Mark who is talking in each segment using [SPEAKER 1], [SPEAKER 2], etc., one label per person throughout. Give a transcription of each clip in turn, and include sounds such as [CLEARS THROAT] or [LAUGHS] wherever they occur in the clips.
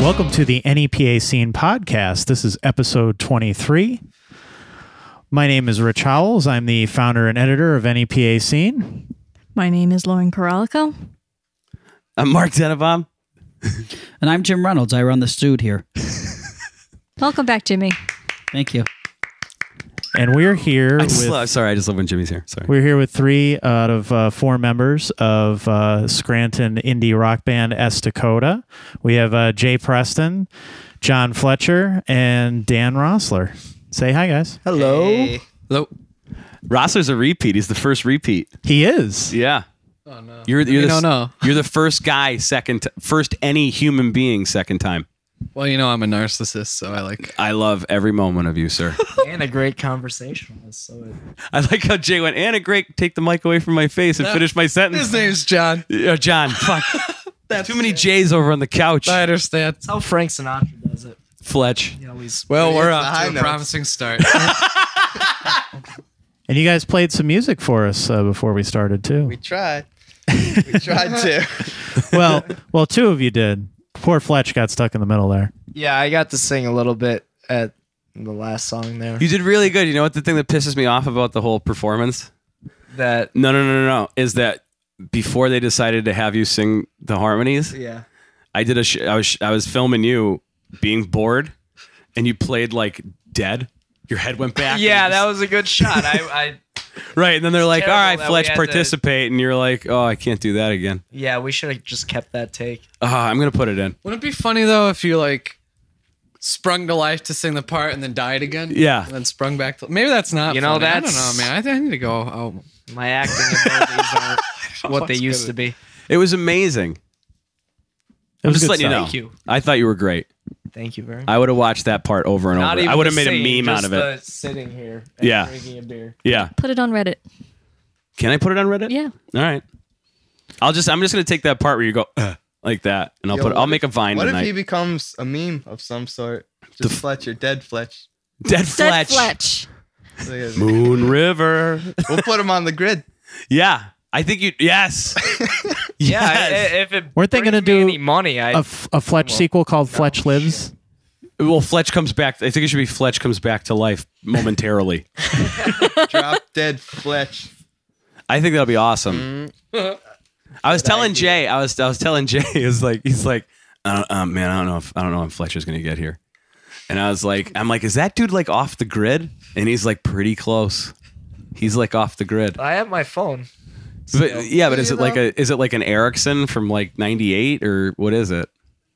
[SPEAKER 1] Welcome to the NEPA Scene Podcast. This is episode 23. My name is Rich Howells. I'm the founder and editor of NEPA Scene.
[SPEAKER 2] My name is Lauren Coralico.
[SPEAKER 3] I'm Mark Zenabom.
[SPEAKER 4] And I'm Jim Reynolds. I run the stewed here.
[SPEAKER 2] Welcome back, Jimmy.
[SPEAKER 4] Thank you.
[SPEAKER 1] And we're here
[SPEAKER 3] I
[SPEAKER 1] with
[SPEAKER 3] just love, sorry, I just love when Jimmy's here. Sorry.
[SPEAKER 1] we're here with three out of uh, four members of uh, Scranton indie rock band S Dakota. We have uh, Jay Preston, John Fletcher, and Dan Rossler. Say hi, guys.
[SPEAKER 3] Hello. Hello. Rossler's a repeat. He's the first repeat.
[SPEAKER 1] He is.
[SPEAKER 3] Yeah. Oh no. You're, you're the,
[SPEAKER 5] We don't know. [LAUGHS]
[SPEAKER 3] You're the first guy, second, t- first any human being, second time.
[SPEAKER 5] Well, you know, I'm a narcissist, so I like.
[SPEAKER 3] I love every moment of you,
[SPEAKER 5] [LAUGHS]
[SPEAKER 3] sir.
[SPEAKER 6] and a great conversationalist. So it,
[SPEAKER 3] I like how Jay went, and a great, take the mic away from my face and finish my sentence.
[SPEAKER 5] His name's John.
[SPEAKER 3] Uh, John, fuck. Too many J's over on the couch.
[SPEAKER 5] [LAUGHS] I understand.
[SPEAKER 6] it's how Frank Sinatra does it.
[SPEAKER 3] Fletch.
[SPEAKER 6] He always
[SPEAKER 5] Well, we're
[SPEAKER 7] It's
[SPEAKER 5] off
[SPEAKER 7] the high
[SPEAKER 5] to a
[SPEAKER 7] notes.
[SPEAKER 5] promising
[SPEAKER 7] [LAUGHS]
[SPEAKER 5] start.
[SPEAKER 1] And you guys played some music for us uh, before we started, too.
[SPEAKER 7] We tried. We tried to.
[SPEAKER 1] well, well, two of you did. Poor Fletch got stuck in the middle there.
[SPEAKER 6] yeah, I got to sing a little bit at the last song there.
[SPEAKER 3] You did really good. You know what the thing that pisses me off about the whole performance?
[SPEAKER 6] That
[SPEAKER 3] No, no, no, no, no. Is that before they decided to have you sing the harmonies?
[SPEAKER 6] yeah.
[SPEAKER 3] I did a sh- I was sh- I was filming you being bored, and you played like dead. Your head went back.
[SPEAKER 6] Yeah, that was a good shot. I, I
[SPEAKER 3] was right. And then they're like, "All
[SPEAKER 6] terrible
[SPEAKER 3] right,
[SPEAKER 6] that we
[SPEAKER 3] Fletch,
[SPEAKER 6] had to-
[SPEAKER 3] participate," and you're like, "Oh, I can't do that again.
[SPEAKER 6] yeah, we should have just kept that take.
[SPEAKER 3] Uh, I'm gonna put it in."
[SPEAKER 5] Wouldn't it be funny though if you like sprung to life to sing the part and then died again?
[SPEAKER 3] Yeah.
[SPEAKER 5] And then sprung back to. Maybe that's not.
[SPEAKER 6] You know,
[SPEAKER 5] funny.
[SPEAKER 6] that's-
[SPEAKER 5] I don't know, man. I, I need to go. Oh,
[SPEAKER 6] My acting abilities aren't what they used to be.
[SPEAKER 3] It was amazing.
[SPEAKER 1] It was
[SPEAKER 3] Just
[SPEAKER 1] good
[SPEAKER 3] letting you
[SPEAKER 1] stuff.
[SPEAKER 3] know.
[SPEAKER 6] Thank you.
[SPEAKER 3] I thought you were great.
[SPEAKER 6] Thank you very much.
[SPEAKER 3] I would have watched that part over and over. I would have made a meme out of it.
[SPEAKER 6] sitting here
[SPEAKER 3] and Yeah.
[SPEAKER 6] drinking
[SPEAKER 3] [LAUGHS]
[SPEAKER 6] a beer.
[SPEAKER 3] yeah.
[SPEAKER 2] Put it on Reddit.
[SPEAKER 3] Can I put it on Reddit?
[SPEAKER 2] Yeah.
[SPEAKER 3] All right. I'll just I'm just gonna take that part where you go "Uh," like that, and I'll
[SPEAKER 7] Yo,
[SPEAKER 3] put I'll
[SPEAKER 7] what
[SPEAKER 3] make a vine
[SPEAKER 7] What
[SPEAKER 3] tonight.
[SPEAKER 7] if he becomes a meme of some sort? Just Fletcher, dead Fletch.
[SPEAKER 3] Dead
[SPEAKER 2] Dead
[SPEAKER 3] Fletch.
[SPEAKER 2] Fletch.
[SPEAKER 7] we'll
[SPEAKER 3] Moon River.
[SPEAKER 7] put him on the grid.
[SPEAKER 3] Yeah, I think you. Yes. [LAUGHS]
[SPEAKER 6] Yeah, I-
[SPEAKER 3] Yes.
[SPEAKER 6] I- if it
[SPEAKER 1] Weren't they
[SPEAKER 6] brings
[SPEAKER 1] gonna
[SPEAKER 6] me
[SPEAKER 1] do
[SPEAKER 6] any money, I
[SPEAKER 1] A, f- a Fletch sequel called Fletch Lives.
[SPEAKER 3] well, Fletch comes back. I think it should be Fletch comes back to life momentarily.
[SPEAKER 7] Drop dead Fletch.
[SPEAKER 3] I think that'll be awesome. I was telling Jay. I was I was telling Jay. [LAUGHS] Is like he's like, I don't, um, man. I don't know if I don't know if Fletcher's gonna get here. And I was like, I'm like, is that dude like off the grid? And he's like, pretty close. He's like off the grid.
[SPEAKER 6] I have my phone.
[SPEAKER 3] But yeah, but is it like a is it like an Ericsson from like '98 or what is it?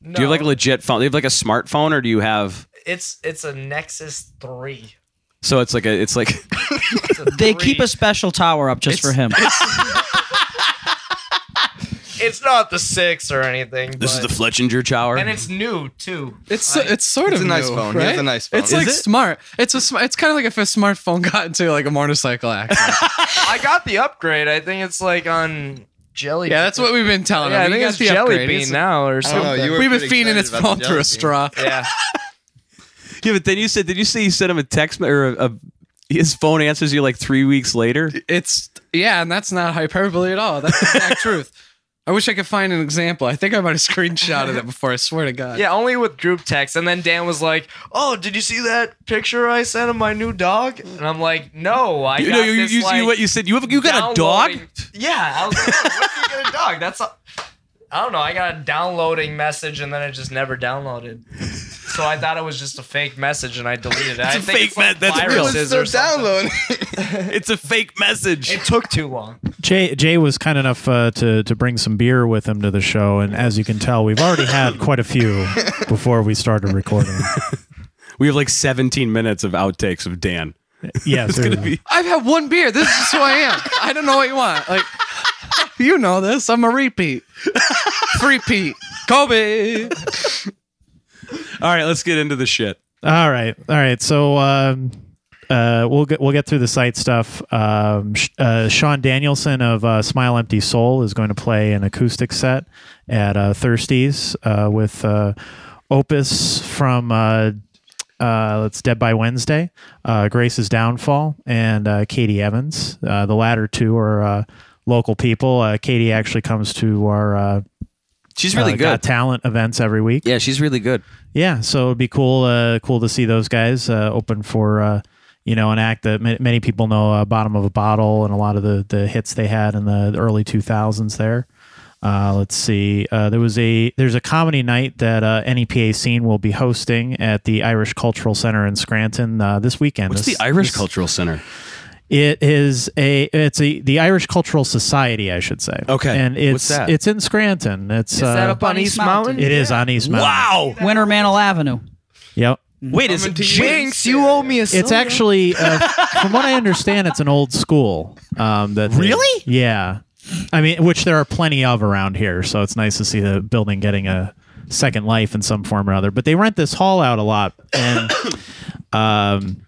[SPEAKER 3] Do you have like a
[SPEAKER 6] No,
[SPEAKER 3] legit phone? Do you have like a smartphone or do you have?
[SPEAKER 6] it's it's a Nexus 3.
[SPEAKER 3] So it's like a it's like
[SPEAKER 6] It's a
[SPEAKER 4] They
[SPEAKER 6] three.
[SPEAKER 4] keep a special tower up just for
[SPEAKER 6] [LAUGHS]
[SPEAKER 4] him.
[SPEAKER 6] It's not the 6 or anything.
[SPEAKER 3] this is
[SPEAKER 6] but-
[SPEAKER 3] the Fletchinger Tower.
[SPEAKER 6] And it's new too.
[SPEAKER 5] it's so, it's sort
[SPEAKER 7] It's
[SPEAKER 5] of
[SPEAKER 7] a nice
[SPEAKER 5] new,
[SPEAKER 7] phone. He
[SPEAKER 5] Right?
[SPEAKER 7] has a nice phone.
[SPEAKER 5] It's
[SPEAKER 7] Is
[SPEAKER 5] like
[SPEAKER 3] it?
[SPEAKER 5] smart. It's a. Sm- it's kind of like if a smartphone [LAUGHS] got into like a motorcycle
[SPEAKER 7] [LAUGHS]
[SPEAKER 5] accident.
[SPEAKER 6] I got the upgrade. I think it's like on jelly.
[SPEAKER 5] yeah, that's what we've been telling
[SPEAKER 6] Yeah, I
[SPEAKER 5] him. He
[SPEAKER 6] think
[SPEAKER 5] got
[SPEAKER 6] it's
[SPEAKER 5] the
[SPEAKER 6] jelly
[SPEAKER 5] upgrade.
[SPEAKER 6] bean
[SPEAKER 5] He's-
[SPEAKER 6] now or
[SPEAKER 7] I
[SPEAKER 5] [LAUGHS]
[SPEAKER 7] don't know.
[SPEAKER 6] something.
[SPEAKER 7] Oh, You were
[SPEAKER 5] We've been
[SPEAKER 7] pretty
[SPEAKER 5] feeding
[SPEAKER 7] excited
[SPEAKER 5] its
[SPEAKER 7] about the
[SPEAKER 5] phone through
[SPEAKER 7] jelly
[SPEAKER 5] a straw.
[SPEAKER 6] yeah.
[SPEAKER 3] yeah, but then you said did you say you sent him a text me- or a, a his phone answers you like three weeks later?
[SPEAKER 5] It's yeah, and that's not hyperbole at all. That's the
[SPEAKER 2] [LAUGHS]
[SPEAKER 5] exact truth. I wish I could find an example. I think I might have screenshotted it before. I swear to God.
[SPEAKER 6] Yeah, only with group text. And then Dan was like, "Oh, did you see that picture I sent of my new dog?" And I'm like, "No, I
[SPEAKER 3] You
[SPEAKER 6] got
[SPEAKER 3] know, you,
[SPEAKER 6] this,
[SPEAKER 3] you,
[SPEAKER 6] like,
[SPEAKER 3] you what you said. You have you got a dog.
[SPEAKER 6] downloading- Yeah, I was like, "Oh, "Where did you get a dog?" That's a, I don't know. I got a downloading message and then it just never downloaded. So I thought it was just a fake message and I deleted it. I
[SPEAKER 3] a
[SPEAKER 6] think
[SPEAKER 3] fake
[SPEAKER 6] it's like
[SPEAKER 3] me- that's real.
[SPEAKER 7] It's
[SPEAKER 6] viruses
[SPEAKER 7] still
[SPEAKER 6] or something.
[SPEAKER 7] downloading.
[SPEAKER 3] It's a fake message.
[SPEAKER 6] It took too long.
[SPEAKER 1] Jay Jay was kind enough uh, to to bring some beer with him to the show, and as you can tell, we've already had quite a [LAUGHS] few before we started recording.
[SPEAKER 3] we have like 17 minutes of outtakes of Dan.
[SPEAKER 1] Yes,
[SPEAKER 3] It's gonna be
[SPEAKER 5] I've had one beer. This is who I am. I don't know what you want. Like, [LAUGHS] you know this. I'm a repeat. Repeat. Kobe.
[SPEAKER 3] all right. Let's get into the shit.
[SPEAKER 1] all right, all right. So um, uh, we'll get we'll get through the site stuff. Um, sh- uh, Sean Danielson of uh, Smile Empty Soul is going to play an acoustic set at uh, Thirsties uh, with uh, Opus from. Uh, uh, it's Dead by Wednesday, uh, Grace's Downfall, and uh, Katie Evans. Uh, the latter two are uh, local people. Uh, Katie actually comes to our uh,
[SPEAKER 3] She's really
[SPEAKER 1] uh,
[SPEAKER 3] good.
[SPEAKER 1] Got Talent events every week.
[SPEAKER 3] yeah, she's really good.
[SPEAKER 1] Yeah, so it'd be cool, uh, cool to see those guys uh, open for uh, you know an act that ma- many people know, uh, Bottom of a Bottle, and a lot of the the hits they had in the early two thousands. There, uh, let's see, uh, there was a there's a comedy night that uh, NEPA scene will be hosting at the Irish Cultural Center in Scranton uh, this weekend.
[SPEAKER 3] What's
[SPEAKER 1] This-
[SPEAKER 3] the Irish
[SPEAKER 1] this-
[SPEAKER 3] Cultural Center?
[SPEAKER 1] It is a it's a the Irish Cultural Society, I should say.
[SPEAKER 3] Okay.
[SPEAKER 1] and it's
[SPEAKER 3] What's that?
[SPEAKER 1] it's in Scranton. It's uh,
[SPEAKER 6] that up on East Mountain?
[SPEAKER 1] it is on East Mountain.
[SPEAKER 3] Wow.
[SPEAKER 4] Winter Mantle Avenue.
[SPEAKER 1] Yep.
[SPEAKER 3] Wait, is it Jinx?
[SPEAKER 6] Jinx, you owe me a.
[SPEAKER 1] It's actually, uh, from what I understand, it's an old school. Um, that they-
[SPEAKER 3] Really?
[SPEAKER 1] yeah, I mean, which there are plenty of around here, so it's nice to see the building getting a second life in some form or other. But they rent this hall out a lot, and um,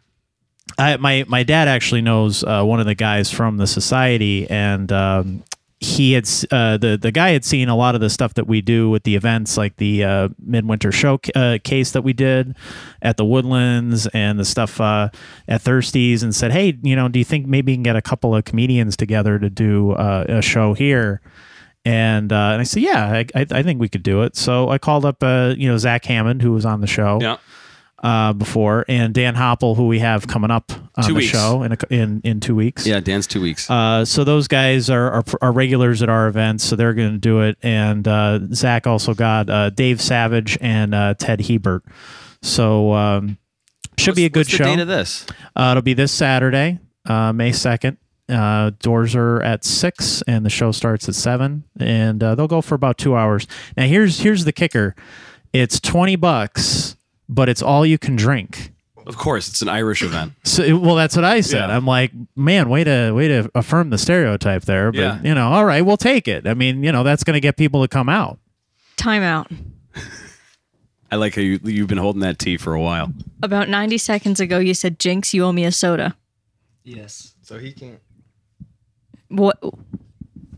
[SPEAKER 1] I, my my dad actually knows uh, one of the guys from the society, and um, he had s- uh, the the guy had seen a lot of the stuff that we do with the events, like the uh, midwinter show uh, case that we did at the Woodlands and the stuff uh, at Thirsties, and said, "Hey, you know, do you think maybe you can get a couple of comedians together to do uh, a show here?" And, uh, and I said, yeah, I, I, I think we could do it. So I called up, uh, you know, Zach Hammond, who was on the show
[SPEAKER 3] Yeah.
[SPEAKER 1] uh, before, and Dan Hopple, who we have coming up on
[SPEAKER 3] Two
[SPEAKER 1] the
[SPEAKER 3] weeks.
[SPEAKER 1] show in, a, in in two weeks.
[SPEAKER 3] Yeah, Dan's two weeks.
[SPEAKER 1] Uh, so those guys are, are are regulars at our events, so they're going to do it. And uh, Zach also got uh, Dave Savage and uh, Ted Hebert. So um, should be a good
[SPEAKER 3] What's
[SPEAKER 1] show.
[SPEAKER 3] The date of this.
[SPEAKER 1] Uh, it'll be this Saturday, uh, May 2nd. Uh, doors are at six, and the show starts at seven, and uh, they'll go for about two hours. Now, here's here's the kicker: it's twenty bucks, but it's all you can drink.
[SPEAKER 3] Of course, it's an Irish event.
[SPEAKER 1] So, it- well, that's what I said.
[SPEAKER 3] Yeah.
[SPEAKER 1] I'm like, man, way to way to affirm the stereotype there. But
[SPEAKER 3] Yeah.
[SPEAKER 1] you know, all right, we'll take it. I mean, you know, that's going to get people to come out.
[SPEAKER 2] Time out.
[SPEAKER 3] I like how you you've been holding that tea for a while.
[SPEAKER 2] About 90 seconds ago, you said, Jinx, you owe me a soda.
[SPEAKER 6] Yes.
[SPEAKER 7] So he can't.
[SPEAKER 2] What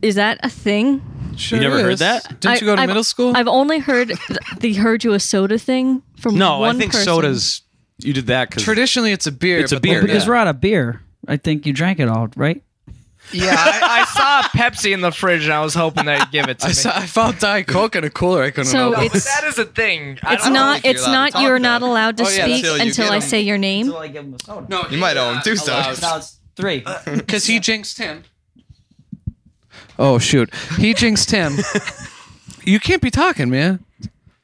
[SPEAKER 2] is that a thing?
[SPEAKER 5] Sure
[SPEAKER 3] never heard
[SPEAKER 5] is.
[SPEAKER 3] that?
[SPEAKER 5] Didn't you go to
[SPEAKER 2] I've-
[SPEAKER 5] middle school?
[SPEAKER 2] I've only heard th- the heard you a soda thing from
[SPEAKER 3] No,
[SPEAKER 2] one
[SPEAKER 3] I think
[SPEAKER 2] person.
[SPEAKER 3] sodas. You did that because
[SPEAKER 5] Traditionally, it's a beer.
[SPEAKER 3] It's a
[SPEAKER 5] but they-
[SPEAKER 3] beer,
[SPEAKER 4] Because
[SPEAKER 3] Yeah.
[SPEAKER 4] we're out of beer. I think you drank it all, right?
[SPEAKER 6] Yeah,
[SPEAKER 7] [LAUGHS]
[SPEAKER 6] I, I saw a Pepsi in the fridge, and I was hoping they'd give it to
[SPEAKER 5] I,
[SPEAKER 6] me.
[SPEAKER 5] saw, [LAUGHS] I found Diet Coke in a cooler. I couldn't
[SPEAKER 2] So
[SPEAKER 5] open.
[SPEAKER 2] it's-
[SPEAKER 6] that is a thing. I
[SPEAKER 2] It's
[SPEAKER 6] don't know.
[SPEAKER 2] not.
[SPEAKER 7] think you're
[SPEAKER 2] It's
[SPEAKER 7] allowed to
[SPEAKER 2] not.
[SPEAKER 7] talk,
[SPEAKER 2] You're
[SPEAKER 7] though.
[SPEAKER 2] not allowed to
[SPEAKER 5] Oh, yeah,
[SPEAKER 2] speak
[SPEAKER 7] until you
[SPEAKER 2] until
[SPEAKER 7] get
[SPEAKER 2] I
[SPEAKER 7] 'em.
[SPEAKER 2] say your name.
[SPEAKER 4] I give him a soda.
[SPEAKER 5] no,
[SPEAKER 7] You might own two sodas. [LAUGHS]
[SPEAKER 4] Now it's
[SPEAKER 6] [LAUGHS]
[SPEAKER 4] three.
[SPEAKER 5] Because he jinxed him. Oh shoot, he jinxed him. you can't be talking, man.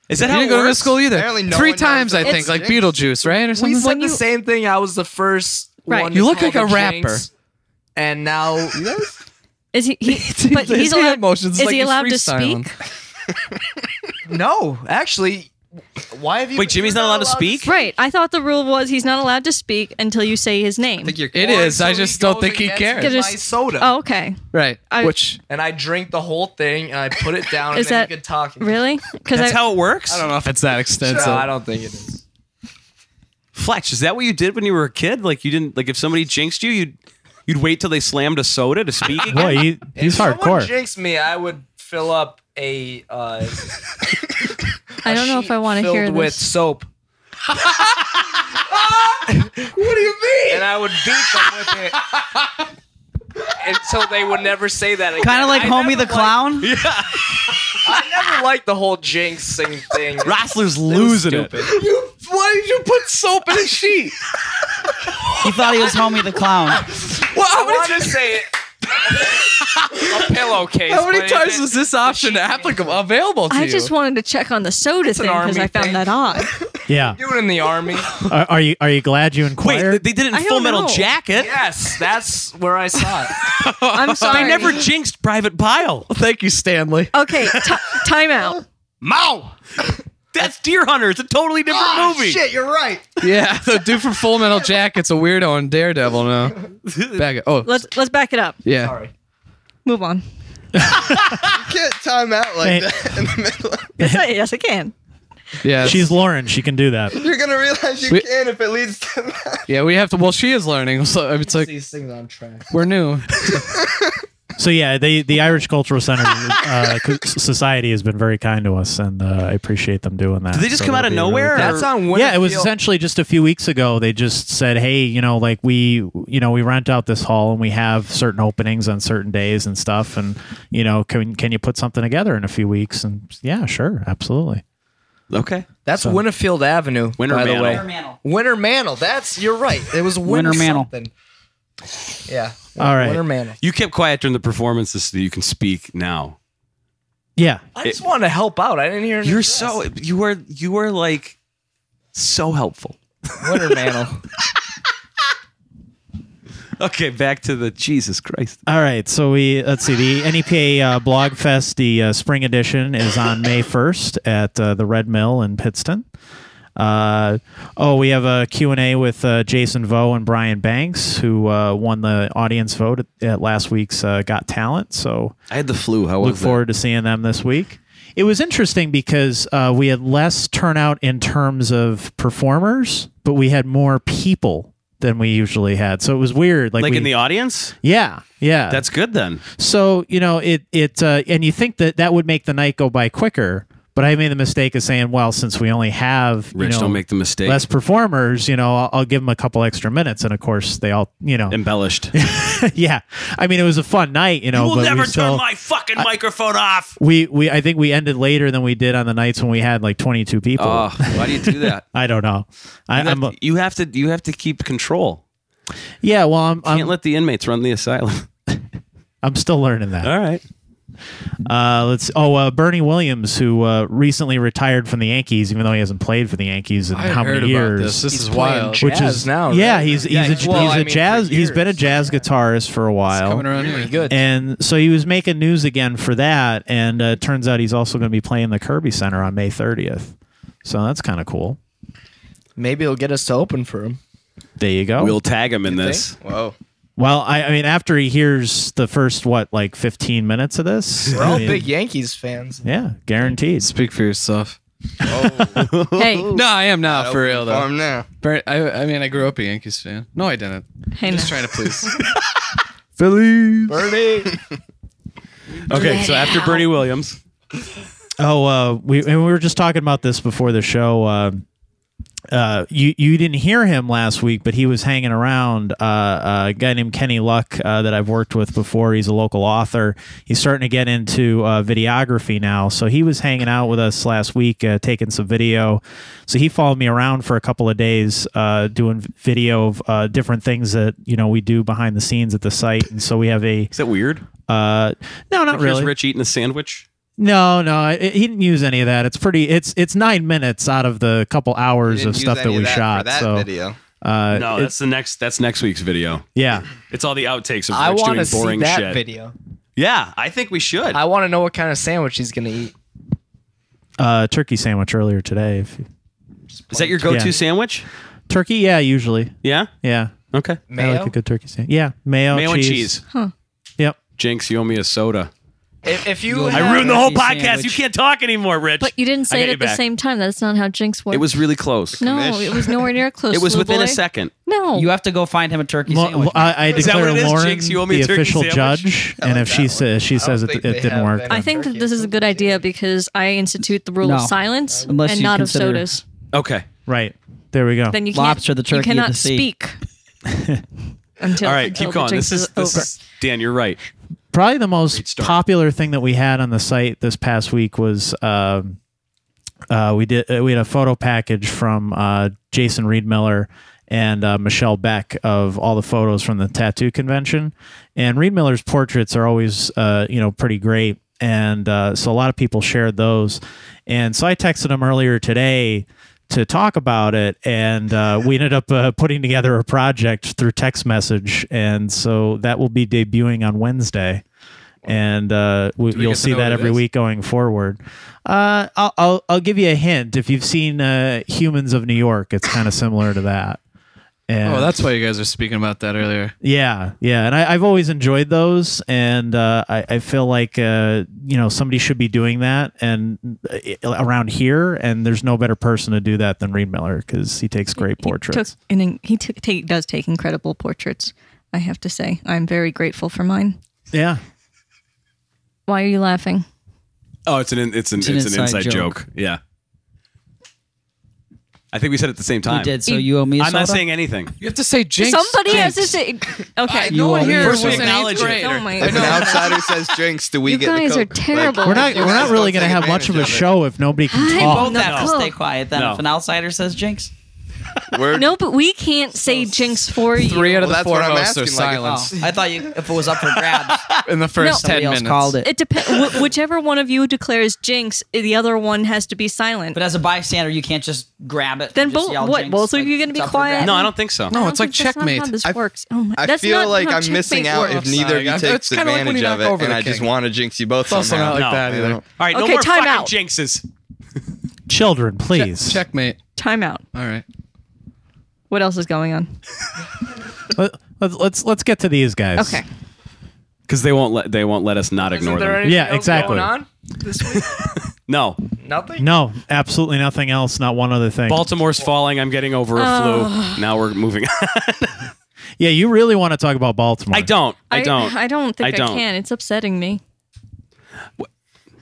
[SPEAKER 3] is that
[SPEAKER 5] You
[SPEAKER 3] how
[SPEAKER 5] didn't
[SPEAKER 3] it
[SPEAKER 5] go to middle
[SPEAKER 3] works?
[SPEAKER 5] school either.
[SPEAKER 7] Apparently no
[SPEAKER 5] Three
[SPEAKER 7] one knows
[SPEAKER 5] times, I
[SPEAKER 7] that
[SPEAKER 5] think,
[SPEAKER 7] it's
[SPEAKER 5] like
[SPEAKER 7] jinxed.
[SPEAKER 5] Beetlejuice, right, or
[SPEAKER 6] We
[SPEAKER 5] something.
[SPEAKER 6] said the same thing. I was the first
[SPEAKER 2] Right.
[SPEAKER 6] one.
[SPEAKER 5] You
[SPEAKER 6] to
[SPEAKER 5] look
[SPEAKER 6] call
[SPEAKER 5] like a
[SPEAKER 6] the
[SPEAKER 5] rapper.
[SPEAKER 6] jinx, and now
[SPEAKER 2] Is he? he but
[SPEAKER 5] his
[SPEAKER 2] he's
[SPEAKER 5] hand
[SPEAKER 2] allowed.
[SPEAKER 5] motions, it's
[SPEAKER 2] is
[SPEAKER 5] like
[SPEAKER 2] he
[SPEAKER 5] he's
[SPEAKER 2] allowed to
[SPEAKER 5] freestyling.
[SPEAKER 2] speak?
[SPEAKER 6] no, actually, why have you?
[SPEAKER 3] Wait, Jimmy's not allowed to speak.
[SPEAKER 2] Right. I thought the rule was he's not allowed to speak until you say his name.
[SPEAKER 7] I think you're.
[SPEAKER 5] It is. I just don't think he cares.
[SPEAKER 2] Because
[SPEAKER 6] My
[SPEAKER 2] it's-
[SPEAKER 6] soda,
[SPEAKER 2] oh, okay.
[SPEAKER 5] Right.
[SPEAKER 2] I-
[SPEAKER 5] Which
[SPEAKER 6] and I drink the whole thing, and I put it down, and
[SPEAKER 2] Is
[SPEAKER 6] then
[SPEAKER 2] that-
[SPEAKER 6] you could talk.
[SPEAKER 2] Really? Because
[SPEAKER 3] That's how it works.
[SPEAKER 5] I don't know if it's that
[SPEAKER 6] No,
[SPEAKER 5] extensive.
[SPEAKER 6] I don't think it is.
[SPEAKER 3] Fletch, is that what you did when you were a kid? Like you didn't like if somebody jinxed you, you'd you'd wait till they slammed a soda to [LAUGHS] speak again.
[SPEAKER 1] Boy, he, he's
[SPEAKER 6] Someone
[SPEAKER 1] hardcore.
[SPEAKER 6] jinxed me. I would fill up a. Uh,
[SPEAKER 2] I don't know if I want to hear
[SPEAKER 6] filled
[SPEAKER 2] this.
[SPEAKER 6] with soap. [LAUGHS] what do you mean? And I would beat them with it [LAUGHS] until they would never say that again.
[SPEAKER 4] Kind of like
[SPEAKER 6] I
[SPEAKER 4] Homie
[SPEAKER 6] never
[SPEAKER 4] the
[SPEAKER 6] liked- [LAUGHS]
[SPEAKER 4] Clown.
[SPEAKER 6] I never liked the whole jinxing thing.
[SPEAKER 3] Rossler's losing it.
[SPEAKER 6] stupid.
[SPEAKER 5] Why did you put soap in a sheet?
[SPEAKER 4] He thought he was Homie the Clown.
[SPEAKER 5] Well,
[SPEAKER 6] [LAUGHS] I
[SPEAKER 5] how many,
[SPEAKER 6] want to say it. a
[SPEAKER 5] [LAUGHS]
[SPEAKER 6] pillowcase.
[SPEAKER 5] how many
[SPEAKER 6] but
[SPEAKER 5] times
[SPEAKER 6] it-
[SPEAKER 5] was this option applicable available to
[SPEAKER 2] I
[SPEAKER 5] you?
[SPEAKER 2] just wanted to check on the soda
[SPEAKER 6] an
[SPEAKER 2] thing because
[SPEAKER 6] army
[SPEAKER 2] I found
[SPEAKER 6] thing.
[SPEAKER 2] that odd.
[SPEAKER 3] [LAUGHS]
[SPEAKER 1] Yeah.
[SPEAKER 6] Do it in the army.
[SPEAKER 1] Are, are you are you glad you
[SPEAKER 3] Wait,
[SPEAKER 1] inquired?
[SPEAKER 3] they, they did it in
[SPEAKER 2] I
[SPEAKER 3] Full
[SPEAKER 2] don't
[SPEAKER 3] Metal
[SPEAKER 2] know.
[SPEAKER 3] Jacket.
[SPEAKER 6] Yes, that's where I saw it.
[SPEAKER 2] I'm sorry.
[SPEAKER 3] They never jinxed
[SPEAKER 2] [LAUGHS]
[SPEAKER 3] Private Pile.
[SPEAKER 5] Thank you, Stanley.
[SPEAKER 2] Okay. T- time out.
[SPEAKER 3] Mow. That's Deer Hunter. It's a totally different
[SPEAKER 6] Ah,
[SPEAKER 2] Ah,
[SPEAKER 3] movie.
[SPEAKER 7] Shit, you're right.
[SPEAKER 5] Yeah, the dude from Full Metal Jacket's a weirdo and Daredevil now. Back it. Oh,
[SPEAKER 2] Let's let's back it up.
[SPEAKER 5] yeah.
[SPEAKER 6] Sorry.
[SPEAKER 2] Move
[SPEAKER 4] [LAUGHS]
[SPEAKER 2] on.
[SPEAKER 7] You can't time out like
[SPEAKER 1] Hey.
[SPEAKER 7] that in the middle. of-
[SPEAKER 2] Yes, I, yes, I can.
[SPEAKER 5] Yeah.
[SPEAKER 1] She's Lauren. She can do that.
[SPEAKER 7] You're gonna realize you
[SPEAKER 5] We-
[SPEAKER 7] can if it leads to that.
[SPEAKER 5] yeah. We have to. Well, she is learning. So it's like
[SPEAKER 7] things on track.
[SPEAKER 5] we're new.
[SPEAKER 1] So yeah, they, the Irish Cultural Center uh, [LAUGHS] co- society has been very kind to us, and uh, I appreciate them doing that.
[SPEAKER 3] Did they just
[SPEAKER 1] So
[SPEAKER 3] come out
[SPEAKER 1] that'll
[SPEAKER 3] of
[SPEAKER 1] be really
[SPEAKER 3] nowhere?
[SPEAKER 1] cool.
[SPEAKER 3] That's
[SPEAKER 6] That's on
[SPEAKER 1] yeah, it was essentially just a few weeks ago. They just said, "Hey, you know, like we, you know, we rent out this hall and we have certain openings on certain days and stuff, and you know, can can you put something together in a few weeks?" And yeah, sure, absolutely.
[SPEAKER 3] Okay.
[SPEAKER 6] That's Winterfield Avenue.
[SPEAKER 3] Winter
[SPEAKER 6] by
[SPEAKER 3] Manor.
[SPEAKER 6] the way.
[SPEAKER 4] Winter Mantle.
[SPEAKER 6] Winter Mantle. That's you're right. It was Winter,
[SPEAKER 4] Winter Mantle.
[SPEAKER 6] something. Yeah.
[SPEAKER 1] All right.
[SPEAKER 6] Winter Mantle.
[SPEAKER 3] You kept quiet during the performances so that you can speak now.
[SPEAKER 1] Yeah,
[SPEAKER 6] I just wanted to help out. I didn't hear. an
[SPEAKER 3] You're
[SPEAKER 6] address.
[SPEAKER 3] so you were you were like so helpful.
[SPEAKER 6] Winter Mantle.
[SPEAKER 3] [LAUGHS] Okay, back to the Jesus Christ.
[SPEAKER 1] All right, so we let's see the NEPA uh, Blog Fest, the uh, spring edition is on May first at uh, the Red Mill in Pittston. Uh, oh, we have a Q and A with uh, Jason Vo and Brian Banks, who uh, won the audience vote at, at last week's uh, Got Talent. So
[SPEAKER 3] I had the flu. How was
[SPEAKER 1] look forward to seeing them this week. It was interesting because uh, we had less turnout in terms of performers, but we had more people than we usually had. So it was weird. Like,
[SPEAKER 3] Like
[SPEAKER 1] we-
[SPEAKER 3] in the audience?
[SPEAKER 1] yeah, yeah.
[SPEAKER 3] That's good then.
[SPEAKER 1] So you know it it uh, and you think that that would make the night go by quicker, but I made the mistake of saying, well, since we only have you
[SPEAKER 3] Rich,
[SPEAKER 1] know,
[SPEAKER 3] don't make the mistake.
[SPEAKER 1] less performers, you know, I'll, I'll give them a couple extra minutes, and of course they all you know
[SPEAKER 3] Embellished.
[SPEAKER 1] [LAUGHS] yeah. I mean it was a fun night, you know,
[SPEAKER 3] you will
[SPEAKER 1] but we
[SPEAKER 3] never turn
[SPEAKER 1] still-
[SPEAKER 3] my fucking microphone off.
[SPEAKER 1] we we I think we ended later than we did on the nights when we had like twenty two people.
[SPEAKER 3] Oh,
[SPEAKER 1] [LAUGHS]
[SPEAKER 3] why do you do that?
[SPEAKER 1] I don't know. I,
[SPEAKER 3] You have,
[SPEAKER 1] I'm a-
[SPEAKER 3] to, you have to you have to keep control.
[SPEAKER 1] yeah. Well, I'm
[SPEAKER 3] Can't
[SPEAKER 1] I'm,
[SPEAKER 3] let the inmates run the asylum. [LAUGHS]
[SPEAKER 1] I'm still learning that.
[SPEAKER 3] All right.
[SPEAKER 1] Uh, let's. Oh, uh, Bernie Williams, who uh, recently retired from the Yankees, even though he hasn't played for the Yankees in
[SPEAKER 5] I
[SPEAKER 1] how
[SPEAKER 5] heard
[SPEAKER 1] many years?
[SPEAKER 5] about this. This is
[SPEAKER 6] playing
[SPEAKER 5] wild.
[SPEAKER 6] jazz now. Right?
[SPEAKER 1] Yeah, he's he's
[SPEAKER 5] Yeah,
[SPEAKER 1] a, he's
[SPEAKER 5] well,
[SPEAKER 1] a
[SPEAKER 5] I mean, for
[SPEAKER 1] jazz. He's been a
[SPEAKER 5] years.
[SPEAKER 1] jazz guitarist for a while,
[SPEAKER 5] Coming around
[SPEAKER 6] Pretty
[SPEAKER 5] here.
[SPEAKER 6] good.
[SPEAKER 1] and so he was making news again for that. And uh, turns out he's also going to be playing the Kirby Center on May 30th. So that's kind of cool.
[SPEAKER 6] Maybe he'll get us to open for him.
[SPEAKER 1] There you go.
[SPEAKER 3] We'll tag him in this.
[SPEAKER 7] Whoa.
[SPEAKER 1] well, I, I mean, after he hears the first what, like 15 minutes of this,
[SPEAKER 6] We're
[SPEAKER 1] I
[SPEAKER 6] all
[SPEAKER 1] mean,
[SPEAKER 6] big Yankees fans.
[SPEAKER 1] Yeah, guaranteed.
[SPEAKER 5] Speak for yourself.
[SPEAKER 2] hey,
[SPEAKER 5] No, I am not for real though.
[SPEAKER 7] Farm now.
[SPEAKER 5] Bur- I, I mean, I grew up a Yankees fan. No, I didn't.
[SPEAKER 2] hey,
[SPEAKER 5] Just
[SPEAKER 2] now.
[SPEAKER 5] trying to please.
[SPEAKER 7] [LAUGHS]
[SPEAKER 6] Bernie.
[SPEAKER 3] Okay, so after Bernie Williams,
[SPEAKER 1] Oh, uh, we and we were just talking about this before the show. Uh, uh, you you didn't hear him last week, but he was hanging around. Uh, a guy named Kenny Luck uh, that I've worked with before. He's a local author. He's starting to get into uh, videography now, so he was hanging out with us last week, uh, taking some video. So he followed me around for a couple of days, uh, doing video of uh, different things that you know we do behind the scenes at the site. And so we have a
[SPEAKER 3] is that weird?
[SPEAKER 1] uh, no, not
[SPEAKER 3] Here's
[SPEAKER 1] really.
[SPEAKER 3] Rich eating a sandwich.
[SPEAKER 1] No, no, I- he didn't use any of that. It's pretty. It's it's nine minutes out of the couple hours
[SPEAKER 7] Didn't
[SPEAKER 1] of
[SPEAKER 7] use
[SPEAKER 1] stuff
[SPEAKER 7] any
[SPEAKER 1] that
[SPEAKER 7] of
[SPEAKER 1] we
[SPEAKER 7] that
[SPEAKER 1] shot.
[SPEAKER 7] For that
[SPEAKER 1] so
[SPEAKER 7] video.
[SPEAKER 1] Uh,
[SPEAKER 3] No,
[SPEAKER 1] it-
[SPEAKER 3] that's the next. That's next week's video.
[SPEAKER 1] yeah,
[SPEAKER 3] It's all the outtakes of
[SPEAKER 6] I
[SPEAKER 3] Rich
[SPEAKER 6] want
[SPEAKER 3] doing
[SPEAKER 6] to see
[SPEAKER 3] boring
[SPEAKER 6] that
[SPEAKER 3] shit.
[SPEAKER 6] video.
[SPEAKER 3] Yeah, I think we should.
[SPEAKER 6] I want to know what kind of sandwich he's gonna eat.
[SPEAKER 1] uh, turkey sandwich earlier today. If you,
[SPEAKER 3] Is that your go-to
[SPEAKER 1] Yeah.
[SPEAKER 3] sandwich?
[SPEAKER 1] turkey, yeah, usually,
[SPEAKER 3] Yeah.
[SPEAKER 1] yeah.
[SPEAKER 3] Okay.
[SPEAKER 6] Mayo.
[SPEAKER 1] I like a good turkey sandwich. Yeah, mayo,
[SPEAKER 3] Mayo
[SPEAKER 1] cheese.
[SPEAKER 3] and cheese.
[SPEAKER 1] Yep.
[SPEAKER 3] Jinx, you owe me a soda.
[SPEAKER 6] if, if you,
[SPEAKER 4] I
[SPEAKER 6] had-
[SPEAKER 4] Yeah, ruined the whole turkey podcast. sandwich.
[SPEAKER 3] You can't talk anymore, Rich.
[SPEAKER 2] But you didn't
[SPEAKER 3] I
[SPEAKER 2] say
[SPEAKER 3] got
[SPEAKER 2] it
[SPEAKER 3] you
[SPEAKER 2] at the
[SPEAKER 3] back.
[SPEAKER 2] same time. That's not how Jinx works.
[SPEAKER 3] It was really close.
[SPEAKER 2] no,
[SPEAKER 7] Mish.
[SPEAKER 2] it was nowhere near close.
[SPEAKER 3] [LAUGHS] It was
[SPEAKER 2] little
[SPEAKER 3] within a
[SPEAKER 2] boy.
[SPEAKER 3] second.
[SPEAKER 2] No,
[SPEAKER 4] You have to go find him a turkey
[SPEAKER 1] Lo-
[SPEAKER 4] sandwich.
[SPEAKER 1] I, I
[SPEAKER 3] that
[SPEAKER 1] declare
[SPEAKER 3] what it is,
[SPEAKER 1] Lauren
[SPEAKER 3] Jinx? You owe me
[SPEAKER 1] the
[SPEAKER 3] a turkey
[SPEAKER 1] official
[SPEAKER 3] sandwich?
[SPEAKER 1] judge, and if she says she says it, it
[SPEAKER 7] think they
[SPEAKER 1] didn't
[SPEAKER 7] have
[SPEAKER 1] work,
[SPEAKER 7] that.
[SPEAKER 2] I think that this is a good idea because I institute the rule
[SPEAKER 4] No. Uh,
[SPEAKER 2] of silence
[SPEAKER 4] Unless
[SPEAKER 2] and
[SPEAKER 4] you
[SPEAKER 2] not
[SPEAKER 4] consider-
[SPEAKER 2] of sodas.
[SPEAKER 3] Okay.
[SPEAKER 1] right? There we go.
[SPEAKER 2] Then you can't.
[SPEAKER 4] Lobster the turkey
[SPEAKER 2] you
[SPEAKER 4] of the
[SPEAKER 2] cannot
[SPEAKER 4] sea. [LAUGHS]
[SPEAKER 2] speak. until
[SPEAKER 3] All
[SPEAKER 2] until
[SPEAKER 3] right. Keep
[SPEAKER 2] the
[SPEAKER 3] going.
[SPEAKER 2] Jinx
[SPEAKER 3] This is this
[SPEAKER 2] over.
[SPEAKER 3] is Dan. You're right.
[SPEAKER 1] probably the
[SPEAKER 3] Great
[SPEAKER 1] most
[SPEAKER 3] start.
[SPEAKER 1] popular thing that we had on the site this past week was um, uh, we did uh, we had a photo package from uh, Jason Reed Miller and uh, Michelle Beck of all the photos from the tattoo convention, and Reed Miller's portraits are always uh, you know pretty great, and uh, so a lot of people shared those, and so I texted him earlier today. To talk about it, and uh, we ended up uh, putting together a project through text message, and so that will be debuting on Wednesday and uh, we,
[SPEAKER 5] we
[SPEAKER 1] you'll
[SPEAKER 5] get to
[SPEAKER 1] see
[SPEAKER 5] know
[SPEAKER 1] that
[SPEAKER 5] what it
[SPEAKER 1] every
[SPEAKER 5] is?
[SPEAKER 1] week going forward. Uh, I'll, I'll I'll give you a hint if you've seen uh, Humans of New York, it's kind of similar to that. And
[SPEAKER 5] Oh, that's why you guys were speaking about that earlier.
[SPEAKER 1] yeah, yeah, and I, I've always enjoyed those, and uh, I, I feel like uh, you know somebody should be doing that, and uh, around here, and there's no better person to do that than Reed Miller because he takes great portraits.
[SPEAKER 2] Took, and in- he took, take, does take incredible portraits. I have to say, I'm very grateful for mine.
[SPEAKER 1] yeah,
[SPEAKER 2] Why are you laughing?
[SPEAKER 3] Oh, it's an in- it's an it's,
[SPEAKER 4] an
[SPEAKER 3] an
[SPEAKER 4] inside
[SPEAKER 3] inside joke.
[SPEAKER 4] joke.
[SPEAKER 3] Yeah. I think we said it at the same time.
[SPEAKER 4] You did, so you owe me. A
[SPEAKER 3] I'm not
[SPEAKER 4] soda?
[SPEAKER 3] saying anything.
[SPEAKER 5] You have to say jinx.
[SPEAKER 2] Somebody has to
[SPEAKER 5] jinx.
[SPEAKER 2] say. Okay.
[SPEAKER 5] No one
[SPEAKER 4] You
[SPEAKER 5] here
[SPEAKER 4] are-
[SPEAKER 5] was
[SPEAKER 4] First we
[SPEAKER 5] in
[SPEAKER 3] acknowledge
[SPEAKER 5] eighth
[SPEAKER 3] it.
[SPEAKER 5] grade.
[SPEAKER 2] oh my
[SPEAKER 7] If an
[SPEAKER 2] god.
[SPEAKER 7] outsider says drinks, do we
[SPEAKER 2] You
[SPEAKER 7] get the
[SPEAKER 2] guys are
[SPEAKER 7] Coke?
[SPEAKER 2] terrible.
[SPEAKER 1] We're not
[SPEAKER 7] you
[SPEAKER 1] we're
[SPEAKER 7] guys
[SPEAKER 1] not really
[SPEAKER 7] don't
[SPEAKER 1] gonna
[SPEAKER 7] take
[SPEAKER 1] have much of a
[SPEAKER 7] advantage
[SPEAKER 1] show if nobody can
[SPEAKER 2] I
[SPEAKER 1] talk.
[SPEAKER 2] don't
[SPEAKER 4] Both have to
[SPEAKER 2] No.
[SPEAKER 4] stay quiet then.
[SPEAKER 3] No.
[SPEAKER 4] If an outsider says jinx,
[SPEAKER 7] it. We're
[SPEAKER 2] No, but we can't say jinx for you.
[SPEAKER 5] Three out of
[SPEAKER 7] Well,
[SPEAKER 5] the
[SPEAKER 7] that's
[SPEAKER 5] four
[SPEAKER 7] what I'm
[SPEAKER 5] hosts are
[SPEAKER 7] asking, like, if-
[SPEAKER 4] oh, [LAUGHS]
[SPEAKER 5] silenced
[SPEAKER 4] I thought you if it was up for
[SPEAKER 3] [LAUGHS]
[SPEAKER 4] grabs,
[SPEAKER 5] in the first
[SPEAKER 2] No.
[SPEAKER 5] ten
[SPEAKER 4] somebody else
[SPEAKER 5] minutes.
[SPEAKER 4] called it.
[SPEAKER 2] It depends. Wh- whichever one of you declares jinx, the other one has to be silent.
[SPEAKER 4] But as a bystander, you can't just grab it. and
[SPEAKER 2] Then
[SPEAKER 4] just
[SPEAKER 2] both-
[SPEAKER 4] yell
[SPEAKER 2] what,
[SPEAKER 4] jinx,
[SPEAKER 2] both of you gonna
[SPEAKER 4] it's
[SPEAKER 2] be
[SPEAKER 4] up for
[SPEAKER 2] quiet?
[SPEAKER 4] grabs.
[SPEAKER 3] No, I don't think so.
[SPEAKER 5] No, it's like
[SPEAKER 2] I don't think
[SPEAKER 5] checkmate.
[SPEAKER 2] That's
[SPEAKER 7] I-
[SPEAKER 2] not how this works. Oh my,
[SPEAKER 7] I
[SPEAKER 2] that's
[SPEAKER 7] feel
[SPEAKER 2] not
[SPEAKER 7] like
[SPEAKER 2] how
[SPEAKER 7] I'm missing
[SPEAKER 2] checkmate
[SPEAKER 7] out if
[SPEAKER 2] works.
[SPEAKER 7] neither of you
[SPEAKER 5] It's
[SPEAKER 7] takes
[SPEAKER 5] kinda like when
[SPEAKER 7] advantage
[SPEAKER 5] you
[SPEAKER 7] of
[SPEAKER 5] knock
[SPEAKER 7] it,
[SPEAKER 5] over
[SPEAKER 7] and
[SPEAKER 5] the
[SPEAKER 7] I just
[SPEAKER 5] king.
[SPEAKER 7] want to jinx you both
[SPEAKER 5] also
[SPEAKER 7] somehow.
[SPEAKER 5] not like
[SPEAKER 3] No.
[SPEAKER 5] that either.
[SPEAKER 7] All
[SPEAKER 3] All right, no
[SPEAKER 2] Okay,
[SPEAKER 3] more
[SPEAKER 2] time
[SPEAKER 3] fucking
[SPEAKER 2] out.
[SPEAKER 3] jinxes.
[SPEAKER 1] Children, please.
[SPEAKER 5] Checkmate.
[SPEAKER 2] Time out.
[SPEAKER 5] All right.
[SPEAKER 2] What else is going on?
[SPEAKER 1] Let, us let's let's get to these guys.
[SPEAKER 2] Okay.
[SPEAKER 3] Because they won't let they won't let us not
[SPEAKER 6] Isn't
[SPEAKER 3] ignore
[SPEAKER 6] there
[SPEAKER 3] them.
[SPEAKER 6] anything
[SPEAKER 1] Yeah,
[SPEAKER 6] else
[SPEAKER 1] exactly.
[SPEAKER 6] Going on this week?
[SPEAKER 3] [LAUGHS] no,
[SPEAKER 6] Nothing.
[SPEAKER 1] No, absolutely nothing else. Not one other thing.
[SPEAKER 3] Baltimore's falling. I'm getting over a flu. Now we're moving. [LAUGHS] on.
[SPEAKER 1] yeah, you really want to talk about Baltimore?
[SPEAKER 3] I don't. I don't.
[SPEAKER 2] I, don't think
[SPEAKER 3] I
[SPEAKER 2] I,
[SPEAKER 3] don't.
[SPEAKER 2] can. It's upsetting me.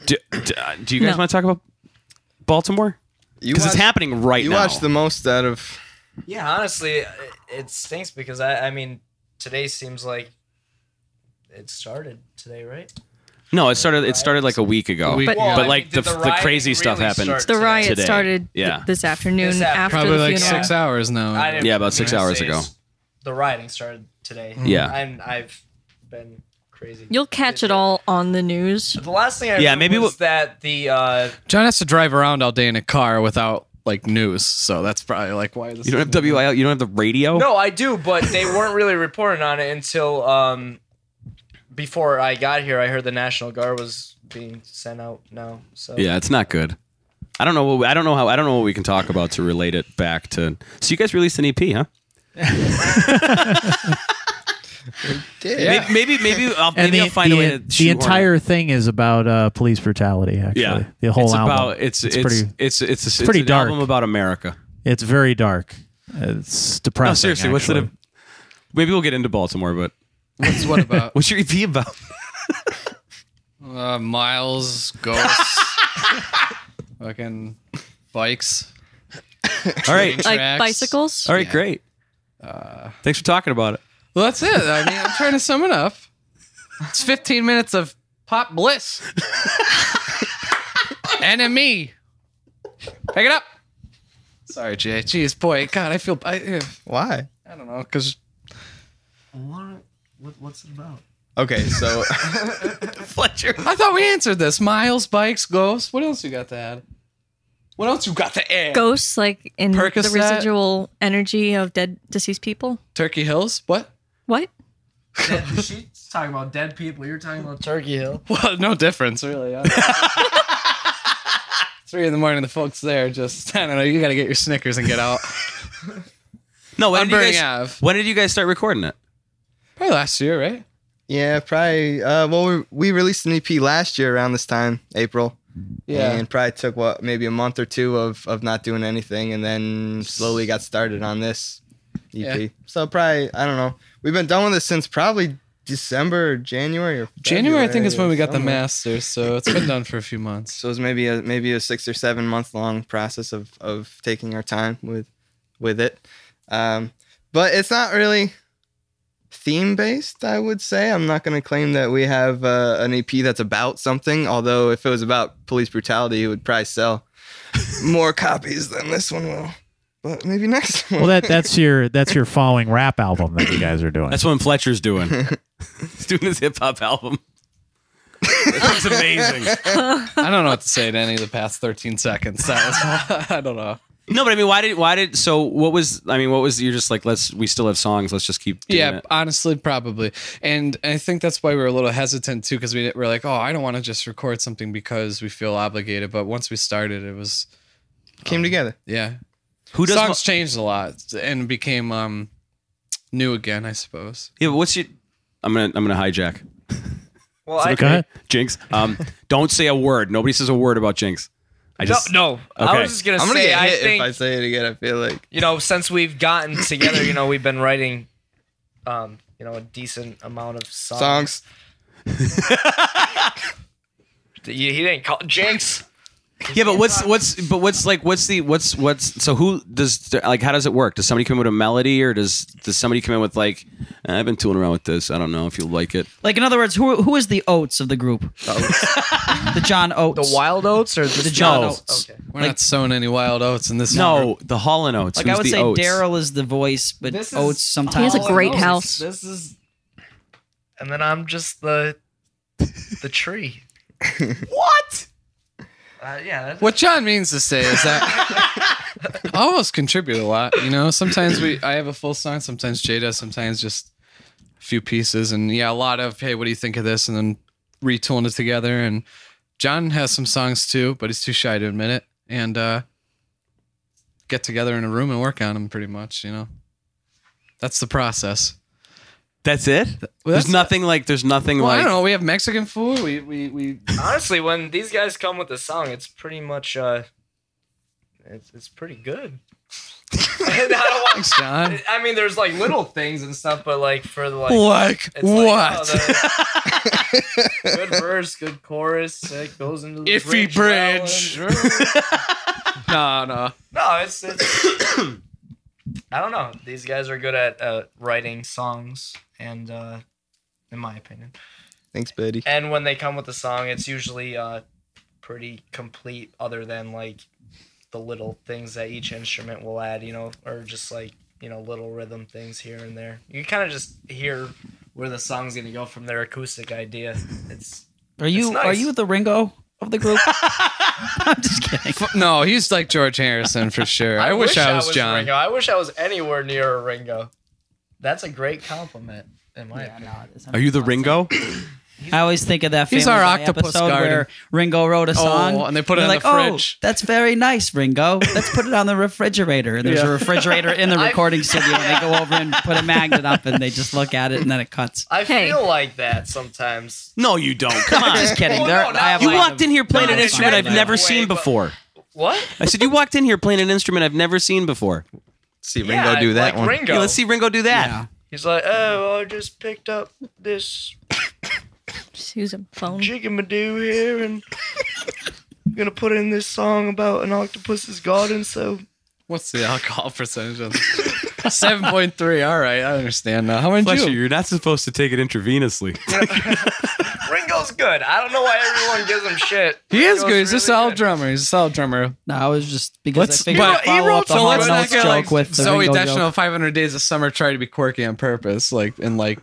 [SPEAKER 3] do, do, uh, do you guys
[SPEAKER 2] No.
[SPEAKER 3] want to talk about Baltimore?
[SPEAKER 7] You
[SPEAKER 3] Because it's
[SPEAKER 7] watch-
[SPEAKER 3] happening right
[SPEAKER 7] You
[SPEAKER 3] now.
[SPEAKER 7] watch the most out of.
[SPEAKER 6] Yeah, honestly, it, it stinks because I, I mean, today seems like it started today, right?
[SPEAKER 3] no, it started. It started like a week ago.
[SPEAKER 5] Week-
[SPEAKER 3] But,
[SPEAKER 5] But-
[SPEAKER 6] Well, I mean,
[SPEAKER 3] like
[SPEAKER 6] did
[SPEAKER 3] the,
[SPEAKER 6] the
[SPEAKER 3] the,
[SPEAKER 6] rioting
[SPEAKER 3] crazy
[SPEAKER 6] really
[SPEAKER 3] stuff happened.
[SPEAKER 2] The
[SPEAKER 6] start? Today.
[SPEAKER 2] riot
[SPEAKER 3] Today.
[SPEAKER 2] started th-
[SPEAKER 3] Yeah.
[SPEAKER 2] this afternoon
[SPEAKER 6] This afternoon.
[SPEAKER 2] after
[SPEAKER 5] Probably
[SPEAKER 2] the
[SPEAKER 5] like
[SPEAKER 2] funeral.
[SPEAKER 5] six hours now.
[SPEAKER 6] I didn't-
[SPEAKER 3] Yeah, about six
[SPEAKER 6] I didn't
[SPEAKER 3] hours
[SPEAKER 6] say
[SPEAKER 3] ago.
[SPEAKER 6] it's- The rioting started today.
[SPEAKER 3] Yeah.
[SPEAKER 6] and I've been crazy.
[SPEAKER 2] You'll catch it all on the news.
[SPEAKER 6] The last thing I
[SPEAKER 3] Yeah,
[SPEAKER 6] yeah,
[SPEAKER 3] maybe
[SPEAKER 6] maybe was
[SPEAKER 3] we'll-
[SPEAKER 6] that the uh,
[SPEAKER 5] John has to drive around all day in a car without like news, so that's probably like why this.
[SPEAKER 3] You don't have WIL. You don't have the radio.
[SPEAKER 6] no, I do, but they weren't really reporting on it until um, before I got here. I heard the National Guard was being sent out now. So
[SPEAKER 3] Yeah, it's not good. I don't know. What we, I don't know how. I don't know what we can talk about to relate it back to. So you guys released an
[SPEAKER 1] [LAUGHS]
[SPEAKER 3] EP, huh?
[SPEAKER 7] Yeah.
[SPEAKER 3] Maybe, maybe, maybe I'll,
[SPEAKER 1] And
[SPEAKER 3] maybe
[SPEAKER 1] the,
[SPEAKER 3] I'll find
[SPEAKER 1] the,
[SPEAKER 3] a way to
[SPEAKER 1] the
[SPEAKER 3] shoehorn it.
[SPEAKER 1] entire thing is about uh, police brutality. Actually,
[SPEAKER 3] Yeah,
[SPEAKER 1] the whole
[SPEAKER 3] it's
[SPEAKER 1] album.
[SPEAKER 3] About, it's it's
[SPEAKER 1] pretty.
[SPEAKER 3] it's it's, it's, it's
[SPEAKER 1] pretty
[SPEAKER 3] an
[SPEAKER 1] dark.
[SPEAKER 3] album about America.
[SPEAKER 1] It's very dark. It's depressing.
[SPEAKER 3] No, seriously, what's
[SPEAKER 1] actually.
[SPEAKER 3] it? Maybe we'll get into Baltimore, but
[SPEAKER 5] What's what about
[SPEAKER 3] what's your EP
[SPEAKER 1] [LAUGHS]
[SPEAKER 3] about?
[SPEAKER 5] uh, miles, ghosts, [LAUGHS] fucking bikes,
[SPEAKER 3] All right,
[SPEAKER 2] Like
[SPEAKER 5] Tracks.
[SPEAKER 2] bicycles.
[SPEAKER 3] all right, great.
[SPEAKER 1] Uh,
[SPEAKER 3] Thanks for talking about it.
[SPEAKER 5] Well, that's it. I mean, I'm trying to sum it up. It's 15 minutes of pop bliss. [LAUGHS] Enemy. Pick it up. Sorry, Jay. Jeez, boy, God, I feel. I,
[SPEAKER 7] Why?
[SPEAKER 5] I don't know, because
[SPEAKER 7] Okay, so
[SPEAKER 5] [LAUGHS] I thought we answered this. Miles, bikes, ghosts. What else you got to add? What else you got to add?
[SPEAKER 2] Ghosts, like in the
[SPEAKER 5] Percocet.
[SPEAKER 2] residual energy of dead, deceased people.
[SPEAKER 5] Turkey Hills. What?
[SPEAKER 2] What?
[SPEAKER 6] she's talking about dead people. You're talking about Turkey Hill.
[SPEAKER 5] Well, no difference, really. [LAUGHS] Three in the morning, the folks there just, I don't know, you got to get your Snickers and get out.
[SPEAKER 3] No, when
[SPEAKER 5] I'm
[SPEAKER 3] did you
[SPEAKER 5] burning
[SPEAKER 3] guys?
[SPEAKER 5] out.
[SPEAKER 3] When did you guys start recording it?
[SPEAKER 5] [LAUGHS] Probably last year, right?
[SPEAKER 7] yeah, probably. Uh, well, we, we released an EP last year around this time, April. And probably took what maybe a month or two of of not doing anything, and then slowly got started on this EP.
[SPEAKER 5] Yeah.
[SPEAKER 7] So probably I don't know. We've been done with this since probably December, or January, or
[SPEAKER 5] January, I think, is
[SPEAKER 7] February
[SPEAKER 5] when
[SPEAKER 7] or
[SPEAKER 5] we got the
[SPEAKER 7] somewhere.
[SPEAKER 5] masters, so it's been done for a few months.
[SPEAKER 7] So it was maybe a maybe a six or seven month long process of of taking our time with with it. Um, but it's not really theme based, I would say. I'm not going to claim that we have uh, an EP that's about something. Although if it was about police brutality, it would probably sell [LAUGHS] more copies than this one will. But maybe next one.
[SPEAKER 1] Well, that that's your that's your following rap album that you guys are doing.
[SPEAKER 3] That's when Fletcher's doing. He's doing his hip hop album. That's amazing.
[SPEAKER 5] I don't know what to say to any of the past 13 seconds. That was, [LAUGHS] I don't know.
[SPEAKER 3] No, but I mean, why did why did so? What was I mean? What was you're just like? Let's we still have songs. Let's just keep. Doing
[SPEAKER 5] Yeah,
[SPEAKER 3] it.
[SPEAKER 5] honestly, probably. And I think that's why we were a little hesitant too, because we were like, oh, I don't want to just record something because we feel obligated. But once we started, it was,
[SPEAKER 7] came together.
[SPEAKER 5] yeah.
[SPEAKER 3] Who does?
[SPEAKER 5] Songs
[SPEAKER 3] mo-
[SPEAKER 5] changed a lot and became um, new again, I suppose.
[SPEAKER 3] yeah, but what's your? I'm gonna I'm gonna hijack
[SPEAKER 6] Well, I
[SPEAKER 1] okay.
[SPEAKER 3] Jinx. Um, [LAUGHS] don't say a word. Nobody says a word about Jinx. I just
[SPEAKER 6] no, no.
[SPEAKER 3] Okay.
[SPEAKER 6] I was just gonna
[SPEAKER 7] I'm gonna
[SPEAKER 6] say.
[SPEAKER 7] get
[SPEAKER 6] I
[SPEAKER 7] hit
[SPEAKER 6] think
[SPEAKER 7] if I say it again. I feel like
[SPEAKER 6] you know, since we've
[SPEAKER 7] [COUGHS]
[SPEAKER 6] gotten together, you know, we've been writing, um, you know, a decent amount of songs.
[SPEAKER 7] songs.
[SPEAKER 6] He he didn't call Jinx.
[SPEAKER 3] Yeah, but what's what's but what's like what's the what's what's so who does like how does it work? Does somebody come in with a melody or does does somebody come in with like "Eh, I've been tooling around with this. I don't know if you like it.
[SPEAKER 4] Like in other words, who who is the Oates of the group? [LAUGHS] the John Oates.
[SPEAKER 6] The Wild Oats or the
[SPEAKER 4] The John Oates.
[SPEAKER 6] Okay.
[SPEAKER 5] We're not sowing any wild oats in this.
[SPEAKER 3] No, the Hall and Oates.
[SPEAKER 4] Like
[SPEAKER 3] Who's
[SPEAKER 4] I would
[SPEAKER 3] the
[SPEAKER 4] say,
[SPEAKER 3] Oates?
[SPEAKER 4] Daryl is the voice, but
[SPEAKER 6] This is- Oh,
[SPEAKER 4] Oates sometimes.
[SPEAKER 2] He has a great house.
[SPEAKER 6] This is. And then I'm just the, the tree.
[SPEAKER 5] [LAUGHS]
[SPEAKER 6] what? Uh, yeah. That's,
[SPEAKER 5] What John means to say
[SPEAKER 3] [LAUGHS]
[SPEAKER 5] is that I almost contribute a lot. You know, sometimes we I have a full song, sometimes Jada, sometimes just a few pieces, and yeah, a lot of hey, what do you think of this? And then retooling it together. And John has some songs too, but he's too shy to admit it. And uh, get together in a room and work on them, pretty much. You know, that's the process.
[SPEAKER 3] That's it?
[SPEAKER 5] that's-
[SPEAKER 3] there's nothing like there's nothing
[SPEAKER 5] Well, I
[SPEAKER 3] like
[SPEAKER 5] don't know. We have Mexican food. We we we
[SPEAKER 6] honestly, when these guys come with a song, it's pretty much. uh It's, it's pretty good. And I, don't want,
[SPEAKER 5] thanks, John.
[SPEAKER 6] I mean, there's like little things and stuff, but like for the like.
[SPEAKER 5] [LAUGHS] Like
[SPEAKER 6] It's like,
[SPEAKER 5] what?
[SPEAKER 6] oh,
[SPEAKER 5] [LAUGHS]
[SPEAKER 6] the- good verse, good chorus. It goes into the
[SPEAKER 5] Iffy
[SPEAKER 6] bridge. well,
[SPEAKER 5] [LAUGHS]
[SPEAKER 6] and-
[SPEAKER 5] no, no.
[SPEAKER 6] no, it's. it's [COUGHS] I don't know. These guys are good at uh, writing songs, and uh, in my opinion,
[SPEAKER 7] Thanks, buddy.
[SPEAKER 6] and when they come with a song, it's usually uh, pretty complete, other than like the little things that each instrument will add, you know, or just like you know little rhythm things here and there. You kind of just hear where the song's gonna go from their acoustic idea. It's
[SPEAKER 4] Are you
[SPEAKER 6] It's nice.
[SPEAKER 4] are you the Ringo of the
[SPEAKER 5] [LAUGHS]
[SPEAKER 4] group? I'm just kidding.
[SPEAKER 5] No, he's like George Harrison for sure. I, wish, I was, John.
[SPEAKER 6] Ringo. I wish I was anywhere near a Ringo. That's a great compliment, in my opinion.
[SPEAKER 3] Are you the Ringo?
[SPEAKER 4] I always think of that.
[SPEAKER 5] He's
[SPEAKER 4] Family
[SPEAKER 5] our
[SPEAKER 4] Guy
[SPEAKER 5] octopus
[SPEAKER 4] episode
[SPEAKER 5] garden. Oh,
[SPEAKER 4] where Ringo wrote a song,
[SPEAKER 5] and they put it
[SPEAKER 4] they're
[SPEAKER 5] in the fridge."
[SPEAKER 4] Oh, that's very nice, Ringo. Let's put it on the refrigerator. And there's a refrigerator in the recording studio, and they go over and put a magnet up, and they just look at it, and then it cuts.
[SPEAKER 6] I
[SPEAKER 2] Hey.
[SPEAKER 6] feel like that sometimes.
[SPEAKER 3] No, you don't. Come
[SPEAKER 4] I'm
[SPEAKER 3] on.
[SPEAKER 4] just kidding.
[SPEAKER 6] Well,
[SPEAKER 4] There-
[SPEAKER 6] no, no,
[SPEAKER 4] I
[SPEAKER 3] [LAUGHS]
[SPEAKER 4] have
[SPEAKER 3] You
[SPEAKER 4] mine
[SPEAKER 3] walked in here playing
[SPEAKER 6] No,
[SPEAKER 3] an
[SPEAKER 6] it's
[SPEAKER 3] instrument
[SPEAKER 6] not
[SPEAKER 3] I've
[SPEAKER 6] that
[SPEAKER 3] never
[SPEAKER 6] way,
[SPEAKER 3] seen
[SPEAKER 6] but-
[SPEAKER 3] before.
[SPEAKER 6] What?
[SPEAKER 3] I said you walked in here playing an instrument I've never seen before.
[SPEAKER 7] See Ringo
[SPEAKER 6] Yeah,
[SPEAKER 7] do that
[SPEAKER 6] like
[SPEAKER 7] one.
[SPEAKER 6] Ringo.
[SPEAKER 3] Yeah, let's see Ringo do that.
[SPEAKER 4] Yeah.
[SPEAKER 6] He's like, oh, I just picked up this
[SPEAKER 2] Just use a phone.
[SPEAKER 6] jigamadoo here
[SPEAKER 5] [LAUGHS]
[SPEAKER 6] and I'm gonna put in this song about an octopus's garden, so
[SPEAKER 5] What's the alcohol percentage? [LAUGHS] on this? Seven point three. All right, I understand now. How many
[SPEAKER 3] Fletcher,
[SPEAKER 5] you?
[SPEAKER 3] you're not supposed to take it
[SPEAKER 4] [LAUGHS]
[SPEAKER 3] intravenously.
[SPEAKER 6] Ringo's good. I don't know why everyone gives him shit.
[SPEAKER 5] He is
[SPEAKER 6] Ringo's
[SPEAKER 5] good. He's a
[SPEAKER 6] really
[SPEAKER 5] solid drummer. He's a solid drummer.
[SPEAKER 4] No, I was just because
[SPEAKER 5] Let's-
[SPEAKER 4] I figured
[SPEAKER 5] but
[SPEAKER 4] I'd
[SPEAKER 5] he
[SPEAKER 4] follow
[SPEAKER 5] wrote-
[SPEAKER 4] up the
[SPEAKER 5] so
[SPEAKER 4] Hall
[SPEAKER 5] let's
[SPEAKER 4] and
[SPEAKER 5] not
[SPEAKER 4] Oates
[SPEAKER 5] get,
[SPEAKER 4] joke
[SPEAKER 5] like,
[SPEAKER 4] with the
[SPEAKER 5] Zoe
[SPEAKER 4] Ringo
[SPEAKER 5] Deschanel,
[SPEAKER 4] joke.
[SPEAKER 5] 500 Days of Summer, tried to be quirky on purpose, like and like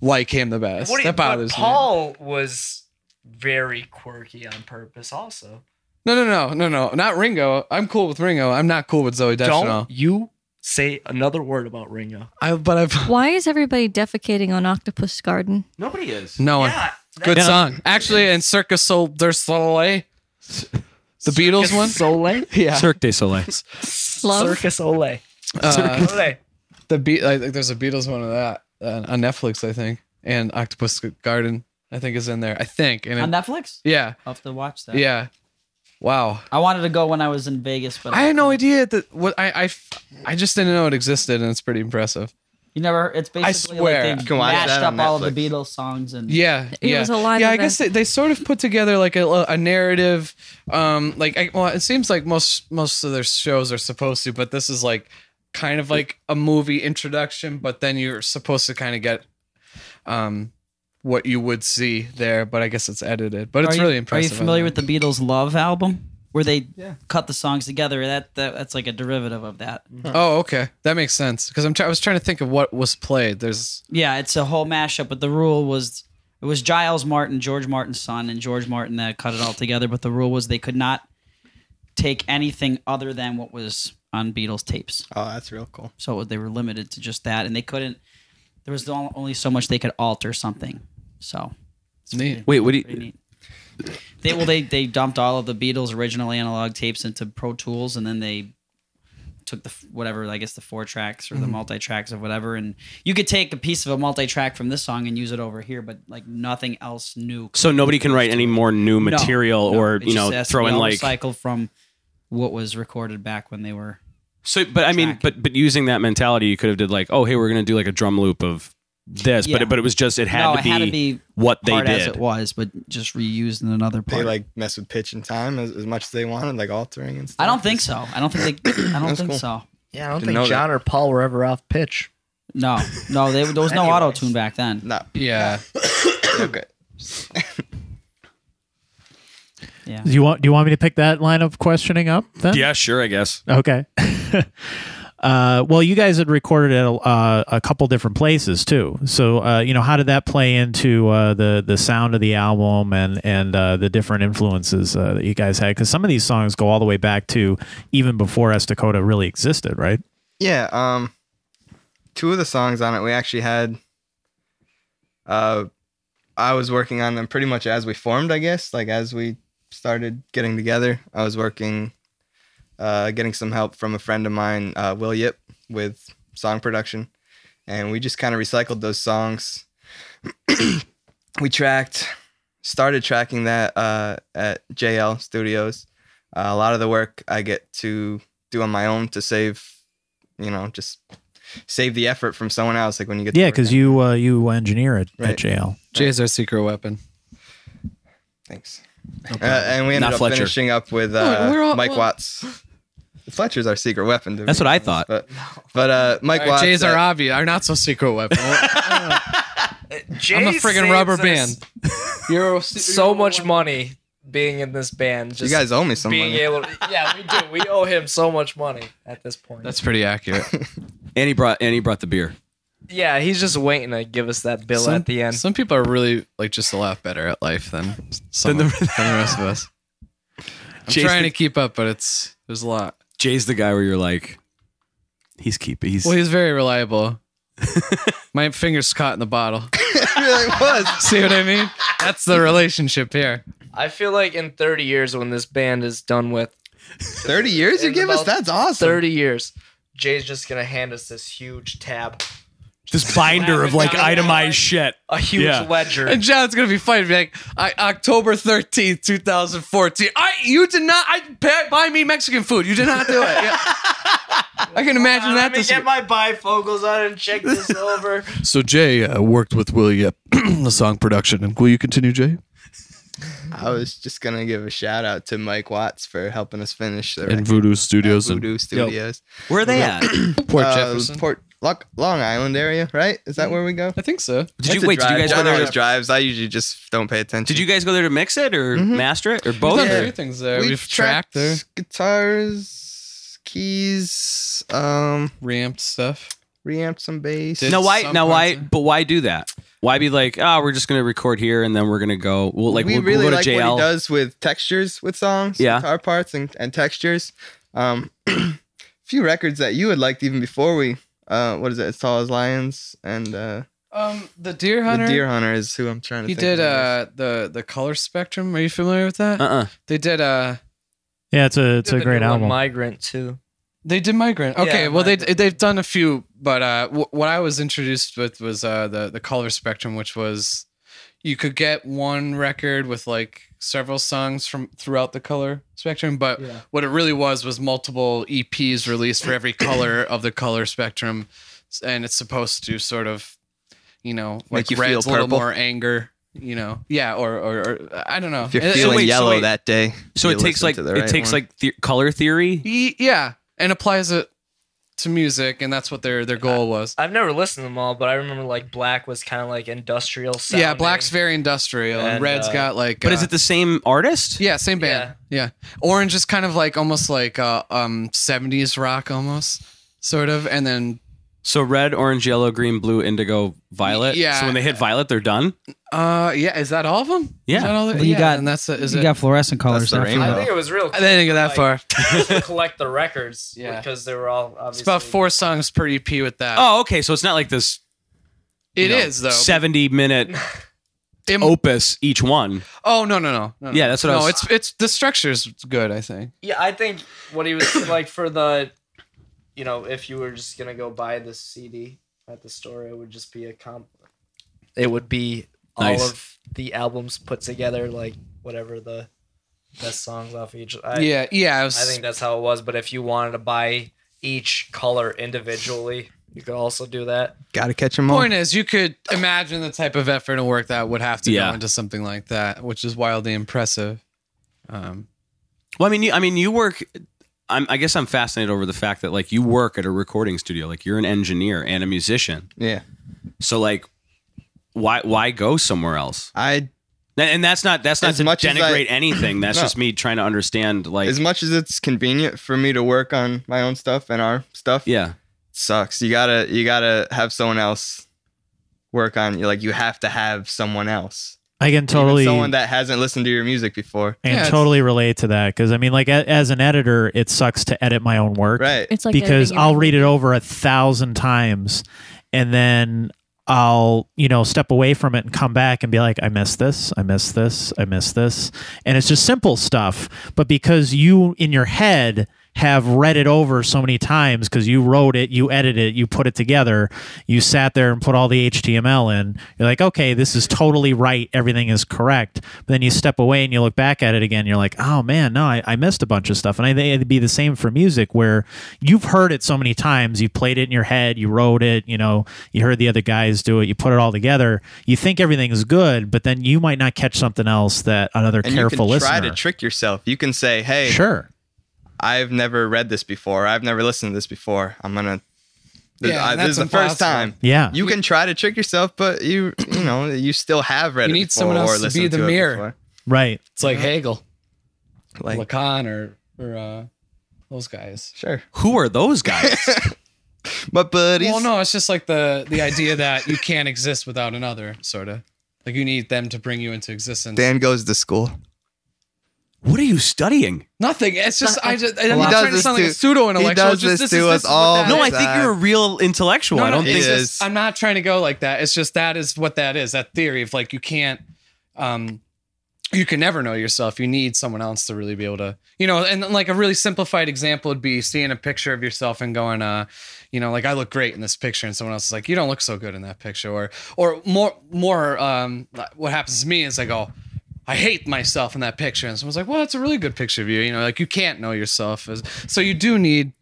[SPEAKER 5] like him the best.
[SPEAKER 6] What do you,
[SPEAKER 5] that
[SPEAKER 6] but
[SPEAKER 5] bothers
[SPEAKER 6] Paul was very quirky on purpose, also.
[SPEAKER 5] me. No, no, no, no, no. Not Ringo. I'm cool with Ringo. I'm not cool with Zoe Deschanel.
[SPEAKER 6] you say another word about Ringo.
[SPEAKER 5] I, but I've
[SPEAKER 2] Why is everybody defecating on Octopus Garden?
[SPEAKER 3] Nobody is.
[SPEAKER 5] no one.
[SPEAKER 6] Yeah,
[SPEAKER 5] Good song. Actually, in Circus Sol Der Soleil, the Beatles one.
[SPEAKER 6] Soleil?
[SPEAKER 5] [LAUGHS]
[SPEAKER 6] Yeah.
[SPEAKER 3] Cirque du Soleil.
[SPEAKER 2] Love.
[SPEAKER 6] Circus Ole.
[SPEAKER 5] Uh,
[SPEAKER 6] Ole.
[SPEAKER 5] the beat like there's a Beatles one of that uh, on Netflix, I think, and Octopus Garden, I think is in there. I think, and it-
[SPEAKER 4] on Netflix.
[SPEAKER 5] yeah,
[SPEAKER 4] I'll have to watch that.
[SPEAKER 5] yeah, wow.
[SPEAKER 4] I wanted to go when I was in Vegas, but
[SPEAKER 5] I had no idea that what I I f- I just didn't know it existed, and it's pretty impressive.
[SPEAKER 4] You never. It's basically
[SPEAKER 5] swear.
[SPEAKER 4] like
[SPEAKER 7] You
[SPEAKER 4] they've
[SPEAKER 7] can watch
[SPEAKER 4] mashed
[SPEAKER 7] that
[SPEAKER 4] up
[SPEAKER 7] on
[SPEAKER 4] all of the
[SPEAKER 7] Netflix.
[SPEAKER 4] Beatles songs and
[SPEAKER 5] Yeah,
[SPEAKER 2] It
[SPEAKER 5] yeah.
[SPEAKER 2] was a live
[SPEAKER 5] Yeah, I
[SPEAKER 2] event.
[SPEAKER 5] guess they, they sort of put together like a, a narrative. Um, like I, well, it seems like most most of their shows are supposed to, but this is like kind of like a movie introduction. But then you're supposed to kind of get um what you would see there. But I guess it's edited. But it's
[SPEAKER 4] are you,
[SPEAKER 5] really impressive.
[SPEAKER 4] Are
[SPEAKER 5] I
[SPEAKER 4] you familiar
[SPEAKER 5] think.
[SPEAKER 4] with the Beatles' Love album, where they cut the songs together? That, that that's like a derivative of that.
[SPEAKER 5] Oh, okay, that makes sense. Because I'm try I was trying to think of what was played. There's
[SPEAKER 4] Yeah, it's a whole mashup. But the rule was it was Giles Martin, George Martin's son, and George Martin that cut it all together. But the rule was they could not take anything other than what was on Beatles tapes.
[SPEAKER 7] Oh, that's real cool.
[SPEAKER 4] So they were limited to just that, and they couldn't. There was on- only so much they could alter something. So
[SPEAKER 5] neat.
[SPEAKER 3] Wait, what do
[SPEAKER 4] pretty
[SPEAKER 3] you
[SPEAKER 4] neat. They well they they dumped all of the Beatles original analog tapes into Pro Tools and then they took the f- whatever I guess the four tracks or
[SPEAKER 3] Mm-hmm.
[SPEAKER 4] the multi tracks or whatever and you could take a piece of a multi track from this song and use it over here but like nothing else new.
[SPEAKER 3] So nobody can write any more new
[SPEAKER 4] No,
[SPEAKER 3] material
[SPEAKER 4] no,
[SPEAKER 3] or
[SPEAKER 4] it
[SPEAKER 3] you
[SPEAKER 4] just
[SPEAKER 3] know
[SPEAKER 4] has to
[SPEAKER 3] throw
[SPEAKER 4] be
[SPEAKER 3] in
[SPEAKER 4] all
[SPEAKER 3] like
[SPEAKER 4] recycled from what was recorded back when they were
[SPEAKER 3] so. But I mean,
[SPEAKER 4] track.
[SPEAKER 3] but but using that mentality, you could have did like, oh hey, we're gonna do like a drum loop of this, but
[SPEAKER 4] Yeah.
[SPEAKER 3] it, but it was just it had,
[SPEAKER 4] No,
[SPEAKER 3] to,
[SPEAKER 4] it
[SPEAKER 3] be
[SPEAKER 4] had to be
[SPEAKER 3] what they
[SPEAKER 4] part as it
[SPEAKER 3] did.
[SPEAKER 4] was, but just reused in another part.
[SPEAKER 7] They like mess with pitch and time as, as much as they wanted, like altering and stuff.
[SPEAKER 4] I don't think so. I don't think they. I don't
[SPEAKER 7] That's
[SPEAKER 4] think
[SPEAKER 7] cool.
[SPEAKER 4] so.
[SPEAKER 6] Yeah, I don't
[SPEAKER 7] Didn't know
[SPEAKER 6] think
[SPEAKER 7] that.
[SPEAKER 6] John
[SPEAKER 7] [COUGHS]
[SPEAKER 6] or Paul were ever off pitch.
[SPEAKER 4] No, no, they, there was no
[SPEAKER 6] Anyways.
[SPEAKER 4] auto tune back then.
[SPEAKER 7] No,
[SPEAKER 2] [LAUGHS]
[SPEAKER 5] Yeah.
[SPEAKER 7] okay.
[SPEAKER 4] Yeah,
[SPEAKER 1] Do you want Do you want me to pick that line of questioning up then?
[SPEAKER 3] Yeah, sure, I guess.
[SPEAKER 1] Okay. [LAUGHS] uh, well, you guys had recorded at a, uh, a couple different places too. So, uh, you know, how did that play into uh, the the sound of the album and and uh, the different influences uh, that you guys had? Because some of these songs go all the way back to even before S Dakota really existed, right?
[SPEAKER 7] Yeah, um two of the songs on it we actually had uh I was working on them pretty much as we formed, I guess, like as we started getting together. I was working uh getting some help from a friend of mine, uh Will Yip with song production and we just kind of recycled those songs. [CLEARS THROAT] we tracked started tracking that uh at JL Studios. Uh, a lot of the work I get to do on my own to save you know, just save the effort from someone else. Like when you get, to
[SPEAKER 1] Yeah,
[SPEAKER 7] work
[SPEAKER 1] because
[SPEAKER 7] on-
[SPEAKER 1] you uh, you engineer at,
[SPEAKER 7] Right.
[SPEAKER 1] at JL.
[SPEAKER 5] Jay is our secret weapon.
[SPEAKER 7] thanks. Uh, and we ended
[SPEAKER 3] Not
[SPEAKER 7] up
[SPEAKER 3] Fletcher.
[SPEAKER 7] finishing up with uh, Mike Watts. Fletcher's our secret weapon. to
[SPEAKER 3] That's
[SPEAKER 7] be
[SPEAKER 3] what I
[SPEAKER 7] honest,
[SPEAKER 3] thought.
[SPEAKER 7] But, but uh, Mike
[SPEAKER 5] All right,
[SPEAKER 7] Watts.
[SPEAKER 5] Jay's
[SPEAKER 7] uh,
[SPEAKER 5] our obvious, our not so secret weapon.
[SPEAKER 6] Jay
[SPEAKER 5] I'm a friggin' rubber band.
[SPEAKER 6] saves us
[SPEAKER 5] [LAUGHS]
[SPEAKER 6] So much money being in this band. Just
[SPEAKER 7] you guys owe me some
[SPEAKER 6] being
[SPEAKER 7] [LAUGHS] money.
[SPEAKER 6] able. To, yeah, we do. We owe him so much money at this point.
[SPEAKER 5] That's pretty accurate.
[SPEAKER 3] [LAUGHS] And he brought and he brought the beer.
[SPEAKER 6] yeah, he's just waiting to give us that bill at the end.
[SPEAKER 5] Some people are really like just a lot better at life than some
[SPEAKER 3] Than
[SPEAKER 5] of-
[SPEAKER 3] the-
[SPEAKER 5] than the rest of
[SPEAKER 3] [LAUGHS]
[SPEAKER 5] us. I'm
[SPEAKER 3] Jason-
[SPEAKER 5] trying to keep up, but it's there's
[SPEAKER 3] [LAUGHS]
[SPEAKER 5] a lot.
[SPEAKER 3] Jay's the guy where you're like, he's keeping. He's
[SPEAKER 5] Well, he's
[SPEAKER 3] [LAUGHS]
[SPEAKER 5] very reliable. My finger's caught in the bottle. [LAUGHS]
[SPEAKER 7] it really was.
[SPEAKER 5] See what I mean? That's the relationship here.
[SPEAKER 6] I feel like in 30 years, when this band is done with
[SPEAKER 7] Thirty years you
[SPEAKER 6] In
[SPEAKER 7] give us?
[SPEAKER 6] about
[SPEAKER 7] That's awesome.
[SPEAKER 6] 30 years, Jay's just gonna hand us this huge tab,
[SPEAKER 3] this binder of
[SPEAKER 1] [LAUGHS]
[SPEAKER 3] like itemized shit.
[SPEAKER 6] a huge
[SPEAKER 3] Yeah.
[SPEAKER 6] ledger.
[SPEAKER 5] And John's gonna be fighting, be like, I, October thirteenth, two thousand fourteen. I, you did not. I pa- buy me Mexican food. You did not do it. Yeah. I can imagine that.
[SPEAKER 6] Let me
[SPEAKER 5] This
[SPEAKER 6] get my bifocals on and check
[SPEAKER 7] [LAUGHS]
[SPEAKER 6] this over.
[SPEAKER 5] so Jay uh, worked with Will Yip, [CLEARS THROAT] the song production. And will you continue, Jay?
[SPEAKER 7] I was just gonna give a shout out to Mike Watts for helping us finish the
[SPEAKER 5] And
[SPEAKER 7] record.
[SPEAKER 5] Voodoo Studios and
[SPEAKER 7] Voodoo Studios,
[SPEAKER 3] Where are they at? Did
[SPEAKER 5] Port
[SPEAKER 7] Uh,
[SPEAKER 5] Jefferson.
[SPEAKER 7] Port Lo- Long Island area, right? Is that where we go?
[SPEAKER 5] I think so.
[SPEAKER 3] you wait? Mm-hmm. Did you guys go
[SPEAKER 7] John
[SPEAKER 3] there?
[SPEAKER 7] always
[SPEAKER 3] To,
[SPEAKER 7] drives. I usually just don't pay attention.
[SPEAKER 3] did you guys go there to mix it or master it or both?
[SPEAKER 5] We've done a
[SPEAKER 3] Or-
[SPEAKER 5] few things there. We've, tracked, there,
[SPEAKER 7] guitars, keys, um,
[SPEAKER 5] reamped stuff.
[SPEAKER 7] reamped some bass.
[SPEAKER 5] Did-
[SPEAKER 3] Now why?
[SPEAKER 5] some
[SPEAKER 3] Now
[SPEAKER 5] parts
[SPEAKER 3] why?
[SPEAKER 5] of-
[SPEAKER 3] But why do that? Why be like, oh, we're just gonna record here and then we're gonna go. Well, like
[SPEAKER 7] we
[SPEAKER 3] will
[SPEAKER 7] really
[SPEAKER 3] we'll go
[SPEAKER 7] like
[SPEAKER 3] to JL.
[SPEAKER 7] what he does with textures with songs,
[SPEAKER 3] Yeah.
[SPEAKER 7] guitar parts and, and textures. Um, [CLEARS THROAT] a few records that you had liked even before we, uh, what is it? As tall as lions and uh,
[SPEAKER 5] Um, the Deer
[SPEAKER 7] the
[SPEAKER 5] Hunter.
[SPEAKER 7] deer hunter is who I'm trying to.
[SPEAKER 5] he did
[SPEAKER 7] think of.
[SPEAKER 5] uh the the color spectrum. Are you familiar with that?
[SPEAKER 3] Uh-uh.
[SPEAKER 5] They did uh
[SPEAKER 1] Yeah, it's a it's a
[SPEAKER 6] The
[SPEAKER 1] great
[SPEAKER 6] new one,
[SPEAKER 1] album.
[SPEAKER 6] Migrant too.
[SPEAKER 5] They did migrant.
[SPEAKER 6] Yeah,
[SPEAKER 5] Okay, well they
[SPEAKER 6] migrant.
[SPEAKER 5] they've done a few, but uh, wh- what I was introduced with was uh, the the color spectrum, which was you could get one record with like several songs from throughout the color spectrum, but
[SPEAKER 6] Yeah.
[SPEAKER 5] what it really was was multiple EPs released for every
[SPEAKER 7] [CLEARS THROAT]
[SPEAKER 5] color of the color spectrum, s- and it's supposed to sort of, you know, like
[SPEAKER 7] Make you feel
[SPEAKER 5] red's a little
[SPEAKER 7] purple?
[SPEAKER 5] more anger, you know, yeah, or or, or I don't know.
[SPEAKER 7] If you're
[SPEAKER 5] And- and
[SPEAKER 7] feeling
[SPEAKER 5] wait, uh, so
[SPEAKER 7] yellow
[SPEAKER 5] wait.
[SPEAKER 7] that day,
[SPEAKER 3] So
[SPEAKER 7] you
[SPEAKER 3] it takes
[SPEAKER 7] listen
[SPEAKER 3] like
[SPEAKER 7] to the
[SPEAKER 3] it
[SPEAKER 7] right
[SPEAKER 3] takes
[SPEAKER 7] one.
[SPEAKER 3] like the- color theory.
[SPEAKER 5] Y- E yeah, and applies it to music, and that's what their their goal was.
[SPEAKER 6] I've never listened to them all, but I remember like Black was kind of like industrial. Sounding.
[SPEAKER 5] Yeah, black's very industrial, and,
[SPEAKER 6] And,
[SPEAKER 5] red's
[SPEAKER 6] uh,
[SPEAKER 5] got like.
[SPEAKER 3] But is
[SPEAKER 5] uh,
[SPEAKER 3] it the same artist?
[SPEAKER 5] Yeah, same band. Yeah. orange is kind of like almost like uh, um seventies rock, almost sort of, and then
[SPEAKER 3] So red, orange, yellow, green, blue, indigo, violet.
[SPEAKER 5] Yeah.
[SPEAKER 3] So when they hit violet, they're done.
[SPEAKER 5] uh yeah, is that all of them?
[SPEAKER 3] Yeah.
[SPEAKER 5] is that all the-
[SPEAKER 4] Well, you
[SPEAKER 5] yeah,
[SPEAKER 4] got-
[SPEAKER 5] and that's the- is
[SPEAKER 4] you
[SPEAKER 5] it?
[SPEAKER 4] got fluorescent colors.
[SPEAKER 7] the
[SPEAKER 4] after
[SPEAKER 7] rainbow.
[SPEAKER 6] I
[SPEAKER 4] that.
[SPEAKER 6] think it was real.
[SPEAKER 5] I didn't get that
[SPEAKER 3] [LAUGHS]
[SPEAKER 6] like,
[SPEAKER 5] far.
[SPEAKER 6] [LAUGHS] to collect the records
[SPEAKER 5] Yeah.
[SPEAKER 6] because they were all obviously
[SPEAKER 5] It's about four songs per EP with that.
[SPEAKER 3] Oh, okay. So it's not like this.
[SPEAKER 5] it
[SPEAKER 3] you know,
[SPEAKER 5] is though.
[SPEAKER 3] Seventy minute
[SPEAKER 5] Im-
[SPEAKER 4] oh.
[SPEAKER 3] opus each one.
[SPEAKER 5] oh no, no no no. no.
[SPEAKER 3] Yeah, that's what I
[SPEAKER 5] no,
[SPEAKER 3] was-
[SPEAKER 5] it's it's the structure's good. I think.
[SPEAKER 6] Yeah, I think what he was [COUGHS] like for the, you know, if you were just gonna go buy this CD at the store, it would just be a comp. It would be all
[SPEAKER 3] Nice.
[SPEAKER 6] of the albums put together, like whatever the best songs off each. I,
[SPEAKER 5] yeah, yeah. I was,
[SPEAKER 6] I think that's how it was. But if you wanted to buy each color individually, You could also do that.
[SPEAKER 7] Got to catch them all.
[SPEAKER 5] Point is, you could imagine the type of effort and work that would have to
[SPEAKER 3] Yeah.
[SPEAKER 5] go into something like that, which is wildly impressive. Um,
[SPEAKER 3] Well, I mean, you, I mean, you work. I'm, I guess I'm fascinated over the fact that like you work at a recording studio, like you're an engineer and a musician.
[SPEAKER 7] Yeah,
[SPEAKER 3] So like, why why go somewhere else?
[SPEAKER 7] I
[SPEAKER 3] And- And that's not that's not
[SPEAKER 7] As
[SPEAKER 3] to
[SPEAKER 7] much as I- [CLEARS THROAT]
[SPEAKER 3] denigrate anything. That's
[SPEAKER 7] No.
[SPEAKER 3] just me trying to understand like
[SPEAKER 7] as much as it's convenient for me to work on my own stuff and our stuff.
[SPEAKER 3] yeah
[SPEAKER 7] sucks. You gotta you gotta have someone else work on you. Like you have to have someone else,
[SPEAKER 1] I can
[SPEAKER 7] Even
[SPEAKER 1] totally
[SPEAKER 7] someone that hasn't listened to your music before.
[SPEAKER 1] I can
[SPEAKER 5] Yeah, it's-
[SPEAKER 1] totally relate to that because I mean, like a, as an editor, it sucks to edit my own work,
[SPEAKER 7] Right.
[SPEAKER 2] It's like
[SPEAKER 1] because
[SPEAKER 2] editing your
[SPEAKER 1] I'll read it over a thousand times, and then I'll you know step away from it and come back and be like, I missed this, I missed this, I missed this, and it's just simple stuff. But because you in your head have read it over so many times because you wrote it, you edited it, you put it together, you sat there and put all the HTML in. You're like, okay, this is totally right. Everything is correct. But then you step away and you look back at it again. You're like, oh man, no, I, I missed a bunch of stuff. And I think it'd be the same for music where you've heard it so many times. You played it in your head, you wrote it, you know, you heard the other guys do it, you put it all together. You think everything's good, but then you might not catch something else that another
[SPEAKER 7] And
[SPEAKER 1] careful
[SPEAKER 7] you can
[SPEAKER 1] listener.
[SPEAKER 7] try to trick yourself. You can say, "Hey,
[SPEAKER 1] sure.
[SPEAKER 7] I've never read this before. I've never listened to this before. I'm gonna." Th-
[SPEAKER 5] Yeah,
[SPEAKER 7] I-
[SPEAKER 5] and
[SPEAKER 7] this is
[SPEAKER 5] that's
[SPEAKER 7] the first
[SPEAKER 5] impossible.
[SPEAKER 7] time.
[SPEAKER 1] Yeah.
[SPEAKER 7] You can try to trick yourself, but you you know you still have read.
[SPEAKER 5] You
[SPEAKER 7] it
[SPEAKER 5] need
[SPEAKER 7] before
[SPEAKER 5] someone else
[SPEAKER 7] or
[SPEAKER 5] to be
[SPEAKER 7] listened
[SPEAKER 5] the
[SPEAKER 7] it
[SPEAKER 5] mirror.
[SPEAKER 7] before.
[SPEAKER 1] right.
[SPEAKER 5] it's like Hegel,
[SPEAKER 7] Like
[SPEAKER 5] Lacan, or or uh, those guys.
[SPEAKER 7] sure,
[SPEAKER 3] who are those
[SPEAKER 7] [LAUGHS]
[SPEAKER 3] guys?
[SPEAKER 7] my buddies.
[SPEAKER 5] Well, no, it's just like the the idea that you can't exist without another, sort of. Like you need them to bring you into existence.
[SPEAKER 7] Dan goes to school.
[SPEAKER 3] what are you studying?
[SPEAKER 5] Nothing. It's just I just I'm
[SPEAKER 7] He
[SPEAKER 5] not
[SPEAKER 7] does
[SPEAKER 5] trying to
[SPEAKER 7] this
[SPEAKER 5] sound like
[SPEAKER 7] to-
[SPEAKER 5] a pseudo intellectual.
[SPEAKER 7] he does
[SPEAKER 5] It's just
[SPEAKER 7] this
[SPEAKER 5] this is-
[SPEAKER 7] to
[SPEAKER 5] this is
[SPEAKER 7] us
[SPEAKER 5] what
[SPEAKER 7] all.
[SPEAKER 5] that
[SPEAKER 3] No,
[SPEAKER 5] is.
[SPEAKER 3] I think
[SPEAKER 7] Uh,
[SPEAKER 3] you're a real intellectual.
[SPEAKER 5] No,
[SPEAKER 3] I
[SPEAKER 5] no,
[SPEAKER 3] don't
[SPEAKER 7] it
[SPEAKER 3] think
[SPEAKER 5] it's
[SPEAKER 7] is.
[SPEAKER 5] just- I'm not trying to go like that. It's just that is what that is. That theory of like you can't. um you can never know yourself. You need someone else to really be able to, you know, and like a really simplified example would be seeing a picture of yourself and going, uh, you know, like I look great in this picture, and someone else is like, you don't look so good in that picture, or, or more, more, um, what happens to me is I go, I hate myself in that picture, and someone's like, well, that's a really good picture of you, you know, like you can't know yourself, as, so you do need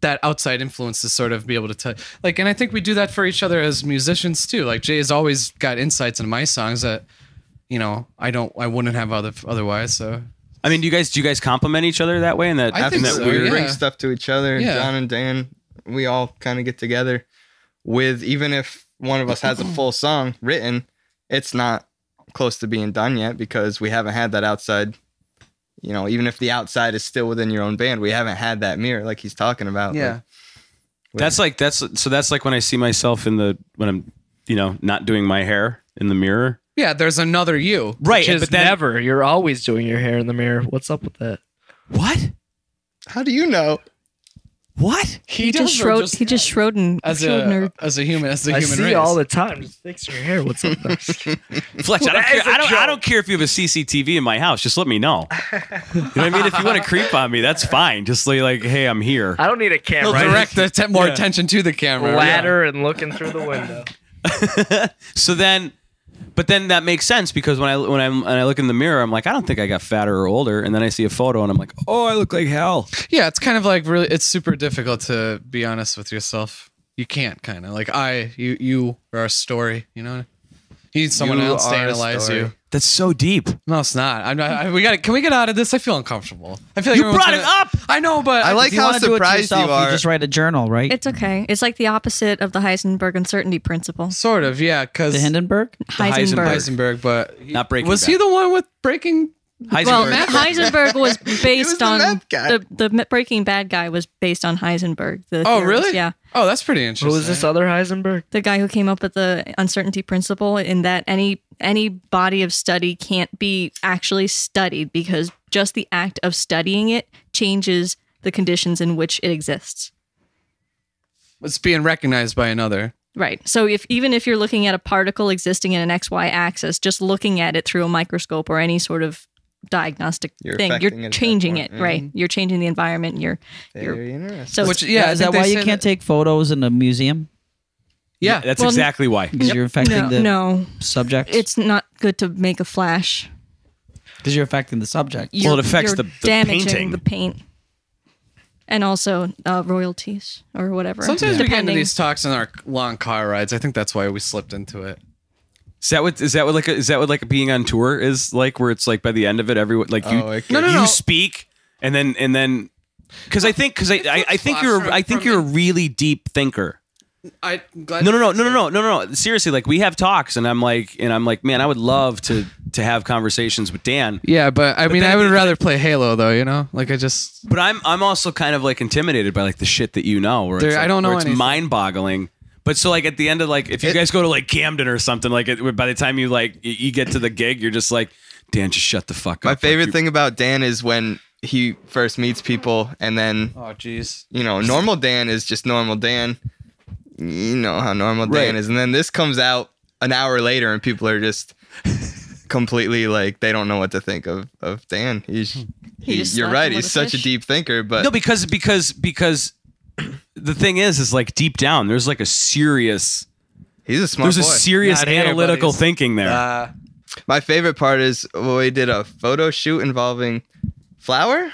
[SPEAKER 5] that outside influence to sort of be able to tell, like, and I think we do that for each other as musicians too. Like Jay has always got insights in my songs that you know, I don't, I wouldn't have other otherwise. So
[SPEAKER 3] I mean, do you guys do you guys compliment each other that way? And that
[SPEAKER 5] I
[SPEAKER 3] in
[SPEAKER 5] think
[SPEAKER 3] that
[SPEAKER 5] so,
[SPEAKER 3] weird.
[SPEAKER 7] we
[SPEAKER 5] yeah.
[SPEAKER 7] bring stuff to each other.
[SPEAKER 5] Yeah.
[SPEAKER 7] John and Dan, we all kind of get together with even if one of us
[SPEAKER 5] [CLEARS THROAT]
[SPEAKER 7] has a full song written, it's not close to being done yet because we haven't had that outside. You know, even if the outside is still within your own band, we haven't had that mirror like he's talking about. Like,
[SPEAKER 3] That's like that's so that's like when I see myself in the when I'm you know not doing my hair in the mirror.
[SPEAKER 5] yeah, there's another you.
[SPEAKER 3] Right,
[SPEAKER 6] Which is never. You're always doing your hair in the mirror. What's up with that?
[SPEAKER 3] what
[SPEAKER 7] how do you know?
[SPEAKER 3] what?
[SPEAKER 5] He,
[SPEAKER 2] He
[SPEAKER 5] does,
[SPEAKER 2] just
[SPEAKER 5] or
[SPEAKER 2] Schro- he just Schroden.
[SPEAKER 5] as
[SPEAKER 2] Schrodner.
[SPEAKER 5] a as a human as a
[SPEAKER 6] I
[SPEAKER 5] human
[SPEAKER 6] see
[SPEAKER 5] race.
[SPEAKER 6] all the time. Just fix your hair. What's up?
[SPEAKER 3] Fletch, I don't, care, I, don't, I don't care if you have a CCTV in my house. Just let me [LAUGHS] know. You know what I mean? If you want to creep on me, that's fine. Just like, like hey, I'm here.
[SPEAKER 6] I don't need a
[SPEAKER 5] He'll
[SPEAKER 6] camera.
[SPEAKER 5] direct the te- more attention to the camera.
[SPEAKER 6] ladder and looking through the window.
[SPEAKER 3] So then, but then that makes sense because when I when I when I look in the mirror, I'm like, I don't think I got fatter or older. And then I see a photo, and I'm like, oh, I look like hell.
[SPEAKER 5] Yeah. yeah, it's kind of like really, it's super difficult to be honest with yourself. You can't kind of like I, you, you are a story. You know, you need someone
[SPEAKER 7] You
[SPEAKER 5] else to
[SPEAKER 7] are a
[SPEAKER 5] analyze
[SPEAKER 7] story.
[SPEAKER 5] you.
[SPEAKER 3] That's so deep.
[SPEAKER 5] No, it's not. I'm not. I, we got to Can we get out of this? I feel uncomfortable. I feel like
[SPEAKER 3] You
[SPEAKER 5] everyone's
[SPEAKER 3] brought it
[SPEAKER 5] gonna-
[SPEAKER 3] up!
[SPEAKER 5] I know, but
[SPEAKER 7] I like
[SPEAKER 4] If you
[SPEAKER 7] how
[SPEAKER 4] wanna do it to
[SPEAKER 7] surprised
[SPEAKER 4] yourself,
[SPEAKER 7] you are.
[SPEAKER 4] You just write a journal, right?
[SPEAKER 2] It's okay. It's like the opposite of the Heisenberg uncertainty principle.
[SPEAKER 5] [LAUGHS] sort of yeah,
[SPEAKER 4] the
[SPEAKER 5] because
[SPEAKER 4] Hindenburg.
[SPEAKER 3] Heisenberg.
[SPEAKER 2] Heisenberg.
[SPEAKER 5] Heisenberg, but
[SPEAKER 3] Not Breaking
[SPEAKER 5] Was he
[SPEAKER 3] Bad.
[SPEAKER 5] the one with Breaking?
[SPEAKER 3] Heisenberg.
[SPEAKER 2] Well, Heisenberg
[SPEAKER 7] [LAUGHS]
[SPEAKER 2] was based
[SPEAKER 7] the
[SPEAKER 2] on
[SPEAKER 7] mad guy.
[SPEAKER 2] the the Me- Breaking Bad guy was based on Heisenberg. The
[SPEAKER 5] Oh,
[SPEAKER 2] theorist,
[SPEAKER 5] really?
[SPEAKER 2] Yeah,
[SPEAKER 5] Oh, that's pretty interesting.
[SPEAKER 6] Who was this other Heisenberg?
[SPEAKER 2] the guy who came up with the uncertainty principle, in that any any body of study can't be actually studied because just the act of studying it changes the conditions in which it exists.
[SPEAKER 5] It's being recognized by another.
[SPEAKER 2] Right. So if even if you're looking at a particle existing in an xy axis, just looking at it through a microscope or any sort of diagnostic
[SPEAKER 7] You're
[SPEAKER 2] thing,
[SPEAKER 7] affecting it
[SPEAKER 2] you're
[SPEAKER 7] at that
[SPEAKER 2] changing
[SPEAKER 7] point. Mm-hmm.
[SPEAKER 2] it. Right. You're changing the environment. You're
[SPEAKER 7] Very interesting.
[SPEAKER 2] so
[SPEAKER 5] Which yeah, I
[SPEAKER 4] is
[SPEAKER 5] think
[SPEAKER 4] that
[SPEAKER 5] they
[SPEAKER 4] why you
[SPEAKER 5] say
[SPEAKER 4] can't
[SPEAKER 5] that-
[SPEAKER 4] take photos in a museum?
[SPEAKER 5] Yeah,
[SPEAKER 3] That's
[SPEAKER 2] Well,
[SPEAKER 3] exactly why.
[SPEAKER 4] Because you're affecting
[SPEAKER 2] no,
[SPEAKER 4] the
[SPEAKER 2] no,
[SPEAKER 4] subject.
[SPEAKER 2] it's not good to make a flash.
[SPEAKER 4] because you're affecting the subject.
[SPEAKER 3] Well, it
[SPEAKER 2] You're-
[SPEAKER 3] affects
[SPEAKER 2] you're
[SPEAKER 3] the- the
[SPEAKER 2] damaging
[SPEAKER 3] painting.
[SPEAKER 2] the paint. and also uh, royalties or whatever.
[SPEAKER 5] Sometimes we get into
[SPEAKER 2] depending-
[SPEAKER 5] these talks in our long car rides. I think that's why we slipped into it.
[SPEAKER 3] Is that what is that what like a, is that what like being on tour is like where it's like by the end of it everyone like you
[SPEAKER 7] Oh, it
[SPEAKER 3] no, no,
[SPEAKER 5] gets-
[SPEAKER 3] you speak and then and then because I think because I, I I think you're a- I think you're a really deep thinker.
[SPEAKER 5] I glad
[SPEAKER 3] No, no, no, no, no, no, no, no. Seriously, like we have talks and I'm like and I'm like man, I would love to to have conversations with Dan.
[SPEAKER 5] Yeah, but I mean,
[SPEAKER 3] then
[SPEAKER 5] I would
[SPEAKER 3] you-
[SPEAKER 5] rather play Halo though. You know, like I just
[SPEAKER 3] But I'm I'm also kind of like intimidated by like the shit that you know. Where it's,
[SPEAKER 5] There- I
[SPEAKER 3] like-
[SPEAKER 5] don't know
[SPEAKER 3] where it's
[SPEAKER 5] anything.
[SPEAKER 3] mind boggling. But so like at the end of like if you guys go to like Camden or something like it, by the time you like you- you get to the gig, you're just like Dan, just shut the fuck up.
[SPEAKER 7] My
[SPEAKER 3] Like,
[SPEAKER 7] favorite
[SPEAKER 3] you-
[SPEAKER 7] thing about Dan is when he first meets people and then
[SPEAKER 5] oh jeez.
[SPEAKER 7] you know, normal Dan is just normal Dan. You know how normal
[SPEAKER 3] Right.
[SPEAKER 7] Dan is. And then this comes out an hour later and people
[SPEAKER 3] [LAUGHS]
[SPEAKER 7] are just completely like they don't know what to think of of Dan. He's he-
[SPEAKER 2] just
[SPEAKER 7] you're
[SPEAKER 2] slapped
[SPEAKER 7] right,
[SPEAKER 2] him with
[SPEAKER 7] he's
[SPEAKER 2] a
[SPEAKER 7] such a
[SPEAKER 2] fish.
[SPEAKER 7] deep thinker, but
[SPEAKER 3] Hmm. No, because because because [CLEARS THROAT] the thing is, is like deep down, there's like a serious,
[SPEAKER 7] he's a smart
[SPEAKER 3] there's
[SPEAKER 7] boy.
[SPEAKER 3] a serious
[SPEAKER 5] Not here,
[SPEAKER 3] analytical
[SPEAKER 5] buddies.
[SPEAKER 3] thinking there.
[SPEAKER 5] Uh,
[SPEAKER 7] My favorite part is well, we did a photo shoot involving flour.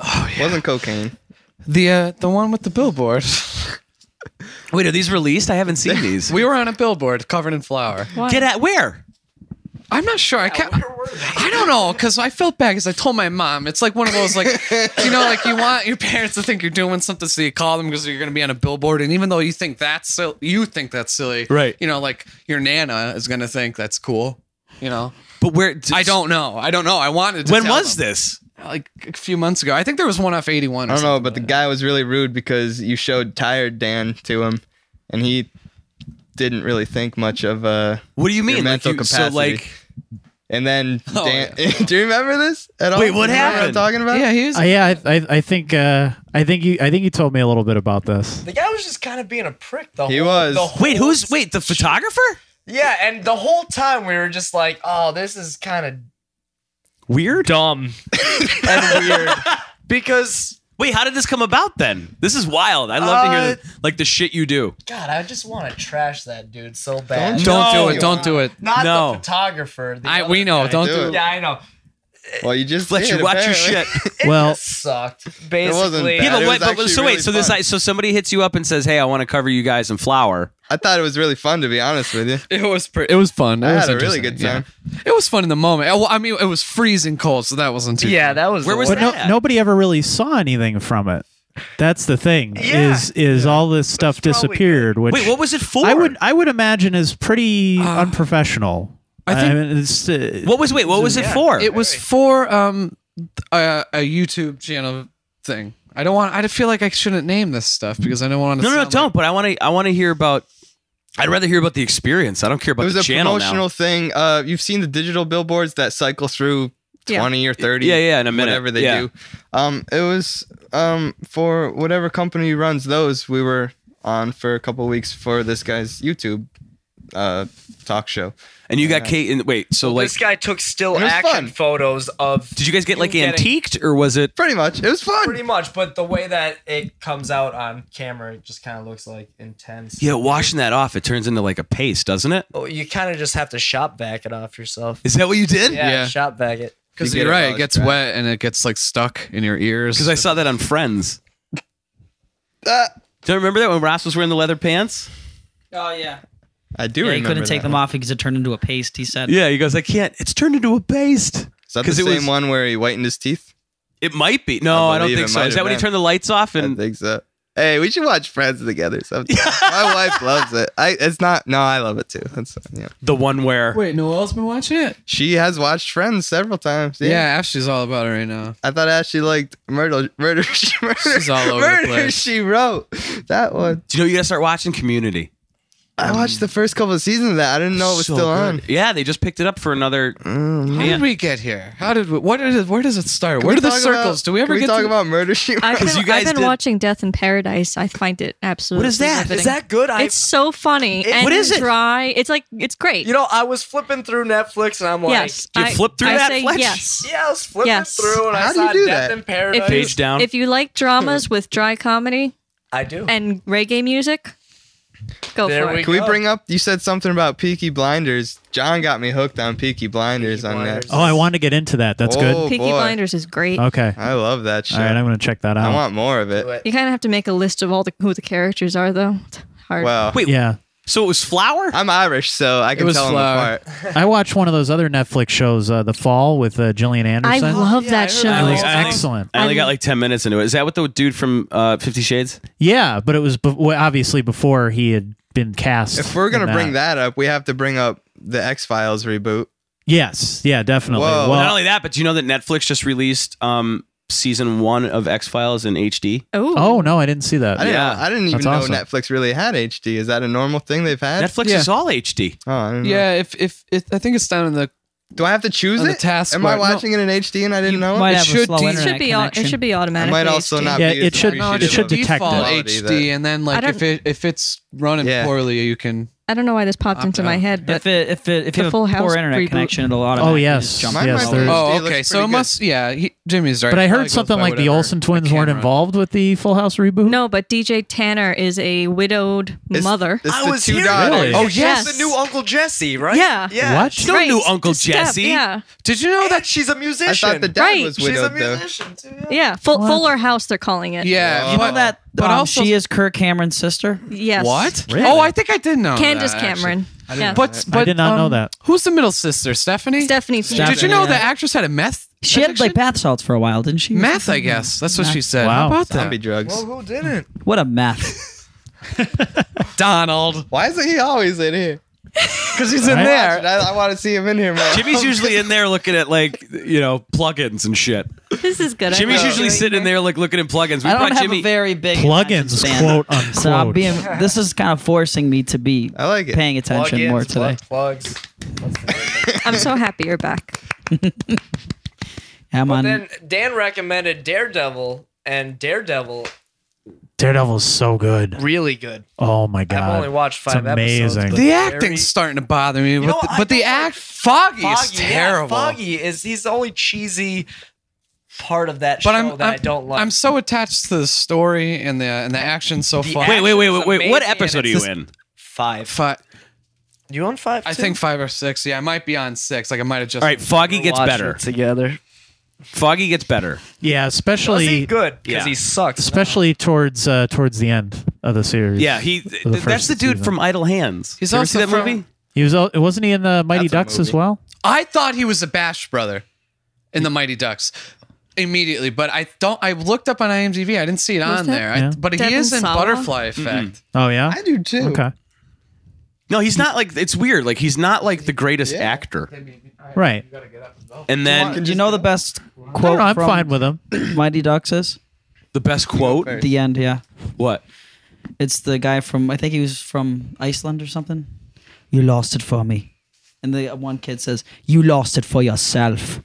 [SPEAKER 7] Oh yeah. Wasn't cocaine.
[SPEAKER 5] the uh, the one with the billboard. [LAUGHS]
[SPEAKER 3] Wait, are these released? I haven't
[SPEAKER 7] [LAUGHS]
[SPEAKER 3] seen these.
[SPEAKER 5] we were on a billboard covered in flour.
[SPEAKER 2] Why?
[SPEAKER 3] Get at where?
[SPEAKER 5] I'm not sure. I can't. I don't know because I felt bad because I told my mom. It's like one of those like, you know, like you want your parents to think you're doing something, so you call them because you're going to be on a billboard, and even though you think that's sil- you think that's silly,
[SPEAKER 3] Right.
[SPEAKER 5] You know, like your nana is going to think that's cool. You know,
[SPEAKER 3] But where?
[SPEAKER 5] I don't know. I don't know. I wanted. to
[SPEAKER 3] When
[SPEAKER 5] tell
[SPEAKER 3] was
[SPEAKER 5] them.
[SPEAKER 3] this?
[SPEAKER 5] Like a few months ago. I think there was one off 81. Or
[SPEAKER 7] I don't know,
[SPEAKER 5] something,
[SPEAKER 7] but the guy was really rude because you showed tired Dan to him and he didn't really think much of uh
[SPEAKER 3] What do you mean?
[SPEAKER 7] mental
[SPEAKER 3] you-
[SPEAKER 7] capacity.
[SPEAKER 3] So like,
[SPEAKER 6] [LAUGHS]
[SPEAKER 7] And then
[SPEAKER 5] Oh,
[SPEAKER 7] Dan, [LAUGHS] do you remember this at all?
[SPEAKER 3] Wait, what
[SPEAKER 7] Do you remember
[SPEAKER 3] happened?
[SPEAKER 7] What I'm talking about?
[SPEAKER 5] yeah, he was.
[SPEAKER 1] Uh, yeah, I, I, I think uh, I think you I think you told me a little bit about this.
[SPEAKER 6] The guy was just kind of being a prick. The
[SPEAKER 7] He
[SPEAKER 6] whole,
[SPEAKER 7] was.
[SPEAKER 6] the whole-
[SPEAKER 3] wait, who's wait the photographer?
[SPEAKER 6] Yeah, and the whole time we were just like, oh, this is kind of
[SPEAKER 3] Weird.
[SPEAKER 6] dumb
[SPEAKER 3] [LAUGHS]
[SPEAKER 6] and weird because
[SPEAKER 3] Wait, how did this come about then? This is wild. I love to hear
[SPEAKER 6] Uh,
[SPEAKER 3] the, like the shit you
[SPEAKER 7] [LAUGHS]
[SPEAKER 3] do.
[SPEAKER 6] God, I just want to trash that dude so bad.
[SPEAKER 7] Don't
[SPEAKER 5] don't
[SPEAKER 3] No.
[SPEAKER 5] do it. Don't do it.
[SPEAKER 6] Not
[SPEAKER 3] No.
[SPEAKER 6] the photographer. the
[SPEAKER 5] I
[SPEAKER 6] other
[SPEAKER 5] we know.
[SPEAKER 6] guy.
[SPEAKER 5] Don't
[SPEAKER 7] do
[SPEAKER 5] do
[SPEAKER 7] it.
[SPEAKER 5] it.
[SPEAKER 6] Yeah, I know.
[SPEAKER 7] Well, you just
[SPEAKER 3] Fletcher,
[SPEAKER 7] did,
[SPEAKER 3] watch your
[SPEAKER 7] apparently.
[SPEAKER 3] shit.
[SPEAKER 6] It
[SPEAKER 1] Well-
[SPEAKER 6] just sucked. Basically,
[SPEAKER 7] wasn't bad.
[SPEAKER 3] Yeah, but
[SPEAKER 7] It
[SPEAKER 3] what?
[SPEAKER 7] was
[SPEAKER 3] But,
[SPEAKER 7] actually
[SPEAKER 3] so wait,
[SPEAKER 7] really
[SPEAKER 3] so this
[SPEAKER 7] fun.
[SPEAKER 3] so somebody hits you up and says, "Hey, I want to cover you guys in flour."
[SPEAKER 7] [LAUGHS] I thought it was really fun to be honest with you.
[SPEAKER 5] It was pretty. It was fun. It
[SPEAKER 7] I
[SPEAKER 5] was
[SPEAKER 7] had a really
[SPEAKER 5] interesting,
[SPEAKER 7] good time.
[SPEAKER 5] Yeah. It was fun in the moment. Oh, well, I mean, it was freezing cold, so that wasn't too.
[SPEAKER 6] yeah,
[SPEAKER 5] fun.
[SPEAKER 6] that was.
[SPEAKER 3] Where
[SPEAKER 6] the
[SPEAKER 3] was
[SPEAKER 6] worst.
[SPEAKER 1] But no,
[SPEAKER 3] Yeah.
[SPEAKER 1] nobody ever really saw anything from it. That's the thing.
[SPEAKER 6] Yeah.
[SPEAKER 1] Is is all this stuff
[SPEAKER 6] That's probably
[SPEAKER 1] disappeared? Which
[SPEAKER 3] Wait, what was it for?
[SPEAKER 1] I would I would imagine is pretty
[SPEAKER 5] Uh,
[SPEAKER 1] unprofessional.
[SPEAKER 5] I think-
[SPEAKER 1] mean, it's, uh,
[SPEAKER 3] What was wait? What was it for?
[SPEAKER 5] It was for um a, a YouTube channel thing. I don't want. I feel like I shouldn't name this stuff because I don't want to.
[SPEAKER 3] no, no, no, don't. But I want to. I want to hear about. I'd rather hear about the experience. I don't care about
[SPEAKER 7] it was
[SPEAKER 3] the
[SPEAKER 7] a
[SPEAKER 3] channel
[SPEAKER 7] promotional
[SPEAKER 3] now.
[SPEAKER 7] thing. Uh, you've seen the digital billboards that cycle through
[SPEAKER 2] Yeah.
[SPEAKER 7] twenty or thirty.
[SPEAKER 3] Yeah, yeah, in a minute.
[SPEAKER 7] Whatever they
[SPEAKER 3] Yeah.
[SPEAKER 7] do. Um, it was um for whatever company runs those. We were on for a couple weeks for this guy's YouTube uh talk show.
[SPEAKER 3] And you got Kate. And wait, so like,
[SPEAKER 6] this guy took still
[SPEAKER 7] It was
[SPEAKER 6] action
[SPEAKER 7] fun.
[SPEAKER 6] photos of
[SPEAKER 3] did you guys get like
[SPEAKER 6] getting-
[SPEAKER 3] antiqued or was it?
[SPEAKER 7] Pretty much, it was fun.
[SPEAKER 6] pretty much, but the way that it comes out on camera, it just kind of looks like intense.
[SPEAKER 3] Yeah, washing that off, it turns into like a paste, doesn't it?
[SPEAKER 6] Oh, you kind of just have to shop back it off yourself.
[SPEAKER 3] Is that what you did?
[SPEAKER 6] Yeah,
[SPEAKER 5] Yeah.
[SPEAKER 6] shop back it.
[SPEAKER 5] Because
[SPEAKER 7] You
[SPEAKER 5] you're
[SPEAKER 7] get it
[SPEAKER 5] right.
[SPEAKER 7] while
[SPEAKER 5] It
[SPEAKER 7] it's
[SPEAKER 5] gets
[SPEAKER 7] dry.
[SPEAKER 5] wet and it gets like stuck in your ears.
[SPEAKER 3] Because I saw that on Friends.
[SPEAKER 7] Ah,
[SPEAKER 3] Do you remember that when Ross was wearing the leather pants?
[SPEAKER 4] Oh yeah.
[SPEAKER 7] I do
[SPEAKER 4] yeah he
[SPEAKER 7] remember.
[SPEAKER 4] couldn't take
[SPEAKER 7] that
[SPEAKER 4] them
[SPEAKER 7] one.
[SPEAKER 4] off because it turned into a paste. He said.
[SPEAKER 3] Yeah, he goes, I can't. It's turned into a paste.
[SPEAKER 7] Is that the
[SPEAKER 3] 'Cause
[SPEAKER 7] same
[SPEAKER 3] it was-
[SPEAKER 7] one where he whitened his teeth?
[SPEAKER 3] It might be. No, I,
[SPEAKER 7] I
[SPEAKER 3] don't
[SPEAKER 7] believe
[SPEAKER 3] think
[SPEAKER 7] it
[SPEAKER 3] so.
[SPEAKER 7] might
[SPEAKER 3] Is that
[SPEAKER 7] have
[SPEAKER 3] when he
[SPEAKER 7] been.
[SPEAKER 3] turned the lights off
[SPEAKER 7] I
[SPEAKER 3] and
[SPEAKER 7] think so. Hey, we should watch Friends together sometime. My wife loves it. I it's not no, I love it too. That's yeah.
[SPEAKER 3] the one where?
[SPEAKER 5] Wait, Noelle's been watching it.
[SPEAKER 7] She has watched Friends several times.
[SPEAKER 5] Yeah, Ashley's all about it right now.
[SPEAKER 7] I thought Ashley liked Murder Murder [LAUGHS] She Murder.
[SPEAKER 5] She's all over the
[SPEAKER 7] Murder,
[SPEAKER 5] place.
[SPEAKER 7] She wrote that one.
[SPEAKER 3] Do you know you gotta start watching Community?
[SPEAKER 7] I watched the first couple of seasons of that. I didn't know it was
[SPEAKER 3] So
[SPEAKER 7] still
[SPEAKER 3] good.
[SPEAKER 7] on.
[SPEAKER 3] Yeah, they just picked it up for another.
[SPEAKER 5] How
[SPEAKER 3] Yeah.
[SPEAKER 5] did we get here? How did we, what is it, where does it start?
[SPEAKER 7] Can
[SPEAKER 5] where
[SPEAKER 7] we
[SPEAKER 5] do the
[SPEAKER 7] talk
[SPEAKER 5] circles?
[SPEAKER 7] about-
[SPEAKER 5] do we ever
[SPEAKER 7] can
[SPEAKER 5] get
[SPEAKER 7] talk
[SPEAKER 5] to,
[SPEAKER 7] about Murder She
[SPEAKER 2] I've
[SPEAKER 3] [LAUGHS]
[SPEAKER 7] Wrote?
[SPEAKER 2] been,
[SPEAKER 3] you guys
[SPEAKER 2] I've been
[SPEAKER 3] did-
[SPEAKER 2] watching Death in Paradise. I find it absolutely.
[SPEAKER 3] What is that?
[SPEAKER 2] riveting.
[SPEAKER 6] Is that good? I
[SPEAKER 2] It's so funny and
[SPEAKER 3] What is it?
[SPEAKER 2] dry. It's like it's great.
[SPEAKER 6] you know I was flipping through Netflix and I'm like,
[SPEAKER 2] yes.
[SPEAKER 3] Do you
[SPEAKER 2] I-
[SPEAKER 3] flip through
[SPEAKER 2] I
[SPEAKER 3] that,
[SPEAKER 2] say
[SPEAKER 3] Fletch?
[SPEAKER 6] [LAUGHS]
[SPEAKER 2] yes.
[SPEAKER 6] yeah, I was flipping
[SPEAKER 2] Yes.
[SPEAKER 6] through and I
[SPEAKER 7] How do you
[SPEAKER 6] saw
[SPEAKER 7] do
[SPEAKER 6] Death
[SPEAKER 7] that?
[SPEAKER 6] in Paradise.
[SPEAKER 2] If you,
[SPEAKER 3] Page down.
[SPEAKER 2] If you like dramas with dry comedy
[SPEAKER 6] I do.
[SPEAKER 2] and reggae music, Go
[SPEAKER 6] There
[SPEAKER 2] for
[SPEAKER 6] we
[SPEAKER 2] it.
[SPEAKER 7] [LAUGHS] Can we
[SPEAKER 6] go.
[SPEAKER 7] bring up? You said something about Peaky Blinders. John got me hooked on Peaky Blinders
[SPEAKER 6] Peaky
[SPEAKER 7] on
[SPEAKER 6] Blinders.
[SPEAKER 7] that.
[SPEAKER 1] Oh, I wanted to get into that. That's
[SPEAKER 7] Oh,
[SPEAKER 1] good.
[SPEAKER 2] Peaky
[SPEAKER 7] boy.
[SPEAKER 2] Blinders is great.
[SPEAKER 1] Okay.
[SPEAKER 7] I love that shit.
[SPEAKER 1] All right, I'm going to check that out.
[SPEAKER 7] I want more of it.
[SPEAKER 6] Do it.
[SPEAKER 2] You kind of have to make a list of all the who the characters are, though. It's hard.
[SPEAKER 7] Wow.
[SPEAKER 3] Wait,
[SPEAKER 1] yeah.
[SPEAKER 3] so it was flour?
[SPEAKER 7] I'm Irish, so I can
[SPEAKER 5] was
[SPEAKER 7] tell
[SPEAKER 5] flour.
[SPEAKER 7] them apart.
[SPEAKER 1] I watched one of those other Netflix shows, uh, The Fall, with uh, Gillian
[SPEAKER 2] I
[SPEAKER 1] Anderson.
[SPEAKER 2] love that show.
[SPEAKER 3] I
[SPEAKER 1] it was
[SPEAKER 3] Oh, I-
[SPEAKER 1] excellent.
[SPEAKER 3] I only
[SPEAKER 2] I'm-
[SPEAKER 3] got like 10 minutes into it. Is that what the dude from uh, Fifty Shades?
[SPEAKER 1] Yeah, but it was be- well, obviously before he had been cast.
[SPEAKER 7] If we're gonna
[SPEAKER 1] in
[SPEAKER 7] bring that up, we have to bring up the X Files reboot.
[SPEAKER 1] Yes. Yeah, definitely.
[SPEAKER 7] Whoa.
[SPEAKER 1] Well,
[SPEAKER 3] Not only that, but do you know that Netflix just released um, season one of X Files in HD?
[SPEAKER 2] Oh,
[SPEAKER 1] oh, no, I didn't see that.
[SPEAKER 7] I didn't.
[SPEAKER 3] Yeah.
[SPEAKER 7] I didn't even
[SPEAKER 1] That's
[SPEAKER 7] know
[SPEAKER 1] awesome.
[SPEAKER 7] Netflix really had HD. Is that a normal thing they've had?
[SPEAKER 3] Netflix
[SPEAKER 5] Yeah.
[SPEAKER 3] is all HD.
[SPEAKER 7] oh, I don't know.
[SPEAKER 5] Yeah, if if it, I think it's down in the
[SPEAKER 7] Do I have to choose
[SPEAKER 5] On the
[SPEAKER 7] it?
[SPEAKER 5] task
[SPEAKER 7] Am I
[SPEAKER 5] bar. No.
[SPEAKER 7] watching it in HD and I didn't know? it?
[SPEAKER 4] might
[SPEAKER 5] It
[SPEAKER 4] have
[SPEAKER 5] should
[SPEAKER 4] a slow
[SPEAKER 5] de-
[SPEAKER 2] it
[SPEAKER 4] internet
[SPEAKER 2] should be au- it
[SPEAKER 4] connection.
[SPEAKER 2] should be automatic.
[SPEAKER 7] might also not
[SPEAKER 1] Yeah,
[SPEAKER 7] be
[SPEAKER 1] it
[SPEAKER 7] as
[SPEAKER 1] should-
[SPEAKER 5] no, it
[SPEAKER 7] appreciative
[SPEAKER 1] should
[SPEAKER 7] of
[SPEAKER 1] detect
[SPEAKER 5] default
[SPEAKER 1] it.
[SPEAKER 7] quality that-
[SPEAKER 5] HD, and then like
[SPEAKER 2] I
[SPEAKER 5] if it if it's running
[SPEAKER 7] Yeah.
[SPEAKER 5] poorly, you can.
[SPEAKER 2] I don't know why this popped
[SPEAKER 5] Opt
[SPEAKER 2] into my
[SPEAKER 5] out.
[SPEAKER 2] head, but
[SPEAKER 4] if it, if it, if
[SPEAKER 2] The
[SPEAKER 4] you have
[SPEAKER 2] Full
[SPEAKER 4] a
[SPEAKER 2] House
[SPEAKER 4] poor internet
[SPEAKER 2] reboot.
[SPEAKER 4] connection, it'll automatically
[SPEAKER 1] Oh, yes.
[SPEAKER 4] just jump
[SPEAKER 1] Mine
[SPEAKER 4] in.
[SPEAKER 1] might
[SPEAKER 4] all
[SPEAKER 1] be-
[SPEAKER 4] over.
[SPEAKER 5] Oh,
[SPEAKER 7] HD looks
[SPEAKER 5] okay. So it
[SPEAKER 7] pretty
[SPEAKER 5] must. Yeah, he, Jimmy's right.
[SPEAKER 1] but I
[SPEAKER 5] It probably
[SPEAKER 1] heard
[SPEAKER 5] goes
[SPEAKER 1] something
[SPEAKER 5] by
[SPEAKER 1] like the
[SPEAKER 5] whatever
[SPEAKER 1] Olsen
[SPEAKER 5] the
[SPEAKER 1] twins weren't
[SPEAKER 5] camera-
[SPEAKER 1] involved with the Full House reboot.
[SPEAKER 2] no. But DJ Tanner is a widowed
[SPEAKER 7] It's-
[SPEAKER 2] mother.
[SPEAKER 7] It's
[SPEAKER 3] I
[SPEAKER 7] the
[SPEAKER 3] was
[SPEAKER 7] two
[SPEAKER 3] here.
[SPEAKER 7] daughters.
[SPEAKER 1] Really?
[SPEAKER 7] Oh,
[SPEAKER 2] yeah. Yes.
[SPEAKER 8] She's the new Uncle Jesse, right?
[SPEAKER 2] Yeah.
[SPEAKER 8] yeah.
[SPEAKER 1] What?
[SPEAKER 3] No new Uncle
[SPEAKER 2] Step,
[SPEAKER 3] Jesse.
[SPEAKER 2] yeah,
[SPEAKER 5] Did you know
[SPEAKER 8] Oh,
[SPEAKER 5] that?
[SPEAKER 8] that she's a musician.
[SPEAKER 7] I thought the dad
[SPEAKER 2] Right.
[SPEAKER 7] was
[SPEAKER 8] she's a
[SPEAKER 7] widowed though.
[SPEAKER 8] musician too. Yeah.
[SPEAKER 2] yeah. Full, Fuller House, they're calling it.
[SPEAKER 5] Yeah,
[SPEAKER 4] You
[SPEAKER 5] but-
[SPEAKER 4] know that,
[SPEAKER 5] But
[SPEAKER 4] um,
[SPEAKER 5] also-
[SPEAKER 4] she is Kirk Cameron's sister.
[SPEAKER 2] Yes.
[SPEAKER 5] What?
[SPEAKER 1] Really?
[SPEAKER 5] Oh, I think I did know.
[SPEAKER 2] Candace
[SPEAKER 5] that, actually.
[SPEAKER 2] Cameron. Yeah.
[SPEAKER 5] But, but
[SPEAKER 1] I did not know
[SPEAKER 5] um,
[SPEAKER 1] that.
[SPEAKER 5] Who's the middle sister? Stephanie.
[SPEAKER 2] Stephanie.
[SPEAKER 5] Did you
[SPEAKER 4] Stephanie,
[SPEAKER 5] know
[SPEAKER 4] yeah.
[SPEAKER 5] the actress had a meth?
[SPEAKER 4] She had like
[SPEAKER 5] addiction?
[SPEAKER 4] bath salts for a while, didn't she?
[SPEAKER 5] meth. I guess that's what she said.
[SPEAKER 1] Wow.
[SPEAKER 5] How about
[SPEAKER 7] Zombie
[SPEAKER 5] that?
[SPEAKER 7] drugs.
[SPEAKER 8] Well, who didn't?
[SPEAKER 4] What a meth.
[SPEAKER 5] Donald.
[SPEAKER 7] Why isn't he always in here?
[SPEAKER 5] Because he's in
[SPEAKER 1] Right?
[SPEAKER 5] there.
[SPEAKER 7] I, want to see him in here more.
[SPEAKER 3] Jimmy's usually in there looking at like, you know, plugins and shit.
[SPEAKER 2] [LAUGHS] This is good. I
[SPEAKER 3] Jimmy's
[SPEAKER 2] love
[SPEAKER 3] usually
[SPEAKER 2] doing
[SPEAKER 3] sitting
[SPEAKER 2] this.
[SPEAKER 3] there like looking at plugins. We
[SPEAKER 4] I don't
[SPEAKER 3] brought
[SPEAKER 4] have
[SPEAKER 3] Jimmy.
[SPEAKER 4] a very big attention
[SPEAKER 1] Plugins,
[SPEAKER 4] span.
[SPEAKER 1] quote
[SPEAKER 4] So I'm
[SPEAKER 1] unquote.
[SPEAKER 4] being. This is kind of forcing me to be.
[SPEAKER 7] I like it.
[SPEAKER 4] Paying attention
[SPEAKER 6] Plugins,
[SPEAKER 4] more
[SPEAKER 6] plug-
[SPEAKER 4] today.
[SPEAKER 6] Plugs.
[SPEAKER 2] I'm so happy you're back.
[SPEAKER 4] I'm
[SPEAKER 6] But
[SPEAKER 4] on.
[SPEAKER 6] then Dan recommended Daredevil, and Daredevil
[SPEAKER 1] Daredevil's so good.
[SPEAKER 6] really good.
[SPEAKER 1] Oh my god.
[SPEAKER 6] I've only watched
[SPEAKER 1] It's
[SPEAKER 6] five episodes.
[SPEAKER 1] amazing.
[SPEAKER 6] but
[SPEAKER 5] The
[SPEAKER 6] very-
[SPEAKER 5] acting's starting to bother me, but,
[SPEAKER 8] know,
[SPEAKER 5] the,
[SPEAKER 8] I
[SPEAKER 5] but the
[SPEAKER 8] don't
[SPEAKER 5] act Foggy, is
[SPEAKER 8] Foggy,
[SPEAKER 5] terrible.
[SPEAKER 8] Yeah, Foggy is he's the only cheesy part of that
[SPEAKER 5] But
[SPEAKER 8] show
[SPEAKER 5] I'm,
[SPEAKER 8] that
[SPEAKER 5] I'm
[SPEAKER 8] I don't like.
[SPEAKER 5] I'm so attached to the story and the and the action so
[SPEAKER 8] The
[SPEAKER 5] far.
[SPEAKER 8] act-
[SPEAKER 3] Wait, wait, wait, wait,
[SPEAKER 8] It's
[SPEAKER 3] wait. What
[SPEAKER 8] amazing,
[SPEAKER 3] episode are you
[SPEAKER 8] it's
[SPEAKER 3] in?
[SPEAKER 8] five.
[SPEAKER 5] Fi-
[SPEAKER 8] You on five?
[SPEAKER 5] I
[SPEAKER 8] too?
[SPEAKER 5] think five or six. Yeah, I might be on six. Like I might have just.
[SPEAKER 3] All right, Foggy gets
[SPEAKER 4] watching
[SPEAKER 3] better.
[SPEAKER 4] it together.
[SPEAKER 3] Foggy gets better.
[SPEAKER 1] yeah,
[SPEAKER 6] Was he
[SPEAKER 1] especially
[SPEAKER 6] good? Because
[SPEAKER 3] Yeah.
[SPEAKER 6] he sucks.
[SPEAKER 1] especially towards uh, towards the end of the series.
[SPEAKER 3] Yeah, he. th- that's
[SPEAKER 1] first
[SPEAKER 3] the dude
[SPEAKER 1] season.
[SPEAKER 3] from Idle Hands.
[SPEAKER 5] He's
[SPEAKER 3] You ever
[SPEAKER 5] also
[SPEAKER 3] see that
[SPEAKER 5] from-
[SPEAKER 3] movie.
[SPEAKER 1] He was al- wasn't he in the Mighty
[SPEAKER 7] That's a
[SPEAKER 1] Ducks as
[SPEAKER 7] movie.
[SPEAKER 1] well?
[SPEAKER 5] I thought he was the Bash brother in the Mighty Ducks immediately, but I don't. I looked up on IMDb. I didn't see it
[SPEAKER 2] Who's
[SPEAKER 5] on
[SPEAKER 2] that?
[SPEAKER 5] there. I-
[SPEAKER 1] Yeah.
[SPEAKER 5] but he
[SPEAKER 2] Devin
[SPEAKER 5] is in
[SPEAKER 2] Sawa?
[SPEAKER 5] Butterfly Effect.
[SPEAKER 1] Oh yeah.
[SPEAKER 7] I do too.
[SPEAKER 1] okay.
[SPEAKER 3] No, he's not like. It's weird. Like he's not like the greatest
[SPEAKER 7] Yeah.
[SPEAKER 3] actor.
[SPEAKER 1] Right.
[SPEAKER 3] And
[SPEAKER 4] Do
[SPEAKER 3] then
[SPEAKER 4] you know the best
[SPEAKER 1] I
[SPEAKER 4] quote
[SPEAKER 1] don't know, I'm
[SPEAKER 4] from
[SPEAKER 1] fine with him.
[SPEAKER 4] Mighty Ducks is?
[SPEAKER 3] the best quote.
[SPEAKER 7] first.
[SPEAKER 4] The end, yeah.
[SPEAKER 3] What?
[SPEAKER 4] It's the guy from I think he was from Iceland or something. You lost it for me. And the one kid says, "You lost it for yourself."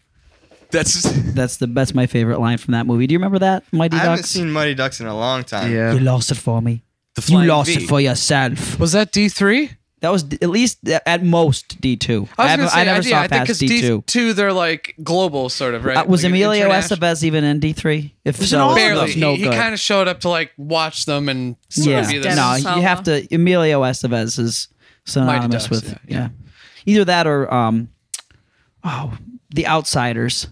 [SPEAKER 3] That's.
[SPEAKER 4] That's the that's my favorite line from that movie. Do you remember that Mighty
[SPEAKER 7] I haven't
[SPEAKER 4] Ducks?
[SPEAKER 7] seen Muddy Ducks in a long time.
[SPEAKER 4] You lost it for me.
[SPEAKER 3] The
[SPEAKER 4] You
[SPEAKER 3] flying
[SPEAKER 4] lost
[SPEAKER 3] V.
[SPEAKER 4] it for yourself.
[SPEAKER 5] Was that D three?
[SPEAKER 4] That was d- at least uh, at most D two.
[SPEAKER 5] I was
[SPEAKER 4] haven't-
[SPEAKER 5] gonna say,
[SPEAKER 4] I never
[SPEAKER 5] yeah,
[SPEAKER 4] saw
[SPEAKER 5] I think
[SPEAKER 4] past
[SPEAKER 5] because
[SPEAKER 4] D two.
[SPEAKER 5] two, they're like global, sort of, right?
[SPEAKER 4] Uh, was
[SPEAKER 5] Like,
[SPEAKER 4] Emilio
[SPEAKER 5] international-
[SPEAKER 4] Estevez even in D three? If
[SPEAKER 3] in
[SPEAKER 4] so,
[SPEAKER 3] all of
[SPEAKER 4] it
[SPEAKER 5] Barely.
[SPEAKER 4] was no
[SPEAKER 5] he
[SPEAKER 4] good.
[SPEAKER 5] kind of showed up to like watch them and sort
[SPEAKER 4] yeah,
[SPEAKER 5] of be
[SPEAKER 2] Devin
[SPEAKER 5] this.
[SPEAKER 4] no,
[SPEAKER 2] Sawa.
[SPEAKER 4] you have to. Emilio Estevez is synonymous
[SPEAKER 5] Ducks,
[SPEAKER 4] with yeah,
[SPEAKER 5] yeah, yeah.
[SPEAKER 4] Either that or um, oh, The Outsiders.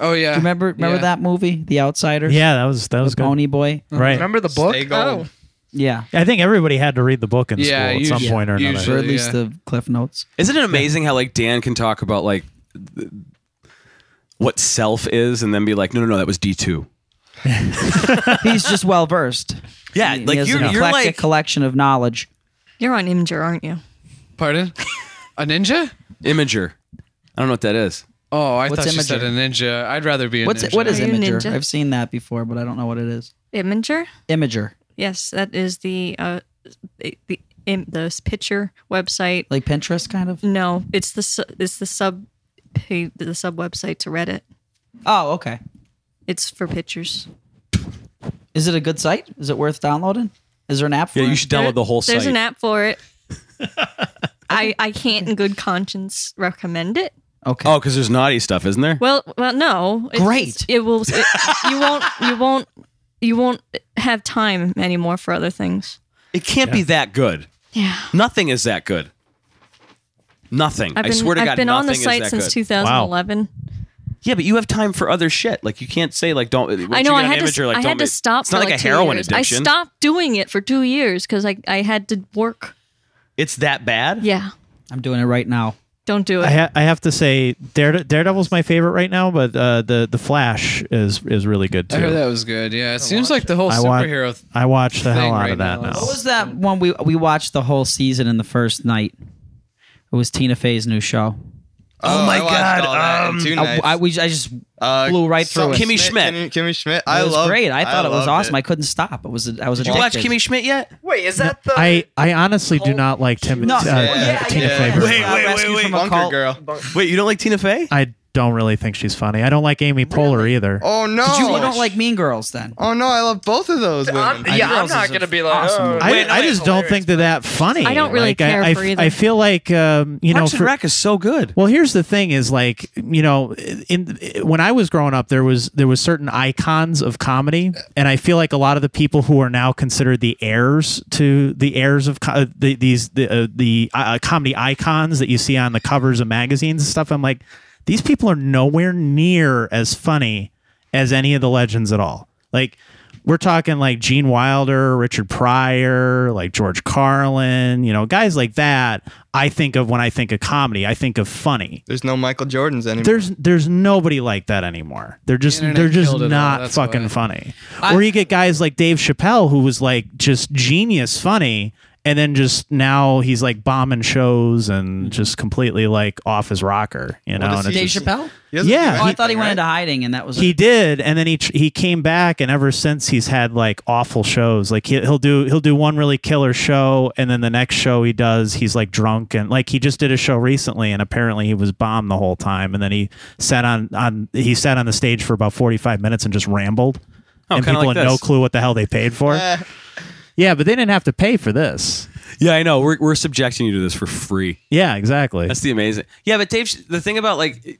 [SPEAKER 5] Oh yeah.
[SPEAKER 4] Remember, remember
[SPEAKER 5] Yeah. Uh-huh.
[SPEAKER 4] that movie, The Outsiders?
[SPEAKER 1] Yeah, that was that was
[SPEAKER 4] the
[SPEAKER 1] good.
[SPEAKER 4] Pony Boy.
[SPEAKER 1] Right.
[SPEAKER 6] Remember the book?
[SPEAKER 7] Stay gold.
[SPEAKER 4] Yeah,
[SPEAKER 1] I think everybody had to read the book in
[SPEAKER 5] Yeah,
[SPEAKER 1] school at some
[SPEAKER 5] usu-
[SPEAKER 1] point or another.
[SPEAKER 5] usually.
[SPEAKER 4] or at
[SPEAKER 5] Yeah.
[SPEAKER 4] least the Cliff Notes.
[SPEAKER 3] [LAUGHS] Isn't it amazing how like Dan can talk about like th- what self is, and then be like, no, no, no, that was D two.
[SPEAKER 4] He's just well
[SPEAKER 5] [LAUGHS]
[SPEAKER 4] versed.
[SPEAKER 3] Yeah,
[SPEAKER 4] He
[SPEAKER 3] like
[SPEAKER 4] has
[SPEAKER 3] you're,
[SPEAKER 4] an
[SPEAKER 3] you're
[SPEAKER 4] eclectic
[SPEAKER 3] like
[SPEAKER 4] collection of knowledge.
[SPEAKER 2] You're on Imgur, aren't you?
[SPEAKER 5] Pardon? A ninja?
[SPEAKER 3] imager. I don't know what that is.
[SPEAKER 5] Oh, I
[SPEAKER 4] What's
[SPEAKER 5] thought you said a
[SPEAKER 4] imager?
[SPEAKER 5] ninja. I'd rather be a
[SPEAKER 4] What's
[SPEAKER 5] ninja.
[SPEAKER 4] it, what is
[SPEAKER 2] Are you a
[SPEAKER 4] Imager?
[SPEAKER 2] ninja?
[SPEAKER 4] I've seen that before, but I don't know what it is.
[SPEAKER 2] Imager?
[SPEAKER 4] Imager,
[SPEAKER 2] Yes, that is the uh, the the, im- the picture website.
[SPEAKER 4] like Pinterest, kind of.
[SPEAKER 2] No, it's the su- it's the sub pa- the sub website to Reddit.
[SPEAKER 4] Oh, okay.
[SPEAKER 2] It's for pictures.
[SPEAKER 4] Is it a good site? Is it worth downloading? Is there an app for
[SPEAKER 3] Yeah,
[SPEAKER 4] it?
[SPEAKER 3] you should download the whole
[SPEAKER 2] There's
[SPEAKER 3] site.
[SPEAKER 2] an app for
[SPEAKER 3] [LAUGHS]
[SPEAKER 2] it. I I can't in good conscience recommend it.
[SPEAKER 4] Okay.
[SPEAKER 3] Oh, because there's naughty stuff, isn't there?
[SPEAKER 2] Well, well, no. It's-
[SPEAKER 4] Great.
[SPEAKER 2] It will. It, you won't. You won't. You won't have time anymore for other things.
[SPEAKER 3] It can't be that good.
[SPEAKER 2] Yeah.
[SPEAKER 3] Nothing is that good. Nothing.
[SPEAKER 2] I've been,
[SPEAKER 3] I swear to
[SPEAKER 2] have
[SPEAKER 3] God,
[SPEAKER 2] been
[SPEAKER 3] nothing
[SPEAKER 2] on the
[SPEAKER 3] is
[SPEAKER 2] site
[SPEAKER 3] that
[SPEAKER 2] since
[SPEAKER 3] good.
[SPEAKER 2] 2011.
[SPEAKER 3] Yeah, but you have time for other shit. Like you can't say like don't.
[SPEAKER 2] I know
[SPEAKER 3] you
[SPEAKER 2] I
[SPEAKER 3] get
[SPEAKER 2] had
[SPEAKER 3] an
[SPEAKER 2] to.
[SPEAKER 3] imager, like,
[SPEAKER 2] I
[SPEAKER 3] don't
[SPEAKER 2] had to
[SPEAKER 3] make-
[SPEAKER 2] stop.
[SPEAKER 3] It's
[SPEAKER 2] for
[SPEAKER 3] not like,
[SPEAKER 2] like
[SPEAKER 3] a
[SPEAKER 2] two
[SPEAKER 3] heroin
[SPEAKER 2] years.
[SPEAKER 3] addiction.
[SPEAKER 2] I stopped doing it for two years because I I had to work.
[SPEAKER 3] It's that bad.
[SPEAKER 2] Yeah,
[SPEAKER 4] I'm doing it right now.
[SPEAKER 2] don't do it.
[SPEAKER 1] I, ha- I have to say, Darede- Daredevil's my favorite right now, but uh, the the Flash is is really good too.
[SPEAKER 5] I heard that was good. Yeah, it seems like the whole
[SPEAKER 1] I want-
[SPEAKER 5] superhero. th-
[SPEAKER 1] I watch the hell
[SPEAKER 5] Thing
[SPEAKER 1] out
[SPEAKER 5] right
[SPEAKER 1] of that now.
[SPEAKER 5] now is-
[SPEAKER 4] What was that one we we watched the whole season in the first night? It was Tina Fey's new show.
[SPEAKER 7] Oh,
[SPEAKER 3] my
[SPEAKER 7] I watched
[SPEAKER 3] God,
[SPEAKER 7] all that in
[SPEAKER 3] um,
[SPEAKER 7] two
[SPEAKER 4] I,
[SPEAKER 7] nights.
[SPEAKER 4] I, we, I just
[SPEAKER 7] Uh,
[SPEAKER 4] blew right
[SPEAKER 7] so-
[SPEAKER 4] through it.
[SPEAKER 3] Kimmy Schmidt.
[SPEAKER 7] Kimmy, Kimmy Schmidt. I
[SPEAKER 4] it was
[SPEAKER 7] loved
[SPEAKER 4] great. I thought it was
[SPEAKER 7] loved
[SPEAKER 4] awesome. I couldn't stop. It was I was
[SPEAKER 3] Did you watch
[SPEAKER 4] addicted.
[SPEAKER 3] Kimmy Schmidt yet?
[SPEAKER 8] Wait, is that the
[SPEAKER 1] I, I honestly do not like Tim
[SPEAKER 4] No,
[SPEAKER 1] uh,
[SPEAKER 7] yeah,
[SPEAKER 1] uh, Tina
[SPEAKER 7] yeah.
[SPEAKER 1] Fey. very
[SPEAKER 3] Wait,
[SPEAKER 1] much.
[SPEAKER 4] Uh,
[SPEAKER 3] wait,
[SPEAKER 4] Rescue
[SPEAKER 3] wait,
[SPEAKER 4] from a
[SPEAKER 7] Bunker
[SPEAKER 4] Cult.
[SPEAKER 7] Girl.
[SPEAKER 3] Wait, you don't like Tina Fey?
[SPEAKER 1] I don't really think she's funny. I don't like Amy Poehler either.
[SPEAKER 7] Oh no!
[SPEAKER 4] Did you, you don't like Mean Girls then?
[SPEAKER 7] Oh no! I love both of those women.
[SPEAKER 8] I'm, yeah, I'm
[SPEAKER 4] Girls
[SPEAKER 8] not
[SPEAKER 4] is
[SPEAKER 8] gonna be like.
[SPEAKER 4] awesome.
[SPEAKER 8] Oh,
[SPEAKER 1] I,
[SPEAKER 8] wait, no,
[SPEAKER 1] I
[SPEAKER 8] wait,
[SPEAKER 1] just don't
[SPEAKER 8] it's hilarious.
[SPEAKER 1] think they're that funny.
[SPEAKER 2] I don't really
[SPEAKER 1] like,
[SPEAKER 2] care
[SPEAKER 1] I, I,
[SPEAKER 2] for either.
[SPEAKER 1] I feel like um, you know
[SPEAKER 3] Parks and
[SPEAKER 1] for-
[SPEAKER 3] Rec is so good.
[SPEAKER 1] Well, here's the thing: is like you know, in when I was growing up, there was there was certain icons of comedy, and I feel like a lot of the people who are now considered the heirs to the heirs of co- uh, the, these the uh, the uh, comedy icons that you see on the covers of magazines and stuff. I'm like, these people are nowhere near as funny as any of the legends at all. Like we're talking like Gene Wilder, Richard Pryor, like George Carlin, you know, guys like that. I think of when I think of comedy, I think of funny.
[SPEAKER 7] There's no Michael Jordans anymore.
[SPEAKER 1] There's there's nobody like that anymore. They're just
[SPEAKER 5] The internet
[SPEAKER 1] they're just
[SPEAKER 5] killed it all,
[SPEAKER 1] not
[SPEAKER 5] that's
[SPEAKER 1] fucking
[SPEAKER 5] why.
[SPEAKER 1] funny. or you get guys like Dave Chappelle who was like just genius funny and then just now he's like bombing shows and just completely like off his rocker, you know.
[SPEAKER 7] does
[SPEAKER 1] and it's
[SPEAKER 4] Dave
[SPEAKER 1] just-
[SPEAKER 4] Chappelle?
[SPEAKER 7] He doesn't
[SPEAKER 1] yeah,
[SPEAKER 7] do
[SPEAKER 1] he-
[SPEAKER 4] Oh, I thought he
[SPEAKER 7] anything,
[SPEAKER 4] went
[SPEAKER 7] right?
[SPEAKER 4] into hiding, and that was
[SPEAKER 1] he
[SPEAKER 4] it.
[SPEAKER 1] did, and then he tr- he came back, and ever since he's had like awful shows. Like he, he'll do he'll do one really killer show, and then the next show he does, he's like drunk and like he just did a show recently, and apparently he was bombed the whole time. And then he sat on on he sat on the stage for about forty five minutes and just rambled,
[SPEAKER 3] Oh,
[SPEAKER 1] and
[SPEAKER 3] kinda
[SPEAKER 1] people
[SPEAKER 3] like
[SPEAKER 1] had no
[SPEAKER 3] this.
[SPEAKER 1] clue what the hell they paid for.
[SPEAKER 7] Eh,
[SPEAKER 1] yeah, but they didn't have to pay for this.
[SPEAKER 3] Yeah, I know. We're, we're subjecting you to this for free.
[SPEAKER 1] Yeah, exactly.
[SPEAKER 3] That's the amazing. Yeah, but Dave, the thing about like,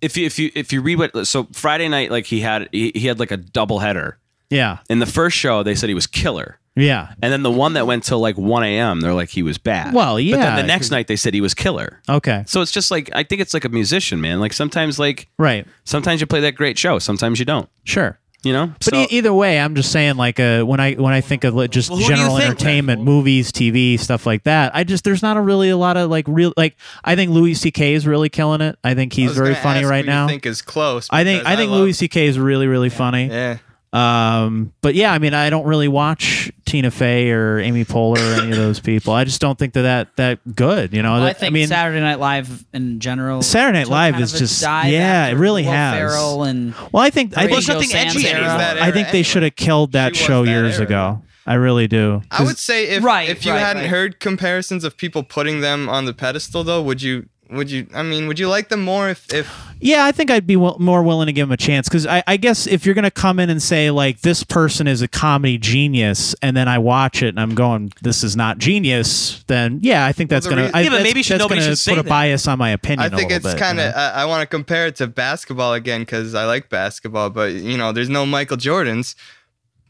[SPEAKER 3] if you if you if you read what so Friday night like he had he, he had like a double header.
[SPEAKER 1] yeah,
[SPEAKER 3] In the first show, they said he was killer,
[SPEAKER 1] yeah.
[SPEAKER 3] and then the one that went till like one a.m. They're like he was bad.
[SPEAKER 1] Well,
[SPEAKER 3] But
[SPEAKER 1] yeah,
[SPEAKER 3] then the next night they said he was killer.
[SPEAKER 1] Okay,
[SPEAKER 3] So it's just like I think it's like a musician, man. Like sometimes like
[SPEAKER 1] right,
[SPEAKER 3] sometimes you play that great show, sometimes you don't.
[SPEAKER 1] sure.
[SPEAKER 3] You know.
[SPEAKER 1] But e- either way, I'm just saying, like, uh, when I when I think of like, just
[SPEAKER 3] Well, who do you
[SPEAKER 1] general
[SPEAKER 3] think?
[SPEAKER 1] entertainment, movies, TV, stuff like that, I just there's not a really a lot of like real like I think Louis C.K. is really killing it. I think
[SPEAKER 7] I
[SPEAKER 1] he's
[SPEAKER 7] was
[SPEAKER 1] very
[SPEAKER 7] gonna
[SPEAKER 1] funny
[SPEAKER 7] ask
[SPEAKER 1] right
[SPEAKER 7] who you
[SPEAKER 1] now.
[SPEAKER 7] think is close.
[SPEAKER 1] I think
[SPEAKER 7] because
[SPEAKER 1] I think
[SPEAKER 7] love-
[SPEAKER 1] Louis C.K. is really really funny.
[SPEAKER 7] Yeah.
[SPEAKER 1] Um, but yeah, I mean, I don't really watch Tina Fey or Amy Poehler or any of those people. I just don't think they're that that good. You know,
[SPEAKER 4] Well, I
[SPEAKER 1] That-
[SPEAKER 4] think
[SPEAKER 1] mean,
[SPEAKER 4] Saturday Night Live in general.
[SPEAKER 1] Saturday Night
[SPEAKER 4] took
[SPEAKER 1] Live
[SPEAKER 4] kind
[SPEAKER 1] is
[SPEAKER 4] of a
[SPEAKER 1] just-
[SPEAKER 4] dive
[SPEAKER 1] yeah,
[SPEAKER 4] after
[SPEAKER 1] it really
[SPEAKER 4] Will
[SPEAKER 1] has.
[SPEAKER 4] Ferrell and
[SPEAKER 1] well, I think I
[SPEAKER 4] Well,
[SPEAKER 1] think
[SPEAKER 4] it's nothing edgy
[SPEAKER 7] She was
[SPEAKER 4] anymore.
[SPEAKER 7] that
[SPEAKER 1] I
[SPEAKER 7] era
[SPEAKER 1] think they
[SPEAKER 7] anyway.
[SPEAKER 1] should have killed that
[SPEAKER 7] She was
[SPEAKER 1] show
[SPEAKER 7] that
[SPEAKER 1] years
[SPEAKER 7] era.
[SPEAKER 1] ago. I really do.
[SPEAKER 7] I would say if
[SPEAKER 4] Right,
[SPEAKER 7] if you
[SPEAKER 4] right,
[SPEAKER 7] hadn't
[SPEAKER 4] right.
[SPEAKER 7] heard comparisons of people putting them on the pedestal though, would you would you I mean would you like them more if if
[SPEAKER 1] Yeah, I think I'd be w- more willing to give him a chance because I, I guess if you're going to come in and say like this person is a comedy genius, and then I watch it and I'm going, this is not genius, then yeah, I think that's
[SPEAKER 7] the
[SPEAKER 1] gonna
[SPEAKER 7] reason-
[SPEAKER 1] I,
[SPEAKER 3] Yeah, but
[SPEAKER 1] that's-
[SPEAKER 3] maybe should-
[SPEAKER 1] that's
[SPEAKER 3] nobody
[SPEAKER 1] gonna
[SPEAKER 3] should say
[SPEAKER 1] put a
[SPEAKER 3] that.
[SPEAKER 1] bias on my opinion.
[SPEAKER 7] I
[SPEAKER 1] a
[SPEAKER 7] think
[SPEAKER 1] little
[SPEAKER 7] it's
[SPEAKER 1] bit,
[SPEAKER 7] kind
[SPEAKER 1] you
[SPEAKER 7] of.
[SPEAKER 1] know?
[SPEAKER 7] I, I want to compare it to basketball again because I like basketball, but you know, there's no Michael Jordans.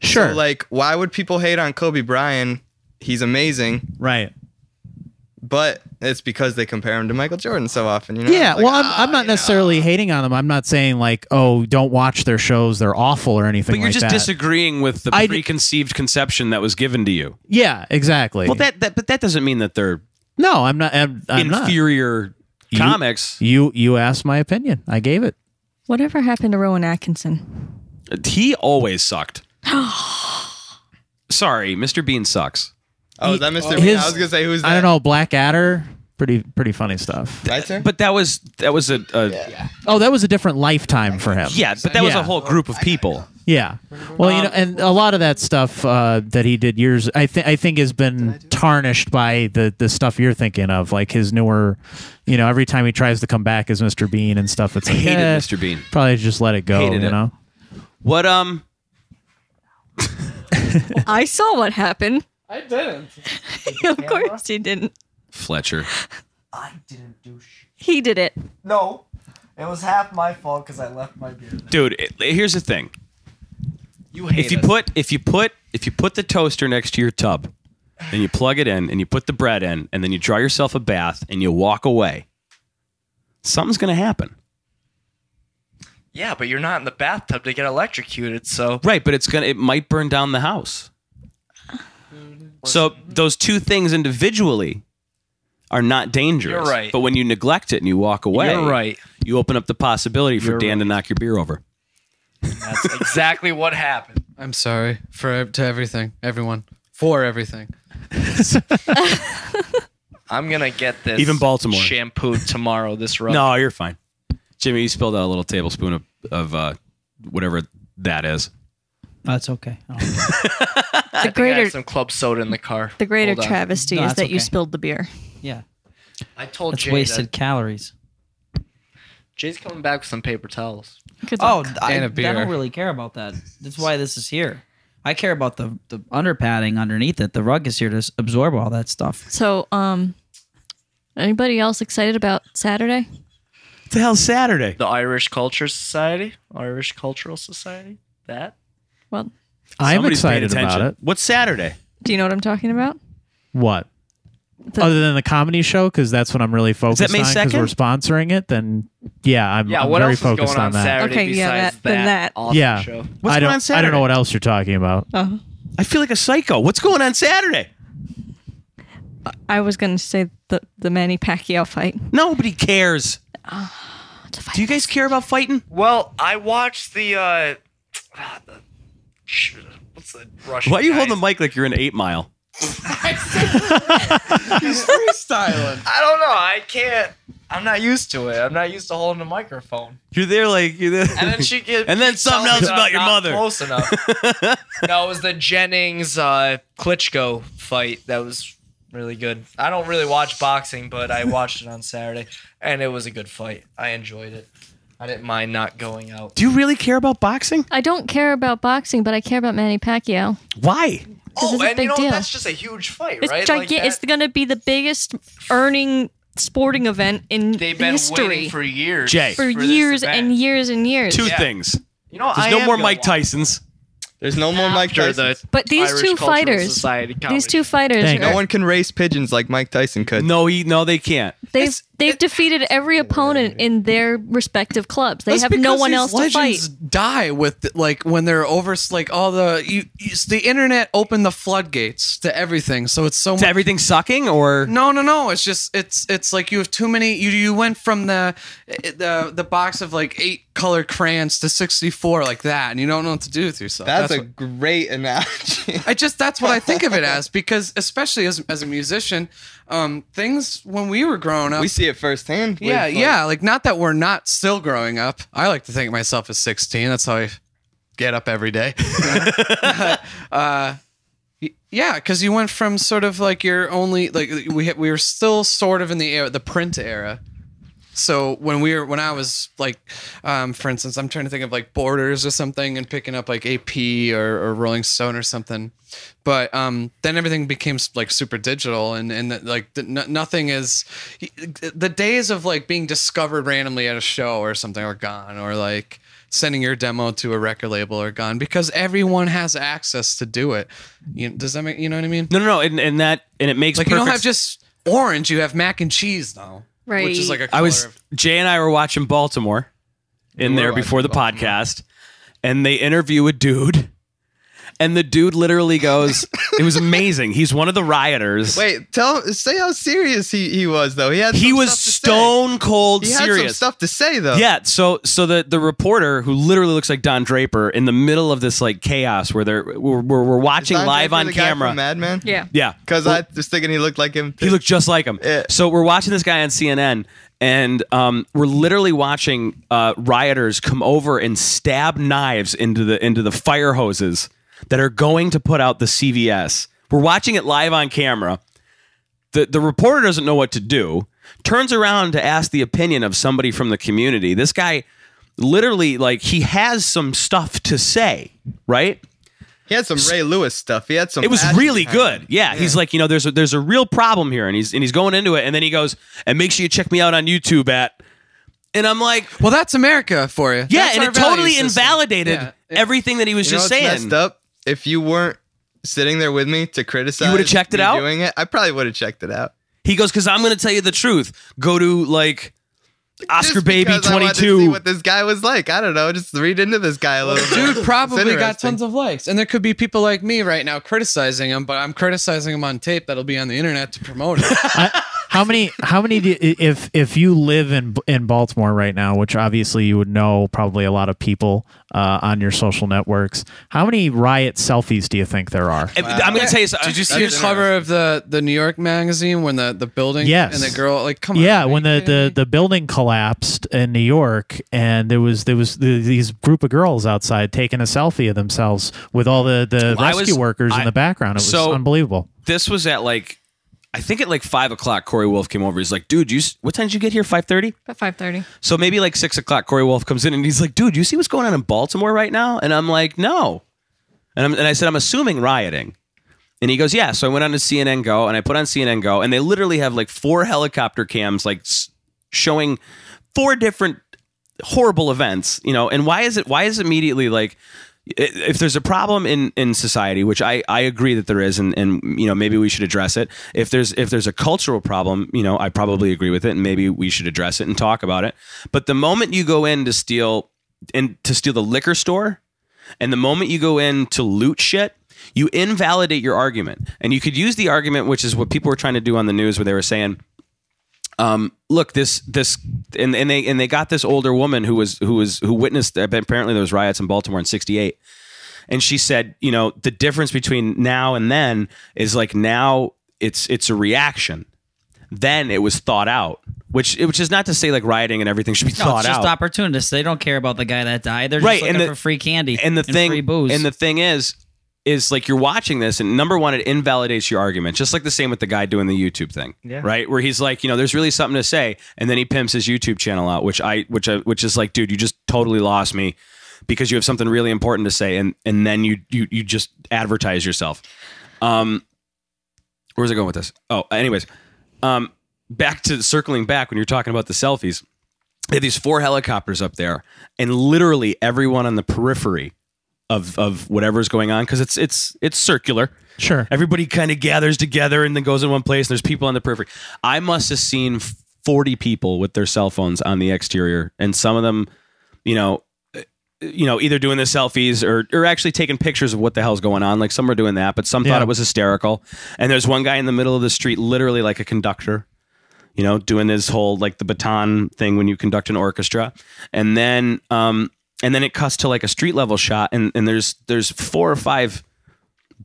[SPEAKER 1] sure,
[SPEAKER 7] So, like, why would people hate on Kobe Bryant? He's amazing,
[SPEAKER 1] right?
[SPEAKER 7] but it's because they compare him to Michael Jordan so often. You know?
[SPEAKER 1] Yeah,
[SPEAKER 7] It's like,
[SPEAKER 1] well, I'm,
[SPEAKER 7] ah,
[SPEAKER 1] I'm not
[SPEAKER 7] you know.
[SPEAKER 1] necessarily hating on them. I'm not saying like, oh, don't watch their shows; they're awful or anything.
[SPEAKER 3] but you're
[SPEAKER 1] like
[SPEAKER 3] just
[SPEAKER 1] that.
[SPEAKER 3] disagreeing with the
[SPEAKER 1] I d-
[SPEAKER 3] preconceived conception that was given to you.
[SPEAKER 1] Yeah, exactly.
[SPEAKER 3] Well, that, that but that doesn't mean that they're
[SPEAKER 1] no, I'm not. I'm, I'm not.
[SPEAKER 3] inferior
[SPEAKER 1] You-
[SPEAKER 3] comics.
[SPEAKER 1] You you asked my opinion. I gave it.
[SPEAKER 2] Whatever happened to
[SPEAKER 1] [LAUGHS]
[SPEAKER 2] Rowan Atkinson?
[SPEAKER 3] He always
[SPEAKER 1] [GASPS]
[SPEAKER 3] sucked. Sorry, Mr. Bean sucks.
[SPEAKER 7] Oh, is that Mr. Bean?
[SPEAKER 1] his-
[SPEAKER 7] I was gonna say who's that?
[SPEAKER 1] I don't know. Black Adder, pretty pretty funny stuff.
[SPEAKER 7] My turn?
[SPEAKER 3] But that was that was a, a yeah.
[SPEAKER 1] Oh, that was a different lifetime for him.
[SPEAKER 3] but that was a
[SPEAKER 1] Yeah.
[SPEAKER 3] whole group of people.
[SPEAKER 1] Yeah. Well, you know,
[SPEAKER 3] Um,
[SPEAKER 1] and a lot of that stuff uh, that he did years, I think, I think has been tarnished by the the stuff you're thinking of, like his newer, you know, every time he tries to come back as Mr. Bean and stuff. It's like,
[SPEAKER 3] Hated
[SPEAKER 1] eh,
[SPEAKER 3] Mr. Bean.
[SPEAKER 1] Probably just let it go.
[SPEAKER 3] Hated
[SPEAKER 1] you
[SPEAKER 3] it.
[SPEAKER 1] know.
[SPEAKER 3] What um
[SPEAKER 2] I saw what happened. [LAUGHS]
[SPEAKER 5] I didn't.
[SPEAKER 2] of course he didn't.
[SPEAKER 3] Fletcher?
[SPEAKER 8] I didn't do shit.
[SPEAKER 2] He did it.
[SPEAKER 8] No, it was half my fault because I left my beer. there.
[SPEAKER 3] Dude, it- here's the thing.
[SPEAKER 8] You hate
[SPEAKER 3] if you
[SPEAKER 8] us.
[SPEAKER 3] put if you put if you put the toaster next to your tub Then you plug it in and you put the bread in and then you draw yourself a bath and you walk away. Something's going to happen.
[SPEAKER 6] Yeah, but you're not in the bathtub to get electrocuted, so
[SPEAKER 3] Right, but it's going to it might burn down the house. So those two things individually are not dangerous.
[SPEAKER 6] You're right.
[SPEAKER 3] But when you neglect it and you walk away,
[SPEAKER 6] you're right.
[SPEAKER 3] you open up the possibility for Dan to knock your beer over.
[SPEAKER 6] That's exactly what happened.
[SPEAKER 5] I'm sorry for ev- to everything, everyone, for everything.
[SPEAKER 6] I'm gonna get this
[SPEAKER 3] Even Baltimore.
[SPEAKER 6] shampooed tomorrow. This rub.
[SPEAKER 3] No, you're fine. Jimmy, you spilled out a little tablespoon of, of uh, whatever that is.
[SPEAKER 4] That's okay.
[SPEAKER 6] the I
[SPEAKER 2] greater-
[SPEAKER 6] had some club soda in the car.
[SPEAKER 2] The greater
[SPEAKER 6] Hold on.
[SPEAKER 2] travesty
[SPEAKER 4] No,
[SPEAKER 2] is
[SPEAKER 4] that's
[SPEAKER 2] that
[SPEAKER 4] okay.
[SPEAKER 2] you spilled the beer.
[SPEAKER 4] [LAUGHS] yeah,
[SPEAKER 6] I told
[SPEAKER 4] that's
[SPEAKER 6] Jay
[SPEAKER 4] wasted
[SPEAKER 6] that
[SPEAKER 4] calories.
[SPEAKER 6] Jay's coming back with some paper towels.
[SPEAKER 2] Good
[SPEAKER 4] Oh,
[SPEAKER 2] luck.
[SPEAKER 4] I,
[SPEAKER 5] And a
[SPEAKER 4] I
[SPEAKER 5] beer.
[SPEAKER 4] don't really care about that. That's why this is here. I care about the the underpadding underneath it. The rug is here to s- absorb all that stuff.
[SPEAKER 2] So, um, anybody else excited about Saturday?
[SPEAKER 3] What the hell's Saturday?
[SPEAKER 6] The Irish Culture Society, Irish Cultural Society. That
[SPEAKER 2] Well,
[SPEAKER 1] I'm
[SPEAKER 3] Somebody's paying
[SPEAKER 1] excited about
[SPEAKER 3] attention.
[SPEAKER 1] it.
[SPEAKER 3] What's Saturday?
[SPEAKER 2] do you know what I'm talking about?
[SPEAKER 1] What?
[SPEAKER 2] The-
[SPEAKER 1] Other than the comedy show, because that's what I'm really focused
[SPEAKER 3] May
[SPEAKER 1] on. Because
[SPEAKER 3] 2nd?
[SPEAKER 1] we're sponsoring it, then yeah, I'm,
[SPEAKER 6] yeah.
[SPEAKER 1] I'm
[SPEAKER 6] what
[SPEAKER 1] very
[SPEAKER 6] else is going
[SPEAKER 1] focused
[SPEAKER 6] on,
[SPEAKER 1] on, that.
[SPEAKER 6] Saturday
[SPEAKER 2] Okay,
[SPEAKER 6] besides
[SPEAKER 2] yeah, that-
[SPEAKER 6] that,
[SPEAKER 2] then that.
[SPEAKER 6] awesome
[SPEAKER 1] Yeah.
[SPEAKER 6] show?
[SPEAKER 3] What's
[SPEAKER 1] I
[SPEAKER 3] going
[SPEAKER 1] don't.
[SPEAKER 3] on Saturday?
[SPEAKER 1] I don't know what else you're talking about.
[SPEAKER 2] Oh,
[SPEAKER 3] I feel like a psycho. What's going on Saturday?
[SPEAKER 2] I was going to say the the Manny Pacquiao fight.
[SPEAKER 3] Nobody cares.
[SPEAKER 2] It's a fight.
[SPEAKER 3] Do you guys care about fighting?
[SPEAKER 6] Well, I watched the. uh [SIGHS] the- shoot, What's the Russian?
[SPEAKER 3] Why are you
[SPEAKER 6] guy's-
[SPEAKER 3] holding the mic like you're in Eight Mile?
[SPEAKER 5] He's freestyling.
[SPEAKER 6] I don't know. I can't. I'm not used to it. I'm not used to holding a microphone.
[SPEAKER 3] You're there like you're there.
[SPEAKER 6] And
[SPEAKER 3] [LAUGHS]
[SPEAKER 6] then she gives.
[SPEAKER 3] And then something else about your mother.
[SPEAKER 6] Close enough.
[SPEAKER 3] [LAUGHS]
[SPEAKER 6] no, it was the Jennings uh, Klitschko fight that was really good. I don't really watch boxing, but I watched it on Saturday, and it was a good fight. I enjoyed it. I didn't mind not going out.
[SPEAKER 3] Do you really care about boxing?
[SPEAKER 2] I don't care about boxing, but I care about Manny Pacquiao.
[SPEAKER 3] Why?
[SPEAKER 2] it's a
[SPEAKER 6] Oh, and you
[SPEAKER 2] big
[SPEAKER 6] know
[SPEAKER 2] deal.
[SPEAKER 6] that's just a huge fight,
[SPEAKER 2] It's
[SPEAKER 6] right? Like
[SPEAKER 2] gigantic. it's
[SPEAKER 6] that-
[SPEAKER 2] going to be the biggest earning sporting event in
[SPEAKER 6] They've been
[SPEAKER 2] history
[SPEAKER 6] waiting for years.
[SPEAKER 3] Jay.
[SPEAKER 2] for
[SPEAKER 6] this
[SPEAKER 2] years
[SPEAKER 6] event.
[SPEAKER 2] and years and years.
[SPEAKER 3] Two
[SPEAKER 6] Yeah.
[SPEAKER 3] things.
[SPEAKER 6] You know,
[SPEAKER 3] There's
[SPEAKER 6] I
[SPEAKER 3] no
[SPEAKER 6] am
[SPEAKER 3] more
[SPEAKER 6] gonna
[SPEAKER 3] Mike
[SPEAKER 6] watch
[SPEAKER 3] Tyson's.
[SPEAKER 7] There's no more Mike
[SPEAKER 6] after
[SPEAKER 7] Tyson.
[SPEAKER 6] the
[SPEAKER 2] But these
[SPEAKER 6] Irish
[SPEAKER 2] two
[SPEAKER 6] Cultural
[SPEAKER 2] fighters-
[SPEAKER 6] Society
[SPEAKER 2] These
[SPEAKER 6] comedy.
[SPEAKER 2] two fighters,
[SPEAKER 1] Dang.
[SPEAKER 2] are,
[SPEAKER 7] No one can race pigeons like Mike Tyson could.
[SPEAKER 3] No, he no, they can't.
[SPEAKER 2] they've they've defeated every opponent in their respective clubs. They have no one else to fight.
[SPEAKER 5] legends Die with like when they're over. Like all the e you, you, the internet opened the floodgates to everything. So it's so
[SPEAKER 3] Is
[SPEAKER 5] much.
[SPEAKER 3] everything sucking or
[SPEAKER 5] No, no, no. It's just it's it's like you have too many. You you went from the eh, the the box of like eight colored crayons to sixty four like that, and you don't know what to do with yourself.
[SPEAKER 7] That's, a
[SPEAKER 5] what-
[SPEAKER 7] great analogy.
[SPEAKER 5] I just that's what I think [LAUGHS] of it as because especially as as a musician, um, things when we were growing up.
[SPEAKER 7] [LAUGHS] we see it firsthand. with,
[SPEAKER 5] yeah,
[SPEAKER 7] like,
[SPEAKER 5] yeah. Like not that we're not still growing up. I like to think of myself as sixteen. That's how I get up every day. [LAUGHS] Uh, Yeah, because you went from sort of like your only like we we were still sort of in the era, the print era. So when we were when I was like, um, for instance, I'm trying to think of like Borders or something and picking up like AP or, or Rolling Stone or something, but um, then everything became like super digital and and like the, no, nothing is the days of like being discovered randomly at a show or something are gone or like sending your demo to a record label are gone because everyone has access to do it. You, does that make you know what I mean?
[SPEAKER 3] no no no and, and that and it makes
[SPEAKER 5] Like you
[SPEAKER 3] perfect
[SPEAKER 5] don't have just orange, you have mac and cheese now,
[SPEAKER 2] Right.
[SPEAKER 5] Which is like a color
[SPEAKER 3] I was
[SPEAKER 5] of,
[SPEAKER 3] Jay and I were watching Baltimore in
[SPEAKER 5] We were
[SPEAKER 3] there before the
[SPEAKER 5] watching Baltimore.
[SPEAKER 3] podcast, and they interview a dude, and the dude literally goes, "It was amazing. He's one of the rioters.
[SPEAKER 7] Wait, tell say how serious he, he was though. He had
[SPEAKER 3] he
[SPEAKER 7] some
[SPEAKER 3] was
[SPEAKER 7] stuff to say.
[SPEAKER 3] stone cold
[SPEAKER 7] He had some
[SPEAKER 3] serious."
[SPEAKER 7] stuff to say though.
[SPEAKER 3] Yeah, so so the the reporter who literally looks like Don Draper in the middle of this like chaos where they're we're, we're, we're
[SPEAKER 7] Is
[SPEAKER 3] watching
[SPEAKER 7] Don
[SPEAKER 3] live
[SPEAKER 7] Draper
[SPEAKER 3] on
[SPEAKER 7] the guy
[SPEAKER 3] camera.
[SPEAKER 7] From Mad Men.
[SPEAKER 2] yeah.
[SPEAKER 3] yeah,
[SPEAKER 7] Because I was thinking he looked like him.
[SPEAKER 3] He looked just like him.
[SPEAKER 7] Yeah.
[SPEAKER 3] So we're watching this guy on CNN, and um, we're literally watching uh, rioters come over and stab knives into the into the fire hoses that are going to put out the CVS. We're watching it live on camera. The the reporter doesn't know what to do. Turns around to ask the opinion of somebody from the community. This guy, literally, like he has some stuff to say, right?
[SPEAKER 7] He had some Ray Lewis stuff. He had some.
[SPEAKER 3] It was
[SPEAKER 7] passion
[SPEAKER 3] really
[SPEAKER 7] behind him.
[SPEAKER 3] good. Yeah, he's like, you know, there's a, there's a real problem here, and he's and he's going into it, and then he goes, and make sure you check me out on YouTube at, and I'm like,
[SPEAKER 5] well, that's America for you.
[SPEAKER 3] yeah,
[SPEAKER 5] That's
[SPEAKER 3] and
[SPEAKER 5] our
[SPEAKER 3] it
[SPEAKER 5] value
[SPEAKER 3] totally
[SPEAKER 5] system.
[SPEAKER 3] invalidated
[SPEAKER 5] Yeah.
[SPEAKER 3] everything that he was
[SPEAKER 7] You know
[SPEAKER 3] just
[SPEAKER 7] what's
[SPEAKER 3] saying.
[SPEAKER 7] messed up. If you weren't sitting there with me to criticize.
[SPEAKER 3] would've checked it
[SPEAKER 7] me
[SPEAKER 3] out?
[SPEAKER 7] Doing it, I probably would have checked it out.
[SPEAKER 3] He goes, because I'm going to tell you the truth. Go to like Oscar
[SPEAKER 7] Just
[SPEAKER 3] Baby
[SPEAKER 7] because I wanted to see
[SPEAKER 3] 22.
[SPEAKER 7] what this guy was like. I don't know. Just read into this guy a little. bit.
[SPEAKER 5] Dude
[SPEAKER 7] It's
[SPEAKER 5] probably got
[SPEAKER 7] interesting.
[SPEAKER 5] tons of likes, and there could be people like me right now criticizing him, but I'm criticizing him on tape that'll be on the internet to promote it.
[SPEAKER 1] I- how many? How many? Do, if if you live in in Baltimore right now, which obviously you would know probably a lot of people uh, on your social networks, how many riot selfies do you think there are?
[SPEAKER 3] I'm going to tell you something.
[SPEAKER 5] Did you see the cover of the the New York magazine when the the building?
[SPEAKER 1] Yes.
[SPEAKER 5] And the girl like come on.
[SPEAKER 1] Yeah,
[SPEAKER 5] are
[SPEAKER 1] when
[SPEAKER 5] you
[SPEAKER 1] the,
[SPEAKER 5] kidding me?
[SPEAKER 1] the, the building collapsed in New York, and there was there was the, these group of girls outside taking a selfie of themselves with all the, the
[SPEAKER 3] I
[SPEAKER 1] rescue
[SPEAKER 3] was-
[SPEAKER 1] workers
[SPEAKER 3] I-
[SPEAKER 1] in the background. It was
[SPEAKER 3] so-
[SPEAKER 1] unbelievable.
[SPEAKER 3] this was at like I think at like five o'clock. Corey Wolf came over. He's like, "Dude, you s- what time did you get here? Five thirty?
[SPEAKER 2] About five thirty.
[SPEAKER 3] So maybe like six o'clock. Corey Wolf comes in and he's like, "Dude, you see what's going on in Baltimore right now?" And I'm like, "No," and, I'm, and I said, "I'm assuming rioting." And he goes, "Yeah." So I went on to CNN Go and I put on CNN Go and they literally have like four helicopter cams like s- showing four different horrible events. You know, and why is it? Why is it immediately like? i- if there's a problem in in society which i i agree that there is and and you know maybe we should address it if there's if there's a cultural problem you know i probably agree with it and maybe we should address it and talk about it but the moment you go in to steal and to steal the liquor store and the moment you go in to loot shit, you invalidate your argument. And you could use the argument, which is what people were trying to do on the news, where they were saying, um, look, this this and, and they and they got this older woman who was who was who witnessed apparently there was riots in Baltimore in sixty eight. And she said, you know, the difference between now and then is like now it's it's a reaction. Then it was thought out, which which is not to say like rioting and everything should be
[SPEAKER 4] No,
[SPEAKER 3] thought
[SPEAKER 4] it's just
[SPEAKER 3] out.
[SPEAKER 4] opportunists. They don't care about the guy that died. They're just
[SPEAKER 3] Right,
[SPEAKER 4] looking
[SPEAKER 3] and the-
[SPEAKER 4] for free candy
[SPEAKER 3] and the thing
[SPEAKER 4] free booze.
[SPEAKER 3] and the thing is is like you're watching this and number one it invalidates your argument just like the same with the guy doing the youtube thing yeah. right where he's like you know there's really something to say and then he pimps his youtube channel out which i which i which is like dude you just totally lost me because you have something really important to say and and then you you you just advertise yourself um where's i going with this oh anyways um back to circling back when you're talking about the selfies they have these four helicopters up there and literally everyone on the periphery of of whatever's going on because it's it's it's circular
[SPEAKER 1] Sure.
[SPEAKER 3] everybody kind of gathers together and then goes in one place and there's people on the periphery i must have seen 40 people with their cell phones on the exterior and some of them you know uh, you know either doing the selfies or or actually taking pictures of what the hell's going on like some were doing that but some
[SPEAKER 1] Yeah.
[SPEAKER 3] thought it was hysterical and there's one guy in the middle of the street literally like a conductor you know, doing his whole like the baton thing when you conduct an orchestra, and then um, and then it cuts to like a street level shot, and and there's there's four or five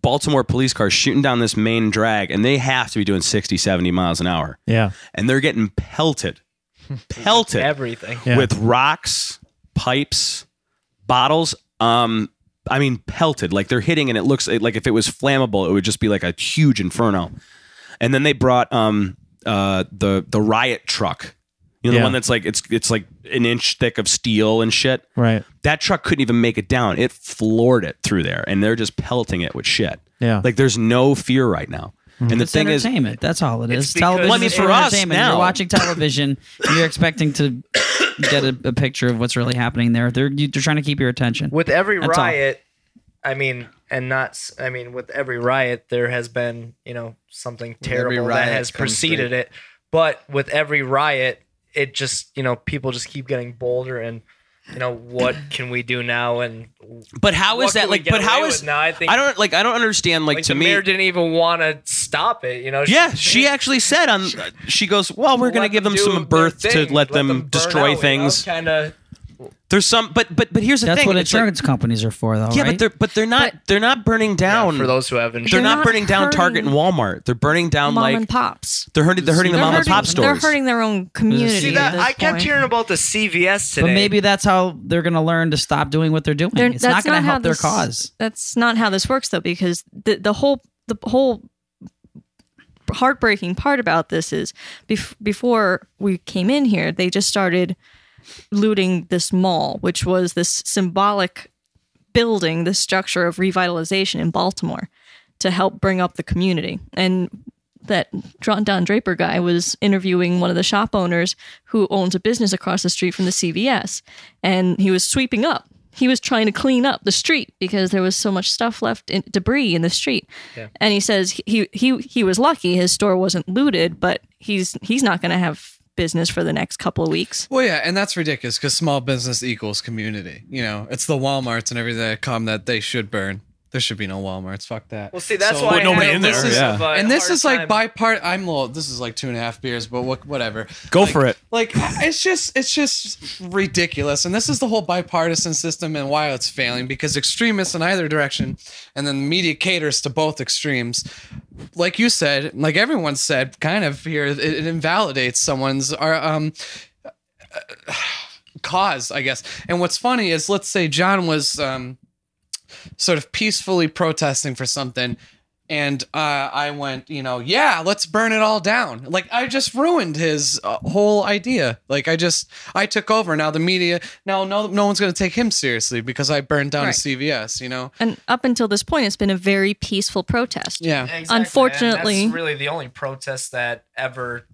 [SPEAKER 3] Baltimore police cars shooting down this main drag, and they have to be doing 60, 70 miles an hour,
[SPEAKER 1] Yeah.
[SPEAKER 3] and they're getting
[SPEAKER 1] [LAUGHS]
[SPEAKER 3] pelted, pelted
[SPEAKER 6] Everything.
[SPEAKER 1] Yeah.
[SPEAKER 3] with rocks, pipes, bottles. Um, I mean, pelted like they're hitting, and it looks like if it was flammable, it would just be like a huge inferno. And then they brought um uh the the riot truck, you know,
[SPEAKER 1] Yeah.
[SPEAKER 3] the one that's like it's it's like an inch thick of steel and shit.
[SPEAKER 1] Right.
[SPEAKER 3] That truck couldn't even make it down. It floored it through there, and they're just pelting it with shit.
[SPEAKER 1] Yeah.
[SPEAKER 3] Like there's no fear right now. And the
[SPEAKER 4] it's
[SPEAKER 3] thing is,
[SPEAKER 4] entertainment. That's all it is.
[SPEAKER 6] because-
[SPEAKER 4] Television
[SPEAKER 6] Well, I mean,
[SPEAKER 4] is
[SPEAKER 3] for us
[SPEAKER 4] entertainment.
[SPEAKER 3] now-
[SPEAKER 4] You're
[SPEAKER 3] [LAUGHS]
[SPEAKER 4] watching television. you're expecting to get a, a picture of what's really happening there. They're you- they're trying to keep your attention.
[SPEAKER 6] With every
[SPEAKER 4] That's all.
[SPEAKER 6] riot, I mean, and not, s- I mean, with every riot, there has been, you know, something
[SPEAKER 7] every
[SPEAKER 6] terrible that
[SPEAKER 7] riot
[SPEAKER 6] has
[SPEAKER 7] comes
[SPEAKER 6] preceded it. But with every riot, it just, you know, people just keep getting bolder and, you
[SPEAKER 3] [CLEARS THROAT]
[SPEAKER 6] know, what can we do now? And
[SPEAKER 3] but how is
[SPEAKER 6] What
[SPEAKER 3] that
[SPEAKER 6] can we
[SPEAKER 3] like?
[SPEAKER 6] get
[SPEAKER 3] But how
[SPEAKER 6] away
[SPEAKER 3] is
[SPEAKER 6] with now? I think-
[SPEAKER 3] I don't like I don't understand like,
[SPEAKER 6] like
[SPEAKER 3] to
[SPEAKER 6] the
[SPEAKER 3] me
[SPEAKER 6] mayor didn't even want to stop it, you know?
[SPEAKER 3] Yeah, she actually said on. She goes, "Well, we're going to give them some birth to let, them, destroy things."
[SPEAKER 6] Kind of.
[SPEAKER 3] There's some, but but but here's the
[SPEAKER 4] That's
[SPEAKER 3] thing.
[SPEAKER 4] what
[SPEAKER 3] it's like-
[SPEAKER 4] insurance companies are for, though.
[SPEAKER 3] yeah,
[SPEAKER 4] right?
[SPEAKER 3] but they're but they're not they're not burning down.
[SPEAKER 6] for those who haven't.
[SPEAKER 2] They're
[SPEAKER 3] they're not,
[SPEAKER 2] not
[SPEAKER 3] burning down Target and
[SPEAKER 2] hurting
[SPEAKER 3] Walmart. They're burning down
[SPEAKER 2] Mom
[SPEAKER 3] like
[SPEAKER 2] and pops.
[SPEAKER 3] they're hurting they're hurting the
[SPEAKER 4] They're
[SPEAKER 3] mom and
[SPEAKER 2] hurting-
[SPEAKER 3] pop
[SPEAKER 2] They're
[SPEAKER 3] stores.
[SPEAKER 2] hurting their own community.
[SPEAKER 6] See that?
[SPEAKER 2] at this
[SPEAKER 6] I kept
[SPEAKER 2] point.
[SPEAKER 6] hearing about the CVS today.
[SPEAKER 4] But maybe that's how they're going to learn to stop doing what they're doing.
[SPEAKER 2] They're-
[SPEAKER 4] it's not
[SPEAKER 2] that's
[SPEAKER 4] going to
[SPEAKER 2] how
[SPEAKER 4] help their
[SPEAKER 2] this-
[SPEAKER 4] cause.
[SPEAKER 2] That's not how this works, though, because the the whole the whole heartbreaking part about this is bef- before we came in here, they just started looting this mall, which was this symbolic building, this structure of revitalization in Baltimore to help bring up the community. And that Dr- Don Draper guy was interviewing one of the shop owners who owns a business across the street from the CVS, and he was sweeping up. he was trying to clean up the street because there was so much stuff left in debris in the street. And he says he he he was lucky his store wasn't looted, but he's he's not going to have business for the next couple of weeks.
[SPEAKER 5] Well, yeah, and that's ridiculous because small business equals community. You know, it's the WalMarts and everything that come that they should burn. There should be no WalMarts. Fuck that.
[SPEAKER 6] Well, see, that's
[SPEAKER 5] So-
[SPEAKER 6] why I
[SPEAKER 3] nobody
[SPEAKER 6] had a
[SPEAKER 3] in there,
[SPEAKER 6] little
[SPEAKER 3] yeah.
[SPEAKER 6] bit of a
[SPEAKER 5] and this
[SPEAKER 6] hard
[SPEAKER 5] is like
[SPEAKER 6] time.
[SPEAKER 5] by part. I'm low. This is like two and a half beers, but wha- whatever.
[SPEAKER 3] Go
[SPEAKER 5] Like-
[SPEAKER 3] for it.
[SPEAKER 5] Like it's just it's just ridiculous. And this is the whole bipartisan system and why it's failing because extremists in either direction, and then the media caters to both extremes. Like you said, like everyone said, kind of here, it, it invalidates someone's our um uh, cause, I guess. And what's funny is, let's say John was um, sort of peacefully protesting for something, and uh, I went, you know, yeah, let's burn it all down. Like I just ruined his uh, whole idea. Like I just, I took over. Now the media, now no, no one's going to take him seriously because I burned down
[SPEAKER 2] Right.
[SPEAKER 5] a CVS. You know,
[SPEAKER 2] And up until this point, it's been a very peaceful protest.
[SPEAKER 5] yeah.
[SPEAKER 6] Exactly, and
[SPEAKER 2] Unfortunately-
[SPEAKER 6] that's really the only protest that ever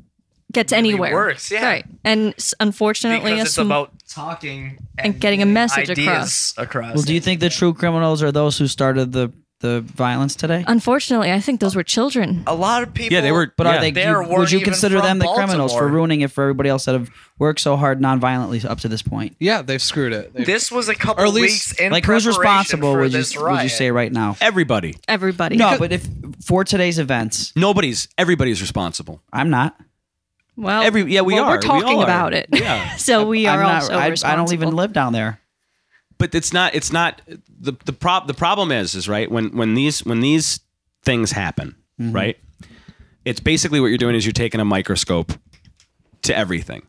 [SPEAKER 2] Gets
[SPEAKER 6] really
[SPEAKER 2] anywhere.
[SPEAKER 6] works, yeah.
[SPEAKER 2] Right. And s- unfortunately,
[SPEAKER 6] because
[SPEAKER 2] a
[SPEAKER 6] it's
[SPEAKER 2] sm-
[SPEAKER 6] about talking
[SPEAKER 2] and getting a message
[SPEAKER 6] ideas across.
[SPEAKER 4] Well, do you think the true criminals are those who started the the violence
[SPEAKER 2] Uh,
[SPEAKER 4] today?
[SPEAKER 2] unfortunately, I think those were children.
[SPEAKER 6] a lot of people?
[SPEAKER 3] Yeah, they were.
[SPEAKER 4] But
[SPEAKER 3] yeah.
[SPEAKER 4] are they?
[SPEAKER 6] They
[SPEAKER 4] you-
[SPEAKER 6] weren't
[SPEAKER 4] would you
[SPEAKER 6] even
[SPEAKER 4] consider
[SPEAKER 6] from
[SPEAKER 4] them the criminals for
[SPEAKER 6] Baltimore.
[SPEAKER 4] ruining it for everybody else that have worked so hard nonviolently up to this point?
[SPEAKER 5] Yeah, they've screwed it. They've-
[SPEAKER 6] This was a couple
[SPEAKER 5] Or at least-
[SPEAKER 6] weeks in
[SPEAKER 4] like who's
[SPEAKER 6] preparation
[SPEAKER 4] responsible?
[SPEAKER 6] for
[SPEAKER 4] Would you
[SPEAKER 6] this
[SPEAKER 4] would you
[SPEAKER 6] riot.
[SPEAKER 4] say right now?
[SPEAKER 3] Everybody.
[SPEAKER 2] Everybody.
[SPEAKER 4] No, but if for today's events,
[SPEAKER 3] Nobody's. Everybody's responsible.
[SPEAKER 4] I'm not.
[SPEAKER 2] Well,
[SPEAKER 3] Every. Yeah, we
[SPEAKER 2] well,
[SPEAKER 3] are.
[SPEAKER 2] We're
[SPEAKER 3] We
[SPEAKER 2] talking
[SPEAKER 3] all are.
[SPEAKER 2] about it.
[SPEAKER 3] Yeah.
[SPEAKER 2] [LAUGHS] so we are
[SPEAKER 4] I'm not-
[SPEAKER 2] also
[SPEAKER 4] I,
[SPEAKER 2] responsible.
[SPEAKER 4] I don't even live down there.
[SPEAKER 3] but it's not it's not the the prop the problem is is right when when these when these things happen
[SPEAKER 4] Mm-hmm.
[SPEAKER 3] right it's basically what you're doing is you're taking a microscope to everything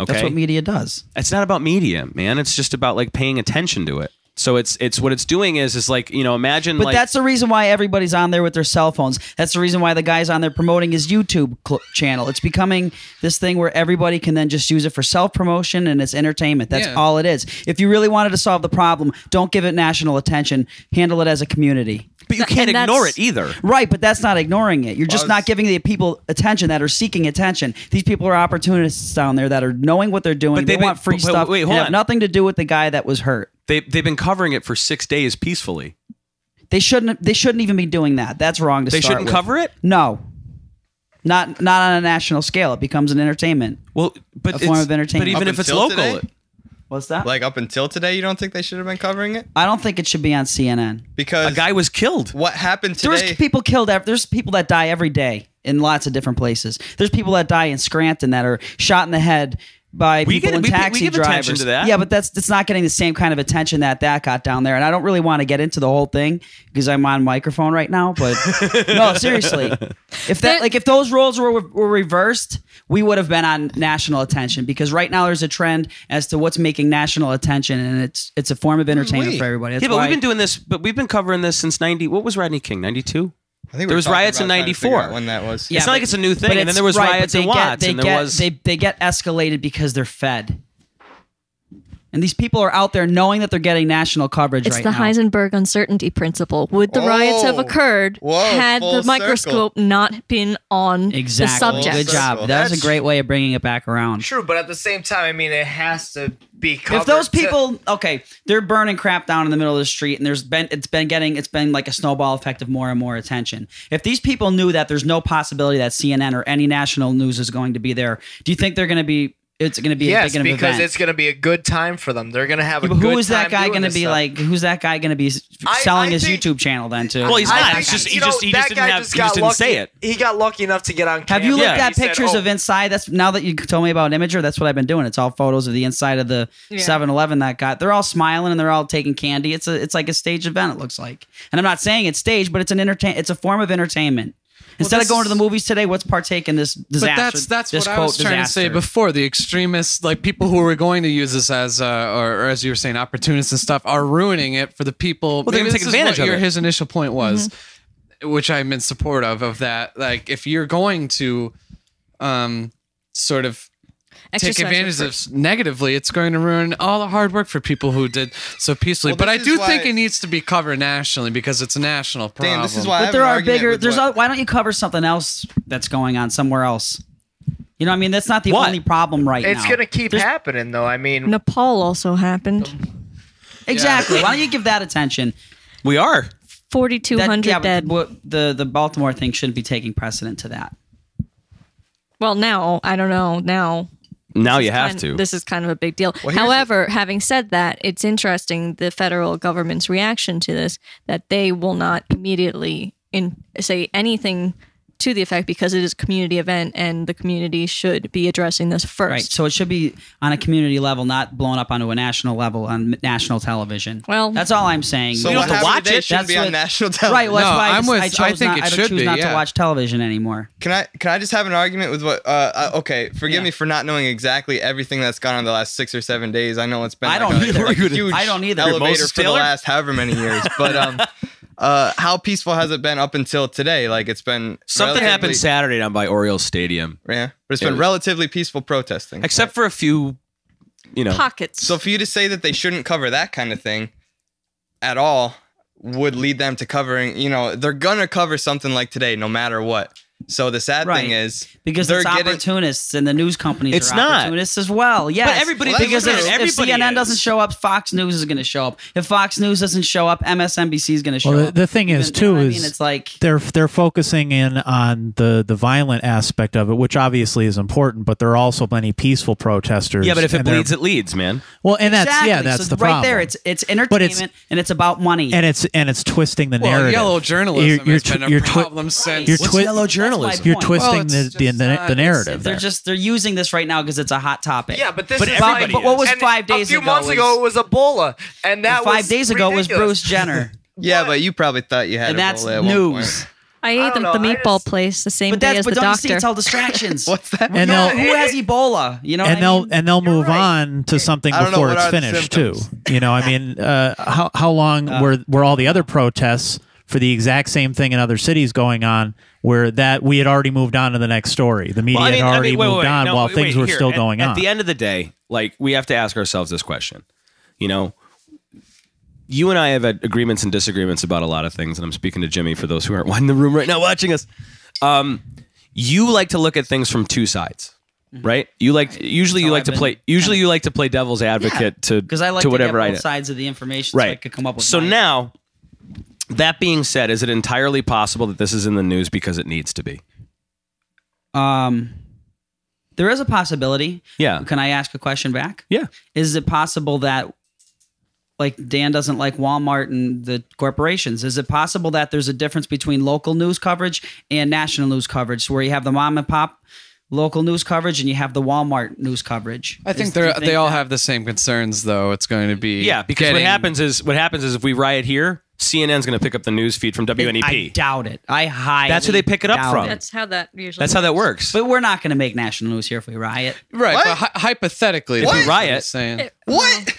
[SPEAKER 3] okay
[SPEAKER 4] That's what media does.
[SPEAKER 3] it's not about media man it's just about like paying attention to it so it's it's what it's doing is is like you know imagine
[SPEAKER 4] But
[SPEAKER 3] like
[SPEAKER 4] that's the reason why everybody's on there with their cell phones. That's the reason why the guy's on there promoting his YouTube cl- channel. It's becoming this thing where everybody can then just use it for self promotion and it's entertainment. That's
[SPEAKER 5] Yeah.
[SPEAKER 4] all it is. If you really wanted to solve the problem, don't give it national attention. Handle it as a community.
[SPEAKER 3] but you
[SPEAKER 2] and
[SPEAKER 3] can't
[SPEAKER 2] that's-
[SPEAKER 3] ignore it either
[SPEAKER 4] Right, but that's not ignoring it. You're just
[SPEAKER 5] Well, it's-
[SPEAKER 4] not giving the people attention that are seeking attention. These people are opportunists down there that are knowing what they're doing.
[SPEAKER 3] But
[SPEAKER 4] they
[SPEAKER 3] they've been-
[SPEAKER 4] want free
[SPEAKER 3] but- but
[SPEAKER 4] stuff.
[SPEAKER 3] wait,
[SPEAKER 4] and
[SPEAKER 3] hold
[SPEAKER 4] have
[SPEAKER 3] on.
[SPEAKER 4] nothing to do with the guy that was hurt.
[SPEAKER 3] they they've been covering it for 6 days peacefully
[SPEAKER 4] They shouldn't. They shouldn't even be doing that. That's wrong to
[SPEAKER 3] they
[SPEAKER 4] start
[SPEAKER 3] shouldn't
[SPEAKER 4] with.
[SPEAKER 3] cover it
[SPEAKER 4] No, not not on a national scale. It becomes an entertainment.
[SPEAKER 3] well but
[SPEAKER 4] A
[SPEAKER 3] it's,
[SPEAKER 4] form of entertainment.
[SPEAKER 3] but even
[SPEAKER 7] Up
[SPEAKER 3] if it's
[SPEAKER 7] until
[SPEAKER 3] local
[SPEAKER 7] today?
[SPEAKER 3] it-
[SPEAKER 4] What's that?
[SPEAKER 7] Like up until today, you don't think they should have been covering it
[SPEAKER 4] I don't think it should be on CNN.
[SPEAKER 7] because
[SPEAKER 3] a guy was killed
[SPEAKER 7] what happened
[SPEAKER 4] There's
[SPEAKER 7] today?
[SPEAKER 4] people killed. ev- There's people that die every day in lots of different places. There's people that die in Scranton that are shot in the head by
[SPEAKER 3] We
[SPEAKER 4] people
[SPEAKER 3] get-
[SPEAKER 4] in
[SPEAKER 3] we pay- we
[SPEAKER 4] taxi
[SPEAKER 3] give attention
[SPEAKER 4] drivers.
[SPEAKER 3] to that.
[SPEAKER 4] Yeah, but that's it's not getting the same kind of attention that that got down there. And I don't really want to get into the whole thing because I'm on microphone right now.
[SPEAKER 3] [LAUGHS]
[SPEAKER 4] But no, seriously, if that like if those roles were were reversed, we would have been on national attention because right now there's a trend as to what's making national attention, and it's it's a form of entertainment for everybody. That's
[SPEAKER 3] yeah, but
[SPEAKER 4] why-
[SPEAKER 3] we've been doing this. But we've been covering this since ninety. What was Rodney King? Ninety two.
[SPEAKER 7] I think
[SPEAKER 3] There
[SPEAKER 7] were
[SPEAKER 3] was
[SPEAKER 7] talking
[SPEAKER 3] riots in
[SPEAKER 7] about trying to figure
[SPEAKER 3] 94.
[SPEAKER 7] out When that was.
[SPEAKER 4] Yeah,
[SPEAKER 3] it's not
[SPEAKER 4] but-
[SPEAKER 3] like it's a new thing.
[SPEAKER 4] But
[SPEAKER 3] And then
[SPEAKER 4] it's-
[SPEAKER 3] there was
[SPEAKER 4] right, but
[SPEAKER 3] riots
[SPEAKER 4] they
[SPEAKER 3] in
[SPEAKER 4] get-
[SPEAKER 3] Watts,
[SPEAKER 4] They
[SPEAKER 3] and
[SPEAKER 4] get,
[SPEAKER 3] there was
[SPEAKER 4] they, they get escalated because they're fed. And these people are out there knowing that they're getting national coverage
[SPEAKER 2] It's
[SPEAKER 4] right
[SPEAKER 2] the
[SPEAKER 4] now.
[SPEAKER 2] Heisenberg uncertainty principle. Would the riots have
[SPEAKER 7] Oh.
[SPEAKER 2] occurred
[SPEAKER 7] Whoa,
[SPEAKER 2] had
[SPEAKER 7] full
[SPEAKER 2] the microscope not been on the
[SPEAKER 4] exactly.
[SPEAKER 2] subject?
[SPEAKER 4] Good job. That was
[SPEAKER 6] That's-
[SPEAKER 4] a great way of bringing it back around.
[SPEAKER 6] True, but at the same time, I mean, it has to be covered.
[SPEAKER 4] If those
[SPEAKER 6] to-
[SPEAKER 4] people, okay, they're burning crap down in the middle of the street, and there's been it's been getting it's been like a snowball effect of more and more attention. If these people knew that there's no possibility that CNN or any national news is going to be there, do you think they're going to be? It's going to be
[SPEAKER 6] yes,
[SPEAKER 4] a big
[SPEAKER 6] because
[SPEAKER 4] enough event?
[SPEAKER 6] it's going to be a good time for them. They're going to have a
[SPEAKER 4] Yeah, but
[SPEAKER 6] good
[SPEAKER 4] who is that
[SPEAKER 6] time
[SPEAKER 4] guy
[SPEAKER 6] doing
[SPEAKER 4] going to
[SPEAKER 6] this
[SPEAKER 4] be
[SPEAKER 6] stuff.
[SPEAKER 4] like? Who's that guy going to be s-
[SPEAKER 6] I-
[SPEAKER 4] selling
[SPEAKER 6] I
[SPEAKER 4] his
[SPEAKER 6] think-
[SPEAKER 4] YouTube channel then too?
[SPEAKER 3] Well, he's
[SPEAKER 6] I
[SPEAKER 3] not.
[SPEAKER 6] think,
[SPEAKER 3] It's just- he
[SPEAKER 6] you know,
[SPEAKER 3] just- he
[SPEAKER 6] that
[SPEAKER 3] just didn't
[SPEAKER 6] guy
[SPEAKER 3] have-
[SPEAKER 6] just
[SPEAKER 3] he just
[SPEAKER 6] got
[SPEAKER 3] didn't
[SPEAKER 6] lucky-
[SPEAKER 3] say it.
[SPEAKER 6] He got lucky enough to get on.
[SPEAKER 4] have
[SPEAKER 6] camera.
[SPEAKER 4] you looked
[SPEAKER 3] Yeah.
[SPEAKER 4] at
[SPEAKER 6] He said,
[SPEAKER 4] pictures
[SPEAKER 6] "Oh,
[SPEAKER 4] of inside? That's now that you told me about Imager. That's what I've been doing. It's all photos of the inside of the
[SPEAKER 2] Yeah.
[SPEAKER 4] 7-Eleven that got. They're all smiling and they're all taking candy. It's a it's like a stage event. It looks like. And I'm not saying it's staged, but it's an entertain. It's a form of entertainment. Instead of
[SPEAKER 5] this
[SPEAKER 4] going to
[SPEAKER 5] is-
[SPEAKER 4] the movies today, what's partake in this disaster?
[SPEAKER 5] But that's that's
[SPEAKER 4] this
[SPEAKER 5] what I
[SPEAKER 4] quote
[SPEAKER 5] was trying to say
[SPEAKER 4] disaster?
[SPEAKER 5] before. The extremists, like people who were going to use this as, uh, or, or as you were saying, opportunists and stuff, are ruining it for the people.
[SPEAKER 3] Well, they're
[SPEAKER 5] Maybe
[SPEAKER 3] gonna
[SPEAKER 5] this
[SPEAKER 3] take
[SPEAKER 5] is
[SPEAKER 3] advantage
[SPEAKER 5] what
[SPEAKER 3] of
[SPEAKER 5] your-
[SPEAKER 3] it.
[SPEAKER 5] His initial point was, which I'm in support of, of that. Like, if you're going to, um, sort of take
[SPEAKER 2] Exercise
[SPEAKER 5] advantage
[SPEAKER 2] refer-
[SPEAKER 5] of s- negatively, it's going to ruin all the hard work for people who did so peacefully.
[SPEAKER 7] Well,
[SPEAKER 5] but I
[SPEAKER 7] this
[SPEAKER 5] do
[SPEAKER 7] is why-
[SPEAKER 5] think it needs to be covered nationally because it's a national problem.
[SPEAKER 7] Damn, this is why. I
[SPEAKER 4] But
[SPEAKER 7] have
[SPEAKER 4] there
[SPEAKER 7] an
[SPEAKER 4] are
[SPEAKER 7] argument
[SPEAKER 4] bigger.
[SPEAKER 7] with
[SPEAKER 4] There's
[SPEAKER 7] what-
[SPEAKER 4] other, why don't you cover something else that's going on somewhere else? You know, what I mean, that's not the
[SPEAKER 3] What?
[SPEAKER 4] only problem right now.
[SPEAKER 6] It's going to keep happening, though. I mean,
[SPEAKER 2] Nepal also happened.
[SPEAKER 4] Exactly. Why don't you give
[SPEAKER 2] [LAUGHS]
[SPEAKER 4] that attention?
[SPEAKER 3] We are.
[SPEAKER 2] Forty-two
[SPEAKER 4] That-
[SPEAKER 2] hundred
[SPEAKER 4] yeah, but
[SPEAKER 2] dead.
[SPEAKER 4] what- the the Baltimore thing shouldn't be taking precedent to that.
[SPEAKER 2] Well, now I don't know. Now
[SPEAKER 3] Now you have
[SPEAKER 2] kind-
[SPEAKER 3] to.
[SPEAKER 2] This is kind of a big deal. However, having said that, it's interesting the federal government's reaction to this that they will not immediately in, say anything to the effect because it is a community event and the community should be addressing this first.
[SPEAKER 4] Right. So it should be on a community level, not blown up onto a national level on national television.
[SPEAKER 2] Well-
[SPEAKER 4] that's all I'm saying.
[SPEAKER 7] So
[SPEAKER 4] We don't-
[SPEAKER 7] what happened
[SPEAKER 3] watch
[SPEAKER 7] today
[SPEAKER 3] it.
[SPEAKER 4] That's
[SPEAKER 7] shouldn't be on
[SPEAKER 3] [LAUGHS]
[SPEAKER 4] what-
[SPEAKER 7] national television.
[SPEAKER 4] right. Well, that's
[SPEAKER 5] No,
[SPEAKER 4] why I,
[SPEAKER 5] I'm
[SPEAKER 4] just-
[SPEAKER 5] with-
[SPEAKER 4] I chose
[SPEAKER 5] I think
[SPEAKER 4] not,
[SPEAKER 5] it
[SPEAKER 4] I
[SPEAKER 5] should
[SPEAKER 4] choose
[SPEAKER 5] be,
[SPEAKER 4] not
[SPEAKER 5] yeah.
[SPEAKER 4] to watch television anymore.
[SPEAKER 7] Can I can I just have an argument with what? Uh, uh, okay, forgive me for not knowing exactly everything that's gone on the last six or seven days. I know it's been
[SPEAKER 4] I
[SPEAKER 7] like
[SPEAKER 4] don't
[SPEAKER 7] a,
[SPEAKER 4] either.
[SPEAKER 7] like a huge
[SPEAKER 4] I don't either.
[SPEAKER 7] elevator
[SPEAKER 3] Moses
[SPEAKER 7] for the
[SPEAKER 3] Taylor?
[SPEAKER 7] last however many years.
[SPEAKER 4] [LAUGHS]
[SPEAKER 7] But um, uh, how peaceful has it been up until today? Like it's been
[SPEAKER 3] Something happened
[SPEAKER 7] relatively-
[SPEAKER 3] Saturday down by Orioles Stadium,
[SPEAKER 7] Yeah, but it's
[SPEAKER 3] It
[SPEAKER 7] been
[SPEAKER 3] was-
[SPEAKER 7] relatively peaceful protesting.
[SPEAKER 3] except for a few, you know.
[SPEAKER 2] Pockets.
[SPEAKER 7] So for you to say that they shouldn't cover that kind of thing at all would lead them to covering, you know, they're gonna cover something like today no matter what. So the sad
[SPEAKER 4] Right.
[SPEAKER 7] thing is
[SPEAKER 4] Because
[SPEAKER 7] they're
[SPEAKER 4] it's
[SPEAKER 7] getting
[SPEAKER 4] opportunists and the news companies
[SPEAKER 3] It's
[SPEAKER 4] are
[SPEAKER 3] not.
[SPEAKER 4] opportunists as well. Yes.
[SPEAKER 3] everybody
[SPEAKER 7] Well, thinks
[SPEAKER 4] because
[SPEAKER 7] that's
[SPEAKER 4] if,
[SPEAKER 7] true.
[SPEAKER 4] if
[SPEAKER 3] Everybody
[SPEAKER 4] CNN
[SPEAKER 3] is.
[SPEAKER 4] doesn't show up, Fox News is going to show up. If Fox News doesn't show up, MSNBC is going to show
[SPEAKER 1] Well, the,
[SPEAKER 4] up.
[SPEAKER 1] the thing is,
[SPEAKER 4] Even- you
[SPEAKER 1] too,
[SPEAKER 4] know what I
[SPEAKER 1] is
[SPEAKER 4] mean, it's like
[SPEAKER 1] they're they're focusing in on the the violent aspect of it, which obviously is important. But there are also many peaceful protesters.
[SPEAKER 3] Yeah, but if it
[SPEAKER 1] and they're-
[SPEAKER 3] bleeds, it leads, man.
[SPEAKER 1] well, and that's
[SPEAKER 4] exactly.
[SPEAKER 1] yeah, that's the
[SPEAKER 4] so right
[SPEAKER 1] problem.
[SPEAKER 4] there. It's it's entertainment and it's about money.
[SPEAKER 1] and it's and it's twisting the
[SPEAKER 5] Well,
[SPEAKER 1] narrative.
[SPEAKER 5] yellow journalism
[SPEAKER 1] You're- you're
[SPEAKER 5] has
[SPEAKER 1] twi-
[SPEAKER 5] been a
[SPEAKER 1] you're twi-
[SPEAKER 5] problem since.
[SPEAKER 1] you're
[SPEAKER 4] What's
[SPEAKER 1] twi-
[SPEAKER 4] yellow journalism?
[SPEAKER 1] You're
[SPEAKER 4] Well,
[SPEAKER 1] twisting
[SPEAKER 5] it's
[SPEAKER 1] the,
[SPEAKER 5] just
[SPEAKER 1] the, the
[SPEAKER 5] not-
[SPEAKER 1] the narrative.
[SPEAKER 4] they're
[SPEAKER 1] there.
[SPEAKER 4] just they're using this right now because it's a hot topic.
[SPEAKER 8] Yeah, but this
[SPEAKER 3] But
[SPEAKER 8] is
[SPEAKER 3] everybody
[SPEAKER 8] like-
[SPEAKER 3] But- but what
[SPEAKER 4] was
[SPEAKER 8] and
[SPEAKER 4] five days
[SPEAKER 8] A few
[SPEAKER 4] ago
[SPEAKER 8] months ago, it was
[SPEAKER 4] was-
[SPEAKER 8] Ebola, and that
[SPEAKER 4] And five
[SPEAKER 8] was
[SPEAKER 4] days ago it was Bruce
[SPEAKER 8] ridiculous.
[SPEAKER 4] Jenner,
[SPEAKER 1] [LAUGHS]
[SPEAKER 7] Yeah, but you probably thought you had
[SPEAKER 4] and
[SPEAKER 7] a
[SPEAKER 4] that's
[SPEAKER 7] Ebola at one point.
[SPEAKER 4] news.
[SPEAKER 2] I
[SPEAKER 8] I
[SPEAKER 2] ate
[SPEAKER 8] don't
[SPEAKER 2] them at the
[SPEAKER 8] know, I
[SPEAKER 2] meatball
[SPEAKER 8] just-
[SPEAKER 2] place the same
[SPEAKER 4] But
[SPEAKER 2] day as
[SPEAKER 4] that's
[SPEAKER 2] the
[SPEAKER 4] but don't you see
[SPEAKER 2] doctor.
[SPEAKER 4] it's all distractions.
[SPEAKER 7] What's that?
[SPEAKER 1] and they'll
[SPEAKER 4] Who has Ebola? You know, what
[SPEAKER 1] and
[SPEAKER 4] I
[SPEAKER 1] they'll
[SPEAKER 4] mean?
[SPEAKER 1] and they'll move
[SPEAKER 8] right.
[SPEAKER 1] on to something
[SPEAKER 7] I don't know,
[SPEAKER 1] before
[SPEAKER 7] what
[SPEAKER 1] it's
[SPEAKER 7] are the
[SPEAKER 1] finished too.
[SPEAKER 7] symptoms?
[SPEAKER 1] You know, I
[SPEAKER 3] [LAUGHS]
[SPEAKER 1] mean, uh, how how long were were all the other protests for the exact same thing in other cities going on? Where that we had already moved on to the next story. The media
[SPEAKER 3] Well,
[SPEAKER 1] had already
[SPEAKER 3] wait,
[SPEAKER 1] moved
[SPEAKER 3] wait,
[SPEAKER 1] on
[SPEAKER 3] no,
[SPEAKER 1] while
[SPEAKER 3] wait,
[SPEAKER 1] things
[SPEAKER 3] wait,
[SPEAKER 1] were
[SPEAKER 3] here.
[SPEAKER 1] still
[SPEAKER 3] At-
[SPEAKER 1] going
[SPEAKER 3] At
[SPEAKER 1] on.
[SPEAKER 3] the end of the day, like we have to ask ourselves this question. You know, you and I have had agreements and disagreements about a lot of things, and I'm speaking to Jimmy for those who aren't [LAUGHS] in the room right now watching us. Um, you like to look at things from two sides. Right, you like usually you
[SPEAKER 4] So
[SPEAKER 3] like
[SPEAKER 4] Mm-hmm. I've
[SPEAKER 3] to
[SPEAKER 4] been
[SPEAKER 3] play. Usually you like to play devil's advocate to
[SPEAKER 4] because I like
[SPEAKER 3] to
[SPEAKER 4] to,
[SPEAKER 3] whatever
[SPEAKER 4] get
[SPEAKER 3] I
[SPEAKER 4] both sides of the information so I could come up with.
[SPEAKER 3] so
[SPEAKER 4] mine.
[SPEAKER 3] now, that being said, is it entirely possible that this is in the news because it needs to be?
[SPEAKER 4] Um, there is a possibility.
[SPEAKER 3] Yeah.
[SPEAKER 4] Can I ask a question back?
[SPEAKER 3] Yeah.
[SPEAKER 4] Is it possible that, like, Dan doesn't like Walmart and the corporations? Is it possible that there's a difference between local news coverage and national news coverage, where you have the mom and pop local news coverage and you have the Walmart news coverage?
[SPEAKER 5] I
[SPEAKER 4] Is-
[SPEAKER 5] think
[SPEAKER 4] do
[SPEAKER 5] they
[SPEAKER 4] you
[SPEAKER 5] they all
[SPEAKER 4] that-
[SPEAKER 5] have the same concerns, though. It's going to be
[SPEAKER 3] Yeah, because what
[SPEAKER 5] getting-
[SPEAKER 3] happens is what happens is if we riot here, CNN's going to pick up the news feed from WNEP.
[SPEAKER 4] I doubt it. I highly.
[SPEAKER 3] E That's who they pick it up
[SPEAKER 4] doubt
[SPEAKER 3] from.
[SPEAKER 2] That's how that usually.
[SPEAKER 3] That's how that works.
[SPEAKER 4] But we're not going to make national news here if we riot.
[SPEAKER 5] right?
[SPEAKER 7] What?
[SPEAKER 5] But hy- hypothetically,
[SPEAKER 7] What?
[SPEAKER 5] that's what I'm
[SPEAKER 3] Riot.
[SPEAKER 5] saying
[SPEAKER 7] What?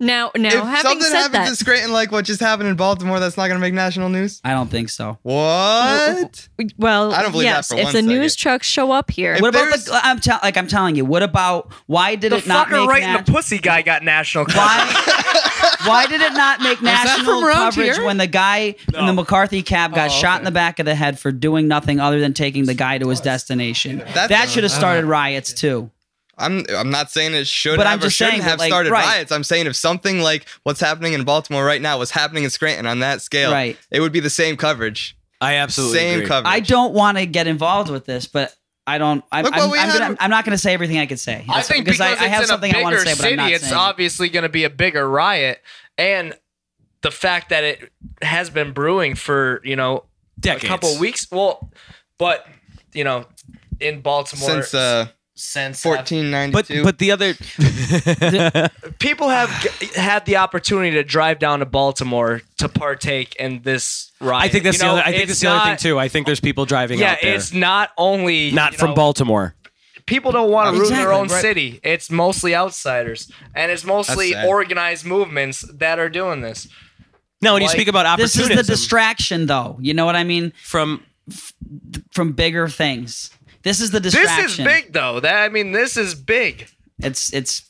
[SPEAKER 2] now, now,
[SPEAKER 7] if
[SPEAKER 2] having
[SPEAKER 7] something
[SPEAKER 2] said
[SPEAKER 7] happens
[SPEAKER 2] that,
[SPEAKER 7] in Scranton like what just happened in Baltimore, that's not gonna make national news?
[SPEAKER 4] I don't think so.
[SPEAKER 7] What?
[SPEAKER 2] well,
[SPEAKER 7] I don't believe that
[SPEAKER 2] yes,
[SPEAKER 7] for
[SPEAKER 2] if
[SPEAKER 7] one
[SPEAKER 2] the
[SPEAKER 7] second.
[SPEAKER 2] news trucks show up here,
[SPEAKER 7] If
[SPEAKER 4] What about
[SPEAKER 7] there's-
[SPEAKER 4] the? I'm tell like I'm telling you. What about why did
[SPEAKER 8] The
[SPEAKER 4] it not
[SPEAKER 8] fucker
[SPEAKER 4] make
[SPEAKER 8] right in
[SPEAKER 4] nat-
[SPEAKER 8] the pussy guy got national. coverage.
[SPEAKER 4] Why?
[SPEAKER 5] [LAUGHS]
[SPEAKER 4] why did it not make national
[SPEAKER 5] from around
[SPEAKER 4] coverage
[SPEAKER 5] here?
[SPEAKER 4] when the guy when the McCarthy cab got
[SPEAKER 5] Oh,
[SPEAKER 4] shot
[SPEAKER 5] okay.
[SPEAKER 4] in the back of the head for doing nothing other than taking the guy to his destination?
[SPEAKER 7] That's-
[SPEAKER 4] that should have
[SPEAKER 5] Uh-huh.
[SPEAKER 4] started riots too.
[SPEAKER 7] I'm I'm not saying it should
[SPEAKER 4] But I'm
[SPEAKER 7] have or
[SPEAKER 4] just
[SPEAKER 7] shouldn't
[SPEAKER 4] saying that,
[SPEAKER 7] have
[SPEAKER 4] like,
[SPEAKER 7] started
[SPEAKER 4] right.
[SPEAKER 7] riots. I'm saying if something like what's happening in Baltimore right now was happening in Scranton on that scale,
[SPEAKER 4] Right.
[SPEAKER 7] it would be the same coverage.
[SPEAKER 3] I absolutely
[SPEAKER 7] same
[SPEAKER 3] agree.
[SPEAKER 7] coverage.
[SPEAKER 4] I don't want to get involved with this, but I don't. I,
[SPEAKER 7] Look
[SPEAKER 4] I'm,
[SPEAKER 7] what we
[SPEAKER 4] I'm,
[SPEAKER 7] had-
[SPEAKER 4] gonna, I'm not going to say everything I could say.
[SPEAKER 8] I
[SPEAKER 4] That's-
[SPEAKER 8] think because,
[SPEAKER 4] I,
[SPEAKER 8] it's
[SPEAKER 4] I have
[SPEAKER 8] in
[SPEAKER 4] something
[SPEAKER 8] a bigger
[SPEAKER 4] I want to say,
[SPEAKER 8] city,
[SPEAKER 4] but I'm not
[SPEAKER 8] it's
[SPEAKER 4] saying.
[SPEAKER 8] obviously going to be a bigger riot, and the fact that it has been brewing for you know
[SPEAKER 3] Decades.
[SPEAKER 8] a couple weeks. Well, but you know, in Baltimore
[SPEAKER 7] Since uh
[SPEAKER 8] since uh,
[SPEAKER 7] fourteen ninety
[SPEAKER 3] But
[SPEAKER 7] two.
[SPEAKER 3] but the other
[SPEAKER 8] people have g- had the opportunity to drive down to Baltimore to partake in this riot.
[SPEAKER 3] I think that's
[SPEAKER 8] You know,
[SPEAKER 3] the other, I think
[SPEAKER 8] it's
[SPEAKER 3] that's the other thing
[SPEAKER 8] not-
[SPEAKER 3] too. I think there's people driving
[SPEAKER 8] Yeah,
[SPEAKER 3] out there.
[SPEAKER 8] it's not only
[SPEAKER 3] not
[SPEAKER 8] you
[SPEAKER 3] from
[SPEAKER 8] know,
[SPEAKER 3] Baltimore.
[SPEAKER 8] People don't want to ruin their
[SPEAKER 4] Exactly,
[SPEAKER 8] own
[SPEAKER 4] right.
[SPEAKER 8] city. It's mostly outsiders, and it's mostly
[SPEAKER 7] sad.
[SPEAKER 8] organized movements that are doing this.
[SPEAKER 3] No, when you
[SPEAKER 8] like,
[SPEAKER 3] speak about
[SPEAKER 4] This is
[SPEAKER 3] opportunism
[SPEAKER 4] the distraction, though. You know what I mean?
[SPEAKER 3] from
[SPEAKER 4] From bigger things. This is the
[SPEAKER 8] This
[SPEAKER 4] distraction.
[SPEAKER 8] is big, though. That I mean, this is big.
[SPEAKER 4] It's it's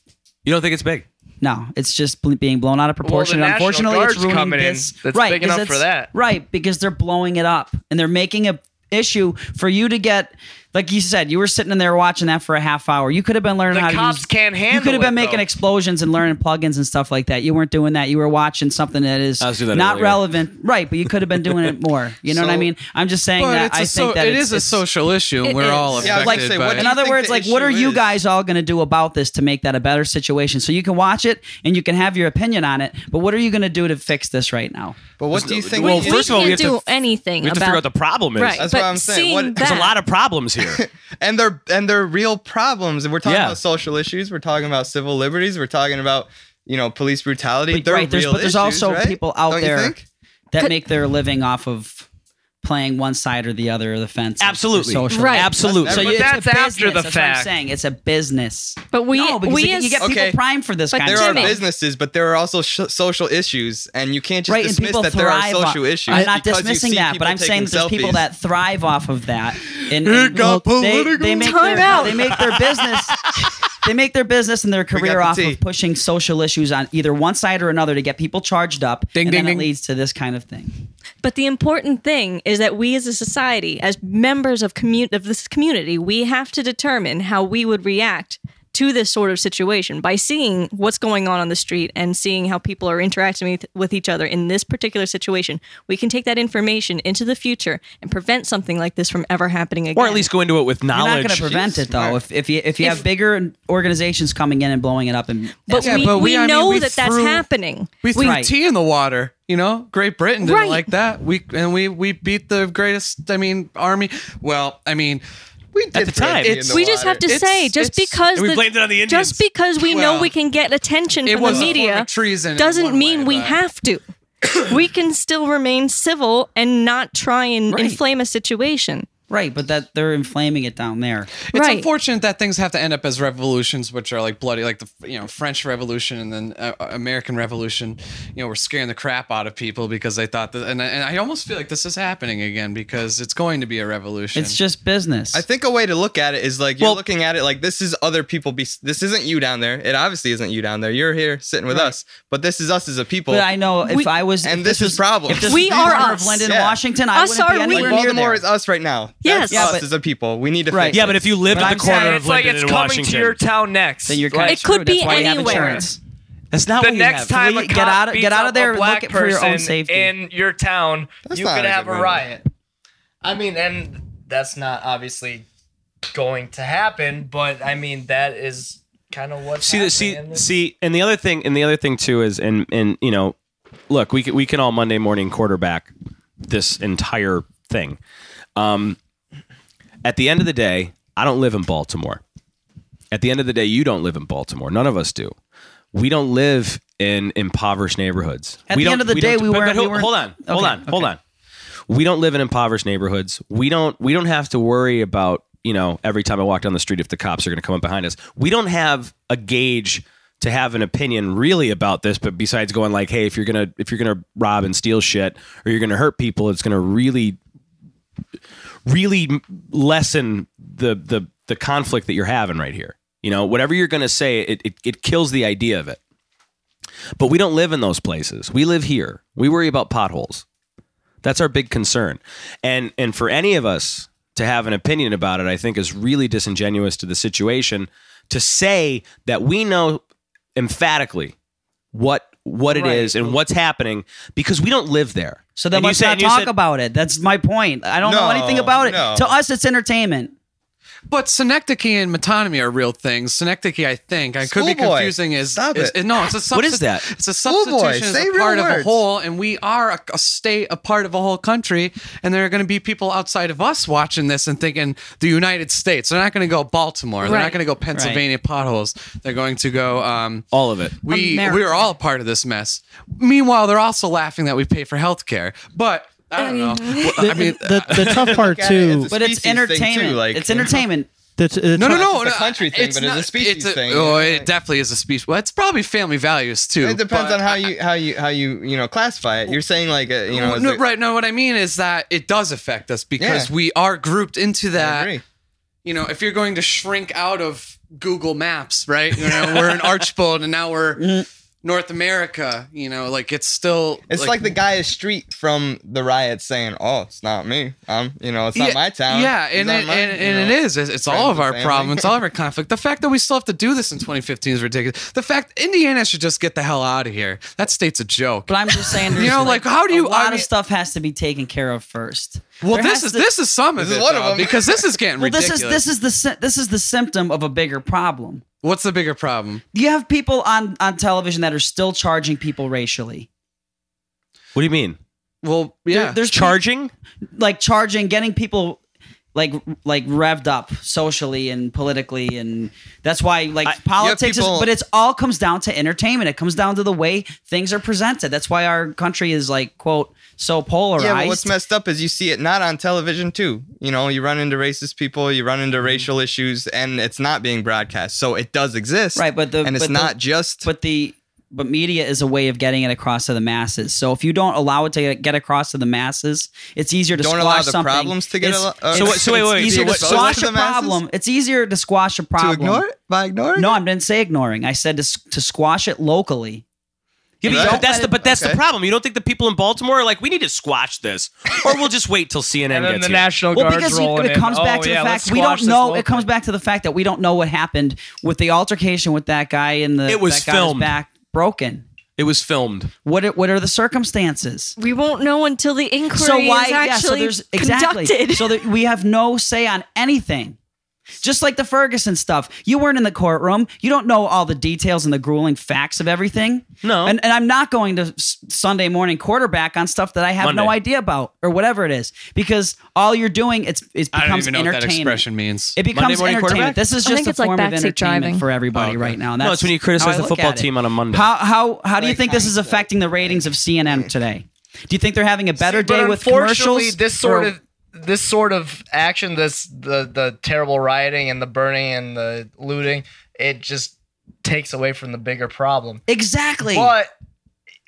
[SPEAKER 3] you don't think it's big.
[SPEAKER 4] No, it's just bl- being blown out of proportion.
[SPEAKER 8] National
[SPEAKER 4] Unfortunately,
[SPEAKER 8] Guard's
[SPEAKER 4] it's ruining
[SPEAKER 8] coming in.
[SPEAKER 4] this.
[SPEAKER 8] That's
[SPEAKER 4] right,
[SPEAKER 8] big
[SPEAKER 4] 'cause
[SPEAKER 8] enough for
[SPEAKER 4] it's-
[SPEAKER 8] that.
[SPEAKER 4] Right, because they're blowing it up and they're making a issue for you to get like you said, you were sitting in there watching that for a half hour. You could have been learning
[SPEAKER 8] The
[SPEAKER 4] how to
[SPEAKER 8] cops
[SPEAKER 4] use,
[SPEAKER 8] can't
[SPEAKER 4] You could
[SPEAKER 8] handle
[SPEAKER 4] have been
[SPEAKER 8] it,
[SPEAKER 4] making
[SPEAKER 8] though.
[SPEAKER 4] explosions and learning plugins and stuff like that. You weren't doing that. You were watching something that is
[SPEAKER 3] I was doing that
[SPEAKER 4] not
[SPEAKER 3] earlier.
[SPEAKER 4] relevant, right? But you could have been doing it more. You know what I
[SPEAKER 7] So-
[SPEAKER 4] mean? I'm just saying
[SPEAKER 5] But
[SPEAKER 4] that
[SPEAKER 5] it's
[SPEAKER 4] I
[SPEAKER 5] a
[SPEAKER 4] think
[SPEAKER 5] so,
[SPEAKER 4] that
[SPEAKER 5] it
[SPEAKER 4] it's,
[SPEAKER 5] is a
[SPEAKER 4] it's-
[SPEAKER 5] social issue, and
[SPEAKER 2] it
[SPEAKER 5] we're all
[SPEAKER 2] is.
[SPEAKER 7] Yeah, I
[SPEAKER 5] affected
[SPEAKER 7] was gonna say,
[SPEAKER 5] by
[SPEAKER 7] what
[SPEAKER 5] it.
[SPEAKER 7] do
[SPEAKER 4] in
[SPEAKER 7] you
[SPEAKER 4] other
[SPEAKER 7] think
[SPEAKER 4] words,
[SPEAKER 7] the
[SPEAKER 4] like, what
[SPEAKER 7] issue
[SPEAKER 4] are you
[SPEAKER 7] is?
[SPEAKER 4] guys all going to do about this to make that a better situation? So you can watch it and you can have your opinion on it, but what are you going to do to fix this right now?
[SPEAKER 7] But what do you think?
[SPEAKER 3] Well,
[SPEAKER 7] we-
[SPEAKER 3] first of all,
[SPEAKER 2] can't
[SPEAKER 3] we have to
[SPEAKER 2] do
[SPEAKER 3] f-
[SPEAKER 2] anything
[SPEAKER 3] We have to
[SPEAKER 2] about
[SPEAKER 3] figure out the problem is.
[SPEAKER 2] right.
[SPEAKER 7] That's
[SPEAKER 2] but
[SPEAKER 7] what I'm saying.
[SPEAKER 2] seeing
[SPEAKER 7] What-
[SPEAKER 2] that,
[SPEAKER 3] There's a lot of problems here.
[SPEAKER 2] [LAUGHS]
[SPEAKER 7] and they're and they're real problems. We're talking
[SPEAKER 3] Yeah.
[SPEAKER 7] about social issues. We're talking about civil liberties. We're talking about you know police brutality.
[SPEAKER 4] But-
[SPEAKER 7] they're
[SPEAKER 4] right, there's-
[SPEAKER 7] real
[SPEAKER 4] but there's
[SPEAKER 7] issues,
[SPEAKER 4] also
[SPEAKER 7] right?
[SPEAKER 4] people out
[SPEAKER 7] Don't
[SPEAKER 4] there-
[SPEAKER 7] You think?
[SPEAKER 4] that make their living off of playing one side or the other of the fence. through
[SPEAKER 3] Absolutely.
[SPEAKER 4] social.
[SPEAKER 2] Right.
[SPEAKER 3] Absolutely.
[SPEAKER 4] So
[SPEAKER 8] But
[SPEAKER 4] you, it's a
[SPEAKER 8] that's after
[SPEAKER 4] business,
[SPEAKER 8] the
[SPEAKER 4] that's what I'm
[SPEAKER 8] fact.
[SPEAKER 4] saying it's a business.
[SPEAKER 2] But we-
[SPEAKER 4] no, because
[SPEAKER 2] we
[SPEAKER 4] you,
[SPEAKER 2] as-
[SPEAKER 4] you get people
[SPEAKER 7] Okay.
[SPEAKER 4] primed for this
[SPEAKER 2] But
[SPEAKER 4] kind
[SPEAKER 7] There
[SPEAKER 4] of
[SPEAKER 7] are
[SPEAKER 2] Jimmy.
[SPEAKER 4] stuff.
[SPEAKER 7] businesses, but there are also sh- social issues, and you can't just
[SPEAKER 4] Right, and
[SPEAKER 7] dismiss
[SPEAKER 4] people
[SPEAKER 7] that there are
[SPEAKER 4] thrive
[SPEAKER 7] social
[SPEAKER 4] on-
[SPEAKER 7] issues.
[SPEAKER 4] I'm not
[SPEAKER 7] because you
[SPEAKER 4] dismissing
[SPEAKER 7] see
[SPEAKER 4] that, but
[SPEAKER 7] people
[SPEAKER 4] I'm saying that
[SPEAKER 7] taking
[SPEAKER 4] there's people
[SPEAKER 7] selfies.
[SPEAKER 4] that thrive off of that. And, and
[SPEAKER 7] got
[SPEAKER 4] they, they
[SPEAKER 7] political.
[SPEAKER 4] make
[SPEAKER 2] Time
[SPEAKER 4] their,
[SPEAKER 2] out.
[SPEAKER 4] They make their business. They make their business and their career
[SPEAKER 7] the
[SPEAKER 4] off
[SPEAKER 7] tea.
[SPEAKER 4] of pushing social issues on either one side or another to get people charged up,
[SPEAKER 5] Ding,
[SPEAKER 4] and
[SPEAKER 5] ding,
[SPEAKER 4] then
[SPEAKER 5] ding.
[SPEAKER 4] it leads to this kind of thing.
[SPEAKER 2] But the important thing is that we as a society, as members of commu- of this community, we have to determine how we would react to this sort of situation by seeing what's going on on the street and seeing how people are interacting with, with each other in this particular situation. We can take that information into the future and prevent something like this from ever happening again.
[SPEAKER 3] Or at least go into it with
[SPEAKER 4] You're not
[SPEAKER 3] knowledge.
[SPEAKER 4] going to prevent it though. If, if you if you have bigger organizations coming in and blowing it up, and
[SPEAKER 2] But,
[SPEAKER 5] Yeah,
[SPEAKER 2] we,
[SPEAKER 5] but we-
[SPEAKER 2] we
[SPEAKER 5] I mean,
[SPEAKER 2] know
[SPEAKER 5] we
[SPEAKER 2] that that's
[SPEAKER 5] threw-
[SPEAKER 2] happening.
[SPEAKER 5] We threw
[SPEAKER 4] Right.
[SPEAKER 5] tea in the water, you know. Great Britain didn't
[SPEAKER 2] Right.
[SPEAKER 5] like that. We and we we beat the greatest. I mean, army. Well, I mean,
[SPEAKER 7] we did
[SPEAKER 3] the time.
[SPEAKER 7] brandy in the
[SPEAKER 2] we just have
[SPEAKER 7] water.
[SPEAKER 2] to
[SPEAKER 5] It's-
[SPEAKER 2] say, just
[SPEAKER 5] it's-
[SPEAKER 2] because
[SPEAKER 3] and we
[SPEAKER 2] the-
[SPEAKER 3] blamed it on the Indians.
[SPEAKER 2] just because we
[SPEAKER 5] Well,
[SPEAKER 2] know we can get attention
[SPEAKER 5] it
[SPEAKER 2] from
[SPEAKER 5] was a
[SPEAKER 2] the
[SPEAKER 5] form
[SPEAKER 2] media
[SPEAKER 5] of treason in one
[SPEAKER 2] doesn't mean
[SPEAKER 5] way,
[SPEAKER 2] we
[SPEAKER 5] but-
[SPEAKER 2] have
[SPEAKER 5] [COUGHS]
[SPEAKER 2] to. we can still remain civil and not try and
[SPEAKER 4] Right.
[SPEAKER 2] inflame a situation.
[SPEAKER 4] right, but that they're inflaming it down there.
[SPEAKER 5] It's
[SPEAKER 2] Right.
[SPEAKER 5] unfortunate that things have to end up as revolutions, which are like bloody, like the you know French Revolution and then uh, American Revolution. You know, we're scaring the crap out of people because they thought that, and, I- and I almost feel like this is happening again because it's going to be a revolution.
[SPEAKER 4] It's just business.
[SPEAKER 7] I think a way to look at it is like you're
[SPEAKER 3] Well-
[SPEAKER 7] looking at it like this is other people. Be- this isn't you down there. It obviously isn't you down there. You're here sitting with us, but this is us as a people.
[SPEAKER 4] But I know if
[SPEAKER 2] We-
[SPEAKER 4] I was,
[SPEAKER 7] and
[SPEAKER 4] if
[SPEAKER 7] this is
[SPEAKER 4] was-
[SPEAKER 7] problem.
[SPEAKER 4] If this
[SPEAKER 2] We
[SPEAKER 4] was the
[SPEAKER 2] are
[SPEAKER 4] corner of
[SPEAKER 2] us.
[SPEAKER 4] Linden,
[SPEAKER 7] Yeah.
[SPEAKER 4] Washington, I
[SPEAKER 2] Us
[SPEAKER 4] wouldn't
[SPEAKER 2] are
[SPEAKER 4] be
[SPEAKER 2] we.
[SPEAKER 7] like
[SPEAKER 4] anywhere
[SPEAKER 2] Well,
[SPEAKER 4] near there.
[SPEAKER 7] Baltimore is us right now.
[SPEAKER 2] Yes.
[SPEAKER 7] That's
[SPEAKER 2] Yeah,
[SPEAKER 7] us
[SPEAKER 4] but-
[SPEAKER 7] as a people. We need to
[SPEAKER 4] Right.
[SPEAKER 7] fix
[SPEAKER 3] yeah,
[SPEAKER 7] it.
[SPEAKER 3] but if you lived
[SPEAKER 4] But
[SPEAKER 3] at
[SPEAKER 4] I'm
[SPEAKER 3] the corner
[SPEAKER 4] saying
[SPEAKER 3] of
[SPEAKER 4] it's
[SPEAKER 8] like
[SPEAKER 3] Linden
[SPEAKER 8] it's
[SPEAKER 3] and
[SPEAKER 8] coming
[SPEAKER 3] Washington,
[SPEAKER 8] to your town next.
[SPEAKER 4] Then you're
[SPEAKER 8] Like,
[SPEAKER 4] kind
[SPEAKER 2] It could be
[SPEAKER 4] That's why You have
[SPEAKER 2] anywhere.
[SPEAKER 4] insurance.
[SPEAKER 3] that's not
[SPEAKER 8] the
[SPEAKER 3] what we
[SPEAKER 8] next
[SPEAKER 3] have.
[SPEAKER 8] time
[SPEAKER 4] Flee-
[SPEAKER 8] a
[SPEAKER 4] get
[SPEAKER 8] cop
[SPEAKER 4] out of- get
[SPEAKER 8] beats
[SPEAKER 4] out of
[SPEAKER 8] up
[SPEAKER 4] there
[SPEAKER 8] a
[SPEAKER 4] and
[SPEAKER 8] black
[SPEAKER 4] look for your own
[SPEAKER 8] person
[SPEAKER 4] safety.
[SPEAKER 8] in your town,
[SPEAKER 7] That's
[SPEAKER 8] you
[SPEAKER 7] not
[SPEAKER 8] could
[SPEAKER 7] a
[SPEAKER 8] have
[SPEAKER 7] good
[SPEAKER 8] a
[SPEAKER 7] way to-
[SPEAKER 8] riot. I mean, and that's not obviously going to happen, but I mean that is kind of what.
[SPEAKER 3] see the, see see and the other thing and the other thing too is and and you know look we can, we can all monday morning quarterback this entire thing um at the end of the day i don't live in baltimore at the end of the day you don't live in baltimore none of us do we don't live in impoverished neighborhoods
[SPEAKER 4] At
[SPEAKER 3] we
[SPEAKER 4] the
[SPEAKER 3] don't,
[SPEAKER 4] end of the
[SPEAKER 3] we
[SPEAKER 4] day,
[SPEAKER 3] don't-
[SPEAKER 4] we
[SPEAKER 3] but-
[SPEAKER 4] weren't-
[SPEAKER 3] but hold,
[SPEAKER 4] we weren't-
[SPEAKER 3] hold on hold
[SPEAKER 4] Okay,
[SPEAKER 3] on hold on we don't live in impoverished neighborhoods. We don't we don't have to worry about, you know, every time I walk down the street if the cops are going to come up behind us. We don't have a gauge to have an opinion really about this, but besides going like, hey, if you're going to if you're going to rob and steal shit or you're going to hurt people, it's going to really really lessen the the the conflict that you're having right here. You know, whatever you're going to say, it, it it kills the idea of it. But we don't live in those places. We live here. We worry about potholes. That's our big concern. And and for any of us to have an opinion about it, I think is really disingenuous to the situation to say that we know emphatically what what it is
[SPEAKER 4] Right.
[SPEAKER 3] and what's happening because we don't live there.
[SPEAKER 4] So then
[SPEAKER 3] And you
[SPEAKER 4] let's
[SPEAKER 3] said-
[SPEAKER 4] not
[SPEAKER 3] and you
[SPEAKER 4] talk
[SPEAKER 3] said-
[SPEAKER 4] about it. That's my point. I don't know
[SPEAKER 7] No,
[SPEAKER 4] anything about it.
[SPEAKER 7] no.
[SPEAKER 4] To us, it's entertainment.
[SPEAKER 5] But synecdoche and metonymy are real things. Synecdoche, I think, I could be
[SPEAKER 7] Schoolboy.
[SPEAKER 5] confusing. Is,
[SPEAKER 7] Stop
[SPEAKER 5] is-
[SPEAKER 7] it.
[SPEAKER 5] no, it's a substi-
[SPEAKER 3] What is that?
[SPEAKER 5] It's a
[SPEAKER 7] Schoolboy.
[SPEAKER 5] substitution as
[SPEAKER 7] Say
[SPEAKER 5] a
[SPEAKER 7] real
[SPEAKER 5] part of a
[SPEAKER 7] words.
[SPEAKER 5] whole, and we are a, a state, a part of a whole country, and there are going to be people outside of us watching this and thinking the United States. They're not going to go Baltimore. They're not
[SPEAKER 2] Right.
[SPEAKER 5] going to go Pennsylvania potholes. They're going to go. Um,
[SPEAKER 3] All of it.
[SPEAKER 5] we
[SPEAKER 2] America.
[SPEAKER 5] we are all a part of this mess. Meanwhile, they're also laughing that we pay for health care. But I don't know. Well, I mean,
[SPEAKER 1] the,
[SPEAKER 3] [LAUGHS]
[SPEAKER 1] the tough part
[SPEAKER 7] at it
[SPEAKER 1] too.
[SPEAKER 7] as a
[SPEAKER 4] But it's
[SPEAKER 7] Species thing, too,
[SPEAKER 4] entertainment.
[SPEAKER 7] like,
[SPEAKER 4] it's
[SPEAKER 7] you know.
[SPEAKER 4] entertainment.
[SPEAKER 1] the t- the
[SPEAKER 5] no, no,
[SPEAKER 1] tough-
[SPEAKER 5] no,
[SPEAKER 7] It's
[SPEAKER 5] no,
[SPEAKER 7] a country thing, but it's a species
[SPEAKER 5] it's
[SPEAKER 7] thing,
[SPEAKER 5] Oh,
[SPEAKER 7] you know,
[SPEAKER 5] it
[SPEAKER 7] like-
[SPEAKER 5] definitely is a species. Well, it's probably family values too.
[SPEAKER 7] It depends
[SPEAKER 5] but-
[SPEAKER 7] on how you how you how you you know classify it. You're saying like a, you know
[SPEAKER 5] Well,
[SPEAKER 7] is
[SPEAKER 5] no,
[SPEAKER 7] it-
[SPEAKER 5] right? No, what I mean is that it does affect us because
[SPEAKER 7] Yeah.
[SPEAKER 5] we are grouped into
[SPEAKER 7] I
[SPEAKER 5] that.
[SPEAKER 7] agree.
[SPEAKER 5] You know, if you're going to shrink out of Google Maps, right? You know, we're in Archbold and now we're North America. You know, like it's still
[SPEAKER 7] Mm. It's like, the guy is street from the riot saying, "Oh, it's not me. Um, you know, it's not
[SPEAKER 5] Yeah,
[SPEAKER 7] my town."
[SPEAKER 5] Yeah,
[SPEAKER 7] It's
[SPEAKER 5] and
[SPEAKER 7] not
[SPEAKER 5] it,
[SPEAKER 7] mine,"
[SPEAKER 5] and,
[SPEAKER 7] you
[SPEAKER 5] and
[SPEAKER 7] know?
[SPEAKER 5] it is. It's, it's
[SPEAKER 7] friends
[SPEAKER 5] all of
[SPEAKER 7] and
[SPEAKER 5] our
[SPEAKER 7] family.
[SPEAKER 5] problem. It's all of our conflict. The fact that we still have to do this in 2015 is ridiculous. The fact Indiana should just get the hell out of here. That state's a joke.
[SPEAKER 4] But I'm just
[SPEAKER 5] [LAUGHS]
[SPEAKER 4] saying,
[SPEAKER 5] You
[SPEAKER 4] there's,
[SPEAKER 5] know, like, how do you-
[SPEAKER 4] A lot
[SPEAKER 5] I mean-
[SPEAKER 4] of stuff has to be taken care of first.
[SPEAKER 5] well,
[SPEAKER 4] There has
[SPEAKER 5] this is
[SPEAKER 4] to-
[SPEAKER 5] this is some of
[SPEAKER 7] This
[SPEAKER 5] it
[SPEAKER 7] is one of
[SPEAKER 5] though,
[SPEAKER 7] them.
[SPEAKER 5] because this is
[SPEAKER 4] [LAUGHS]
[SPEAKER 5] getting
[SPEAKER 4] Well,
[SPEAKER 5] ridiculous.
[SPEAKER 4] this is this is the sy- this is the symptom of a bigger problem.
[SPEAKER 5] What's the bigger problem?
[SPEAKER 4] You have people on on television that are still charging people racially.
[SPEAKER 3] What do you mean?
[SPEAKER 5] Well, yeah,
[SPEAKER 4] There- there's
[SPEAKER 3] Charging?
[SPEAKER 4] like charging, getting people like like revved up socially and politically, and that's why like politics.
[SPEAKER 7] people-
[SPEAKER 4] is, but it's all comes down to entertainment. It comes down to the way things are presented. That's why our country is like quote so polarized.
[SPEAKER 7] Yeah, but what's messed up is you see it not on television too. You know, you run into racist people, you run
[SPEAKER 5] Mm-hmm.
[SPEAKER 7] into racial issues, and it's not being broadcast. So it does exist,
[SPEAKER 4] Right, but the-
[SPEAKER 7] and it's
[SPEAKER 4] but the-
[SPEAKER 7] not just.
[SPEAKER 4] but the but media is a way of getting it across to the masses. So if you don't allow it to get across to the masses, it's easier to
[SPEAKER 7] Don't
[SPEAKER 4] squash
[SPEAKER 7] allow the
[SPEAKER 4] something.
[SPEAKER 7] problems to get
[SPEAKER 4] It's-
[SPEAKER 7] al- uh,
[SPEAKER 4] it's-
[SPEAKER 7] So what-
[SPEAKER 3] so wait, wait,
[SPEAKER 4] it's easier
[SPEAKER 3] so
[SPEAKER 4] to
[SPEAKER 3] what- so
[SPEAKER 4] squash
[SPEAKER 7] [LAUGHS] to
[SPEAKER 4] a
[SPEAKER 7] the masses?
[SPEAKER 4] problem. It's easier to squash a
[SPEAKER 7] to
[SPEAKER 4] problem
[SPEAKER 7] ignore it by ignoring
[SPEAKER 4] No, I
[SPEAKER 7] it?
[SPEAKER 4] didn't say ignoring. I said to s- to squash it locally.
[SPEAKER 3] Yeah,
[SPEAKER 7] Right.
[SPEAKER 3] but, but that's the but that's
[SPEAKER 7] Okay.
[SPEAKER 3] the problem. You don't think the people in Baltimore are like, we need to squash this, or we'll just wait
[SPEAKER 4] [LAUGHS]
[SPEAKER 3] till CNN
[SPEAKER 8] And then
[SPEAKER 3] gets
[SPEAKER 8] the
[SPEAKER 3] here.
[SPEAKER 8] National
[SPEAKER 4] Well,
[SPEAKER 8] Guard's
[SPEAKER 4] because you-
[SPEAKER 8] rolling
[SPEAKER 4] it comes
[SPEAKER 8] in.
[SPEAKER 4] back
[SPEAKER 8] Oh,
[SPEAKER 4] to the
[SPEAKER 8] yeah, let's
[SPEAKER 4] fact we
[SPEAKER 8] squash
[SPEAKER 4] don't
[SPEAKER 8] this
[SPEAKER 4] know.
[SPEAKER 8] locally.
[SPEAKER 4] It comes back to the fact that we don't know what happened with the altercation with that guy and the
[SPEAKER 3] It was
[SPEAKER 4] that guy's
[SPEAKER 3] filmed.
[SPEAKER 4] back broken.
[SPEAKER 3] it was filmed.
[SPEAKER 4] What are- what are the circumstances?
[SPEAKER 2] We won't know until the inquiry is
[SPEAKER 4] yeah,
[SPEAKER 2] actually
[SPEAKER 4] there's- exactly.
[SPEAKER 2] conducted.
[SPEAKER 4] so that we have no say on anything. Just like the Ferguson stuff, you weren't in the courtroom. You don't know all the details and the grueling facts of everything.
[SPEAKER 3] No.
[SPEAKER 4] and, and I'm not going to s- Sunday morning quarterback on stuff that I have no
[SPEAKER 3] Monday.
[SPEAKER 4] idea about or whatever it is, because all you're doing it's it
[SPEAKER 5] I don't
[SPEAKER 4] becomes
[SPEAKER 5] even know what that
[SPEAKER 4] entertainment.
[SPEAKER 5] expression means.
[SPEAKER 4] It
[SPEAKER 3] Monday
[SPEAKER 4] becomes
[SPEAKER 3] morning
[SPEAKER 4] entertainment.
[SPEAKER 3] quarterback?
[SPEAKER 4] This is
[SPEAKER 2] I
[SPEAKER 4] just
[SPEAKER 2] think
[SPEAKER 4] a
[SPEAKER 2] it's like
[SPEAKER 4] form of
[SPEAKER 2] backseat
[SPEAKER 4] entertainment
[SPEAKER 2] driving.
[SPEAKER 4] for everybody
[SPEAKER 5] Oh, okay.
[SPEAKER 4] right now. And
[SPEAKER 3] No,
[SPEAKER 4] that's
[SPEAKER 3] it's when you
[SPEAKER 4] how I
[SPEAKER 3] criticize the
[SPEAKER 4] look
[SPEAKER 3] football
[SPEAKER 4] at it.
[SPEAKER 3] team on a Monday.
[SPEAKER 4] How how how do you think this is affecting the ratings of CNN today? Do you think they're having a better
[SPEAKER 8] See, but
[SPEAKER 4] day with
[SPEAKER 8] unfortunately,
[SPEAKER 4] commercials?
[SPEAKER 8] This sort
[SPEAKER 4] or-
[SPEAKER 8] of this sort of action, this the the terrible rioting and the burning and the looting, it just takes away from the bigger problem.
[SPEAKER 4] exactly.
[SPEAKER 8] But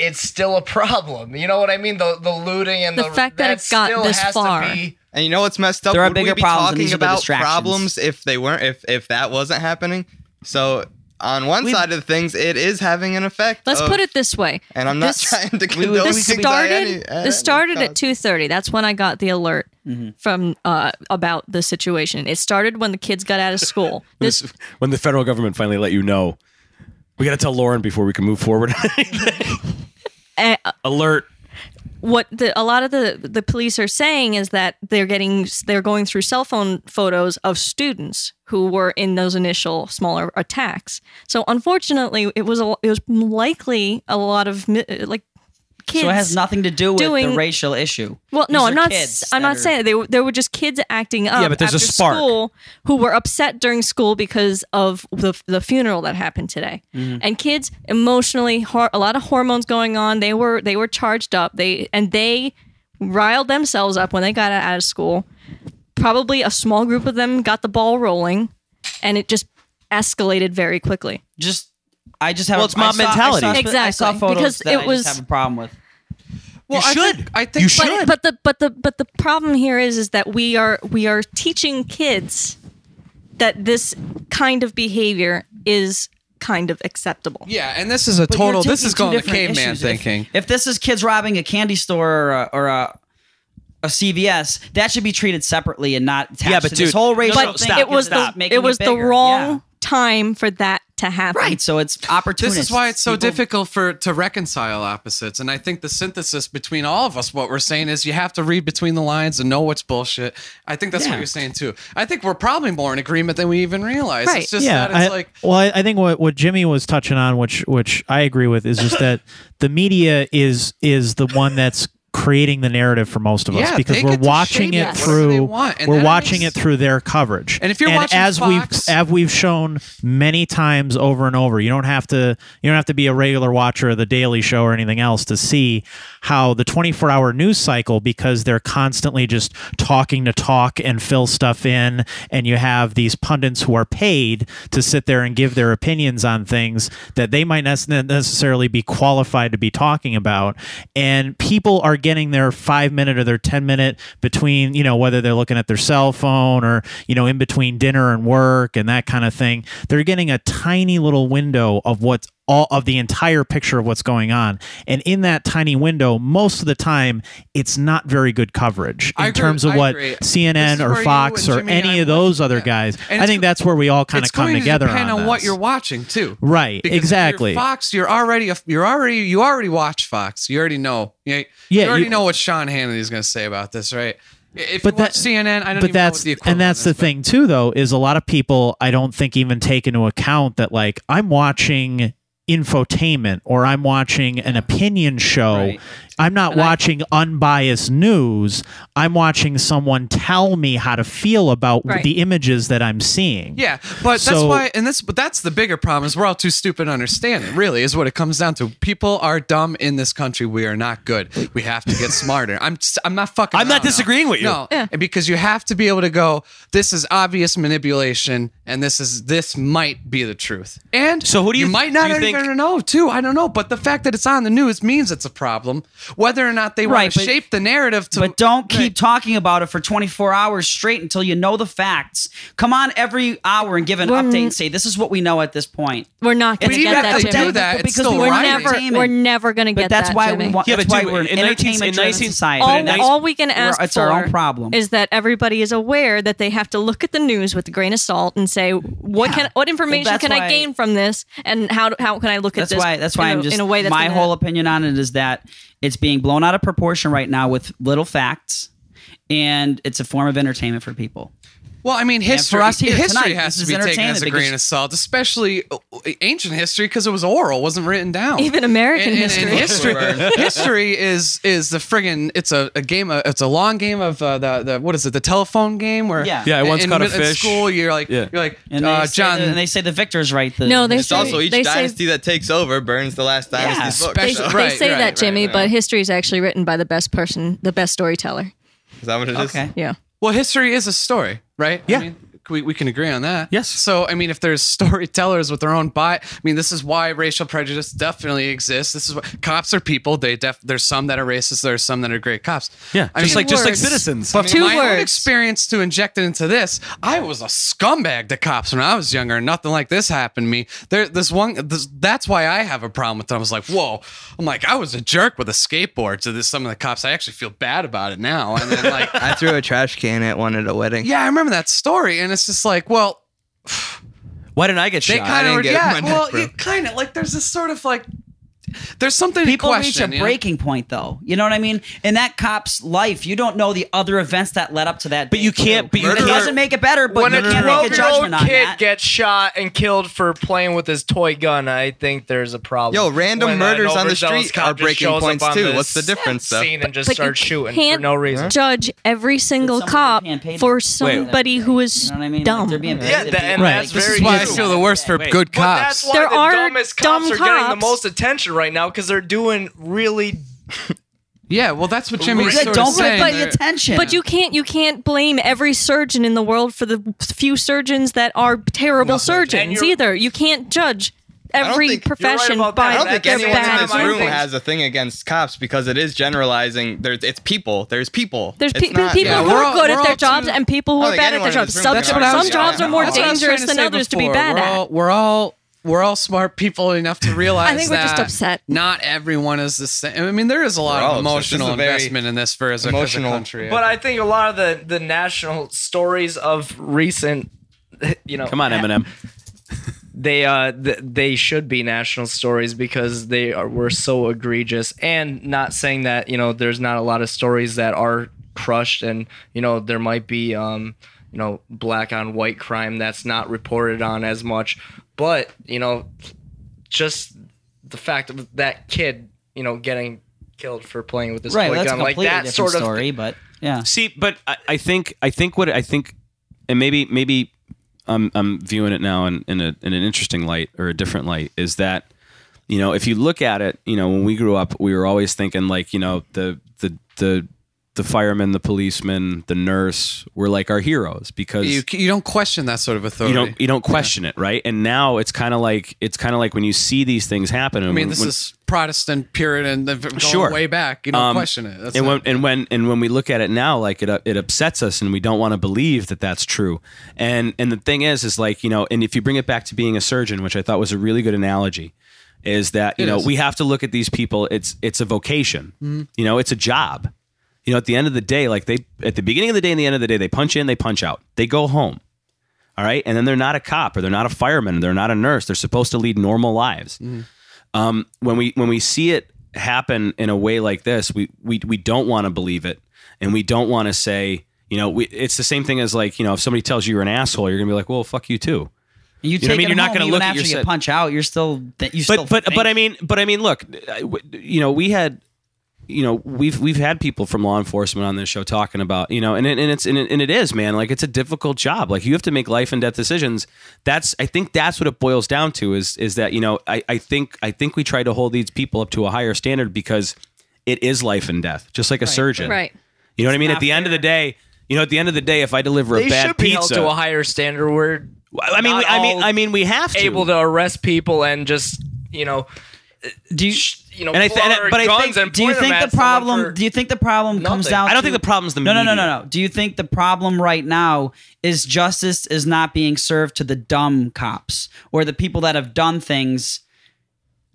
[SPEAKER 8] it's still a problem. You know what I mean? The the looting and
[SPEAKER 2] The
[SPEAKER 8] the,
[SPEAKER 2] fact that it got
[SPEAKER 8] still
[SPEAKER 2] this
[SPEAKER 8] has to
[SPEAKER 2] far.
[SPEAKER 8] be-
[SPEAKER 7] And you know what's messed up?
[SPEAKER 4] There are
[SPEAKER 7] Would we
[SPEAKER 4] bigger
[SPEAKER 7] be
[SPEAKER 4] problems, and these
[SPEAKER 7] talking
[SPEAKER 4] are the
[SPEAKER 7] about
[SPEAKER 4] distractions.
[SPEAKER 7] problems if they weren't if if that wasn't happening? So on one
[SPEAKER 4] We-
[SPEAKER 7] side of things, it is having an effect.
[SPEAKER 2] [LAUGHS] Let's
[SPEAKER 7] of-
[SPEAKER 2] put
[SPEAKER 5] Uh,
[SPEAKER 2] it this way.
[SPEAKER 7] And I'm not
[SPEAKER 2] this-
[SPEAKER 7] [LAUGHS] trying to condone
[SPEAKER 2] this
[SPEAKER 7] things I
[SPEAKER 2] started.
[SPEAKER 7] any- I-
[SPEAKER 2] This started at two thirty. That's when I got the alert
[SPEAKER 5] Mm-hmm.
[SPEAKER 2] from uh, about the situation. It started when the kids got out of
[SPEAKER 5] [LAUGHS]
[SPEAKER 2] school. This
[SPEAKER 3] when the federal government finally let you know, we got to tell Lauren before we can move forward. [LAUGHS]
[SPEAKER 2] uh,
[SPEAKER 3] Alert.
[SPEAKER 2] what the a lot of the the police are saying is that they're getting they're going through cell phone photos of students who were in those initial smaller attacks. So unfortunately, it was a, it was likely a lot of mi- like kids.
[SPEAKER 4] So it has nothing to do with
[SPEAKER 2] doing-
[SPEAKER 4] the racial issue.
[SPEAKER 2] Well, no,
[SPEAKER 4] These
[SPEAKER 2] I'm
[SPEAKER 4] are
[SPEAKER 2] not.
[SPEAKER 4] kids
[SPEAKER 2] I'm
[SPEAKER 4] that
[SPEAKER 2] not
[SPEAKER 4] are-
[SPEAKER 2] saying that. they were. There were just kids acting up.
[SPEAKER 3] but there's a
[SPEAKER 2] after
[SPEAKER 3] spark.
[SPEAKER 2] School who were upset during school because of the the funeral that happened today,
[SPEAKER 4] Mm-hmm.
[SPEAKER 2] and kids emotionally, hor- a lot of hormones going on. They were they were charged up. They and they riled themselves up when they got out of school. Probably a small group of them got the ball rolling, and it just escalated very quickly.
[SPEAKER 4] Just I just have.
[SPEAKER 3] Well, it's
[SPEAKER 4] I
[SPEAKER 3] mob
[SPEAKER 4] saw- I
[SPEAKER 3] mentality.
[SPEAKER 4] saw- I saw
[SPEAKER 2] Exactly,
[SPEAKER 4] photos
[SPEAKER 2] because
[SPEAKER 4] that
[SPEAKER 2] it
[SPEAKER 4] I just
[SPEAKER 2] was-
[SPEAKER 4] have a problem with.
[SPEAKER 5] well,
[SPEAKER 3] You
[SPEAKER 5] I
[SPEAKER 3] should.
[SPEAKER 5] Think, I think
[SPEAKER 3] You
[SPEAKER 5] but-
[SPEAKER 3] should.
[SPEAKER 2] But the but the but the problem here is is that we are we are teaching kids that this kind of behavior is kind of acceptable.
[SPEAKER 5] Yeah, and this is a
[SPEAKER 4] But you're
[SPEAKER 5] total. This
[SPEAKER 4] taking
[SPEAKER 5] is
[SPEAKER 4] two
[SPEAKER 5] going to
[SPEAKER 4] different
[SPEAKER 5] caveman
[SPEAKER 4] issues. If-
[SPEAKER 5] thinking.
[SPEAKER 4] If, this is kids robbing a candy store or a, or a a CVS, that should be treated separately and not attached
[SPEAKER 3] Yeah, but
[SPEAKER 4] to
[SPEAKER 3] dude,
[SPEAKER 4] this whole racial
[SPEAKER 3] no,
[SPEAKER 2] But
[SPEAKER 4] thing.
[SPEAKER 2] it was
[SPEAKER 4] Stop
[SPEAKER 2] the
[SPEAKER 4] making
[SPEAKER 2] it was the
[SPEAKER 4] bigger.
[SPEAKER 2] wrong
[SPEAKER 4] Yeah.
[SPEAKER 2] time for that to happen.
[SPEAKER 4] Right, so it's opportunity.
[SPEAKER 5] This is why it's so difficult for to reconcile opposites. And I think the synthesis between all of us, what we're saying is you have to read between the lines and know what's bullshit. I think that's what
[SPEAKER 4] Yeah.
[SPEAKER 5] you're saying too. I think we're probably more in agreement than we even realize.
[SPEAKER 2] Right.
[SPEAKER 5] It's just
[SPEAKER 1] yeah,
[SPEAKER 5] that it's
[SPEAKER 1] I-
[SPEAKER 5] like
[SPEAKER 1] well, I, I think what, what Jimmy was touching on, which which I agree with, is just that the media is is the one that's creating the narrative for most of us
[SPEAKER 5] Yeah,
[SPEAKER 1] because
[SPEAKER 5] they
[SPEAKER 1] we're
[SPEAKER 5] get to
[SPEAKER 1] watching it
[SPEAKER 5] shape it whatever they
[SPEAKER 1] through
[SPEAKER 5] want, and
[SPEAKER 1] we're
[SPEAKER 5] that
[SPEAKER 1] watching
[SPEAKER 5] makes-
[SPEAKER 1] it through their coverage.
[SPEAKER 5] And if you're watching
[SPEAKER 1] as
[SPEAKER 5] Fox-
[SPEAKER 1] we've as we've shown many times over and over, you don't have to you don't have to be a regular watcher of the Daily Show or anything else to see how the 24-hour news cycle because they're constantly just talking to talk and fill stuff in and you have these pundits who are paid to sit there and give their opinions on things that they might not necessarily be qualified to be talking about and people are getting their 5 minute or their 10 minute between, you know, whether they're looking at their cell phone or, you know, in between dinner and work and that kind of thing. They're getting a tiny little window of what's all of the entire picture of what's going on. And in that tiny window, most of the time, it's not very good coverage in
[SPEAKER 5] I agree-
[SPEAKER 1] terms of
[SPEAKER 5] I
[SPEAKER 1] what
[SPEAKER 5] agree. This
[SPEAKER 1] CNN
[SPEAKER 5] is
[SPEAKER 1] or
[SPEAKER 5] where you
[SPEAKER 1] Fox
[SPEAKER 5] and
[SPEAKER 1] or
[SPEAKER 5] Jimmy and
[SPEAKER 1] any
[SPEAKER 5] I
[SPEAKER 1] of those
[SPEAKER 5] went-
[SPEAKER 1] other
[SPEAKER 5] yeah.
[SPEAKER 1] guys.
[SPEAKER 5] And
[SPEAKER 1] I
[SPEAKER 5] it's
[SPEAKER 1] think
[SPEAKER 5] go-
[SPEAKER 1] that's where we all kind
[SPEAKER 5] it's
[SPEAKER 1] of come
[SPEAKER 5] going
[SPEAKER 1] together
[SPEAKER 5] to depend on,
[SPEAKER 1] on
[SPEAKER 5] what
[SPEAKER 1] this.
[SPEAKER 5] you're watching too.
[SPEAKER 1] Right,
[SPEAKER 5] Because if you're
[SPEAKER 1] exactly.
[SPEAKER 5] Fox, you're already a, you're already you already watch Fox. You already know. You,
[SPEAKER 1] Yeah,
[SPEAKER 5] you already
[SPEAKER 1] you-
[SPEAKER 5] know what Sean Hannity is going to say about this, right? If
[SPEAKER 1] But
[SPEAKER 5] you watch
[SPEAKER 1] that-
[SPEAKER 5] CNN, I don't
[SPEAKER 1] but
[SPEAKER 5] even know
[SPEAKER 1] that's
[SPEAKER 5] what the
[SPEAKER 1] and
[SPEAKER 5] equivalent
[SPEAKER 1] that's
[SPEAKER 5] is,
[SPEAKER 1] the
[SPEAKER 5] but-
[SPEAKER 1] thing too though is a lot of people i don't think even take into account that like i'm watching infotainment or i'm watching an opinion show
[SPEAKER 4] Right.
[SPEAKER 1] i'm not watching unbiased news i'm watching someone tell me how to feel about
[SPEAKER 2] Right.
[SPEAKER 1] the images that i'm seeing
[SPEAKER 5] Yeah, but that's
[SPEAKER 1] So-
[SPEAKER 5] why, and that's but that's the bigger problem is we're all too stupid to understand it. Really, is what it comes down to. People are dumb in this country. We are not good. We have to get smarter. I'm s- I'm not fucking.
[SPEAKER 3] I'm not
[SPEAKER 5] around now.
[SPEAKER 3] disagreeing with you.
[SPEAKER 5] No, and because you have to be able to go. This is obvious manipulation, and this is this might be the truth. And
[SPEAKER 3] So who do you th-
[SPEAKER 5] might not
[SPEAKER 3] do you
[SPEAKER 5] even
[SPEAKER 3] think-
[SPEAKER 5] know too? I don't know, but the fact that it's on the news means it's a problem. Whether or not they
[SPEAKER 4] Right,
[SPEAKER 5] want to
[SPEAKER 4] but-
[SPEAKER 5] shape the narrative to,
[SPEAKER 4] But don't keep
[SPEAKER 5] Right.
[SPEAKER 4] talking about it for 24 hours straight until you know the facts. Come on every hour and give an
[SPEAKER 2] mm.
[SPEAKER 4] update and say, this is what we know at this point.
[SPEAKER 2] We're not going
[SPEAKER 5] But
[SPEAKER 2] to
[SPEAKER 5] even
[SPEAKER 2] get
[SPEAKER 5] if
[SPEAKER 2] that,
[SPEAKER 5] they
[SPEAKER 2] Jimmy.
[SPEAKER 5] do that, it's
[SPEAKER 4] Because
[SPEAKER 5] still
[SPEAKER 4] we're
[SPEAKER 2] We're
[SPEAKER 5] wrong.
[SPEAKER 4] Right.
[SPEAKER 2] never,
[SPEAKER 4] Entertainment.
[SPEAKER 2] we're never going to
[SPEAKER 4] But
[SPEAKER 2] get
[SPEAKER 4] that's
[SPEAKER 2] that,
[SPEAKER 4] why
[SPEAKER 2] Jimmy.
[SPEAKER 4] we want,
[SPEAKER 3] Yeah,
[SPEAKER 4] that's
[SPEAKER 3] but
[SPEAKER 4] why
[SPEAKER 3] dude,
[SPEAKER 4] we're an
[SPEAKER 3] in 19
[SPEAKER 4] entertainment
[SPEAKER 3] in
[SPEAKER 4] driven
[SPEAKER 3] 19
[SPEAKER 4] society.
[SPEAKER 3] but
[SPEAKER 2] all,
[SPEAKER 3] in
[SPEAKER 4] and that's-
[SPEAKER 2] all we can
[SPEAKER 4] we're-
[SPEAKER 2] ask
[SPEAKER 4] it's
[SPEAKER 2] for
[SPEAKER 4] our own problem.
[SPEAKER 2] is that everybody is aware that they have to look at the news with a grain of salt and say what
[SPEAKER 4] Yeah.
[SPEAKER 2] can what information
[SPEAKER 4] that's
[SPEAKER 2] can I
[SPEAKER 4] why-
[SPEAKER 2] gain from this and how how can I look
[SPEAKER 4] that's
[SPEAKER 2] at this
[SPEAKER 4] why that's why
[SPEAKER 2] in,
[SPEAKER 4] I'm
[SPEAKER 2] a,
[SPEAKER 4] just
[SPEAKER 2] in a way that's
[SPEAKER 4] my
[SPEAKER 2] gonna-
[SPEAKER 4] whole opinion on it is that it's being blown out of proportion right now with little facts and it's a form of entertainment for people.
[SPEAKER 5] Well, I mean, history.
[SPEAKER 4] for us here
[SPEAKER 5] history
[SPEAKER 4] tonight,
[SPEAKER 5] has to
[SPEAKER 4] this
[SPEAKER 5] be
[SPEAKER 4] is
[SPEAKER 5] taken as a
[SPEAKER 4] entertainment
[SPEAKER 5] grain
[SPEAKER 4] because-
[SPEAKER 5] of salt, especially uh, ancient history because it was oral, wasn't written down.
[SPEAKER 2] Even American
[SPEAKER 5] And- and-
[SPEAKER 2] history.
[SPEAKER 5] and history, [LAUGHS]
[SPEAKER 4] [LAUGHS]
[SPEAKER 5] history is is the friggin' it's a, a game. Of, it's a long game of uh, the the what is it? The telephone game where
[SPEAKER 4] Yeah.
[SPEAKER 3] Yeah, I once
[SPEAKER 5] in,
[SPEAKER 3] caught a
[SPEAKER 5] in mid-
[SPEAKER 3] fish.
[SPEAKER 5] school, you're like
[SPEAKER 3] Yeah.
[SPEAKER 5] you're like
[SPEAKER 4] And
[SPEAKER 5] uh,
[SPEAKER 4] they say
[SPEAKER 5] John.
[SPEAKER 4] the- and they say the victor's right. The,
[SPEAKER 2] No, they
[SPEAKER 7] It's
[SPEAKER 2] say-
[SPEAKER 7] also each
[SPEAKER 2] they say-
[SPEAKER 7] dynasty that takes over burns the last
[SPEAKER 4] Yeah.
[SPEAKER 7] dynasty's book.
[SPEAKER 2] they,
[SPEAKER 7] [LAUGHS]
[SPEAKER 5] special-
[SPEAKER 2] they
[SPEAKER 5] Right,
[SPEAKER 2] say
[SPEAKER 5] right,
[SPEAKER 2] that
[SPEAKER 5] right,
[SPEAKER 2] Jimmy
[SPEAKER 5] right.
[SPEAKER 2] but history is actually written by the best person the best storyteller
[SPEAKER 7] Is that what it is?
[SPEAKER 4] Okay.
[SPEAKER 2] yeah
[SPEAKER 5] well, history is a story, right? Yeah. I mean, we, we can agree on that.
[SPEAKER 3] Yes.
[SPEAKER 5] So, I mean, if there's storytellers with their own bot, I mean, this is why racial prejudice definitely exists. This is why cops are people. They def, There's some that are racist. There's some that are great cops.
[SPEAKER 3] Yeah,
[SPEAKER 5] I
[SPEAKER 3] just
[SPEAKER 5] mean-
[SPEAKER 3] like just like
[SPEAKER 2] words.
[SPEAKER 3] citizens.
[SPEAKER 5] But
[SPEAKER 2] Two
[SPEAKER 5] my own
[SPEAKER 2] words.
[SPEAKER 5] experience to inject it into this, I was a scumbag to cops when I was younger, and nothing like this happened to me. There, this one, this, that's why I have a problem with it. I was like, whoa, I'm like, I was a jerk with a skateboard to this. Some of the cops, I actually feel bad about it now. And then like,
[SPEAKER 7] I threw a trash can at one at a wedding.
[SPEAKER 5] yeah, I remember that story, and it's just like, well,
[SPEAKER 3] Why didn't I get
[SPEAKER 5] they
[SPEAKER 3] shot?
[SPEAKER 5] kind
[SPEAKER 7] didn't
[SPEAKER 5] of,
[SPEAKER 7] get
[SPEAKER 5] yeah,
[SPEAKER 7] my neck
[SPEAKER 5] well,
[SPEAKER 7] broke.
[SPEAKER 5] you kind of like, there's this sort of like, there's something
[SPEAKER 4] people
[SPEAKER 5] to question,
[SPEAKER 4] reach
[SPEAKER 5] you
[SPEAKER 4] a
[SPEAKER 5] know?
[SPEAKER 4] breaking point though you know what i mean in that cop's life you don't know the other events that led up to that
[SPEAKER 3] But
[SPEAKER 4] day,
[SPEAKER 3] you can't-
[SPEAKER 4] too.
[SPEAKER 3] but you
[SPEAKER 4] it
[SPEAKER 3] can't-
[SPEAKER 4] doesn't make it better but
[SPEAKER 6] when
[SPEAKER 4] you
[SPEAKER 6] a
[SPEAKER 4] can't make a
[SPEAKER 6] twelve-year-old
[SPEAKER 4] judgment on
[SPEAKER 6] kid
[SPEAKER 4] that
[SPEAKER 6] gets shot and killed for playing with his toy gun, I think there's a problem.
[SPEAKER 7] Yo, random
[SPEAKER 6] an
[SPEAKER 7] murders on the
[SPEAKER 6] overzealous
[SPEAKER 7] street
[SPEAKER 6] cop
[SPEAKER 7] are
[SPEAKER 6] just
[SPEAKER 7] breaking
[SPEAKER 6] shows up
[SPEAKER 7] points
[SPEAKER 6] on
[SPEAKER 7] too.
[SPEAKER 6] this
[SPEAKER 7] What's the difference, though?
[SPEAKER 6] Scene and just
[SPEAKER 2] But
[SPEAKER 6] starts
[SPEAKER 2] you
[SPEAKER 6] shooting for
[SPEAKER 2] can't
[SPEAKER 6] no reason.
[SPEAKER 2] judge every single
[SPEAKER 4] somebody
[SPEAKER 2] cop
[SPEAKER 4] can't pay them.
[SPEAKER 2] for
[SPEAKER 4] Wait.
[SPEAKER 2] somebody who is
[SPEAKER 4] you know what i mean
[SPEAKER 2] dumb
[SPEAKER 4] Like, they're being
[SPEAKER 6] Yeah,
[SPEAKER 4] paid
[SPEAKER 6] that-
[SPEAKER 4] to
[SPEAKER 6] and
[SPEAKER 4] be-
[SPEAKER 1] Right.
[SPEAKER 6] that's
[SPEAKER 5] This
[SPEAKER 6] very
[SPEAKER 5] is why I
[SPEAKER 6] true.
[SPEAKER 5] feel the worst for good
[SPEAKER 6] But that's
[SPEAKER 5] cops.
[SPEAKER 6] why
[SPEAKER 2] There
[SPEAKER 6] the
[SPEAKER 2] are
[SPEAKER 6] dumbest cops
[SPEAKER 2] dumb
[SPEAKER 6] are getting the
[SPEAKER 2] cops.
[SPEAKER 6] most attention right now because they're doing really.
[SPEAKER 5] Yeah, well, that's what Jimmy was
[SPEAKER 4] Yeah,
[SPEAKER 5] sort of
[SPEAKER 4] don't
[SPEAKER 5] saying.
[SPEAKER 4] pay
[SPEAKER 5] there.
[SPEAKER 4] the attention
[SPEAKER 2] But you can't you can't blame every surgeon in the world for the few surgeons that are terrible
[SPEAKER 6] And
[SPEAKER 2] surgeons
[SPEAKER 6] you're-
[SPEAKER 2] either. You can't judge every
[SPEAKER 7] think- you're
[SPEAKER 6] right
[SPEAKER 2] profession
[SPEAKER 6] about that.
[SPEAKER 2] by
[SPEAKER 7] I don't think
[SPEAKER 2] their
[SPEAKER 6] That's
[SPEAKER 7] anyone in
[SPEAKER 2] bad
[SPEAKER 7] this
[SPEAKER 6] one of my
[SPEAKER 7] room
[SPEAKER 2] work.
[SPEAKER 6] things.
[SPEAKER 7] has a thing against cops because it is generalizing. There's it's people. There's people.
[SPEAKER 2] There's
[SPEAKER 7] It's
[SPEAKER 2] pe-
[SPEAKER 7] not-
[SPEAKER 2] people
[SPEAKER 5] yeah,
[SPEAKER 2] who
[SPEAKER 5] we're
[SPEAKER 2] are
[SPEAKER 5] all-
[SPEAKER 2] good
[SPEAKER 5] we're
[SPEAKER 2] at their
[SPEAKER 5] all
[SPEAKER 2] jobs
[SPEAKER 5] too-
[SPEAKER 2] and people who
[SPEAKER 7] I
[SPEAKER 2] are
[SPEAKER 7] think
[SPEAKER 2] bad at
[SPEAKER 7] anyone
[SPEAKER 2] their
[SPEAKER 7] in
[SPEAKER 2] jobs.
[SPEAKER 7] this room
[SPEAKER 2] Some,
[SPEAKER 7] can
[SPEAKER 5] That's what I
[SPEAKER 2] some
[SPEAKER 5] was-
[SPEAKER 7] argue
[SPEAKER 2] jobs
[SPEAKER 7] that.
[SPEAKER 2] are more
[SPEAKER 5] that's what I was trying
[SPEAKER 2] dangerous
[SPEAKER 5] to
[SPEAKER 2] than
[SPEAKER 5] say
[SPEAKER 2] others to be
[SPEAKER 5] before.
[SPEAKER 2] bad
[SPEAKER 5] we're
[SPEAKER 2] at.
[SPEAKER 5] All, we're all we're all smart people
[SPEAKER 2] [LAUGHS]
[SPEAKER 5] enough to realize.
[SPEAKER 2] I think we're just
[SPEAKER 5] that
[SPEAKER 2] upset.
[SPEAKER 5] Not everyone is the same. I mean, there is a lot
[SPEAKER 7] We're all
[SPEAKER 5] of
[SPEAKER 7] upset. This is
[SPEAKER 5] emotional
[SPEAKER 7] a very
[SPEAKER 5] investment in this for as a,
[SPEAKER 7] emotional-
[SPEAKER 5] as a country.
[SPEAKER 6] But I think a lot of the the national stories of recent, you know,
[SPEAKER 3] Come on, Eminem.
[SPEAKER 6] they uh th- they should be national stories because they are were so egregious and not saying that you know there's not a lot of stories that are crushed and you know there might be um you know black on white crime that's not reported on as much but you know just the fact of that kid you know getting killed for playing with this
[SPEAKER 4] right
[SPEAKER 6] toy
[SPEAKER 4] well, that's a
[SPEAKER 6] gun like
[SPEAKER 4] completely
[SPEAKER 6] that
[SPEAKER 4] different
[SPEAKER 6] sort of
[SPEAKER 4] story but yeah
[SPEAKER 3] See, but I, I think I think what I think, and maybe maybe I'm I'm viewing it now in in, a, in an interesting light or a different light is that you know if you look at it, you know when we grew up, we were always thinking like you know the the the the fireman, the policeman, the nurse were like our heroes because
[SPEAKER 5] you, you don't question that sort of authority.
[SPEAKER 3] you don't you don't question it, right? And now it's kind of like it's kind of like when you see these things happen.
[SPEAKER 5] I mean, this is Protestant, Puritan, they've going
[SPEAKER 3] Sure.
[SPEAKER 5] way back. You don't
[SPEAKER 3] Um,
[SPEAKER 5] question it. That's
[SPEAKER 3] and
[SPEAKER 5] not-
[SPEAKER 3] when and when and when we look at it now, like it u- it upsets us, and we don't want to believe that that's true. And and the thing is, is like you know, and if you bring it back to being a surgeon, which I thought was a really good analogy, is that you
[SPEAKER 5] It
[SPEAKER 3] know
[SPEAKER 5] is. Mm-hmm.
[SPEAKER 3] we have to look at these people. It's it's a vocation. You know, it's a job. You know, at the end of the day, like they at the beginning of the day and the end of the day, they punch in, they punch out, they go home. All right, and then they're not a cop or they're not a fireman, they're not a nurse. They're supposed to lead normal lives. Um, when we when we see it happen in a way like this, we we we don't want to believe it, and we don't want to say. You know, we, it's the same thing as like you know, if somebody tells you you're an asshole, you're gonna be like, "Well, fuck you too."
[SPEAKER 4] You
[SPEAKER 3] know what I
[SPEAKER 4] take
[SPEAKER 3] mean?
[SPEAKER 4] it
[SPEAKER 3] You're not
[SPEAKER 4] home,
[SPEAKER 3] gonna
[SPEAKER 4] even
[SPEAKER 3] look at
[SPEAKER 4] after
[SPEAKER 3] your
[SPEAKER 4] you
[SPEAKER 3] set.
[SPEAKER 4] punch out. You're still that you still.
[SPEAKER 3] but but but I
[SPEAKER 4] think.
[SPEAKER 3] mean but I mean look, I w- you know we had you know we've we've had people from law enforcement on this show talking about you know and it, and it's and it, and it is man like it's a difficult job like you have to make life and death decisions that's I think that's what it boils down to is is that you know I I think I think we try to hold these people up to a higher standard because it is life and death just like a surgeon
[SPEAKER 2] Right.
[SPEAKER 3] you know what I mean at the end of the day you know at the end of the day if I deliver a
[SPEAKER 8] They
[SPEAKER 3] bad
[SPEAKER 8] should be held
[SPEAKER 3] pizza
[SPEAKER 8] to a higher standard. We're
[SPEAKER 3] I mean we,
[SPEAKER 8] not
[SPEAKER 3] I mean
[SPEAKER 8] all
[SPEAKER 3] I mean we have to
[SPEAKER 8] able to arrest people and just you know
[SPEAKER 4] do you,
[SPEAKER 8] sh- you know
[SPEAKER 3] And I th-
[SPEAKER 8] pull
[SPEAKER 3] and I-
[SPEAKER 8] out our
[SPEAKER 3] but I
[SPEAKER 8] guns
[SPEAKER 3] think-
[SPEAKER 8] and
[SPEAKER 4] do you
[SPEAKER 8] point them
[SPEAKER 4] think
[SPEAKER 8] at
[SPEAKER 4] the
[SPEAKER 8] someone
[SPEAKER 4] problem?
[SPEAKER 8] for-
[SPEAKER 4] do you think the problem comes
[SPEAKER 8] nothing.
[SPEAKER 4] down?
[SPEAKER 3] I don't think
[SPEAKER 4] to-
[SPEAKER 3] the problem's the
[SPEAKER 4] no, no, no,
[SPEAKER 3] media.
[SPEAKER 4] no, no. Do you think the problem right now is justice is not being served to the dumb cops or the people that have done things?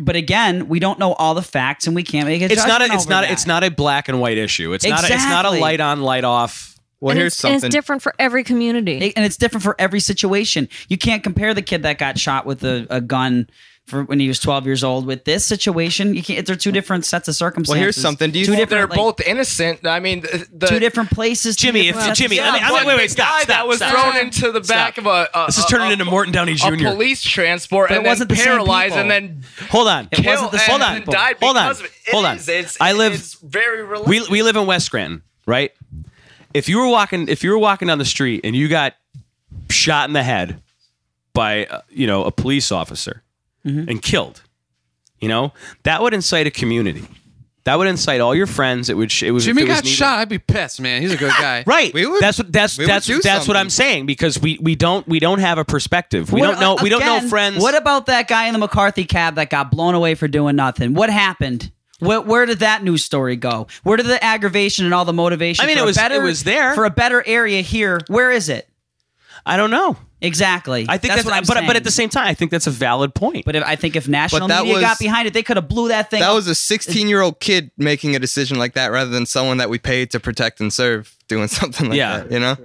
[SPEAKER 4] But again, we don't know all the facts, and we can't make a
[SPEAKER 3] it's not
[SPEAKER 4] judgment
[SPEAKER 3] a, it's
[SPEAKER 4] over
[SPEAKER 3] not
[SPEAKER 4] that.
[SPEAKER 3] it's not a black and white issue. It's not a, it's not a
[SPEAKER 4] Exactly.
[SPEAKER 3] light on light off.
[SPEAKER 7] Well,
[SPEAKER 2] and
[SPEAKER 7] here's
[SPEAKER 2] it's, and
[SPEAKER 7] something.
[SPEAKER 2] it's different for every community.
[SPEAKER 4] It- and it's different for every situation. You can't compare the kid that got shot with a, a gun for when he was 12 years old with this situation. You can't. They're two different sets of circumstances.
[SPEAKER 7] something. Do you
[SPEAKER 4] two
[SPEAKER 7] think
[SPEAKER 4] different?
[SPEAKER 8] they're
[SPEAKER 4] like,
[SPEAKER 8] both innocent. I mean, th- the,
[SPEAKER 4] two different places. two
[SPEAKER 3] Jimmy, if
[SPEAKER 4] different sets of
[SPEAKER 3] Jimmy,
[SPEAKER 8] Yeah,
[SPEAKER 3] I mean, I'm
[SPEAKER 8] but
[SPEAKER 3] like, wait, wait,
[SPEAKER 8] the
[SPEAKER 3] stop,
[SPEAKER 8] guy
[SPEAKER 3] stop,
[SPEAKER 8] that was
[SPEAKER 3] stop.
[SPEAKER 8] thrown into the back
[SPEAKER 3] Stop.
[SPEAKER 8] of a, a
[SPEAKER 3] This is
[SPEAKER 8] a-
[SPEAKER 3] turning
[SPEAKER 8] a-
[SPEAKER 3] into Morton Downey
[SPEAKER 8] a
[SPEAKER 3] Jr..
[SPEAKER 8] police transport,
[SPEAKER 4] But it
[SPEAKER 8] and then
[SPEAKER 4] wasn't the same
[SPEAKER 8] paralyzed,
[SPEAKER 4] people.
[SPEAKER 8] and then
[SPEAKER 3] Hold on,
[SPEAKER 4] It wasn't
[SPEAKER 8] killed
[SPEAKER 4] the
[SPEAKER 8] and
[SPEAKER 4] same
[SPEAKER 3] hold on,
[SPEAKER 8] then died
[SPEAKER 3] hold on,
[SPEAKER 8] because of it. It
[SPEAKER 3] hold on.
[SPEAKER 8] is, it's-
[SPEAKER 3] I live-
[SPEAKER 8] It's very related.
[SPEAKER 3] We we live in West Scranton, right? If you were walking if you were walking down the street and you got shot in the head by uh, you know a police officer and killed, you know that would incite a community. That would incite all your friends. It would. sh- It was.
[SPEAKER 5] Jimmy
[SPEAKER 3] it was
[SPEAKER 5] got
[SPEAKER 3] needed.
[SPEAKER 5] shot. I'd be pissed, man. He's a good guy.
[SPEAKER 3] [LAUGHS] Right.
[SPEAKER 7] We would-
[SPEAKER 3] that's what that's
[SPEAKER 7] we would
[SPEAKER 3] that's
[SPEAKER 7] do
[SPEAKER 3] that's what
[SPEAKER 7] something.
[SPEAKER 3] I'm saying because we we don't we don't have a perspective. We
[SPEAKER 4] What-
[SPEAKER 3] don't know we don't know
[SPEAKER 4] again,
[SPEAKER 3] friends.
[SPEAKER 4] What about that guy in the McCarthy cab that got blown away for doing nothing? What happened? Where, where did that news story go? Where did the aggravation and all the motivation?
[SPEAKER 3] I mean,
[SPEAKER 4] for
[SPEAKER 3] it
[SPEAKER 4] a
[SPEAKER 3] was-
[SPEAKER 4] better,
[SPEAKER 3] it was there.
[SPEAKER 4] for a better area here. Where is it
[SPEAKER 3] I don't know.
[SPEAKER 4] exactly?
[SPEAKER 3] I think that's,
[SPEAKER 4] what I'm
[SPEAKER 3] but
[SPEAKER 4] saying.
[SPEAKER 3] but at the same time, I think that's a valid point.
[SPEAKER 4] But if, I think if national
[SPEAKER 7] But that
[SPEAKER 4] media
[SPEAKER 7] was-
[SPEAKER 4] got behind it, they could have blew that thing.
[SPEAKER 7] that
[SPEAKER 4] up.
[SPEAKER 7] was a 16 year old kid making a decision like that rather than someone that we paid to protect and serve doing [LAUGHS] something like
[SPEAKER 3] Yeah.
[SPEAKER 7] that, you know?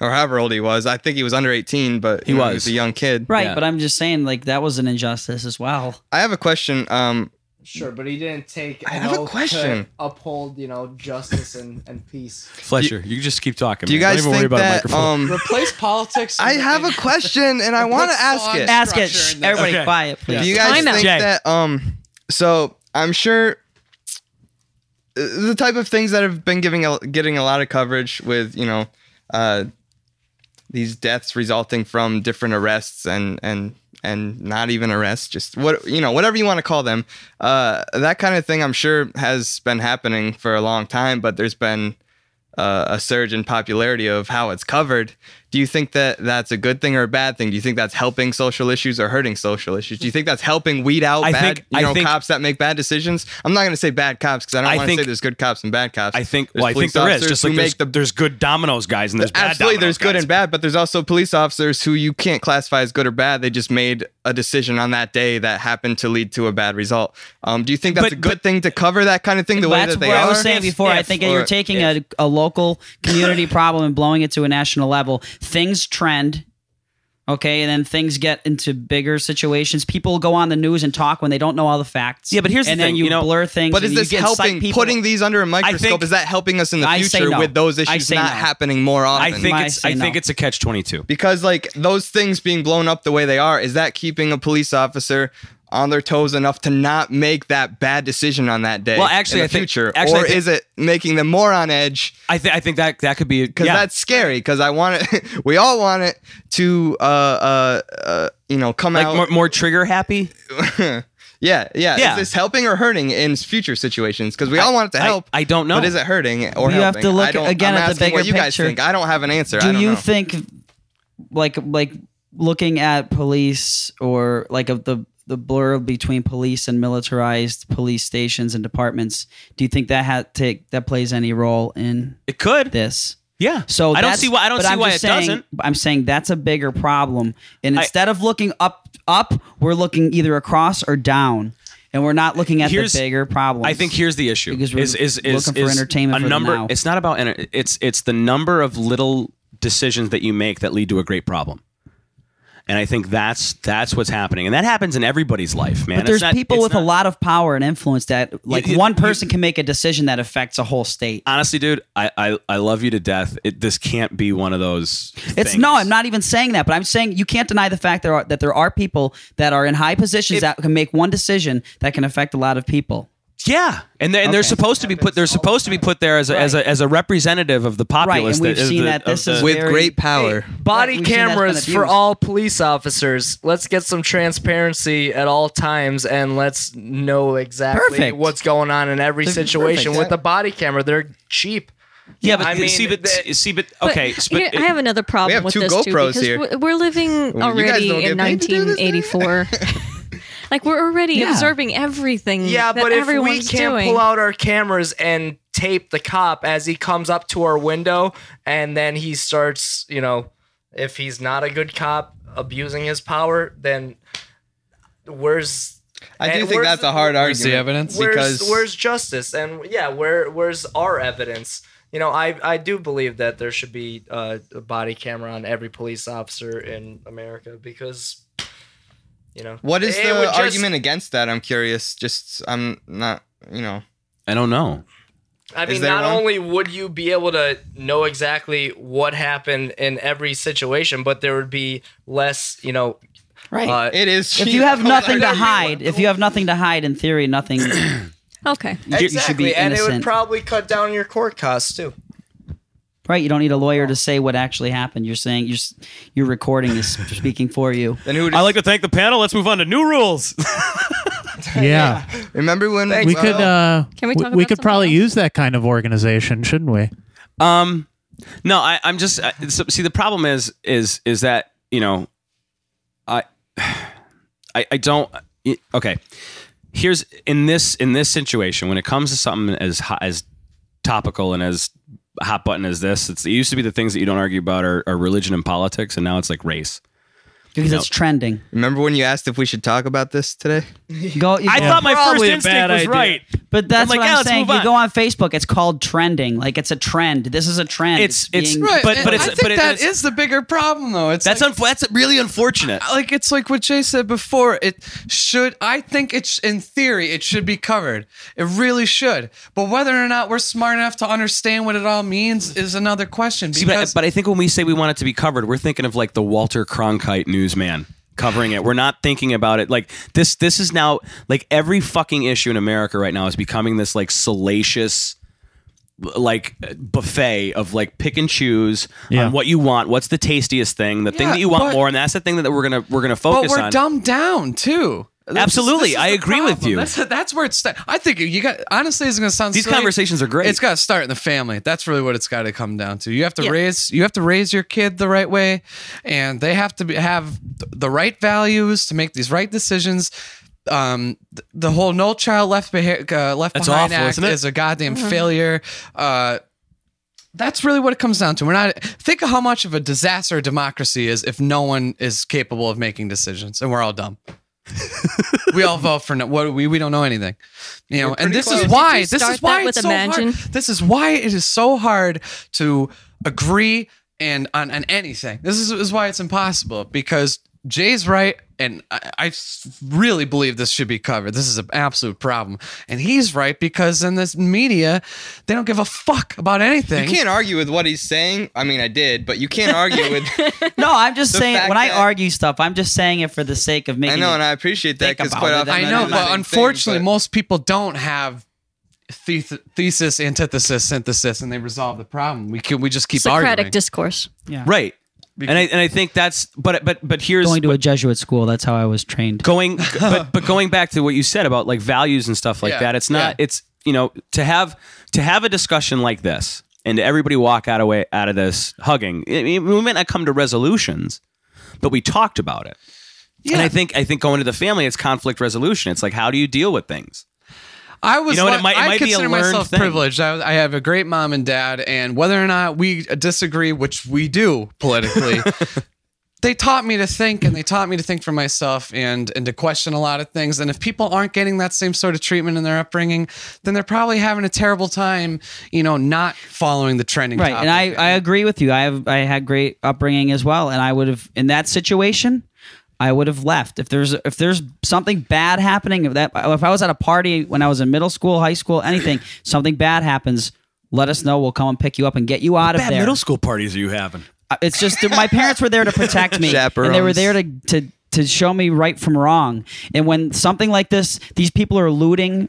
[SPEAKER 7] Or however old he was. I think he was under 18, but
[SPEAKER 3] He
[SPEAKER 7] you know,
[SPEAKER 3] was.
[SPEAKER 7] was a young kid.
[SPEAKER 4] right.
[SPEAKER 3] yeah.
[SPEAKER 4] But I'm just saying, like that was an injustice as well.
[SPEAKER 7] I have a question. Um,
[SPEAKER 6] Sure, but he didn't take.
[SPEAKER 7] I an have a oath to question.
[SPEAKER 6] uphold, you know, justice and, and peace.
[SPEAKER 3] Fletcher, you, just keep talking.
[SPEAKER 7] do you
[SPEAKER 3] man. Don't
[SPEAKER 7] guys
[SPEAKER 3] even worry
[SPEAKER 7] think
[SPEAKER 3] about a
[SPEAKER 7] that?
[SPEAKER 3] microphone. [LAUGHS]
[SPEAKER 7] Um,
[SPEAKER 5] Replace politics.
[SPEAKER 7] I have a question and I want to
[SPEAKER 5] Let's
[SPEAKER 7] ask
[SPEAKER 5] go
[SPEAKER 7] it.
[SPEAKER 5] on.
[SPEAKER 4] Ask it.
[SPEAKER 5] Structure
[SPEAKER 4] Shh,
[SPEAKER 5] and the-
[SPEAKER 4] everybody,
[SPEAKER 3] Okay.
[SPEAKER 4] quiet,
[SPEAKER 7] Do
[SPEAKER 4] please.
[SPEAKER 7] you guys
[SPEAKER 2] Time out.
[SPEAKER 7] think
[SPEAKER 3] Jay.
[SPEAKER 7] that? Um, so I'm sure uh, the type of things that have been giving a, getting a lot of coverage with you know uh, these deaths resulting from different arrests and and and not even arrests, just what you know, whatever you want to call them. Uh, that kind of thing, I'm sure, has been happening for a long time, but there's been uh, a surge in popularity of how it's covered. Do you think that that's a good thing or a bad thing? Do you think that's helping social issues or hurting social issues? Do you think that's helping weed out
[SPEAKER 3] I
[SPEAKER 7] bad
[SPEAKER 3] think-
[SPEAKER 7] you
[SPEAKER 3] I
[SPEAKER 7] know,
[SPEAKER 3] think-
[SPEAKER 7] cops that make bad decisions? I'm not going to say bad cops because I don't
[SPEAKER 3] I
[SPEAKER 7] want to
[SPEAKER 3] think-
[SPEAKER 7] say there's good cops and bad cops.
[SPEAKER 3] I think.
[SPEAKER 7] [LAUGHS] There's
[SPEAKER 3] Well, I think
[SPEAKER 7] police
[SPEAKER 3] there is.
[SPEAKER 7] officers
[SPEAKER 3] Just
[SPEAKER 7] who
[SPEAKER 3] like there's,
[SPEAKER 7] make the
[SPEAKER 3] there's good dominoes guys and there's bad
[SPEAKER 7] absolutely
[SPEAKER 3] dominoes
[SPEAKER 7] there's good
[SPEAKER 3] guys.
[SPEAKER 7] and bad but there's also police officers who you can't classify as good or bad they just made a decision on that day that happened to lead to a bad result um, do you think that's
[SPEAKER 3] But-
[SPEAKER 7] a good
[SPEAKER 3] but-
[SPEAKER 7] thing to cover that kind of thing the way
[SPEAKER 4] That's
[SPEAKER 7] that they
[SPEAKER 4] what
[SPEAKER 7] are
[SPEAKER 4] I was saying
[SPEAKER 7] If-
[SPEAKER 4] before. I
[SPEAKER 7] if-
[SPEAKER 4] think you're
[SPEAKER 7] or-
[SPEAKER 4] taking a, a local community problem and blowing it to a national level. Things trend. Okay, and then things get into bigger situations. People go on the news and talk when they don't know all the facts.
[SPEAKER 3] Yeah, but here's the
[SPEAKER 4] and
[SPEAKER 3] thing,
[SPEAKER 4] then you,
[SPEAKER 3] you know-
[SPEAKER 4] blur things.
[SPEAKER 7] but
[SPEAKER 4] and
[SPEAKER 7] is
[SPEAKER 4] you
[SPEAKER 7] this
[SPEAKER 4] get psych
[SPEAKER 7] helping
[SPEAKER 4] people-
[SPEAKER 7] putting these under a microscope
[SPEAKER 3] think-
[SPEAKER 7] is that helping us in the
[SPEAKER 4] I say
[SPEAKER 7] future
[SPEAKER 4] no.
[SPEAKER 7] with those
[SPEAKER 4] I
[SPEAKER 7] issues
[SPEAKER 4] say
[SPEAKER 7] not
[SPEAKER 4] no.
[SPEAKER 7] happening more
[SPEAKER 3] I
[SPEAKER 7] often
[SPEAKER 3] think
[SPEAKER 4] My
[SPEAKER 3] it's.
[SPEAKER 4] say
[SPEAKER 3] I think
[SPEAKER 4] no.
[SPEAKER 3] it's a catch twenty two.
[SPEAKER 7] because like those things being blown up the way they are is that keeping a police officer on their toes enough to not make that bad decision on that day
[SPEAKER 3] Well, actually,
[SPEAKER 7] in the
[SPEAKER 3] I think-
[SPEAKER 7] future
[SPEAKER 3] actually, I
[SPEAKER 7] or
[SPEAKER 3] think-
[SPEAKER 7] is it making them more on edge
[SPEAKER 3] I think. I think that that could be.
[SPEAKER 7] because
[SPEAKER 3] yeah.
[SPEAKER 7] that's scary. Because I want it. [LAUGHS] we all want it to, uh, uh, uh you know, come
[SPEAKER 3] like
[SPEAKER 7] out.
[SPEAKER 3] more, more trigger happy.
[SPEAKER 7] [LAUGHS] yeah, yeah,
[SPEAKER 3] Yeah.
[SPEAKER 7] Is this helping or hurting in future situations? Because we all want it to
[SPEAKER 3] I-
[SPEAKER 7] help.
[SPEAKER 3] I don't know.
[SPEAKER 7] But is it hurting or
[SPEAKER 4] You have
[SPEAKER 7] helping?
[SPEAKER 4] to look
[SPEAKER 7] I don't,
[SPEAKER 4] again
[SPEAKER 7] I'm
[SPEAKER 4] at the
[SPEAKER 7] asking what
[SPEAKER 4] bigger
[SPEAKER 7] you guys
[SPEAKER 4] picture.
[SPEAKER 7] think. I don't have an answer. I
[SPEAKER 4] Do
[SPEAKER 7] don't
[SPEAKER 4] you
[SPEAKER 7] know.
[SPEAKER 4] think, like, like looking at police or like of the the blur between police and militarized police stations and departments? Do you think that had take that plays any role in
[SPEAKER 3] It could.
[SPEAKER 4] this?
[SPEAKER 3] Yeah.
[SPEAKER 4] So
[SPEAKER 3] I don't
[SPEAKER 4] that's-
[SPEAKER 3] see why. I don't
[SPEAKER 4] but
[SPEAKER 3] see
[SPEAKER 4] I'm
[SPEAKER 3] why it
[SPEAKER 4] just saying,
[SPEAKER 3] doesn't.
[SPEAKER 4] I'm saying that's a bigger problem. And
[SPEAKER 3] I-
[SPEAKER 4] instead of looking up, up, we're looking either across or down, and we're not looking at
[SPEAKER 3] Here's-
[SPEAKER 4] the bigger problem.
[SPEAKER 3] I think here's the issue:
[SPEAKER 4] Because we're
[SPEAKER 3] is is is,
[SPEAKER 4] looking for
[SPEAKER 3] is
[SPEAKER 4] entertainment
[SPEAKER 3] a
[SPEAKER 4] for the
[SPEAKER 3] number.
[SPEAKER 4] now.
[SPEAKER 3] It's not about enter- it's it's the number of little decisions that you make that lead to a great problem. And I think that's that's what's happening, and that happens in everybody's life, man.
[SPEAKER 4] But
[SPEAKER 3] It's
[SPEAKER 4] there's
[SPEAKER 3] not-
[SPEAKER 4] people
[SPEAKER 3] it's
[SPEAKER 4] with a
[SPEAKER 3] not-
[SPEAKER 4] lot of power and influence that, like,
[SPEAKER 3] you-
[SPEAKER 4] one
[SPEAKER 3] you-
[SPEAKER 4] person can make a decision that affects a whole state.
[SPEAKER 3] Honestly, dude, I, I I love you to death. It, this can't be one of those.
[SPEAKER 4] It's
[SPEAKER 3] things.
[SPEAKER 4] no, I'm not even saying that, but I'm saying you can't deny the fact there are, that there are people that are in high positions that can make one decision that can affect a lot of people.
[SPEAKER 3] Yeah, and they're, and they're
[SPEAKER 4] Okay.
[SPEAKER 3] supposed to be put. They're supposed to be put there as a, as, a, as a representative of the populace.
[SPEAKER 4] and we've
[SPEAKER 3] that-
[SPEAKER 4] seen
[SPEAKER 3] the-
[SPEAKER 4] that this
[SPEAKER 3] of
[SPEAKER 4] is
[SPEAKER 3] the-
[SPEAKER 4] with
[SPEAKER 7] With
[SPEAKER 4] Very-
[SPEAKER 7] great power.
[SPEAKER 4] Right,
[SPEAKER 6] Body
[SPEAKER 4] we've seen that's been
[SPEAKER 6] cameras for
[SPEAKER 4] abused.
[SPEAKER 6] all police officers. Let's get some transparency at all times and let's know exactly
[SPEAKER 4] Perfect.
[SPEAKER 6] what's going on in every
[SPEAKER 4] They're
[SPEAKER 6] situation
[SPEAKER 4] perfect.
[SPEAKER 6] with the body camera. They're cheap.
[SPEAKER 3] yeah, but
[SPEAKER 6] I mean,
[SPEAKER 3] see, but
[SPEAKER 6] the-
[SPEAKER 3] see, but
[SPEAKER 2] But
[SPEAKER 3] okay, s- but
[SPEAKER 2] here- I have another problem
[SPEAKER 7] We have
[SPEAKER 2] with
[SPEAKER 7] two
[SPEAKER 2] this too
[SPEAKER 7] GoPros
[SPEAKER 2] because
[SPEAKER 7] here.
[SPEAKER 2] we- we're living
[SPEAKER 7] Well, you guys
[SPEAKER 2] already
[SPEAKER 7] don't get
[SPEAKER 2] in
[SPEAKER 7] paid to do this, do you?
[SPEAKER 2] 1984.
[SPEAKER 7] [LAUGHS]
[SPEAKER 2] like we're already
[SPEAKER 4] Yeah.
[SPEAKER 2] observing everything.
[SPEAKER 6] Yeah,
[SPEAKER 2] that
[SPEAKER 6] but if we
[SPEAKER 2] everyone's
[SPEAKER 6] can't
[SPEAKER 2] doing.
[SPEAKER 6] pull out our cameras and tape the cop as he comes up to our window and then he starts, you know, if he's not a good cop abusing his power, then where's
[SPEAKER 7] I do
[SPEAKER 6] and
[SPEAKER 7] think
[SPEAKER 6] where's
[SPEAKER 7] that's
[SPEAKER 6] the-
[SPEAKER 7] a hard
[SPEAKER 5] Where's the
[SPEAKER 7] argument.
[SPEAKER 5] evidence?
[SPEAKER 7] because-
[SPEAKER 6] where's where's justice and yeah where where's our evidence you know i i do believe that there should be uh, a body camera on every police officer in america because you know
[SPEAKER 7] What is
[SPEAKER 6] it
[SPEAKER 7] the
[SPEAKER 6] would just-
[SPEAKER 7] argument against that? I'm curious. Just I'm not. You know.
[SPEAKER 3] I don't know.
[SPEAKER 6] i
[SPEAKER 7] is
[SPEAKER 6] mean
[SPEAKER 7] there
[SPEAKER 6] not
[SPEAKER 7] one?
[SPEAKER 6] only would you be able to know exactly what happened in every situation but there would be less you know
[SPEAKER 4] Right.
[SPEAKER 6] uh,
[SPEAKER 7] It is.
[SPEAKER 4] if
[SPEAKER 7] cheap.
[SPEAKER 4] you
[SPEAKER 7] [LAUGHS]
[SPEAKER 4] have nothing to
[SPEAKER 6] everyone.
[SPEAKER 4] hide, if you have nothing to hide, in theory, nothing.
[SPEAKER 2] okay.
[SPEAKER 4] you should be
[SPEAKER 6] exactly and it would
[SPEAKER 4] innocent.
[SPEAKER 6] probably cut down your court costs too
[SPEAKER 4] Right, you don't need a lawyer to say what actually happened. You're saying you're s- your recording is speaking for you.
[SPEAKER 7] Then who?
[SPEAKER 3] I like to thank the panel. Let's move on to new rules.
[SPEAKER 1] Yeah.
[SPEAKER 7] Remember when
[SPEAKER 1] We could uh
[SPEAKER 2] Can
[SPEAKER 1] we,
[SPEAKER 2] we talk
[SPEAKER 1] we
[SPEAKER 2] about
[SPEAKER 1] could probably
[SPEAKER 2] something else?
[SPEAKER 1] use that kind of organization, shouldn't we?
[SPEAKER 3] Um, no, I, I'm just I, so, see the problem is is is that you know, I, [SIGHS] I I don't it- okay. Here's in this in this situation when it comes to something as hot, as topical and as hot button as this, it's, it used to be the things that you don't argue about are, are religion and politics, and now it's like race.
[SPEAKER 4] Because
[SPEAKER 3] No.
[SPEAKER 4] it's trending.
[SPEAKER 7] Remember when you asked if we should talk about this today?
[SPEAKER 4] Go. You
[SPEAKER 3] I
[SPEAKER 4] go-
[SPEAKER 3] thought my first
[SPEAKER 1] Probably a
[SPEAKER 3] instinct
[SPEAKER 1] bad
[SPEAKER 3] was
[SPEAKER 1] idea.
[SPEAKER 3] right.
[SPEAKER 4] but that's
[SPEAKER 3] I'm like,
[SPEAKER 4] what
[SPEAKER 3] yeah,
[SPEAKER 4] I'm
[SPEAKER 3] let's
[SPEAKER 4] saying.
[SPEAKER 3] move
[SPEAKER 4] You
[SPEAKER 3] on.
[SPEAKER 4] go on Facebook. It's called trending. Like it's a trend. This is a trend.
[SPEAKER 3] It's- it's-
[SPEAKER 4] being-
[SPEAKER 5] Right,
[SPEAKER 3] But-
[SPEAKER 5] but
[SPEAKER 3] but
[SPEAKER 5] it's
[SPEAKER 3] it's-
[SPEAKER 5] I think
[SPEAKER 3] but it-
[SPEAKER 5] that
[SPEAKER 3] it's-
[SPEAKER 5] is the bigger problem though. It's
[SPEAKER 3] That's
[SPEAKER 5] like,
[SPEAKER 3] un- that's really unfortunate.
[SPEAKER 5] like it's like what Jay said before. It should I think it's in theory it should be covered. It really should. But whether or not we're smart enough to understand what it all means is another question.
[SPEAKER 3] See, but,
[SPEAKER 5] Because
[SPEAKER 3] but I think when we say we want it to be covered, we're thinking of like the Walter Cronkite newsman covering it. We're not thinking about it like this. This is now like every fucking issue in America right now is becoming this like salacious like buffet of like pick and choose
[SPEAKER 1] Yeah.
[SPEAKER 3] on what you want what's the tastiest thing the thing
[SPEAKER 5] Yeah,
[SPEAKER 3] that you want
[SPEAKER 5] but-
[SPEAKER 3] more and that's the thing that we're gonna we're gonna
[SPEAKER 5] but
[SPEAKER 3] focus
[SPEAKER 5] we're
[SPEAKER 3] on
[SPEAKER 5] dumbed down too. This is-
[SPEAKER 3] Absolutely,
[SPEAKER 5] this is
[SPEAKER 3] I
[SPEAKER 5] the
[SPEAKER 3] agree with
[SPEAKER 5] problem.
[SPEAKER 3] you.
[SPEAKER 5] That's that's where it's. I think you got honestly. It's gonna sound
[SPEAKER 3] These
[SPEAKER 5] silly.
[SPEAKER 3] conversations are great.
[SPEAKER 5] It's got to start in the family. That's really what it's got to come down to. You have to raise you have to raise your kid the right way, and they have to be, have th- the right values to make these right decisions. Um, th- the whole no child left behi- uh, left
[SPEAKER 3] That's
[SPEAKER 5] behind
[SPEAKER 3] awful,
[SPEAKER 5] act
[SPEAKER 3] isn't it?
[SPEAKER 5] is a goddamn failure. Uh, that's really what it comes down to. We're not think of how much of a disaster democracy is if no one is capable of making decisions, and we're all dumb. we all vote for no, what we we don't know anything, you know. And this
[SPEAKER 2] close.
[SPEAKER 5] is
[SPEAKER 2] Did
[SPEAKER 5] why
[SPEAKER 2] you
[SPEAKER 5] this
[SPEAKER 2] start
[SPEAKER 5] is why
[SPEAKER 2] that with
[SPEAKER 5] it's so
[SPEAKER 2] imagine?
[SPEAKER 5] hard. This is why it is so hard to agree and on, on anything. This is, is why it's impossible because Jay's right, and I, I s- really believe this should be covered. This is an absolute problem, and he's right because in this media, they don't give a fuck about anything.
[SPEAKER 7] You can't argue with what he's saying. I mean, I did, but you can't argue
[SPEAKER 4] [LAUGHS] [LAUGHS]
[SPEAKER 7] with.
[SPEAKER 4] no, I'm just
[SPEAKER 7] The
[SPEAKER 4] saying.
[SPEAKER 7] fact
[SPEAKER 4] When I
[SPEAKER 7] that-
[SPEAKER 4] argue stuff, I'm just saying it for the sake of
[SPEAKER 7] I
[SPEAKER 4] making.
[SPEAKER 7] know,
[SPEAKER 4] it-
[SPEAKER 7] and I appreciate that
[SPEAKER 4] Think
[SPEAKER 7] because
[SPEAKER 4] about
[SPEAKER 7] quite
[SPEAKER 4] it,
[SPEAKER 7] often
[SPEAKER 4] then
[SPEAKER 5] I
[SPEAKER 7] do
[SPEAKER 5] know,
[SPEAKER 7] the
[SPEAKER 5] but
[SPEAKER 7] same
[SPEAKER 5] unfortunately,
[SPEAKER 7] thing, but-
[SPEAKER 5] most people don't have the- thesis, antithesis, synthesis, and they resolve the problem. We can we just keep
[SPEAKER 2] Socratic
[SPEAKER 5] arguing.
[SPEAKER 2] discourse.
[SPEAKER 3] right and I, and I think that's but but but here's
[SPEAKER 4] going to a Jesuit school. That's how I was trained.
[SPEAKER 3] going but, but going back to what you said about like values and stuff like
[SPEAKER 5] Yeah,
[SPEAKER 3] that it's not
[SPEAKER 5] yeah.
[SPEAKER 3] it's you know to have to have a discussion like this and to everybody walk out away out of this hugging I mean, we might not come to resolutions but we talked about it and i think i think going to the family it's conflict resolution it's like how do you deal with things
[SPEAKER 5] I was.
[SPEAKER 3] You know what, it
[SPEAKER 5] luck-
[SPEAKER 3] might- it
[SPEAKER 5] I
[SPEAKER 3] might be a
[SPEAKER 5] consider
[SPEAKER 3] learned
[SPEAKER 5] myself
[SPEAKER 3] thing.
[SPEAKER 5] privileged. I, I have a great mom and dad, and whether or not we disagree, which we do
[SPEAKER 3] [LAUGHS]
[SPEAKER 5] politically, they taught me to think, and they taught me to think for myself, and and to question a lot of things. And if people aren't getting that same sort of treatment in their upbringing, then they're probably having a terrible time, you know, not following the trending.
[SPEAKER 4] right and
[SPEAKER 5] topic.
[SPEAKER 4] I, I agree with you i have i had great upbringing as well and i would have in that situation i would have left if there's if there's something bad happening if that if i was at a party when i was in middle school high school anything something bad happens let us know we'll come and pick you up and get you out of
[SPEAKER 3] Bad
[SPEAKER 4] there
[SPEAKER 3] middle school parties are you having?
[SPEAKER 4] Uh, it's just that my parents were there to protect me and they were
[SPEAKER 7] Chaperones.
[SPEAKER 4] there to to to show me right from wrong and when something like this these people are looting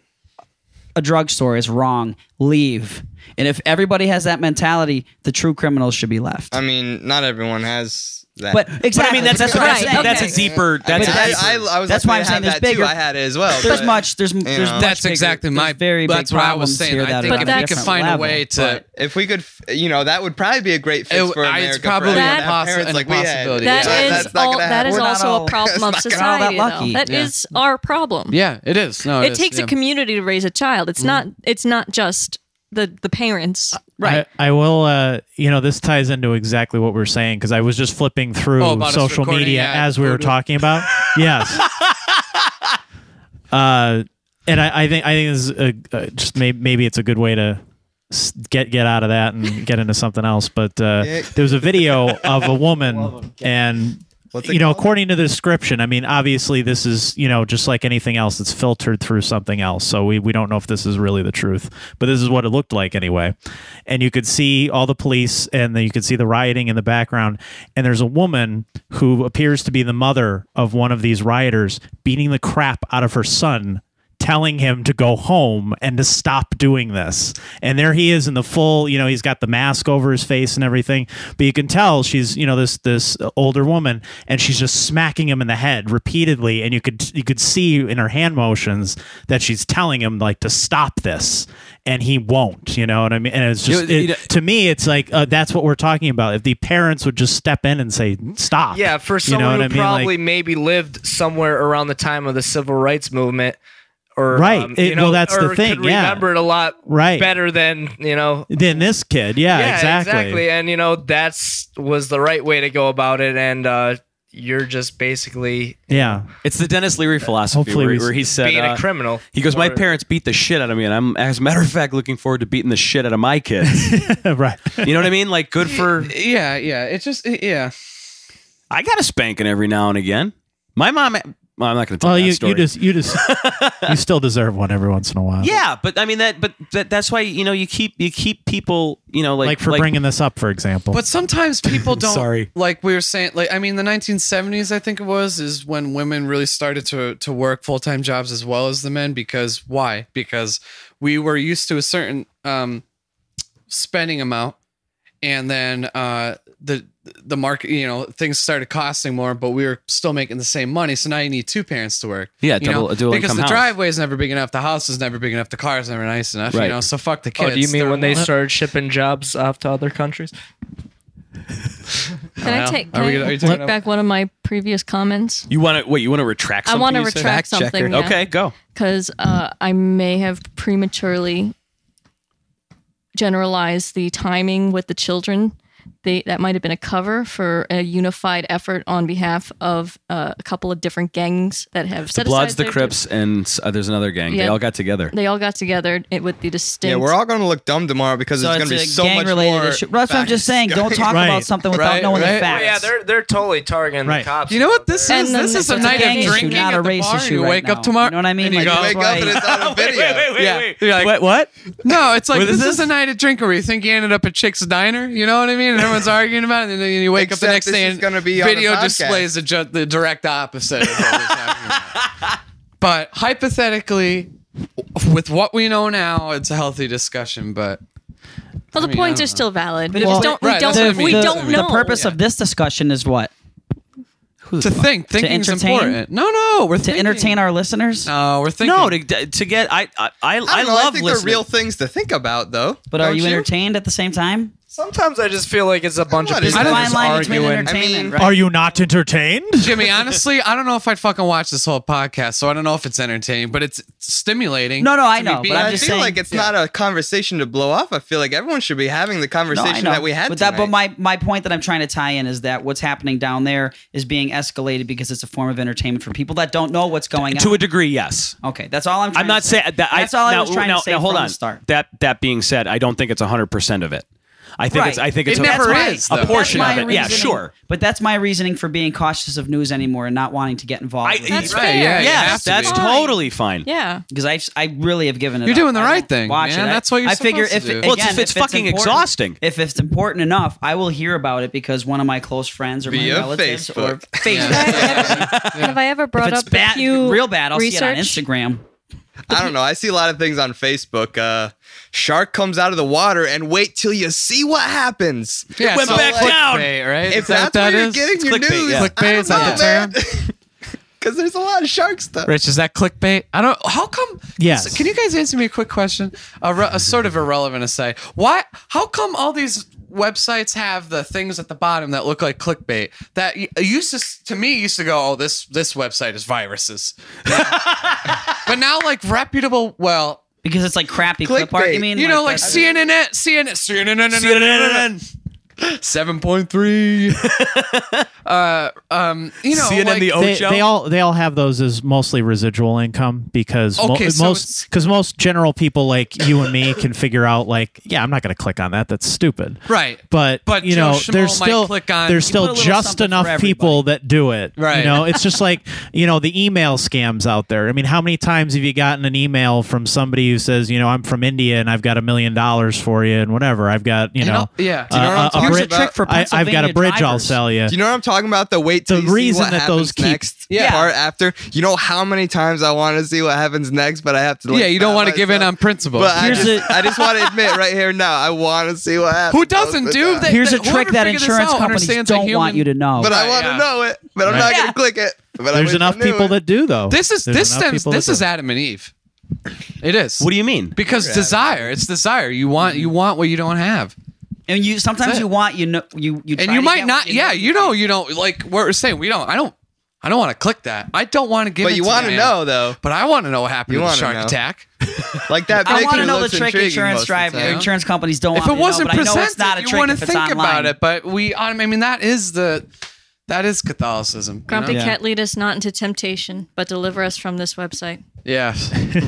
[SPEAKER 4] a drugstore is wrong leave and if everybody has that mentality the true criminals should be left
[SPEAKER 7] I mean, not everyone has that.
[SPEAKER 4] but exactly
[SPEAKER 3] But I mean, that's that's, that's,
[SPEAKER 2] Right,
[SPEAKER 3] that's
[SPEAKER 2] okay.
[SPEAKER 3] a deeper. That's
[SPEAKER 4] But
[SPEAKER 3] a
[SPEAKER 7] I,
[SPEAKER 3] deeper.
[SPEAKER 7] I, I was
[SPEAKER 4] That's
[SPEAKER 7] lucky
[SPEAKER 4] why
[SPEAKER 7] to
[SPEAKER 4] I'm saying
[SPEAKER 7] have
[SPEAKER 4] there's
[SPEAKER 7] that
[SPEAKER 4] bigger-
[SPEAKER 7] Too. I had it as well.
[SPEAKER 4] there's
[SPEAKER 7] but-
[SPEAKER 4] much there's there's
[SPEAKER 7] know.
[SPEAKER 4] much
[SPEAKER 5] that's
[SPEAKER 4] bigger-
[SPEAKER 5] exactly my.
[SPEAKER 4] there's very
[SPEAKER 5] that's
[SPEAKER 4] big
[SPEAKER 5] what I
[SPEAKER 4] problems
[SPEAKER 5] was saying.
[SPEAKER 4] here
[SPEAKER 5] I
[SPEAKER 4] that
[SPEAKER 5] think
[SPEAKER 4] are
[SPEAKER 5] if
[SPEAKER 4] on a
[SPEAKER 5] we could
[SPEAKER 4] different
[SPEAKER 5] find a
[SPEAKER 4] level,
[SPEAKER 5] way to.
[SPEAKER 4] but-
[SPEAKER 7] If we could, f- you know, that would probably be a great fix
[SPEAKER 5] It-
[SPEAKER 7] for
[SPEAKER 5] I- it's
[SPEAKER 7] America.
[SPEAKER 5] probably
[SPEAKER 7] for everyone
[SPEAKER 2] an
[SPEAKER 7] to have
[SPEAKER 5] possi-
[SPEAKER 7] parents
[SPEAKER 5] an
[SPEAKER 7] like we had.
[SPEAKER 5] impossibility.
[SPEAKER 2] That
[SPEAKER 7] Yeah,
[SPEAKER 2] is
[SPEAKER 7] that's not
[SPEAKER 2] all,
[SPEAKER 7] gonna
[SPEAKER 2] that is
[SPEAKER 4] We're not
[SPEAKER 2] also
[SPEAKER 4] all-
[SPEAKER 2] a problem of
[SPEAKER 4] not all that
[SPEAKER 2] society. though.
[SPEAKER 4] lucky.
[SPEAKER 2] That is
[SPEAKER 5] Yeah.
[SPEAKER 2] our problem.
[SPEAKER 5] Yeah, it is. No,
[SPEAKER 2] it
[SPEAKER 5] is,
[SPEAKER 2] takes
[SPEAKER 5] yeah.
[SPEAKER 2] a community to raise a child. It's not. It's not just the the parents.
[SPEAKER 4] right
[SPEAKER 1] I, I will. Uh, you know, this ties into exactly what we're saying because I was just flipping through
[SPEAKER 5] Oh, about us
[SPEAKER 1] social
[SPEAKER 5] recording,
[SPEAKER 1] media
[SPEAKER 5] yeah,
[SPEAKER 1] as we were
[SPEAKER 5] photo.
[SPEAKER 1] talking
[SPEAKER 5] [LAUGHS]
[SPEAKER 1] about. yes. Uh, and I, I think I think this is a, uh, just may, maybe it's a good way to s- get get out of that and get into something else. But uh,
[SPEAKER 7] Yeah.
[SPEAKER 1] there was a video of
[SPEAKER 7] [LAUGHS]
[SPEAKER 1] a woman and.
[SPEAKER 7] What's it
[SPEAKER 1] You know,
[SPEAKER 7] called?
[SPEAKER 1] according to the description, I mean, obviously, this is, you know, just like anything else, it's filtered through something else. So we, we don't know if this is really the truth, but this is what it looked like anyway. And you could see all the police and then you could see the rioting in the background. And there's a woman who appears to be the mother of one of these rioters beating the crap out of her son telling him to go home and to stop doing this. And there he is in the full, you know, he's got the mask over his face and everything, but you can tell she's, you know, this this older woman and she's just smacking him in the head repeatedly and you could you could see in her hand motions that she's telling him like to stop this and he won't, you know what I mean? And it's just
[SPEAKER 3] You- you
[SPEAKER 1] it-
[SPEAKER 3] know-
[SPEAKER 1] to me it's like uh, that's what we're talking about. If the parents would just step in and say stop.
[SPEAKER 6] Yeah, for someone
[SPEAKER 1] what
[SPEAKER 6] who
[SPEAKER 1] I mean? Like-
[SPEAKER 6] probably maybe lived somewhere around the time of the civil rights movement, or
[SPEAKER 1] Right.
[SPEAKER 6] um,
[SPEAKER 1] It-
[SPEAKER 6] you know,
[SPEAKER 1] well, that's the
[SPEAKER 6] or could
[SPEAKER 1] thing, yeah.
[SPEAKER 6] remember it a lot
[SPEAKER 1] Right.
[SPEAKER 6] better than you know.
[SPEAKER 1] Then this kid, yeah,
[SPEAKER 6] And you know that's was the right way to go about it, and uh, you're just basically
[SPEAKER 1] Yeah. [LAUGHS]
[SPEAKER 3] It's the Dennis Leary philosophy
[SPEAKER 1] Hopefully
[SPEAKER 3] where,
[SPEAKER 1] we-
[SPEAKER 3] where he said
[SPEAKER 6] being
[SPEAKER 3] uh,
[SPEAKER 6] a criminal.
[SPEAKER 3] He goes, my
[SPEAKER 6] Or-
[SPEAKER 3] parents beat the shit out of me, and I'm, as a matter of fact, looking forward to beating the shit out of my kids.
[SPEAKER 1] right.
[SPEAKER 3] you know what I mean? Like, good for.
[SPEAKER 5] Yeah, yeah. It's just yeah.
[SPEAKER 3] I got a spanking every now and again. My mom. Well, I'm not going to tell
[SPEAKER 1] Well,
[SPEAKER 3] that
[SPEAKER 1] you,
[SPEAKER 3] story.
[SPEAKER 1] you just you
[SPEAKER 3] [LAUGHS]
[SPEAKER 1] just you still deserve one every once in a while.
[SPEAKER 3] Yeah, but I mean that. But that, that's why you know you keep you keep people you know like
[SPEAKER 1] like, for bringing this up, for example.
[SPEAKER 3] [LAUGHS]
[SPEAKER 5] But sometimes people don't.
[SPEAKER 3] Sorry.
[SPEAKER 5] Like we were saying, like I mean, the 1970s, I think it was, is when women really started to to work full time jobs as well as the men. Because why? Because we were used to a certain um, spending amount, and then uh, the the market, you know, things started costing more, but we were still making the same money. So now you need two parents to work.
[SPEAKER 3] Yeah,
[SPEAKER 5] you
[SPEAKER 3] double- a dual
[SPEAKER 5] because
[SPEAKER 3] income
[SPEAKER 5] the
[SPEAKER 3] house.
[SPEAKER 5] driveway is never big enough, the house is never big enough, the car is never nice enough. You
[SPEAKER 3] Right.
[SPEAKER 5] know, so fuck the kids.
[SPEAKER 6] Oh, do you mean
[SPEAKER 5] They're
[SPEAKER 6] when they
[SPEAKER 5] alone.
[SPEAKER 6] started shipping jobs off to other countries?
[SPEAKER 2] Can I take? Can
[SPEAKER 5] Are we
[SPEAKER 2] I
[SPEAKER 5] gonna- are you
[SPEAKER 2] take
[SPEAKER 5] talking
[SPEAKER 2] back one of my previous comments?
[SPEAKER 3] you want to wait. You want to retract.
[SPEAKER 2] I
[SPEAKER 3] Something
[SPEAKER 2] wanna
[SPEAKER 3] you said?
[SPEAKER 2] retract Fact checker. something, yeah.
[SPEAKER 3] Okay, go.
[SPEAKER 2] because uh, I may have prematurely generalized the timing with the children. They, that might have been a cover for a unified effort on behalf of uh, a couple of different gangs that have
[SPEAKER 3] The
[SPEAKER 2] set
[SPEAKER 3] Bloods,
[SPEAKER 2] aside
[SPEAKER 3] the
[SPEAKER 2] their-
[SPEAKER 3] Crips, and s- uh, there's another gang. They
[SPEAKER 2] Yeah.
[SPEAKER 3] all got together.
[SPEAKER 2] They all got together it- with the distinct.
[SPEAKER 7] Yeah, we're all going to look dumb tomorrow because it's going to be so much more.
[SPEAKER 4] issue. That's what I'm just
[SPEAKER 7] facts
[SPEAKER 4] saying. Don't talk
[SPEAKER 1] Right.
[SPEAKER 4] about something without
[SPEAKER 5] Right,
[SPEAKER 4] knowing the
[SPEAKER 5] right.
[SPEAKER 4] facts.
[SPEAKER 6] Oh, yeah, they're they're totally targeting
[SPEAKER 1] Right.
[SPEAKER 6] the cops.
[SPEAKER 5] You know
[SPEAKER 6] [LAUGHS]
[SPEAKER 5] what this
[SPEAKER 2] And
[SPEAKER 5] is?
[SPEAKER 2] then
[SPEAKER 5] This
[SPEAKER 2] it's
[SPEAKER 5] is a
[SPEAKER 2] a
[SPEAKER 5] night
[SPEAKER 2] gang
[SPEAKER 5] of
[SPEAKER 2] issue,
[SPEAKER 5] drinking
[SPEAKER 4] not
[SPEAKER 5] at
[SPEAKER 4] a
[SPEAKER 5] the
[SPEAKER 4] race
[SPEAKER 5] bar.
[SPEAKER 4] issue
[SPEAKER 5] you
[SPEAKER 4] right
[SPEAKER 5] wake
[SPEAKER 4] now.
[SPEAKER 5] up tomorrow.
[SPEAKER 4] You know what I mean?
[SPEAKER 5] and you
[SPEAKER 4] Like,
[SPEAKER 5] go,
[SPEAKER 4] that's
[SPEAKER 7] Wake up and it's on a video.
[SPEAKER 3] wait,
[SPEAKER 5] Yeah. You're like-
[SPEAKER 3] Wait, what?
[SPEAKER 5] No, it's like
[SPEAKER 3] What is
[SPEAKER 5] this,
[SPEAKER 3] this?
[SPEAKER 5] is a night of drinking where you think you ended up at Chick's diner. You know what I mean? And everyone's arguing about it, and then you wake up the
[SPEAKER 7] Except
[SPEAKER 5] next
[SPEAKER 7] this
[SPEAKER 5] day
[SPEAKER 7] is
[SPEAKER 5] and
[SPEAKER 7] gonna be on a
[SPEAKER 5] video
[SPEAKER 7] podcast.
[SPEAKER 5] displays the, ju- the direct opposite. Of what we're talking about. but hypothetically, with what we know now, it's a healthy discussion. But
[SPEAKER 2] well, the
[SPEAKER 5] mean, I
[SPEAKER 2] points
[SPEAKER 5] don't
[SPEAKER 2] are still valid. We
[SPEAKER 4] if
[SPEAKER 2] just
[SPEAKER 4] it's-
[SPEAKER 2] don't. We
[SPEAKER 5] right, that's
[SPEAKER 2] don't.
[SPEAKER 5] what I mean.
[SPEAKER 2] we
[SPEAKER 5] The-
[SPEAKER 2] don't
[SPEAKER 5] the
[SPEAKER 2] know.
[SPEAKER 4] The purpose of this discussion is what
[SPEAKER 5] to think, thinking is
[SPEAKER 4] entertain?
[SPEAKER 5] important. No, no, we're
[SPEAKER 4] to entertain our listeners.
[SPEAKER 5] No, we're thinking.
[SPEAKER 3] No, to, to get I I I,
[SPEAKER 7] I, don't know,
[SPEAKER 3] love
[SPEAKER 7] I think
[SPEAKER 3] listening.
[SPEAKER 7] they're real things to think about, though.
[SPEAKER 4] but are
[SPEAKER 7] Don't
[SPEAKER 4] you entertained at the same time?
[SPEAKER 8] Sometimes I just feel like it's a bunch of
[SPEAKER 7] What is-
[SPEAKER 8] people
[SPEAKER 4] There's a
[SPEAKER 7] I
[SPEAKER 4] fine
[SPEAKER 7] don't-
[SPEAKER 8] just
[SPEAKER 4] line between
[SPEAKER 8] arguing.
[SPEAKER 4] entertainment,
[SPEAKER 7] I mean-
[SPEAKER 4] right?
[SPEAKER 1] Are you not entertained?
[SPEAKER 5] Jimmy, honestly, I don't know if I'd fucking watch this whole podcast, so I don't know if it's entertaining, but it's stimulating.
[SPEAKER 4] No, no, I
[SPEAKER 5] to
[SPEAKER 4] know,
[SPEAKER 5] be
[SPEAKER 4] but
[SPEAKER 5] beat.
[SPEAKER 4] I'm
[SPEAKER 7] I
[SPEAKER 4] just
[SPEAKER 7] feel
[SPEAKER 4] saying.
[SPEAKER 7] like it's not a conversation to blow off. I feel like everyone should be having the
[SPEAKER 4] No, I
[SPEAKER 7] conversation
[SPEAKER 4] know.
[SPEAKER 7] that we had.
[SPEAKER 4] But that, but
[SPEAKER 7] tonight.
[SPEAKER 4] my my point that I'm trying to tie in is that what's happening down there is being escalated because it's a form of entertainment for people that don't know what's going
[SPEAKER 3] to
[SPEAKER 4] on.
[SPEAKER 3] a degree, yes.
[SPEAKER 4] okay, that's all I'm. Trying
[SPEAKER 3] I'm not
[SPEAKER 4] to say.
[SPEAKER 3] saying that. I,
[SPEAKER 4] That's all I
[SPEAKER 3] now,
[SPEAKER 4] was trying to
[SPEAKER 3] now,
[SPEAKER 4] say
[SPEAKER 3] now, hold
[SPEAKER 4] from
[SPEAKER 3] on.
[SPEAKER 4] the start.
[SPEAKER 3] That that being said, I don't think it's 100 percent of it. I think
[SPEAKER 4] Right.
[SPEAKER 3] it's. I think
[SPEAKER 5] It
[SPEAKER 3] it's. a-
[SPEAKER 5] never
[SPEAKER 4] That's my-
[SPEAKER 5] is,
[SPEAKER 3] a
[SPEAKER 5] though.
[SPEAKER 3] portion
[SPEAKER 4] That's
[SPEAKER 3] of
[SPEAKER 4] my
[SPEAKER 3] it. Yeah,
[SPEAKER 4] reasoning-
[SPEAKER 3] sure.
[SPEAKER 4] But that's my reasoning for being cautious of news anymore and not wanting to get involved.
[SPEAKER 3] I-
[SPEAKER 4] with
[SPEAKER 3] That's
[SPEAKER 4] it.
[SPEAKER 5] right,
[SPEAKER 2] fair.
[SPEAKER 5] yeah, you
[SPEAKER 3] Yes,
[SPEAKER 5] have to
[SPEAKER 3] that's
[SPEAKER 5] be.
[SPEAKER 2] fine.
[SPEAKER 3] totally fine.
[SPEAKER 2] Yeah.
[SPEAKER 4] because I, I really have given it.
[SPEAKER 5] You're
[SPEAKER 4] up.
[SPEAKER 5] doing the
[SPEAKER 4] I don't
[SPEAKER 5] right thing,
[SPEAKER 4] watch
[SPEAKER 5] man.
[SPEAKER 4] it. I-
[SPEAKER 5] That's what you're
[SPEAKER 4] I figure
[SPEAKER 5] supposed
[SPEAKER 4] if
[SPEAKER 5] to do.
[SPEAKER 4] it-
[SPEAKER 3] Well, it's-
[SPEAKER 4] again,
[SPEAKER 3] if it's fucking
[SPEAKER 4] important-
[SPEAKER 3] exhausting.
[SPEAKER 4] If it's important enough, I will hear about it because one of my close friends or
[SPEAKER 7] Via
[SPEAKER 4] my relatives or
[SPEAKER 7] Facebook.
[SPEAKER 4] [LAUGHS] Facebook.
[SPEAKER 2] Have I ever, have I ever
[SPEAKER 4] If
[SPEAKER 2] brought
[SPEAKER 4] it's
[SPEAKER 2] up
[SPEAKER 4] bad,
[SPEAKER 2] the Pew
[SPEAKER 4] real bad, I'll
[SPEAKER 2] research?
[SPEAKER 4] see it on Instagram.
[SPEAKER 7] I don't know. I see a lot of things on Facebook. Uh, shark comes out of the water and wait till you see what happens.
[SPEAKER 5] yeah,
[SPEAKER 3] went
[SPEAKER 5] so
[SPEAKER 3] back
[SPEAKER 5] clickbait,
[SPEAKER 3] down.
[SPEAKER 5] right?
[SPEAKER 7] If
[SPEAKER 5] Is that what
[SPEAKER 7] that's
[SPEAKER 5] that
[SPEAKER 7] where
[SPEAKER 5] is?
[SPEAKER 7] you're getting your
[SPEAKER 3] clickbait,
[SPEAKER 7] news,
[SPEAKER 3] yeah.
[SPEAKER 5] Clickbait, is that the term?
[SPEAKER 7] [LAUGHS] Because there's a lot of shark
[SPEAKER 5] [LAUGHS]
[SPEAKER 7] stuff.
[SPEAKER 5] Rich, is that clickbait? I don't. How come?
[SPEAKER 1] Yes.
[SPEAKER 5] Can you guys answer me a quick question? A, re- a sort of irrelevant aside. Why? How come all these websites have the things at the bottom that look like clickbait? That y- used to s- to me used to go, oh, this this website is viruses. [LAUGHS] but now, like reputable, well,
[SPEAKER 4] Because it's like crappy clip art. You
[SPEAKER 7] Clickbait.
[SPEAKER 4] mean
[SPEAKER 5] you know, like
[SPEAKER 4] that-
[SPEAKER 5] CNN, CNN, CNN, CNN, seven point three. [LAUGHS] Uh, um, you know,
[SPEAKER 3] CNN
[SPEAKER 5] like,
[SPEAKER 1] They,
[SPEAKER 3] the Ocho.
[SPEAKER 1] they all they all have those as mostly residual income because mo-
[SPEAKER 5] Okay, so it's-
[SPEAKER 1] most because most general people like you and me can figure out like yeah I'm not going to click on that that's stupid
[SPEAKER 5] right.
[SPEAKER 1] but,
[SPEAKER 5] But
[SPEAKER 1] you
[SPEAKER 5] Joe
[SPEAKER 1] know
[SPEAKER 5] Schmo
[SPEAKER 1] there's
[SPEAKER 5] might
[SPEAKER 1] still
[SPEAKER 5] click on-
[SPEAKER 1] there's
[SPEAKER 5] You
[SPEAKER 4] put
[SPEAKER 1] still
[SPEAKER 4] a little
[SPEAKER 1] just
[SPEAKER 4] something for
[SPEAKER 1] enough people that do it
[SPEAKER 5] Right.
[SPEAKER 1] you know it's just like you know the email scams out there i mean how many times have you gotten an email from somebody who says you know i'm from india and i've got a million dollars for you and whatever i've got you
[SPEAKER 5] And
[SPEAKER 1] know
[SPEAKER 5] I'll- yeah.
[SPEAKER 1] uh,
[SPEAKER 5] Do you know
[SPEAKER 7] what I'm
[SPEAKER 1] a- a
[SPEAKER 7] talking
[SPEAKER 1] bridge-
[SPEAKER 7] about? Trick
[SPEAKER 4] for
[SPEAKER 1] I, i've got
[SPEAKER 4] Pennsylvania
[SPEAKER 1] a bridge i'll
[SPEAKER 4] drivers.
[SPEAKER 1] sell you
[SPEAKER 7] Do you know what I'm talking about? The wait till
[SPEAKER 1] The
[SPEAKER 7] you
[SPEAKER 1] reason
[SPEAKER 7] see what
[SPEAKER 1] that
[SPEAKER 7] happens
[SPEAKER 1] those keep-
[SPEAKER 7] next
[SPEAKER 5] Yeah.
[SPEAKER 7] part after. You know how many times I want to see what happens next, but I have to. Like,
[SPEAKER 5] yeah, you don't
[SPEAKER 7] stop
[SPEAKER 5] want to give in
[SPEAKER 7] myself.
[SPEAKER 5] on principle.
[SPEAKER 7] But I
[SPEAKER 4] Here's
[SPEAKER 7] just,
[SPEAKER 4] a-
[SPEAKER 7] I just want to admit right here now, I want to see what happens.
[SPEAKER 5] Who doesn't
[SPEAKER 7] most of the
[SPEAKER 5] do
[SPEAKER 7] time.
[SPEAKER 5] that?
[SPEAKER 4] Here's a
[SPEAKER 5] whoever
[SPEAKER 4] trick that
[SPEAKER 5] figured this
[SPEAKER 4] insurance
[SPEAKER 5] out
[SPEAKER 4] companies
[SPEAKER 5] understands a
[SPEAKER 4] don't want
[SPEAKER 5] human-
[SPEAKER 4] you to know.
[SPEAKER 7] But I
[SPEAKER 5] Right,
[SPEAKER 7] want to
[SPEAKER 5] yeah.
[SPEAKER 7] know it, but I'm
[SPEAKER 1] Right.
[SPEAKER 7] not
[SPEAKER 4] Yeah.
[SPEAKER 7] gonna click it. But I
[SPEAKER 1] there's
[SPEAKER 7] wish I
[SPEAKER 1] enough
[SPEAKER 7] knew
[SPEAKER 1] people
[SPEAKER 7] it.
[SPEAKER 1] that do though
[SPEAKER 5] This is
[SPEAKER 1] There's
[SPEAKER 5] this
[SPEAKER 1] enough
[SPEAKER 5] stems
[SPEAKER 1] people that
[SPEAKER 5] this
[SPEAKER 1] do
[SPEAKER 5] is
[SPEAKER 1] it.
[SPEAKER 5] Adam and
[SPEAKER 7] [LAUGHS]
[SPEAKER 5] Eve. It is.
[SPEAKER 3] What do you mean?
[SPEAKER 5] because desire, it's desire. You want you want what you don't have,
[SPEAKER 4] and you sometimes
[SPEAKER 5] it.
[SPEAKER 4] you want you know you you
[SPEAKER 5] and
[SPEAKER 4] try
[SPEAKER 5] you
[SPEAKER 4] to
[SPEAKER 5] might
[SPEAKER 4] get
[SPEAKER 5] not.
[SPEAKER 4] what
[SPEAKER 5] Yeah, you know you don't like what we're saying. We don't. I don't. I don't want to click that. I don't want to give.
[SPEAKER 7] But you
[SPEAKER 5] want to
[SPEAKER 7] know though,
[SPEAKER 5] But I want to know what happened
[SPEAKER 7] You
[SPEAKER 5] to the
[SPEAKER 7] wanna
[SPEAKER 5] shark
[SPEAKER 7] know.
[SPEAKER 5] attack.
[SPEAKER 7] like
[SPEAKER 4] [LAUGHS]
[SPEAKER 7] that.
[SPEAKER 4] I
[SPEAKER 7] want to
[SPEAKER 4] know the trick insurance drive insurance companies don't
[SPEAKER 5] if
[SPEAKER 4] want
[SPEAKER 5] it
[SPEAKER 4] me to know,
[SPEAKER 5] wasn't
[SPEAKER 4] but I know
[SPEAKER 5] presented,
[SPEAKER 4] it's not a
[SPEAKER 5] you
[SPEAKER 4] trick
[SPEAKER 5] want to
[SPEAKER 4] if it's
[SPEAKER 5] think about
[SPEAKER 4] online.
[SPEAKER 5] it. But we, I mean, that is the that is Catholicism. you know?
[SPEAKER 2] Grumpy cat lead us not into temptation, but deliver us from this website.
[SPEAKER 5] Yeah,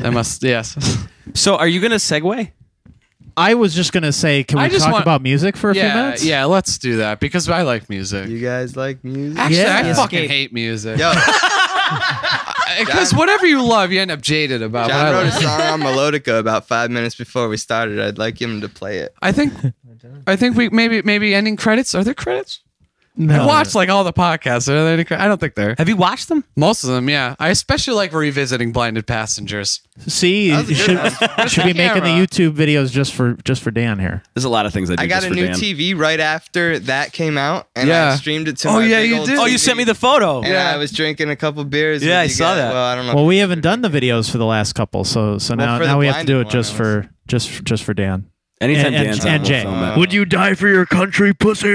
[SPEAKER 5] I must. Yes.
[SPEAKER 3] So, are you going to segue?
[SPEAKER 1] I was just gonna say, can
[SPEAKER 5] I
[SPEAKER 1] we
[SPEAKER 5] just
[SPEAKER 1] talk
[SPEAKER 5] want-
[SPEAKER 1] about music for a few
[SPEAKER 5] yeah,
[SPEAKER 1] minutes?
[SPEAKER 5] yeah. Let's do that because I like music.
[SPEAKER 7] You guys like music?
[SPEAKER 4] Ah.
[SPEAKER 5] Actually, I
[SPEAKER 1] Yeah.
[SPEAKER 5] fucking
[SPEAKER 4] Escape.
[SPEAKER 5] hate
[SPEAKER 3] [LAUGHS]
[SPEAKER 5] music.
[SPEAKER 7] Yo,
[SPEAKER 5] Because whatever you love, you end up jaded about. But
[SPEAKER 7] John
[SPEAKER 5] I,
[SPEAKER 3] [LAUGHS]
[SPEAKER 7] wrote a
[SPEAKER 5] like-
[SPEAKER 7] song on Melodica about five minutes before we started. I'd like him to play it.
[SPEAKER 5] I think, I think we maybe maybe ending credits. Are there credits?
[SPEAKER 1] No.
[SPEAKER 5] I watched like all the podcasts. Are there any? cre- I don't think there.
[SPEAKER 3] Have you watched them?
[SPEAKER 5] Most of them, yeah. I especially like revisiting Blinded Passengers.
[SPEAKER 1] See,
[SPEAKER 7] That was a
[SPEAKER 1] you
[SPEAKER 7] good
[SPEAKER 1] should,
[SPEAKER 7] one.
[SPEAKER 1] should be making the
[SPEAKER 5] Camera.
[SPEAKER 1] YouTube videos just for just for Dan here.
[SPEAKER 3] There's a lot of things I do.
[SPEAKER 7] I got
[SPEAKER 3] just
[SPEAKER 7] a
[SPEAKER 3] for
[SPEAKER 7] new
[SPEAKER 3] Dan.
[SPEAKER 7] TV right after that came out, and
[SPEAKER 5] Yeah.
[SPEAKER 7] I streamed it to
[SPEAKER 5] Oh,
[SPEAKER 7] my
[SPEAKER 5] yeah,
[SPEAKER 7] big
[SPEAKER 5] you
[SPEAKER 7] old
[SPEAKER 5] did.
[SPEAKER 3] Oh,
[SPEAKER 7] TV,
[SPEAKER 3] you sent me the photo.
[SPEAKER 7] And I was drinking a couple beers.
[SPEAKER 3] Yeah,
[SPEAKER 7] with
[SPEAKER 3] I
[SPEAKER 7] you
[SPEAKER 3] saw
[SPEAKER 7] guys.
[SPEAKER 3] that.
[SPEAKER 7] Well, I don't know.
[SPEAKER 1] Well, we haven't done the videos for the last couple, so so
[SPEAKER 7] Well,
[SPEAKER 1] now
[SPEAKER 7] for the
[SPEAKER 1] now we have to do
[SPEAKER 7] blinded
[SPEAKER 1] it just
[SPEAKER 7] one, I
[SPEAKER 1] for just just for Dan
[SPEAKER 3] Anytime
[SPEAKER 1] and, and,
[SPEAKER 3] Dan's
[SPEAKER 1] and
[SPEAKER 3] on, we'll
[SPEAKER 1] Jay.
[SPEAKER 3] film it.
[SPEAKER 1] Would you die for your country, pussy?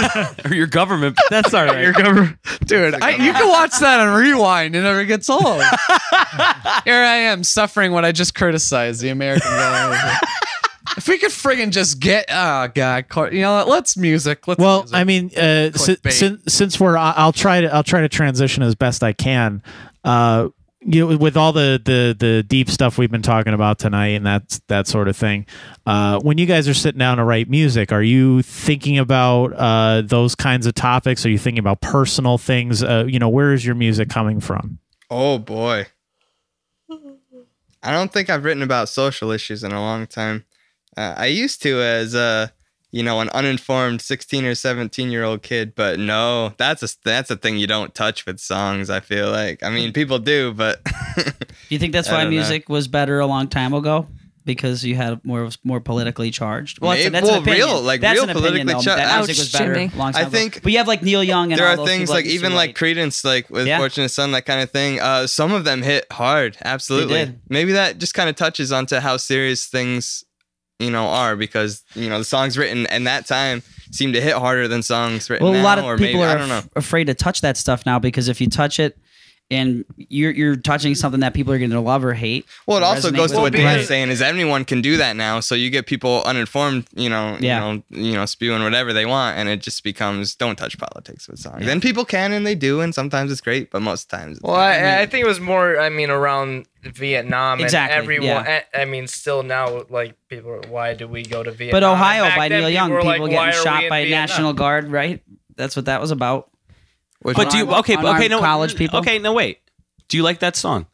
[SPEAKER 3] [LAUGHS] or your government. but [LAUGHS] That's all right.
[SPEAKER 1] your government.
[SPEAKER 5] Dude, I, you can watch that on rewind. It never gets old.
[SPEAKER 4] [LAUGHS]
[SPEAKER 5] Here I am suffering what I just criticized the American guy. if we could friggin' just get, oh god, Cor- you know, what? let's music. Let's
[SPEAKER 1] Well,
[SPEAKER 5] music.
[SPEAKER 1] I mean, uh, si-
[SPEAKER 5] Clickbait.
[SPEAKER 1] sin- since we're, I- I'll try to, I'll try to transition as best I can. Uh, you know, with all the, the the deep stuff we've been talking about tonight and that that sort of thing, uh, when you guys are sitting down to write music, are you thinking about uh, those kinds of topics? Are you thinking about personal things? Uh, you know, where is your music coming from?
[SPEAKER 7] Oh boy. I don't think I've written about social issues in a long time. Uh, I used to as a you know an uninformed 16 or 17 year old kid, but no, that's a that's a thing you don't touch with songs. I feel like I mean people do, but [LAUGHS]
[SPEAKER 4] Do you think that's
[SPEAKER 7] I
[SPEAKER 4] why
[SPEAKER 7] don't know.
[SPEAKER 4] music was better a long time ago? Because you had more more politically charged. Well, that's,
[SPEAKER 7] Maybe-
[SPEAKER 4] that's
[SPEAKER 7] well,
[SPEAKER 4] an opinion.
[SPEAKER 7] real, like,
[SPEAKER 4] that's
[SPEAKER 7] real
[SPEAKER 4] an opinion,
[SPEAKER 7] politically
[SPEAKER 4] though,
[SPEAKER 7] charged-
[SPEAKER 4] That music
[SPEAKER 2] Ouch,
[SPEAKER 4] was better
[SPEAKER 2] Jimmy.
[SPEAKER 4] a long time
[SPEAKER 7] I think-
[SPEAKER 4] ago. But you have like Neil Young and
[SPEAKER 7] there
[SPEAKER 4] all
[SPEAKER 7] are
[SPEAKER 4] those
[SPEAKER 7] things
[SPEAKER 4] people
[SPEAKER 7] like
[SPEAKER 4] that used to
[SPEAKER 7] even like
[SPEAKER 4] write.
[SPEAKER 7] Credence, like with
[SPEAKER 4] Yeah.
[SPEAKER 7] Fortunate Son, that kind of thing. Uh, some of them hit hard, absolutely.
[SPEAKER 4] did.
[SPEAKER 7] Maybe that just kind of touches onto how serious things you know are because you know the songs written in that time seem to hit harder than songs written
[SPEAKER 4] Well, a
[SPEAKER 7] now
[SPEAKER 4] lot of
[SPEAKER 7] or
[SPEAKER 4] people
[SPEAKER 7] maybe
[SPEAKER 4] are
[SPEAKER 7] I don't know.
[SPEAKER 4] af- afraid to touch that stuff now because if you touch it, and you're you're touching something that people are going to love or hate.
[SPEAKER 7] Well, it
[SPEAKER 4] or
[SPEAKER 7] also
[SPEAKER 4] resonate
[SPEAKER 7] goes to
[SPEAKER 4] with.
[SPEAKER 7] what
[SPEAKER 8] Well,
[SPEAKER 7] Dan's
[SPEAKER 8] because-
[SPEAKER 7] saying is anyone can do that now. So you get people uninformed, you know,
[SPEAKER 4] Yeah.
[SPEAKER 7] you know, you know, spewing whatever they want, and it just becomes don't touch politics with songs. And people can and they do, and sometimes it's great, but most times, it's
[SPEAKER 8] Well,
[SPEAKER 7] not.
[SPEAKER 8] I, I think it was more. I mean, around Vietnam
[SPEAKER 4] Exactly,
[SPEAKER 8] and everyone.
[SPEAKER 4] yeah.
[SPEAKER 8] I, I mean, still now, like people, are, why do we go to Vietnam?
[SPEAKER 4] But Ohio
[SPEAKER 8] And back
[SPEAKER 4] by
[SPEAKER 8] then,
[SPEAKER 4] Neil Young,
[SPEAKER 8] were
[SPEAKER 4] people
[SPEAKER 8] like, "Why
[SPEAKER 4] getting
[SPEAKER 8] are we
[SPEAKER 4] shot
[SPEAKER 8] in
[SPEAKER 4] by
[SPEAKER 8] Vietnam?"
[SPEAKER 4] National Guard, right? That's what that was about.
[SPEAKER 7] Which
[SPEAKER 3] But do you
[SPEAKER 4] Unarmed-
[SPEAKER 3] okay? but- Okay,
[SPEAKER 4] unarmed
[SPEAKER 3] no
[SPEAKER 4] college people.
[SPEAKER 3] Okay, no wait. Do you like that song?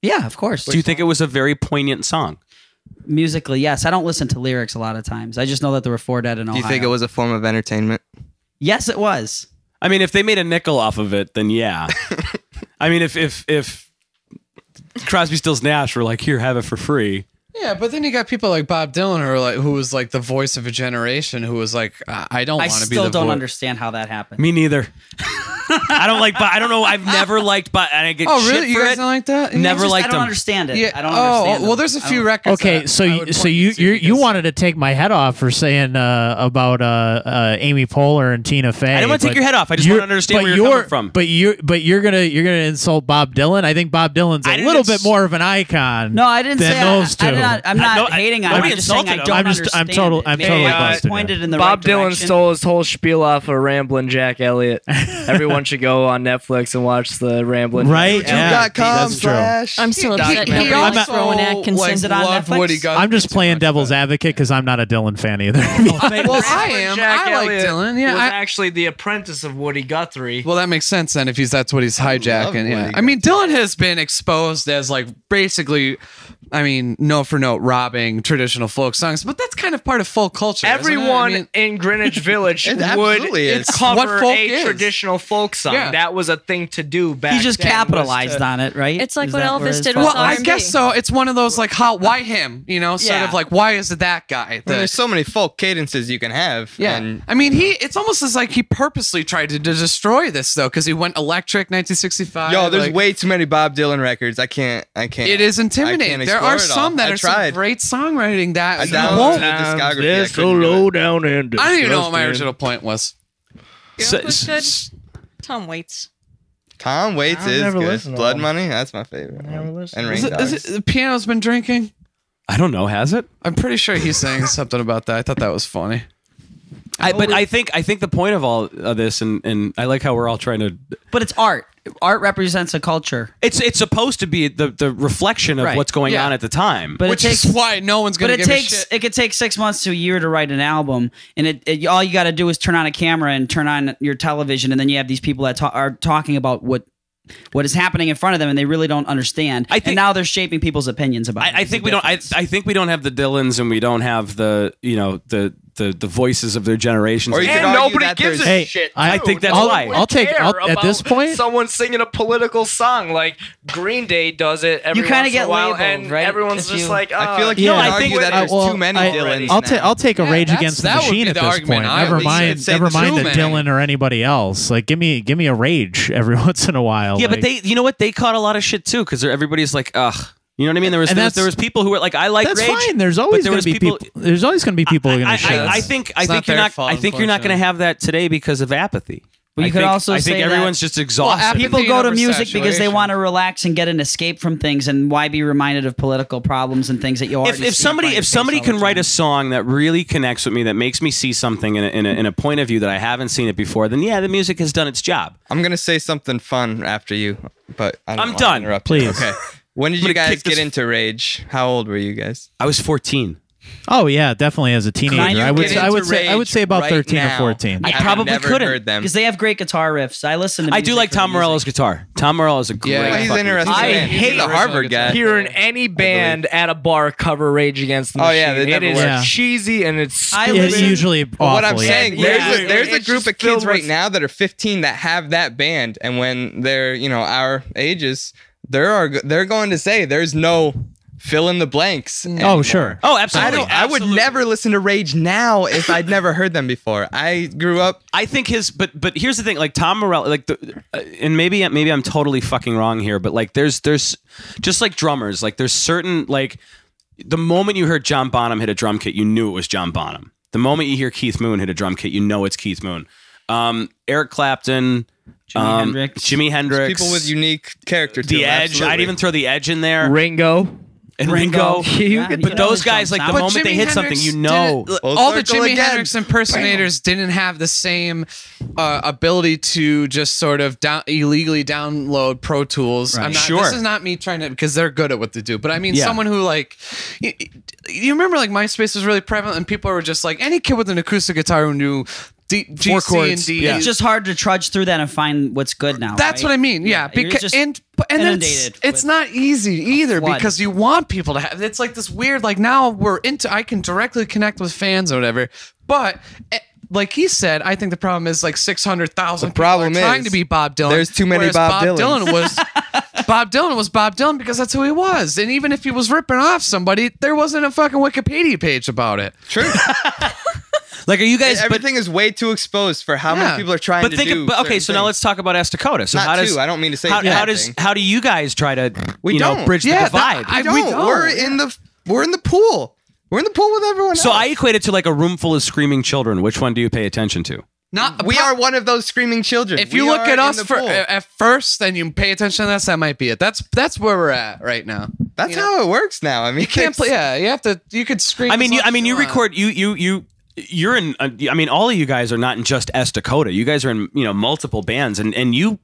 [SPEAKER 4] Yeah, of course.
[SPEAKER 3] do you think it was a very poignant song?
[SPEAKER 4] musically? Yes, I don't listen to lyrics a lot of times. I just know that there were four dead in
[SPEAKER 7] do
[SPEAKER 4] Ohio.
[SPEAKER 7] you think it was a form of entertainment?
[SPEAKER 4] Yes, it was.
[SPEAKER 3] I mean, if they made a nickel off of it, then
[SPEAKER 7] [LAUGHS]
[SPEAKER 3] yeah. I mean, if if if Crosby, Stills, Nash were like, here, have it for free.
[SPEAKER 5] Yeah, but then you got people like Bob Dylan, who are like, who was like the voice of a generation, who was like, I, I don't
[SPEAKER 4] I
[SPEAKER 5] want to be the
[SPEAKER 4] still don't
[SPEAKER 5] voice.
[SPEAKER 4] understand how that happened.
[SPEAKER 3] Me neither. I don't like, but I don't know. I've never liked, but and I get
[SPEAKER 5] Oh,
[SPEAKER 3] shit
[SPEAKER 5] really? You
[SPEAKER 3] for
[SPEAKER 5] guys
[SPEAKER 3] it.
[SPEAKER 5] don't like that?
[SPEAKER 3] Never
[SPEAKER 5] Just-
[SPEAKER 3] liked
[SPEAKER 4] I don't
[SPEAKER 3] them.
[SPEAKER 4] understand it. I don't
[SPEAKER 5] oh,
[SPEAKER 4] understand.
[SPEAKER 5] well,
[SPEAKER 4] them.
[SPEAKER 5] there's a
[SPEAKER 4] I
[SPEAKER 5] few
[SPEAKER 4] don't-
[SPEAKER 5] records.
[SPEAKER 1] Okay,
[SPEAKER 5] that
[SPEAKER 1] so
[SPEAKER 5] I
[SPEAKER 1] you,
[SPEAKER 5] would
[SPEAKER 1] so
[SPEAKER 5] point
[SPEAKER 1] you
[SPEAKER 5] to
[SPEAKER 1] you you
[SPEAKER 5] because-
[SPEAKER 1] wanted to take my head off for saying uh, about uh, uh, Amy Poehler and Tina Fey.
[SPEAKER 3] I didn't want to take
[SPEAKER 1] but
[SPEAKER 3] your head off. I just
[SPEAKER 1] you're-
[SPEAKER 3] want to understand
[SPEAKER 1] but
[SPEAKER 3] where you're, coming from.
[SPEAKER 1] But you but you're gonna you're gonna insult Bob Dylan. I think Bob Dylan's
[SPEAKER 3] I
[SPEAKER 1] a
[SPEAKER 3] didn't
[SPEAKER 1] little
[SPEAKER 3] ins-
[SPEAKER 1] bit more of an icon.
[SPEAKER 4] No, I didn't
[SPEAKER 1] than
[SPEAKER 4] say
[SPEAKER 1] those
[SPEAKER 4] I,
[SPEAKER 1] two.
[SPEAKER 4] I, am not, I'm
[SPEAKER 3] I-
[SPEAKER 4] not
[SPEAKER 3] no, I-
[SPEAKER 4] hating on it.
[SPEAKER 3] nobody
[SPEAKER 4] I'm just saying I
[SPEAKER 3] insulted
[SPEAKER 4] don't
[SPEAKER 3] him.
[SPEAKER 1] I'm just- I'm
[SPEAKER 4] understand
[SPEAKER 1] total-
[SPEAKER 4] it.
[SPEAKER 1] I'm
[SPEAKER 4] Maybe
[SPEAKER 1] totally
[SPEAKER 4] I was
[SPEAKER 1] busted.
[SPEAKER 4] pointed in the
[SPEAKER 6] Bob
[SPEAKER 4] right
[SPEAKER 6] Dylan
[SPEAKER 4] direction.
[SPEAKER 6] stole his whole spiel off of Ramblin'
[SPEAKER 4] [LAUGHS]
[SPEAKER 6] Jack Elliott. Everyone should go on Netflix and watch the Ramblin'
[SPEAKER 1] right? Yeah,
[SPEAKER 7] Dot com
[SPEAKER 1] that's true.
[SPEAKER 7] slash-
[SPEAKER 2] I'm still upset.
[SPEAKER 5] He
[SPEAKER 2] Nobody's
[SPEAKER 5] also,
[SPEAKER 2] throwing
[SPEAKER 5] like,
[SPEAKER 2] Atkinson.
[SPEAKER 4] on
[SPEAKER 5] loved
[SPEAKER 4] Netflix?
[SPEAKER 5] Woody Guthrie
[SPEAKER 1] I'm just
[SPEAKER 5] too
[SPEAKER 1] playing
[SPEAKER 5] much,
[SPEAKER 1] devil's
[SPEAKER 5] but-
[SPEAKER 1] advocate because I'm not a Dylan fan either.
[SPEAKER 4] [LAUGHS]
[SPEAKER 5] Well, I am.
[SPEAKER 6] Jack
[SPEAKER 5] I like
[SPEAKER 6] Elliott
[SPEAKER 5] Dylan. Yeah,
[SPEAKER 6] was
[SPEAKER 5] I-
[SPEAKER 6] actually the apprentice of Woody Guthrie.
[SPEAKER 5] Well, that makes sense then if he's that's what he's
[SPEAKER 7] love
[SPEAKER 5] hijacking. Yeah.
[SPEAKER 7] Woody
[SPEAKER 5] I mean, Dylan has been exposed as like basically, I mean, note for note robbing traditional folk songs, but that's kind of part of folk culture. isn't it? I
[SPEAKER 6] Everyone
[SPEAKER 5] mean,
[SPEAKER 6] in Greenwich Village
[SPEAKER 7] [LAUGHS] It
[SPEAKER 6] would
[SPEAKER 7] absolutely is. It's
[SPEAKER 6] cover
[SPEAKER 5] what folk
[SPEAKER 6] a
[SPEAKER 5] is.
[SPEAKER 6] traditional folk song.
[SPEAKER 5] Yeah.
[SPEAKER 6] That was a thing to do back.
[SPEAKER 4] He just
[SPEAKER 6] then, was
[SPEAKER 4] capitalized
[SPEAKER 6] to-
[SPEAKER 4] on it, right?
[SPEAKER 2] It's like
[SPEAKER 4] Is
[SPEAKER 2] what
[SPEAKER 4] that
[SPEAKER 2] Elvis
[SPEAKER 4] where his
[SPEAKER 2] did
[SPEAKER 4] fault
[SPEAKER 2] with
[SPEAKER 5] well,
[SPEAKER 4] was?
[SPEAKER 5] I
[SPEAKER 2] R&B.
[SPEAKER 5] guess so. It's one of those like, how, why him? You know, sort
[SPEAKER 4] Yeah.
[SPEAKER 5] of like, why is it that guy?
[SPEAKER 7] Well,
[SPEAKER 5] that-
[SPEAKER 7] there's so many folk cadences you can have.
[SPEAKER 5] Yeah.
[SPEAKER 7] and
[SPEAKER 5] I mean, he, it's almost as like he purposely tried to, to destroy this though, because he went electric 1965.
[SPEAKER 7] yo, there's
[SPEAKER 5] like-
[SPEAKER 7] way too many Bob Dylan records. I can't. I can't.
[SPEAKER 5] It is intimidating.
[SPEAKER 7] I can't
[SPEAKER 5] There
[SPEAKER 7] explore
[SPEAKER 5] are
[SPEAKER 7] it all.
[SPEAKER 5] some that
[SPEAKER 7] I
[SPEAKER 5] are some
[SPEAKER 7] tried.
[SPEAKER 5] great songwriting that
[SPEAKER 7] I
[SPEAKER 5] you
[SPEAKER 7] downloaded
[SPEAKER 5] won't-
[SPEAKER 7] the discography. I
[SPEAKER 6] They're so
[SPEAKER 7] couldn't do it.
[SPEAKER 6] low down and
[SPEAKER 5] I don't even know what my
[SPEAKER 6] disgusting.
[SPEAKER 5] original point was.
[SPEAKER 3] So-
[SPEAKER 2] was good. Tom Waits.
[SPEAKER 7] Tom Waits
[SPEAKER 6] I've
[SPEAKER 7] is
[SPEAKER 6] never
[SPEAKER 7] good.
[SPEAKER 6] listened to
[SPEAKER 7] Blood
[SPEAKER 6] them.
[SPEAKER 7] Money, that's my favorite. one.
[SPEAKER 6] never listened
[SPEAKER 7] And
[SPEAKER 6] to
[SPEAKER 7] Ring
[SPEAKER 5] Is it,
[SPEAKER 7] Dogs.
[SPEAKER 5] is it, the piano's been drinking?
[SPEAKER 3] I don't know. Has it?
[SPEAKER 5] I'm pretty
[SPEAKER 1] [LAUGHS]
[SPEAKER 5] sure he's saying something about that. I thought that was funny.
[SPEAKER 3] I, but I think I think the point of all of this, and and I like how we're all trying to.
[SPEAKER 4] But it's art. Art represents a culture.
[SPEAKER 3] It's it's supposed to be the the reflection of
[SPEAKER 4] Right.
[SPEAKER 3] what's going
[SPEAKER 5] Yeah.
[SPEAKER 3] on at the time.
[SPEAKER 4] But
[SPEAKER 5] Which
[SPEAKER 4] it takes
[SPEAKER 5] is why no one's
[SPEAKER 4] but
[SPEAKER 5] gonna
[SPEAKER 4] it
[SPEAKER 5] give
[SPEAKER 4] takes
[SPEAKER 5] a shit.
[SPEAKER 4] it could take six months to a year to write an album, and it, it all you got to do is turn on a camera and turn on your television, and then you have these people that ta- are talking about what what is happening in front of them, and they really don't understand.
[SPEAKER 3] I think-
[SPEAKER 4] and now they're shaping people's opinions about. it.
[SPEAKER 3] I, I
[SPEAKER 4] It's
[SPEAKER 3] think
[SPEAKER 4] a
[SPEAKER 3] we don't. I,
[SPEAKER 4] difference.
[SPEAKER 3] I think we don't have the Dylans, and we don't have the you know the the the voices of their generations.
[SPEAKER 7] Or you
[SPEAKER 6] And
[SPEAKER 7] could argue
[SPEAKER 6] nobody
[SPEAKER 7] that
[SPEAKER 6] gives
[SPEAKER 7] there's-
[SPEAKER 6] a
[SPEAKER 1] Hey,
[SPEAKER 6] shit.
[SPEAKER 1] I-
[SPEAKER 3] I
[SPEAKER 6] too.
[SPEAKER 3] think that's
[SPEAKER 6] No one
[SPEAKER 3] why.
[SPEAKER 6] would
[SPEAKER 1] I'll take-
[SPEAKER 6] care
[SPEAKER 1] I'll- at
[SPEAKER 6] about
[SPEAKER 1] this point-
[SPEAKER 6] Someone singing a political song like Green Day does it. Every
[SPEAKER 4] You kinda
[SPEAKER 6] once in
[SPEAKER 4] get
[SPEAKER 6] a while,
[SPEAKER 4] labeled,
[SPEAKER 6] and
[SPEAKER 4] right?
[SPEAKER 6] Everyone's
[SPEAKER 4] If
[SPEAKER 6] just
[SPEAKER 4] you-
[SPEAKER 6] like, oh,
[SPEAKER 7] I feel like
[SPEAKER 1] Yeah,
[SPEAKER 7] you can
[SPEAKER 1] I
[SPEAKER 7] argue
[SPEAKER 1] think-
[SPEAKER 7] that
[SPEAKER 1] uh,
[SPEAKER 7] there's
[SPEAKER 1] well,
[SPEAKER 7] too many
[SPEAKER 1] I-
[SPEAKER 7] Dylans.
[SPEAKER 1] I'll, ta-
[SPEAKER 7] now.
[SPEAKER 1] I'll take a
[SPEAKER 5] Yeah,
[SPEAKER 1] Rage
[SPEAKER 5] that's-
[SPEAKER 1] Against the
[SPEAKER 5] that would
[SPEAKER 1] Machine
[SPEAKER 5] be
[SPEAKER 1] at
[SPEAKER 5] the
[SPEAKER 1] this
[SPEAKER 5] argument
[SPEAKER 1] point.
[SPEAKER 5] I
[SPEAKER 1] Never
[SPEAKER 5] would
[SPEAKER 1] mind,
[SPEAKER 7] say.
[SPEAKER 1] never
[SPEAKER 7] Say
[SPEAKER 1] mind
[SPEAKER 5] the
[SPEAKER 1] the
[SPEAKER 5] Truman
[SPEAKER 1] Dylan
[SPEAKER 5] Act.
[SPEAKER 1] or anybody else. Like, give me give me a Rage every [LAUGHS] once in a while.
[SPEAKER 3] Yeah,
[SPEAKER 1] like,
[SPEAKER 3] but they, you know what? They caught a lot of shit too, because everybody's like, ugh. You know what I mean? There was
[SPEAKER 1] And
[SPEAKER 3] there was,
[SPEAKER 1] that's-
[SPEAKER 3] there was people who were like, I like
[SPEAKER 1] That's
[SPEAKER 3] rage.
[SPEAKER 1] fine. There's
[SPEAKER 3] but
[SPEAKER 1] always
[SPEAKER 3] there
[SPEAKER 1] going
[SPEAKER 3] was
[SPEAKER 1] to be people, There's always going to be people who are
[SPEAKER 3] I,
[SPEAKER 1] going to shit.
[SPEAKER 3] I, I
[SPEAKER 5] That's-
[SPEAKER 3] think I
[SPEAKER 5] it's
[SPEAKER 3] think
[SPEAKER 5] not
[SPEAKER 3] you're
[SPEAKER 5] their
[SPEAKER 3] not.
[SPEAKER 5] fault,
[SPEAKER 3] I think you're not going to
[SPEAKER 5] unfortunately.
[SPEAKER 3] have that today because of apathy.
[SPEAKER 4] Well, you
[SPEAKER 3] I
[SPEAKER 4] could
[SPEAKER 3] think,
[SPEAKER 4] also
[SPEAKER 3] I think
[SPEAKER 4] say
[SPEAKER 3] everyone's
[SPEAKER 4] that-
[SPEAKER 3] just exhausted.
[SPEAKER 5] apathy-
[SPEAKER 4] people
[SPEAKER 5] Opinion
[SPEAKER 4] go
[SPEAKER 5] over
[SPEAKER 4] to music because they
[SPEAKER 5] saturation.
[SPEAKER 4] want to relax and get an escape from things, and why be reminded of political problems and things that you already
[SPEAKER 3] if, if
[SPEAKER 4] see in
[SPEAKER 3] somebody
[SPEAKER 4] front of your
[SPEAKER 3] if
[SPEAKER 4] face
[SPEAKER 3] somebody
[SPEAKER 4] all the
[SPEAKER 3] can write a
[SPEAKER 4] time.
[SPEAKER 3] song that really connects with me that makes me see something in a, in, a, in a point of view that I haven't seen it before, then yeah, the music has done its job.
[SPEAKER 7] I'm going to say something fun after you, but I don't
[SPEAKER 3] I'm
[SPEAKER 7] wanna
[SPEAKER 3] done.
[SPEAKER 7] interrupt you.
[SPEAKER 1] Please.
[SPEAKER 3] [LAUGHS]
[SPEAKER 7] Okay. When did
[SPEAKER 3] I'm
[SPEAKER 7] you
[SPEAKER 3] gonna
[SPEAKER 7] guys
[SPEAKER 3] kick this-
[SPEAKER 7] get into Rage? How old were you guys?
[SPEAKER 3] I was 14.
[SPEAKER 1] oh yeah, definitely as a teenager.
[SPEAKER 4] you
[SPEAKER 1] I would
[SPEAKER 4] get
[SPEAKER 1] say, I would
[SPEAKER 7] into
[SPEAKER 1] say I would
[SPEAKER 7] Rage
[SPEAKER 1] say about
[SPEAKER 7] right
[SPEAKER 1] 13 or
[SPEAKER 7] now?
[SPEAKER 1] 14.
[SPEAKER 3] I
[SPEAKER 7] I've
[SPEAKER 3] probably
[SPEAKER 7] never
[SPEAKER 3] couldn't,
[SPEAKER 7] heard them.
[SPEAKER 4] because they have great guitar riffs. I listen. to
[SPEAKER 3] I do
[SPEAKER 4] music
[SPEAKER 3] like
[SPEAKER 4] for
[SPEAKER 3] Tom
[SPEAKER 4] music.
[SPEAKER 3] Morello's guitar. Tom Morello is a great.
[SPEAKER 5] Yeah,
[SPEAKER 7] he's
[SPEAKER 3] fucking
[SPEAKER 7] interesting.
[SPEAKER 3] guitar.
[SPEAKER 7] man.
[SPEAKER 4] I
[SPEAKER 7] he's
[SPEAKER 4] hate
[SPEAKER 7] a Harvard guy.
[SPEAKER 6] hearing any band at a bar cover Rage Against the
[SPEAKER 7] Oh,
[SPEAKER 6] Machine.
[SPEAKER 7] yeah, that
[SPEAKER 6] it
[SPEAKER 7] never
[SPEAKER 6] is
[SPEAKER 1] works.
[SPEAKER 6] cheesy and it's
[SPEAKER 4] I
[SPEAKER 6] stupid.
[SPEAKER 1] Yeah,
[SPEAKER 4] listen-
[SPEAKER 1] usually
[SPEAKER 7] But what I'm
[SPEAKER 1] awfully.
[SPEAKER 7] saying,
[SPEAKER 6] Yeah.
[SPEAKER 7] there's,
[SPEAKER 6] Yeah.
[SPEAKER 7] a, there's a
[SPEAKER 6] It's
[SPEAKER 7] group
[SPEAKER 6] just
[SPEAKER 7] of kids
[SPEAKER 6] filled
[SPEAKER 7] right
[SPEAKER 6] with-
[SPEAKER 7] now that are 15 that have that band, and when they're you know our ages, there are they're going to say there's no fill in the blanks.
[SPEAKER 1] Oh sure.
[SPEAKER 3] Oh,
[SPEAKER 7] I
[SPEAKER 3] absolutely.
[SPEAKER 7] don't. I would
[SPEAKER 3] absolutely.
[SPEAKER 7] never listen to Rage now if I'd never heard them before. I grew up.
[SPEAKER 3] I think his, but but here's the thing, like Tom Morello, like the, uh, and maybe maybe I'm totally fucking wrong here, but like there's there's just like drummers, like there's certain like the moment you heard John Bonham hit a drum kit, you knew it was John Bonham. The moment you hear Keith Moon hit a drum kit, you know it's Keith Moon. Um, Eric Clapton,
[SPEAKER 4] Jimi
[SPEAKER 3] um,
[SPEAKER 4] Hendrix.
[SPEAKER 3] Jimi Hendrix,
[SPEAKER 7] People with unique character. to
[SPEAKER 3] The
[SPEAKER 7] them,
[SPEAKER 3] Edge. I'd
[SPEAKER 7] absolutely.
[SPEAKER 3] even throw The Edge in there.
[SPEAKER 8] Ringo.
[SPEAKER 3] and Ringo.
[SPEAKER 8] You
[SPEAKER 4] Yeah,
[SPEAKER 8] could-
[SPEAKER 4] you
[SPEAKER 3] But
[SPEAKER 4] can
[SPEAKER 3] those
[SPEAKER 4] always
[SPEAKER 3] guys,
[SPEAKER 4] jump
[SPEAKER 3] like the
[SPEAKER 4] down.
[SPEAKER 3] moment they hit something, you know.
[SPEAKER 7] Full
[SPEAKER 5] all the
[SPEAKER 7] circle
[SPEAKER 5] Jimi
[SPEAKER 7] again.
[SPEAKER 5] Hendrix impersonators didn't have the same uh, ability to just sort of down, illegally download Pro Tools. I'm
[SPEAKER 4] Right.
[SPEAKER 5] not,
[SPEAKER 3] Sure.
[SPEAKER 5] This is not me trying to because they're good at what they do, but I mean
[SPEAKER 3] Yeah.
[SPEAKER 5] someone who like you, you remember like MySpace was really prevalent and people were just like any kid with an acoustic guitar who knew D, G,
[SPEAKER 3] Four
[SPEAKER 5] C,
[SPEAKER 3] chords.
[SPEAKER 5] and D.
[SPEAKER 3] Yeah.
[SPEAKER 4] It's just hard to trudge through that and find what's good now.
[SPEAKER 5] That's
[SPEAKER 4] right?
[SPEAKER 5] what I mean. Yeah,
[SPEAKER 4] you're
[SPEAKER 5] because
[SPEAKER 4] just
[SPEAKER 5] and but- and then it's,
[SPEAKER 4] inundated
[SPEAKER 5] it's
[SPEAKER 4] with
[SPEAKER 5] not easy either
[SPEAKER 4] flood.
[SPEAKER 5] because you want people to have. It's like this weird like now we're into. I can directly connect with fans or whatever, but. eh, like he said, I think the problem is like six hundred thousand.
[SPEAKER 7] The problem
[SPEAKER 5] trying
[SPEAKER 7] is
[SPEAKER 5] to be Bob Dylan.
[SPEAKER 7] there's too many
[SPEAKER 5] whereas
[SPEAKER 7] Bob Dylans.
[SPEAKER 5] Dylan
[SPEAKER 7] [LAUGHS]
[SPEAKER 5] was Bob Dylan was Bob Dylan because that's who he was, and even if he was ripping off somebody, there wasn't a fucking Wikipedia page about it.
[SPEAKER 7] [LAUGHS] True.
[SPEAKER 3] Like, are you guys? But,
[SPEAKER 7] Everything is way too exposed for how
[SPEAKER 5] Yeah.
[SPEAKER 7] many people are trying
[SPEAKER 3] but
[SPEAKER 7] to
[SPEAKER 3] think.
[SPEAKER 7] do.
[SPEAKER 3] of- but okay,
[SPEAKER 7] certain
[SPEAKER 3] so now
[SPEAKER 7] things.
[SPEAKER 3] let's talk about Estacada. So
[SPEAKER 7] Not
[SPEAKER 3] how does
[SPEAKER 7] two, I don't mean to say
[SPEAKER 3] how,
[SPEAKER 7] it's
[SPEAKER 3] how
[SPEAKER 7] bad
[SPEAKER 3] does
[SPEAKER 7] thing.
[SPEAKER 3] how do you guys try to
[SPEAKER 7] We
[SPEAKER 3] you know
[SPEAKER 7] don't.
[SPEAKER 3] bridge
[SPEAKER 5] Yeah,
[SPEAKER 3] the divide?
[SPEAKER 5] that- I-
[SPEAKER 7] we
[SPEAKER 5] we
[SPEAKER 7] don't.
[SPEAKER 5] don't.
[SPEAKER 7] We're in the we're in the pool. We're in the pool with everyone
[SPEAKER 3] so
[SPEAKER 7] else.
[SPEAKER 3] I equate it to like a room full of screaming children. Which one do you pay attention to?
[SPEAKER 5] Not
[SPEAKER 7] Uh, we are one of those screaming children.
[SPEAKER 5] If you
[SPEAKER 7] We
[SPEAKER 5] look
[SPEAKER 7] are
[SPEAKER 5] at
[SPEAKER 7] in
[SPEAKER 5] us
[SPEAKER 7] the
[SPEAKER 5] for,
[SPEAKER 7] pool.
[SPEAKER 3] uh,
[SPEAKER 5] at first, then you pay attention to us. That might be it. That's that's where we're at right now.
[SPEAKER 7] that's
[SPEAKER 5] you know?
[SPEAKER 7] how it works now. I mean,
[SPEAKER 5] You can't
[SPEAKER 7] it's-
[SPEAKER 5] play. Yeah, you have to. You could scream.
[SPEAKER 3] I mean,
[SPEAKER 5] as
[SPEAKER 3] you,
[SPEAKER 5] loud
[SPEAKER 3] I
[SPEAKER 5] as
[SPEAKER 3] mean, you
[SPEAKER 5] want.
[SPEAKER 3] record you you you you're in. uh, I mean, all of you guys are not in just S Dakota. You guys are in you know multiple bands, and and you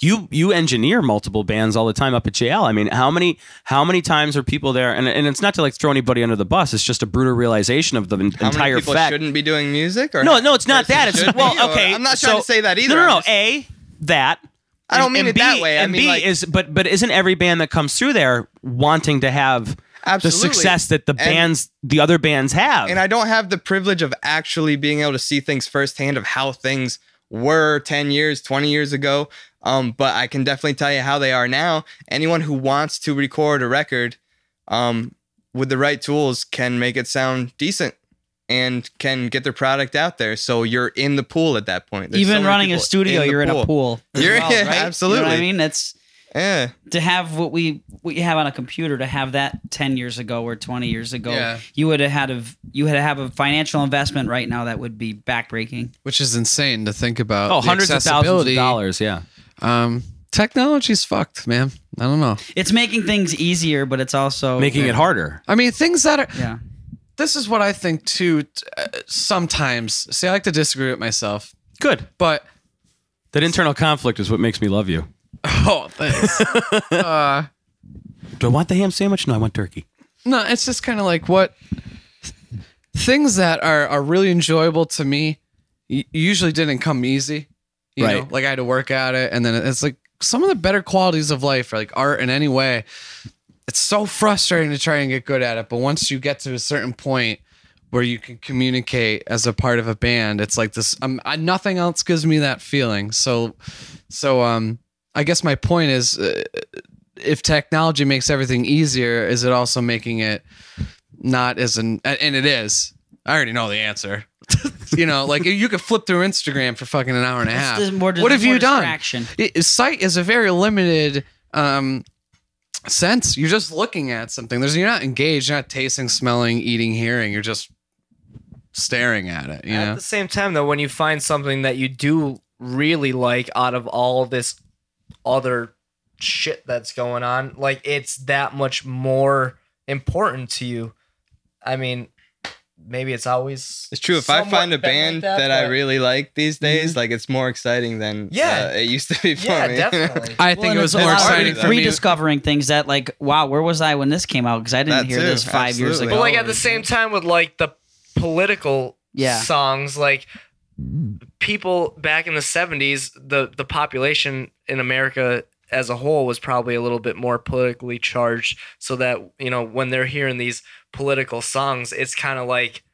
[SPEAKER 3] you you engineer multiple bands all the time up at JL. I mean, how many how many times are people there? And and it's not to like throw anybody under the bus. It's just a brutal realization of the en-
[SPEAKER 7] How many
[SPEAKER 3] entire
[SPEAKER 7] people
[SPEAKER 3] fact.
[SPEAKER 7] shouldn't be doing music? Or
[SPEAKER 3] No,
[SPEAKER 7] how
[SPEAKER 3] no, it's not
[SPEAKER 7] many
[SPEAKER 3] that.
[SPEAKER 7] persons
[SPEAKER 3] It's
[SPEAKER 7] should be,
[SPEAKER 3] well,
[SPEAKER 7] or-
[SPEAKER 3] okay.
[SPEAKER 7] I'm not trying
[SPEAKER 3] so-
[SPEAKER 7] to say that either.
[SPEAKER 3] No, no,
[SPEAKER 7] I'm
[SPEAKER 3] no.
[SPEAKER 7] just-
[SPEAKER 3] A that.
[SPEAKER 7] I don't
[SPEAKER 3] and-
[SPEAKER 7] mean
[SPEAKER 3] and
[SPEAKER 7] it that
[SPEAKER 3] B-
[SPEAKER 7] way. I
[SPEAKER 3] and
[SPEAKER 7] mean,
[SPEAKER 3] B
[SPEAKER 7] like-
[SPEAKER 3] is, but but isn't every band that comes through there wanting to have
[SPEAKER 7] Absolutely.
[SPEAKER 3] the success that the
[SPEAKER 7] And-
[SPEAKER 3] bands, the other bands have?
[SPEAKER 7] and I don't have the privilege of actually being able to see things firsthand of how things were 10 years, 20 years ago. Um, but I can definitely tell you how they are now. Anyone who wants to record a record um, with the right tools can make it sound decent and can get their product out there. So you're in the pool at that point. There's so
[SPEAKER 4] Even
[SPEAKER 7] many
[SPEAKER 4] running a
[SPEAKER 7] people
[SPEAKER 4] studio,
[SPEAKER 7] the
[SPEAKER 4] you're in a pool. as
[SPEAKER 7] You're-
[SPEAKER 4] well,
[SPEAKER 7] yeah,
[SPEAKER 4] right? You know what I
[SPEAKER 7] absolutely.
[SPEAKER 4] mean, that's
[SPEAKER 7] Yeah.
[SPEAKER 4] to have what we what you have on a computer to have that 10 years ago or 20 years ago
[SPEAKER 5] Yeah.
[SPEAKER 4] you would have had a you had to have a financial investment right now that would be backbreaking
[SPEAKER 5] which is insane to think about.
[SPEAKER 3] oh,
[SPEAKER 5] the
[SPEAKER 3] hundreds of thousands of
[SPEAKER 5] accessibility.
[SPEAKER 3] dollars. Yeah.
[SPEAKER 5] Um, technology's fucked, man. I don't know.
[SPEAKER 4] it's making things easier but it's also
[SPEAKER 3] making it harder.
[SPEAKER 5] I mean, things that are.
[SPEAKER 4] yeah
[SPEAKER 5] This is what I think too. t- Uh, sometimes, see, I like to disagree with myself,
[SPEAKER 3] Good.
[SPEAKER 5] but [LAUGHS]
[SPEAKER 3] That internal conflict is what makes me love you.
[SPEAKER 5] oh, thanks. uh,
[SPEAKER 3] Do I want the ham sandwich? No, I want turkey.
[SPEAKER 5] No, it's just kind of like what things that are are really enjoyable to me y- usually didn't come easy. You know,
[SPEAKER 3] Right.
[SPEAKER 5] like I had to work at it, and then it's like some of the better qualities of life are like art in any way. It's so frustrating to try and get good at it, but once you get to a certain point where you can communicate as a part of a band, it's like this. Um, I, nothing else gives me that feeling. So, so um, I guess my point is, uh, if technology makes everything easier, is it also making it not as an and it is. I already know the answer. [LAUGHS] you know, like you could flip through Instagram for fucking an hour and a half.
[SPEAKER 4] It's more dis-
[SPEAKER 5] what have
[SPEAKER 4] more
[SPEAKER 5] you done?
[SPEAKER 4] distraction.
[SPEAKER 5] It- Sight is a very limited um, sense. You're just looking at something. There's you're not engaged. You're not tasting, smelling, eating, hearing. You're just staring at it. You
[SPEAKER 6] At
[SPEAKER 5] know.
[SPEAKER 6] the same time, though, when you find something that you do really like out of all this other shit that's going on, like it's that much more important to you. I mean, maybe it's always
[SPEAKER 7] It's true. If I
[SPEAKER 6] somewhat
[SPEAKER 7] find a
[SPEAKER 6] been like
[SPEAKER 7] band
[SPEAKER 6] that,
[SPEAKER 7] that, I
[SPEAKER 6] but-
[SPEAKER 7] really like these
[SPEAKER 4] Mm-hmm.
[SPEAKER 7] days, like it's more exciting than
[SPEAKER 6] Yeah.
[SPEAKER 7] uh, it used to be
[SPEAKER 6] [LAUGHS]
[SPEAKER 7] for
[SPEAKER 6] yeah,
[SPEAKER 7] me. [LAUGHS]
[SPEAKER 6] definitely.
[SPEAKER 4] Well,
[SPEAKER 5] I think
[SPEAKER 4] and
[SPEAKER 5] it
[SPEAKER 4] it's
[SPEAKER 5] was
[SPEAKER 4] a
[SPEAKER 5] more
[SPEAKER 4] lot of
[SPEAKER 5] exciting
[SPEAKER 7] re-
[SPEAKER 5] for me.
[SPEAKER 4] rediscovering things that like wow where was i when this came out because i didn't
[SPEAKER 7] That
[SPEAKER 4] hear
[SPEAKER 7] too,
[SPEAKER 4] this five years
[SPEAKER 7] absolutely.
[SPEAKER 4] ago
[SPEAKER 6] but like at
[SPEAKER 4] or-
[SPEAKER 6] the same time with like the political
[SPEAKER 4] Yeah.
[SPEAKER 6] songs, like people back in the seventies, the the population in America as a whole was probably a little bit more politically charged, so that you know when they're hearing these political songs, it's kind of like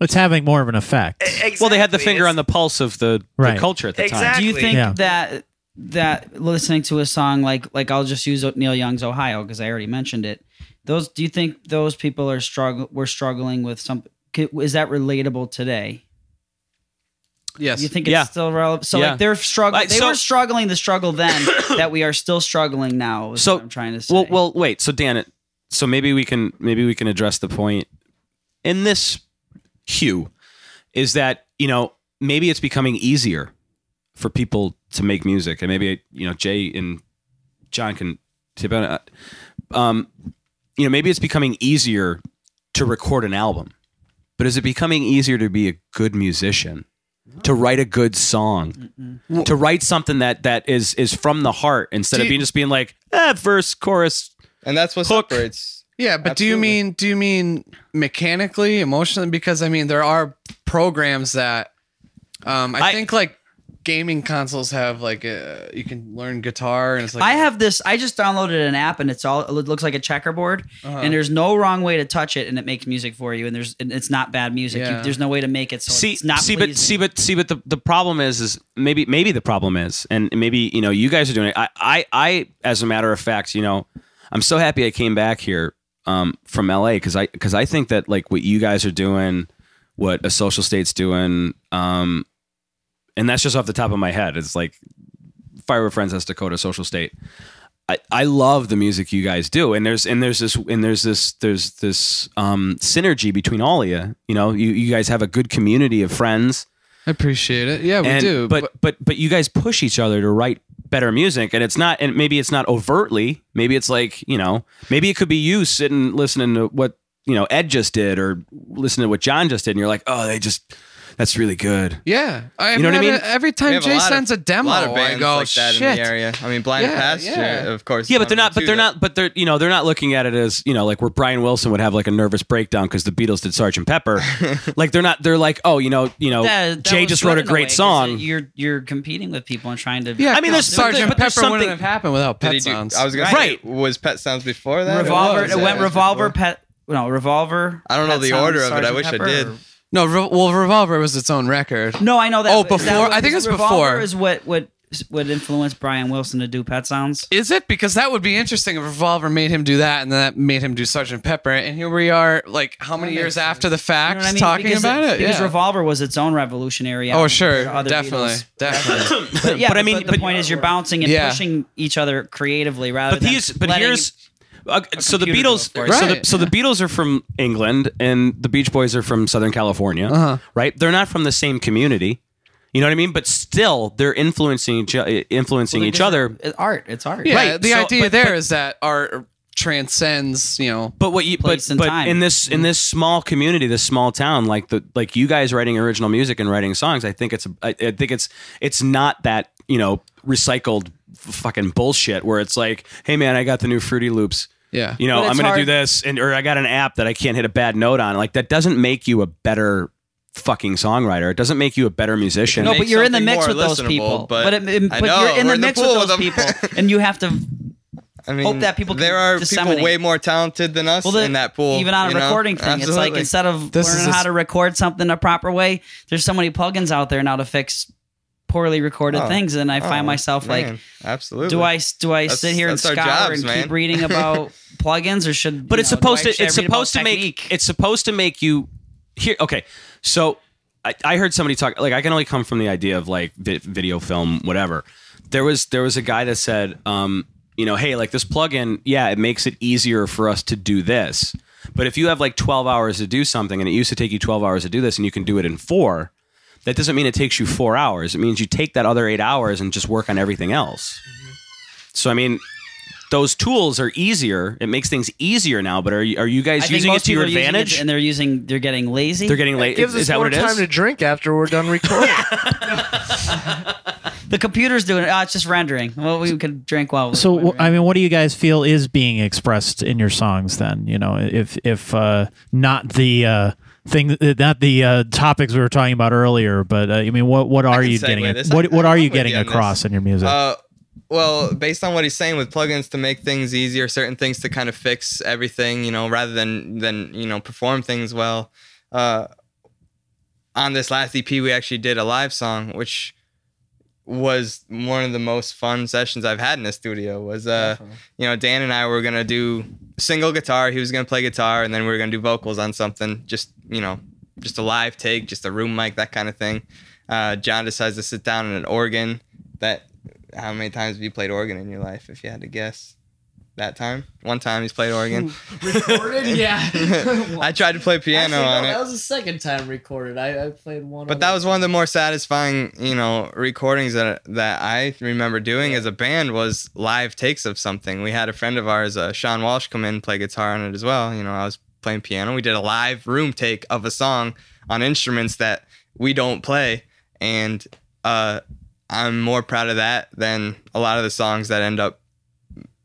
[SPEAKER 1] It's having more of an effect.
[SPEAKER 6] exactly,
[SPEAKER 3] Well, they had the finger
[SPEAKER 6] it's-
[SPEAKER 3] on the pulse of the, the
[SPEAKER 1] Right.
[SPEAKER 3] culture at the time.
[SPEAKER 6] Exact-
[SPEAKER 4] do you
[SPEAKER 6] Exactly.
[SPEAKER 4] think
[SPEAKER 1] Yeah.
[SPEAKER 4] that that listening to a song like like I'll just use Neil Young's Ohio because I already mentioned it. Those do you think those people are struggle were struggling with some c- is that relatable today?
[SPEAKER 5] Yes.
[SPEAKER 4] You think it's
[SPEAKER 3] Yeah.
[SPEAKER 4] still relevant? So
[SPEAKER 3] Yeah.
[SPEAKER 4] like they're struggling.
[SPEAKER 3] Like,
[SPEAKER 4] they
[SPEAKER 3] so-
[SPEAKER 4] were [COUGHS] struggling the struggle then that we are still struggling now. Is
[SPEAKER 3] So-
[SPEAKER 4] what I'm trying to say.
[SPEAKER 3] Well, well, wait. So Dan, so maybe we can maybe we can address the point in this hue is that you know maybe it's becoming easier for people to make music and maybe you know jay and john can tip on it um you know maybe it's becoming easier to record an album but is it becoming easier to be a good musician to write a good song to write something that that is is from the heart instead of being just being like eh, verse chorus
[SPEAKER 7] and that's what
[SPEAKER 3] Hook.
[SPEAKER 7] separates.
[SPEAKER 5] Yeah, but do you
[SPEAKER 7] Absolutely.
[SPEAKER 5] mean do you mean mechanically, emotionally? Because I mean, there are programs that um, I,
[SPEAKER 3] I-
[SPEAKER 5] think like gaming consoles have like uh you can learn guitar and it's like
[SPEAKER 4] I have this. I just downloaded an app and it's all. It looks like a checkerboard,
[SPEAKER 5] Uh-huh.
[SPEAKER 4] and there's no wrong way to touch it, and it makes music for you. And there's and it's not bad music. You-
[SPEAKER 5] Yeah.
[SPEAKER 4] there's no way to make it so
[SPEAKER 3] see,
[SPEAKER 4] it's not.
[SPEAKER 3] see, but see,
[SPEAKER 4] pleasing.
[SPEAKER 3] but see, but the, the problem is, is maybe maybe the problem is, and maybe you know you guys are doing it. I, I, I as a matter of fact, you know, I'm so happy I came back here um, from LA because I because I think that like what you guys are doing, what a social state's doing, um, and that's just off the top of my head. It's like Fire with Friends, that's Dakota, Social State. I, I love the music you guys do, and there's and there's this and there's this there's this um, synergy between all of you. You know, you, you guys have a good community of friends,
[SPEAKER 5] I appreciate it. Yeah, we
[SPEAKER 3] and
[SPEAKER 5] do.
[SPEAKER 3] but, but but you guys push each other to write better music, and it's not and maybe it's not overtly. Maybe it's like you know, maybe it could be you sitting listening to what you know Ed just did, or listening to what John just did, and you're like, oh, they just that's really good.
[SPEAKER 5] yeah, I,
[SPEAKER 3] You know what I mean?
[SPEAKER 5] Every
[SPEAKER 7] We
[SPEAKER 5] time
[SPEAKER 7] have
[SPEAKER 5] Jay
[SPEAKER 7] lot of-
[SPEAKER 5] sends a demo,
[SPEAKER 7] lot of
[SPEAKER 5] I
[SPEAKER 7] bands
[SPEAKER 5] go
[SPEAKER 7] like that
[SPEAKER 5] shit.
[SPEAKER 7] in the area. I mean, Blind
[SPEAKER 5] Yeah,
[SPEAKER 7] Pasture,
[SPEAKER 5] yeah.
[SPEAKER 7] of course.
[SPEAKER 3] Yeah,
[SPEAKER 7] is
[SPEAKER 3] but they're
[SPEAKER 7] one
[SPEAKER 3] not.
[SPEAKER 7] of them,
[SPEAKER 3] But
[SPEAKER 7] too,
[SPEAKER 3] they're
[SPEAKER 7] that-
[SPEAKER 3] not. But they're you know they're not looking at it as you know like where Brian Wilson would have like a nervous breakdown because the Beatles did Sergeant Pepper. like they're not. They're like oh you know you know
[SPEAKER 4] That- that
[SPEAKER 3] Jay
[SPEAKER 4] was
[SPEAKER 3] just
[SPEAKER 4] good
[SPEAKER 3] wrote a
[SPEAKER 4] in way,
[SPEAKER 3] great
[SPEAKER 4] 'cause
[SPEAKER 3] song.
[SPEAKER 4] You're you're competing with people and trying to.
[SPEAKER 5] Yeah,
[SPEAKER 3] I mean, there's
[SPEAKER 5] Sergeant
[SPEAKER 3] but
[SPEAKER 5] Pepper
[SPEAKER 3] there's
[SPEAKER 5] wouldn't
[SPEAKER 3] something-
[SPEAKER 5] have happened without
[SPEAKER 7] Did
[SPEAKER 5] Pet
[SPEAKER 7] he do,
[SPEAKER 5] Sounds.
[SPEAKER 7] I was gonna
[SPEAKER 3] Right.
[SPEAKER 7] say, was Pet Sounds before that?
[SPEAKER 4] revolver.
[SPEAKER 7] was,
[SPEAKER 4] it
[SPEAKER 7] yeah,
[SPEAKER 4] went
[SPEAKER 7] was
[SPEAKER 4] revolver
[SPEAKER 7] before.
[SPEAKER 4] pet. No, revolver.
[SPEAKER 7] I don't know
[SPEAKER 4] Pet
[SPEAKER 7] the
[SPEAKER 4] Sounds,
[SPEAKER 7] order of it. I
[SPEAKER 4] Sgt.
[SPEAKER 7] wish I
[SPEAKER 4] Pepper,
[SPEAKER 7] did.
[SPEAKER 4] or-
[SPEAKER 5] no, Re- well, Revolver was its own record.
[SPEAKER 4] No, I know that.
[SPEAKER 5] Oh,
[SPEAKER 4] but is that
[SPEAKER 5] before-
[SPEAKER 4] what-
[SPEAKER 5] I think
[SPEAKER 4] is
[SPEAKER 5] it's
[SPEAKER 4] Revolver
[SPEAKER 5] before.
[SPEAKER 4] Is what what what influenced Brian Wilson to do Pet Sounds?
[SPEAKER 5] Is it because that would be interesting if Revolver made him do that, and then that made him do Sergeant Pepper, and here we are, like how many years after the
[SPEAKER 4] You
[SPEAKER 5] fact,
[SPEAKER 4] know what I mean?
[SPEAKER 5] talking
[SPEAKER 4] Because
[SPEAKER 5] about it?
[SPEAKER 4] Because
[SPEAKER 5] yeah.
[SPEAKER 4] Revolver was its own revolutionary.
[SPEAKER 5] oh
[SPEAKER 4] album
[SPEAKER 5] sure,
[SPEAKER 4] compared to other
[SPEAKER 3] [LAUGHS]
[SPEAKER 5] definitely,
[SPEAKER 4] Beatles.
[SPEAKER 5] definitely.
[SPEAKER 4] But yeah,
[SPEAKER 3] But I mean-
[SPEAKER 4] the
[SPEAKER 3] but-
[SPEAKER 4] point is you're bouncing and
[SPEAKER 5] Yeah.
[SPEAKER 4] pushing each other creatively rather
[SPEAKER 3] but
[SPEAKER 4] than
[SPEAKER 3] these but
[SPEAKER 4] letting-
[SPEAKER 3] here's uh, so the
[SPEAKER 4] computer
[SPEAKER 3] Beatles
[SPEAKER 4] go
[SPEAKER 5] for it.
[SPEAKER 3] so, the,
[SPEAKER 5] Right,
[SPEAKER 3] so
[SPEAKER 4] [LAUGHS]
[SPEAKER 3] the Beatles are from England and the Beach Boys are from Southern California,
[SPEAKER 5] Uh-huh.
[SPEAKER 3] right? They're not from the same community. You know what I mean? But still, they're influencing each, uh, influencing each other.
[SPEAKER 4] It's art. It's art.
[SPEAKER 5] yeah,
[SPEAKER 3] Right,
[SPEAKER 5] the
[SPEAKER 3] so-
[SPEAKER 5] idea
[SPEAKER 3] but-
[SPEAKER 5] there is
[SPEAKER 3] but-
[SPEAKER 5] that art transcends, you know.
[SPEAKER 3] But what you but,
[SPEAKER 4] Place and
[SPEAKER 3] but
[SPEAKER 4] time. Mm-hmm.
[SPEAKER 3] in this in this small community, this small town, like the like you guys writing original music and writing songs, I think it's I, I think it's it's not that you know recycled f- fucking bullshit where it's like, hey man, I got the new Fruity Loops.
[SPEAKER 5] Yeah.
[SPEAKER 3] You know,
[SPEAKER 4] But
[SPEAKER 3] I'm
[SPEAKER 4] it's
[SPEAKER 3] gonna do
[SPEAKER 4] hard-
[SPEAKER 3] this, and or I got an app that I can't hit a bad note on. Like that doesn't make you a better fucking songwriter. It doesn't make you a better musician.
[SPEAKER 4] No,
[SPEAKER 7] make
[SPEAKER 4] but you're in the
[SPEAKER 7] something
[SPEAKER 4] mix
[SPEAKER 7] more
[SPEAKER 4] with those
[SPEAKER 7] listenable,
[SPEAKER 4] people.
[SPEAKER 7] but
[SPEAKER 4] But, it, it-
[SPEAKER 7] I
[SPEAKER 4] but
[SPEAKER 7] know,
[SPEAKER 4] you're in
[SPEAKER 7] we're
[SPEAKER 4] the
[SPEAKER 7] in the
[SPEAKER 4] mix
[SPEAKER 7] pool
[SPEAKER 4] with
[SPEAKER 7] with
[SPEAKER 4] those
[SPEAKER 7] them.
[SPEAKER 4] people, and you
[SPEAKER 7] [LAUGHS]
[SPEAKER 4] have to
[SPEAKER 7] I mean,
[SPEAKER 4] Hope that people
[SPEAKER 7] There
[SPEAKER 4] can
[SPEAKER 7] are people
[SPEAKER 4] disseminate.
[SPEAKER 7] way more talented than us
[SPEAKER 4] well, the,
[SPEAKER 7] in that pool.
[SPEAKER 4] even on a
[SPEAKER 7] you know?
[SPEAKER 4] recording thing. It's like
[SPEAKER 7] Absolutely.
[SPEAKER 4] instead of
[SPEAKER 5] This is
[SPEAKER 4] learning
[SPEAKER 5] a
[SPEAKER 4] how
[SPEAKER 5] s-
[SPEAKER 4] to record something a proper way, there's so many plugins out there now to fix poorly recorded
[SPEAKER 7] Oh,
[SPEAKER 4] things, and I find
[SPEAKER 7] Oh,
[SPEAKER 4] myself
[SPEAKER 7] man,
[SPEAKER 4] like.
[SPEAKER 7] absolutely.
[SPEAKER 4] Do I do I
[SPEAKER 7] That's-
[SPEAKER 4] sit here and
[SPEAKER 7] that's our
[SPEAKER 4] scour
[SPEAKER 7] jobs,
[SPEAKER 4] and
[SPEAKER 7] man.
[SPEAKER 4] keep reading
[SPEAKER 7] [LAUGHS]
[SPEAKER 4] about plugins, or should?
[SPEAKER 3] but
[SPEAKER 4] you
[SPEAKER 3] it's
[SPEAKER 4] know, do
[SPEAKER 3] supposed
[SPEAKER 4] I-
[SPEAKER 3] to
[SPEAKER 4] should I
[SPEAKER 3] it's
[SPEAKER 4] read about
[SPEAKER 3] supposed to make
[SPEAKER 4] technique?
[SPEAKER 3] it's supposed to make you here okay so I, I heard somebody talk like i can only come from the idea of like vi- video film whatever there was there was a guy that said um you know hey like this plugin yeah it makes it easier for us to do this but if you have like 12 hours to do something and it used to take you 12 hours to do this and you can do it in four that doesn't mean it takes you four hours it means you take that other eight hours and just work on everything else so i mean those tools are easier. It makes things easier now. But are you, are you
[SPEAKER 4] I
[SPEAKER 3] guys
[SPEAKER 4] think
[SPEAKER 3] using it
[SPEAKER 4] most
[SPEAKER 3] to your
[SPEAKER 4] people are using it
[SPEAKER 3] advantage?
[SPEAKER 4] and they're using they're getting lazy.
[SPEAKER 3] they're getting
[SPEAKER 6] It
[SPEAKER 3] late.
[SPEAKER 6] gives
[SPEAKER 3] Is,
[SPEAKER 6] us
[SPEAKER 3] is that
[SPEAKER 6] more
[SPEAKER 3] what it is?
[SPEAKER 6] time to drink after we're done [LAUGHS] recording.
[SPEAKER 4] the computer's doing it. Ah, it's just rendering. Well, we could drink while. we're
[SPEAKER 1] So wh-
[SPEAKER 4] rendering.
[SPEAKER 1] I mean, what do you guys feel is being expressed in your songs? Then you know, if if uh, not the uh, thing, not the uh, topics we were talking about earlier, but uh, I mean, what what are
[SPEAKER 7] can
[SPEAKER 1] you
[SPEAKER 7] segue
[SPEAKER 1] getting?
[SPEAKER 7] this.
[SPEAKER 1] What what
[SPEAKER 7] I'm
[SPEAKER 1] are you
[SPEAKER 7] with you
[SPEAKER 1] getting
[SPEAKER 7] on this.
[SPEAKER 1] across in your music?
[SPEAKER 7] Uh, well, based on what he's saying with plugins to make things easier, certain things to kind of fix everything, you know, rather than than you know perform things well. Uh, on this last EP, we actually did a live song, which was one of the most fun sessions I've had in the studio. Was uh, you know, Dan and I were gonna do single guitar. He was gonna play guitar, and then we were gonna do vocals on something. Just you know, just a live take, just a room mic, that kind of thing. Uh, John decides to sit down on an organ. That how many times have you played organ in your life? If you had to guess, that time. One time he's played organ.
[SPEAKER 9] [LAUGHS] recorded? Yeah.
[SPEAKER 7] [LAUGHS] I tried to play piano
[SPEAKER 9] Actually, no,
[SPEAKER 7] on it.
[SPEAKER 9] That was the second time recorded. I, I played one.
[SPEAKER 7] But that was one of the more satisfying, you know, recordings that that I remember doing as a band was live takes of something. We had a friend of ours, uh, Sean Walsh, come in and play guitar on it as well. You know, I was playing piano. We did a live room take of a song on instruments that we don't play, and uh, I'm more proud of that than a lot of the songs that end up,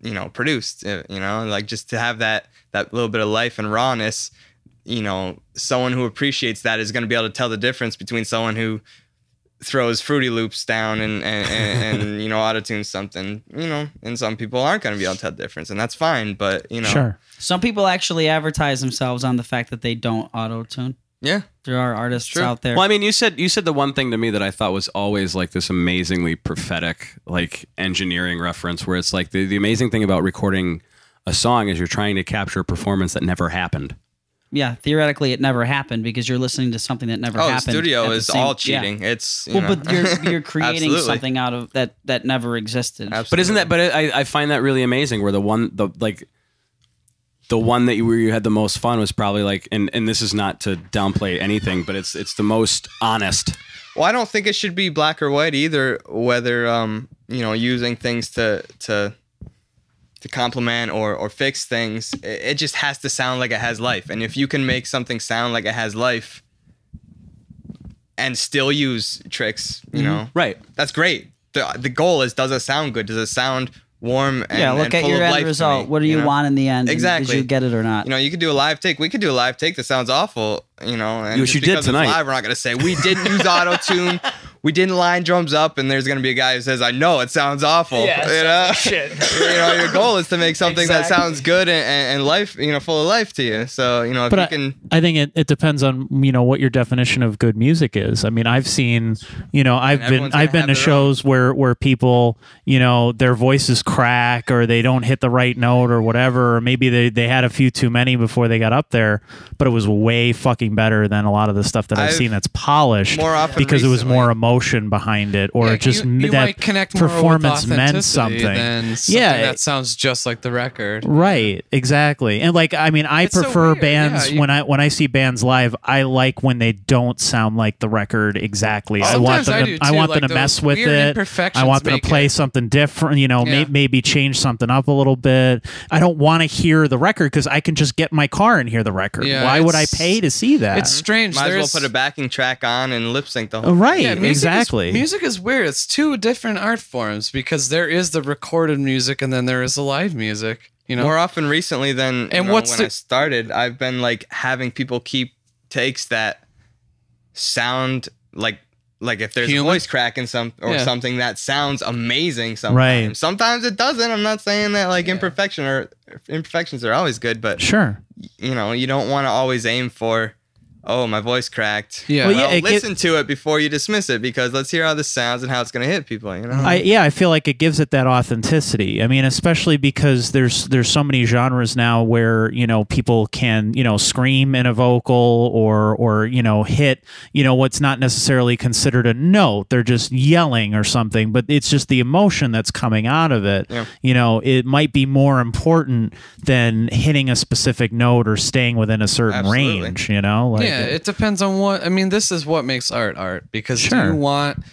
[SPEAKER 7] you know, produced. uh, You know, like just to have that that little bit of life and rawness you know, someone who appreciates that is going to be able to tell the difference between someone who throws Fruity Loops down and and, and, and you know auto tunes something, you know, and some people aren't going to be able to tell the difference, and that's fine. But you know,
[SPEAKER 1] Sure.
[SPEAKER 4] Some people actually advertise themselves on the fact that they don't auto tune.
[SPEAKER 7] yeah,
[SPEAKER 4] There are artists
[SPEAKER 7] True.
[SPEAKER 4] out there.
[SPEAKER 3] Well, I mean, you said you said the one thing to me that I thought was always like this amazingly prophetic, like engineering reference, where it's like the, the amazing thing about recording a song is you're trying to capture a performance that never happened.
[SPEAKER 4] yeah, theoretically, it never happened because you're listening to something that never
[SPEAKER 7] oh,
[SPEAKER 4] happened. at
[SPEAKER 7] studio
[SPEAKER 4] the
[SPEAKER 7] is
[SPEAKER 4] same-
[SPEAKER 7] all
[SPEAKER 4] yeah.
[SPEAKER 7] cheating. It's you
[SPEAKER 4] Well,
[SPEAKER 7] know.
[SPEAKER 4] but
[SPEAKER 7] [LAUGHS]
[SPEAKER 4] you're you're creating
[SPEAKER 7] Absolutely.
[SPEAKER 4] something out of that that never existed.
[SPEAKER 7] Absolutely.
[SPEAKER 3] But isn't that? But I, I find that really amazing. Where the one the like the one that you where you had the most fun was probably like, and and this is not to downplay anything, but it's it's the most honest.
[SPEAKER 7] Well, I don't think it should be black or white either. Whether um, you know, using things to to to complement or or fix things, it, it just has to sound like it has life. And if you can make something sound like it has life, and still use tricks, you
[SPEAKER 4] Mm-hmm.
[SPEAKER 7] know,
[SPEAKER 3] Right.
[SPEAKER 7] that's great. the The goal is, does it sound good? Does it sound warm? And,
[SPEAKER 4] yeah, look
[SPEAKER 7] and
[SPEAKER 4] at
[SPEAKER 7] full
[SPEAKER 4] your
[SPEAKER 7] of
[SPEAKER 4] end
[SPEAKER 7] life to
[SPEAKER 4] result.
[SPEAKER 7] me,
[SPEAKER 4] what do you,
[SPEAKER 7] know?
[SPEAKER 4] want in the end? and Did
[SPEAKER 7] Exactly.
[SPEAKER 4] you get it or not?
[SPEAKER 7] You know, you could do a live take. We could do a live take that sounds awful. You know, and
[SPEAKER 3] Which
[SPEAKER 7] just
[SPEAKER 3] you did
[SPEAKER 7] because
[SPEAKER 3] tonight.
[SPEAKER 7] It's live, we're not gonna say we didn't use
[SPEAKER 3] [LAUGHS]
[SPEAKER 7] auto tune. We didn't line drums up, and there's gonna be a guy who says, "I know it sounds awful."
[SPEAKER 8] Yeah,
[SPEAKER 7] you know,
[SPEAKER 8] [LAUGHS] shit.
[SPEAKER 7] [LAUGHS] you know, your goal is to make something
[SPEAKER 8] Exactly.
[SPEAKER 7] that sounds good and, and, and life, you know, full of life to you. So you know, if
[SPEAKER 1] But
[SPEAKER 7] you
[SPEAKER 1] I-
[SPEAKER 7] can,
[SPEAKER 1] I think it, it depends on you know what your definition of good music is. I mean, I've seen you know I've been
[SPEAKER 7] everyone's gonna
[SPEAKER 1] I've
[SPEAKER 7] have
[SPEAKER 1] been
[SPEAKER 7] their
[SPEAKER 1] to shows where where people you know their voices crack or they don't hit the right note or whatever or maybe they they had a few too many before they got up there, but it was way fucking better than a lot of the stuff that I've,
[SPEAKER 7] I've-
[SPEAKER 1] seen that's polished
[SPEAKER 7] more often
[SPEAKER 1] because it was
[SPEAKER 7] recently-
[SPEAKER 1] more emotion behind it or
[SPEAKER 5] Yeah,
[SPEAKER 1] just
[SPEAKER 5] you,
[SPEAKER 1] m-
[SPEAKER 5] you
[SPEAKER 1] that
[SPEAKER 5] might connect more with
[SPEAKER 1] performance meant
[SPEAKER 5] authenticity
[SPEAKER 1] something.
[SPEAKER 5] than something
[SPEAKER 1] Yeah,
[SPEAKER 5] that
[SPEAKER 1] it-
[SPEAKER 5] sounds just like the record.
[SPEAKER 1] Right, exactly. And like I mean I
[SPEAKER 5] It's so
[SPEAKER 1] prefer
[SPEAKER 5] weird,
[SPEAKER 1] bands
[SPEAKER 5] yeah, you-
[SPEAKER 1] when I when I see bands live, I like when they don't sound like the record exactly. I want
[SPEAKER 5] Sometimes
[SPEAKER 1] them
[SPEAKER 5] I
[SPEAKER 1] to,
[SPEAKER 5] do
[SPEAKER 1] I
[SPEAKER 5] too,
[SPEAKER 1] want
[SPEAKER 5] like
[SPEAKER 1] them to
[SPEAKER 5] those
[SPEAKER 1] mess with
[SPEAKER 5] weird
[SPEAKER 1] it. I
[SPEAKER 5] imperfections
[SPEAKER 1] want them
[SPEAKER 5] make
[SPEAKER 1] to play
[SPEAKER 5] it.
[SPEAKER 1] something different, you know, may,
[SPEAKER 5] Yeah.
[SPEAKER 1] maybe change something up a little bit. I don't want to hear the record cuz I can just get my car and hear the record.
[SPEAKER 5] Yeah,
[SPEAKER 1] Why would I
[SPEAKER 5] it's-
[SPEAKER 1] pay to see that?
[SPEAKER 5] It's strange.
[SPEAKER 7] might as well
[SPEAKER 5] There's-
[SPEAKER 7] put a backing track on and lip sync the
[SPEAKER 1] Oh,
[SPEAKER 7] whole.
[SPEAKER 1] right,
[SPEAKER 5] Yeah, music is-
[SPEAKER 1] exactly.
[SPEAKER 5] music is weird. It's two different art forms because there is the recorded music and then there is the live music. You know,
[SPEAKER 7] More often recently than you
[SPEAKER 5] And
[SPEAKER 7] know,
[SPEAKER 5] what's
[SPEAKER 7] when
[SPEAKER 5] the-
[SPEAKER 7] I started, I've been like having people keep takes that sound like like if there's
[SPEAKER 5] Human?
[SPEAKER 7] a voice crack in some or
[SPEAKER 5] Yeah.
[SPEAKER 7] something that sounds amazing sometimes.
[SPEAKER 1] Right.
[SPEAKER 7] Sometimes it doesn't. I'm not saying that like imperfection or imperfections are always good, but
[SPEAKER 1] sure.
[SPEAKER 7] you know, you don't want to always aim for oh, my voice cracked.
[SPEAKER 5] Yeah.
[SPEAKER 1] Well,
[SPEAKER 7] Well,
[SPEAKER 1] yeah, it get-
[SPEAKER 7] listen to it before you dismiss it because let's hear how this sounds and how it's going to hit people, you know.
[SPEAKER 1] I yeah, I feel like it gives it that authenticity. I mean, especially because there's there's so many genres now where you know people can you know scream in a vocal or or you know hit you know what's not necessarily considered a note. They're just yelling or something, but it's just the emotion that's coming out of it.
[SPEAKER 7] Yeah.
[SPEAKER 1] You know, it might be more important than hitting a specific note or staying within a certain
[SPEAKER 7] Absolutely.
[SPEAKER 1] range. You know, like
[SPEAKER 5] yeah, it depends on what. I mean, this is what makes art art because do
[SPEAKER 1] Sure.
[SPEAKER 5] you want,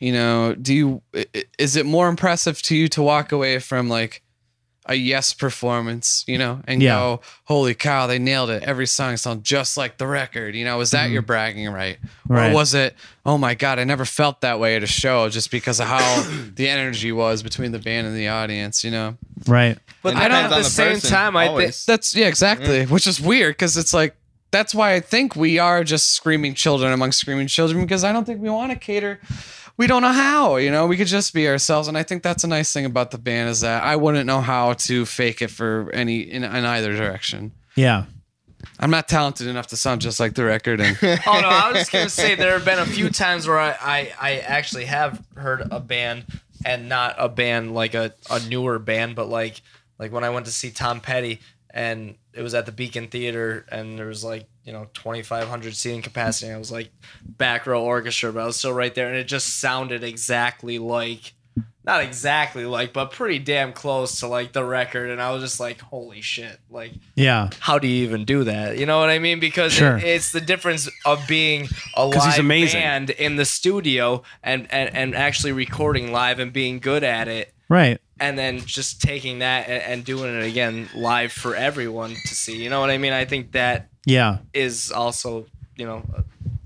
[SPEAKER 5] you know, do you i- i- is it more impressive to you to walk away from like a yes performance, you know, and
[SPEAKER 1] Yeah.
[SPEAKER 5] go, holy cow, they nailed it. Every song sounds just like the record. You know, was that your bragging right?
[SPEAKER 1] Mm-hmm. Right.
[SPEAKER 5] Or was it, oh my God, I never felt that way at a show just because of how [COUGHS] the energy was between the band and the audience, you know?
[SPEAKER 1] right.
[SPEAKER 8] But
[SPEAKER 7] It
[SPEAKER 8] then
[SPEAKER 7] depends
[SPEAKER 8] at the,
[SPEAKER 7] on
[SPEAKER 8] same
[SPEAKER 7] person,
[SPEAKER 8] time, I think
[SPEAKER 7] always.
[SPEAKER 5] That's yeah, exactly. Which is weird because it's like that's why I think we are just screaming children among screaming children because I don't think we want to cater. We don't know how, you know. We could just be ourselves, and I think that's a nice thing about the band is that I wouldn't know how to fake it for any in, in either direction.
[SPEAKER 1] Yeah.
[SPEAKER 5] I'm not talented enough to sound just like the record, and
[SPEAKER 8] [LAUGHS] Oh no, I was just gonna say there have been a few times where I, I, I actually have heard a band and not a band like a, a newer band, but like like when I went to see Tom Petty and it was at the Beacon Theater and there was like, you know, twenty five hundred seating capacity and I was like back row orchestra, but I was still right there and it just sounded exactly like not exactly like, but pretty damn close to like the record. And I was just like, holy shit. Like,
[SPEAKER 1] Yeah.
[SPEAKER 8] how do you even do that? You know what I mean? Because it-
[SPEAKER 1] Sure.
[SPEAKER 8] it's the difference of being a
[SPEAKER 3] he's
[SPEAKER 8] live
[SPEAKER 3] amazing.
[SPEAKER 8] band in the studio and, and, and actually recording live and being good at it.
[SPEAKER 1] Right.
[SPEAKER 8] And then just taking that and, and doing it again live for everyone to see. You know what I mean? I think that
[SPEAKER 1] Yeah.
[SPEAKER 8] is also, you know,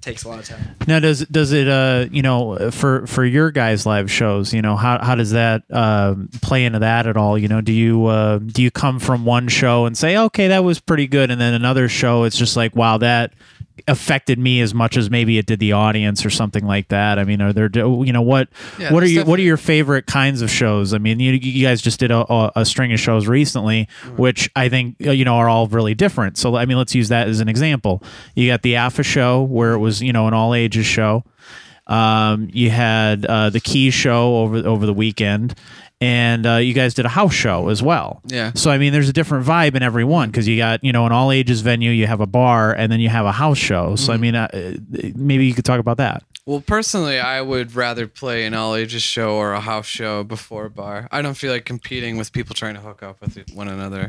[SPEAKER 8] takes a lot of time.
[SPEAKER 1] Now, does does it uh you know for for your guys' live shows you know how how does that um play into that at all you know do you uh, do you come from one show and say okay that was pretty good and then another show it's just like wow that affected me as much as maybe it did the audience or something like that I mean are there you know what
[SPEAKER 5] Yeah,
[SPEAKER 1] what are
[SPEAKER 5] there's
[SPEAKER 1] you what are
[SPEAKER 5] definitely-
[SPEAKER 1] your favorite kinds of shows I mean you you guys just did a, a, a string of shows recently which I think uh, you know are all really different so I mean let's use that as an example you got the Alpha show where it was you know an all ages show um, you had uh, the Key show over over the weekend, and uh, you guys did a house show as well.
[SPEAKER 5] Yeah.
[SPEAKER 1] So I mean, there's a different vibe in every one because you got you know an all ages venue, you have a bar, and then you have a house show. So I
[SPEAKER 5] Mm-hmm.
[SPEAKER 1] mean, uh, uh, maybe you could talk about that.
[SPEAKER 5] Well, personally, I would rather play an all ages show or a house show before a bar. I don't feel like competing with people trying to hook up with one another.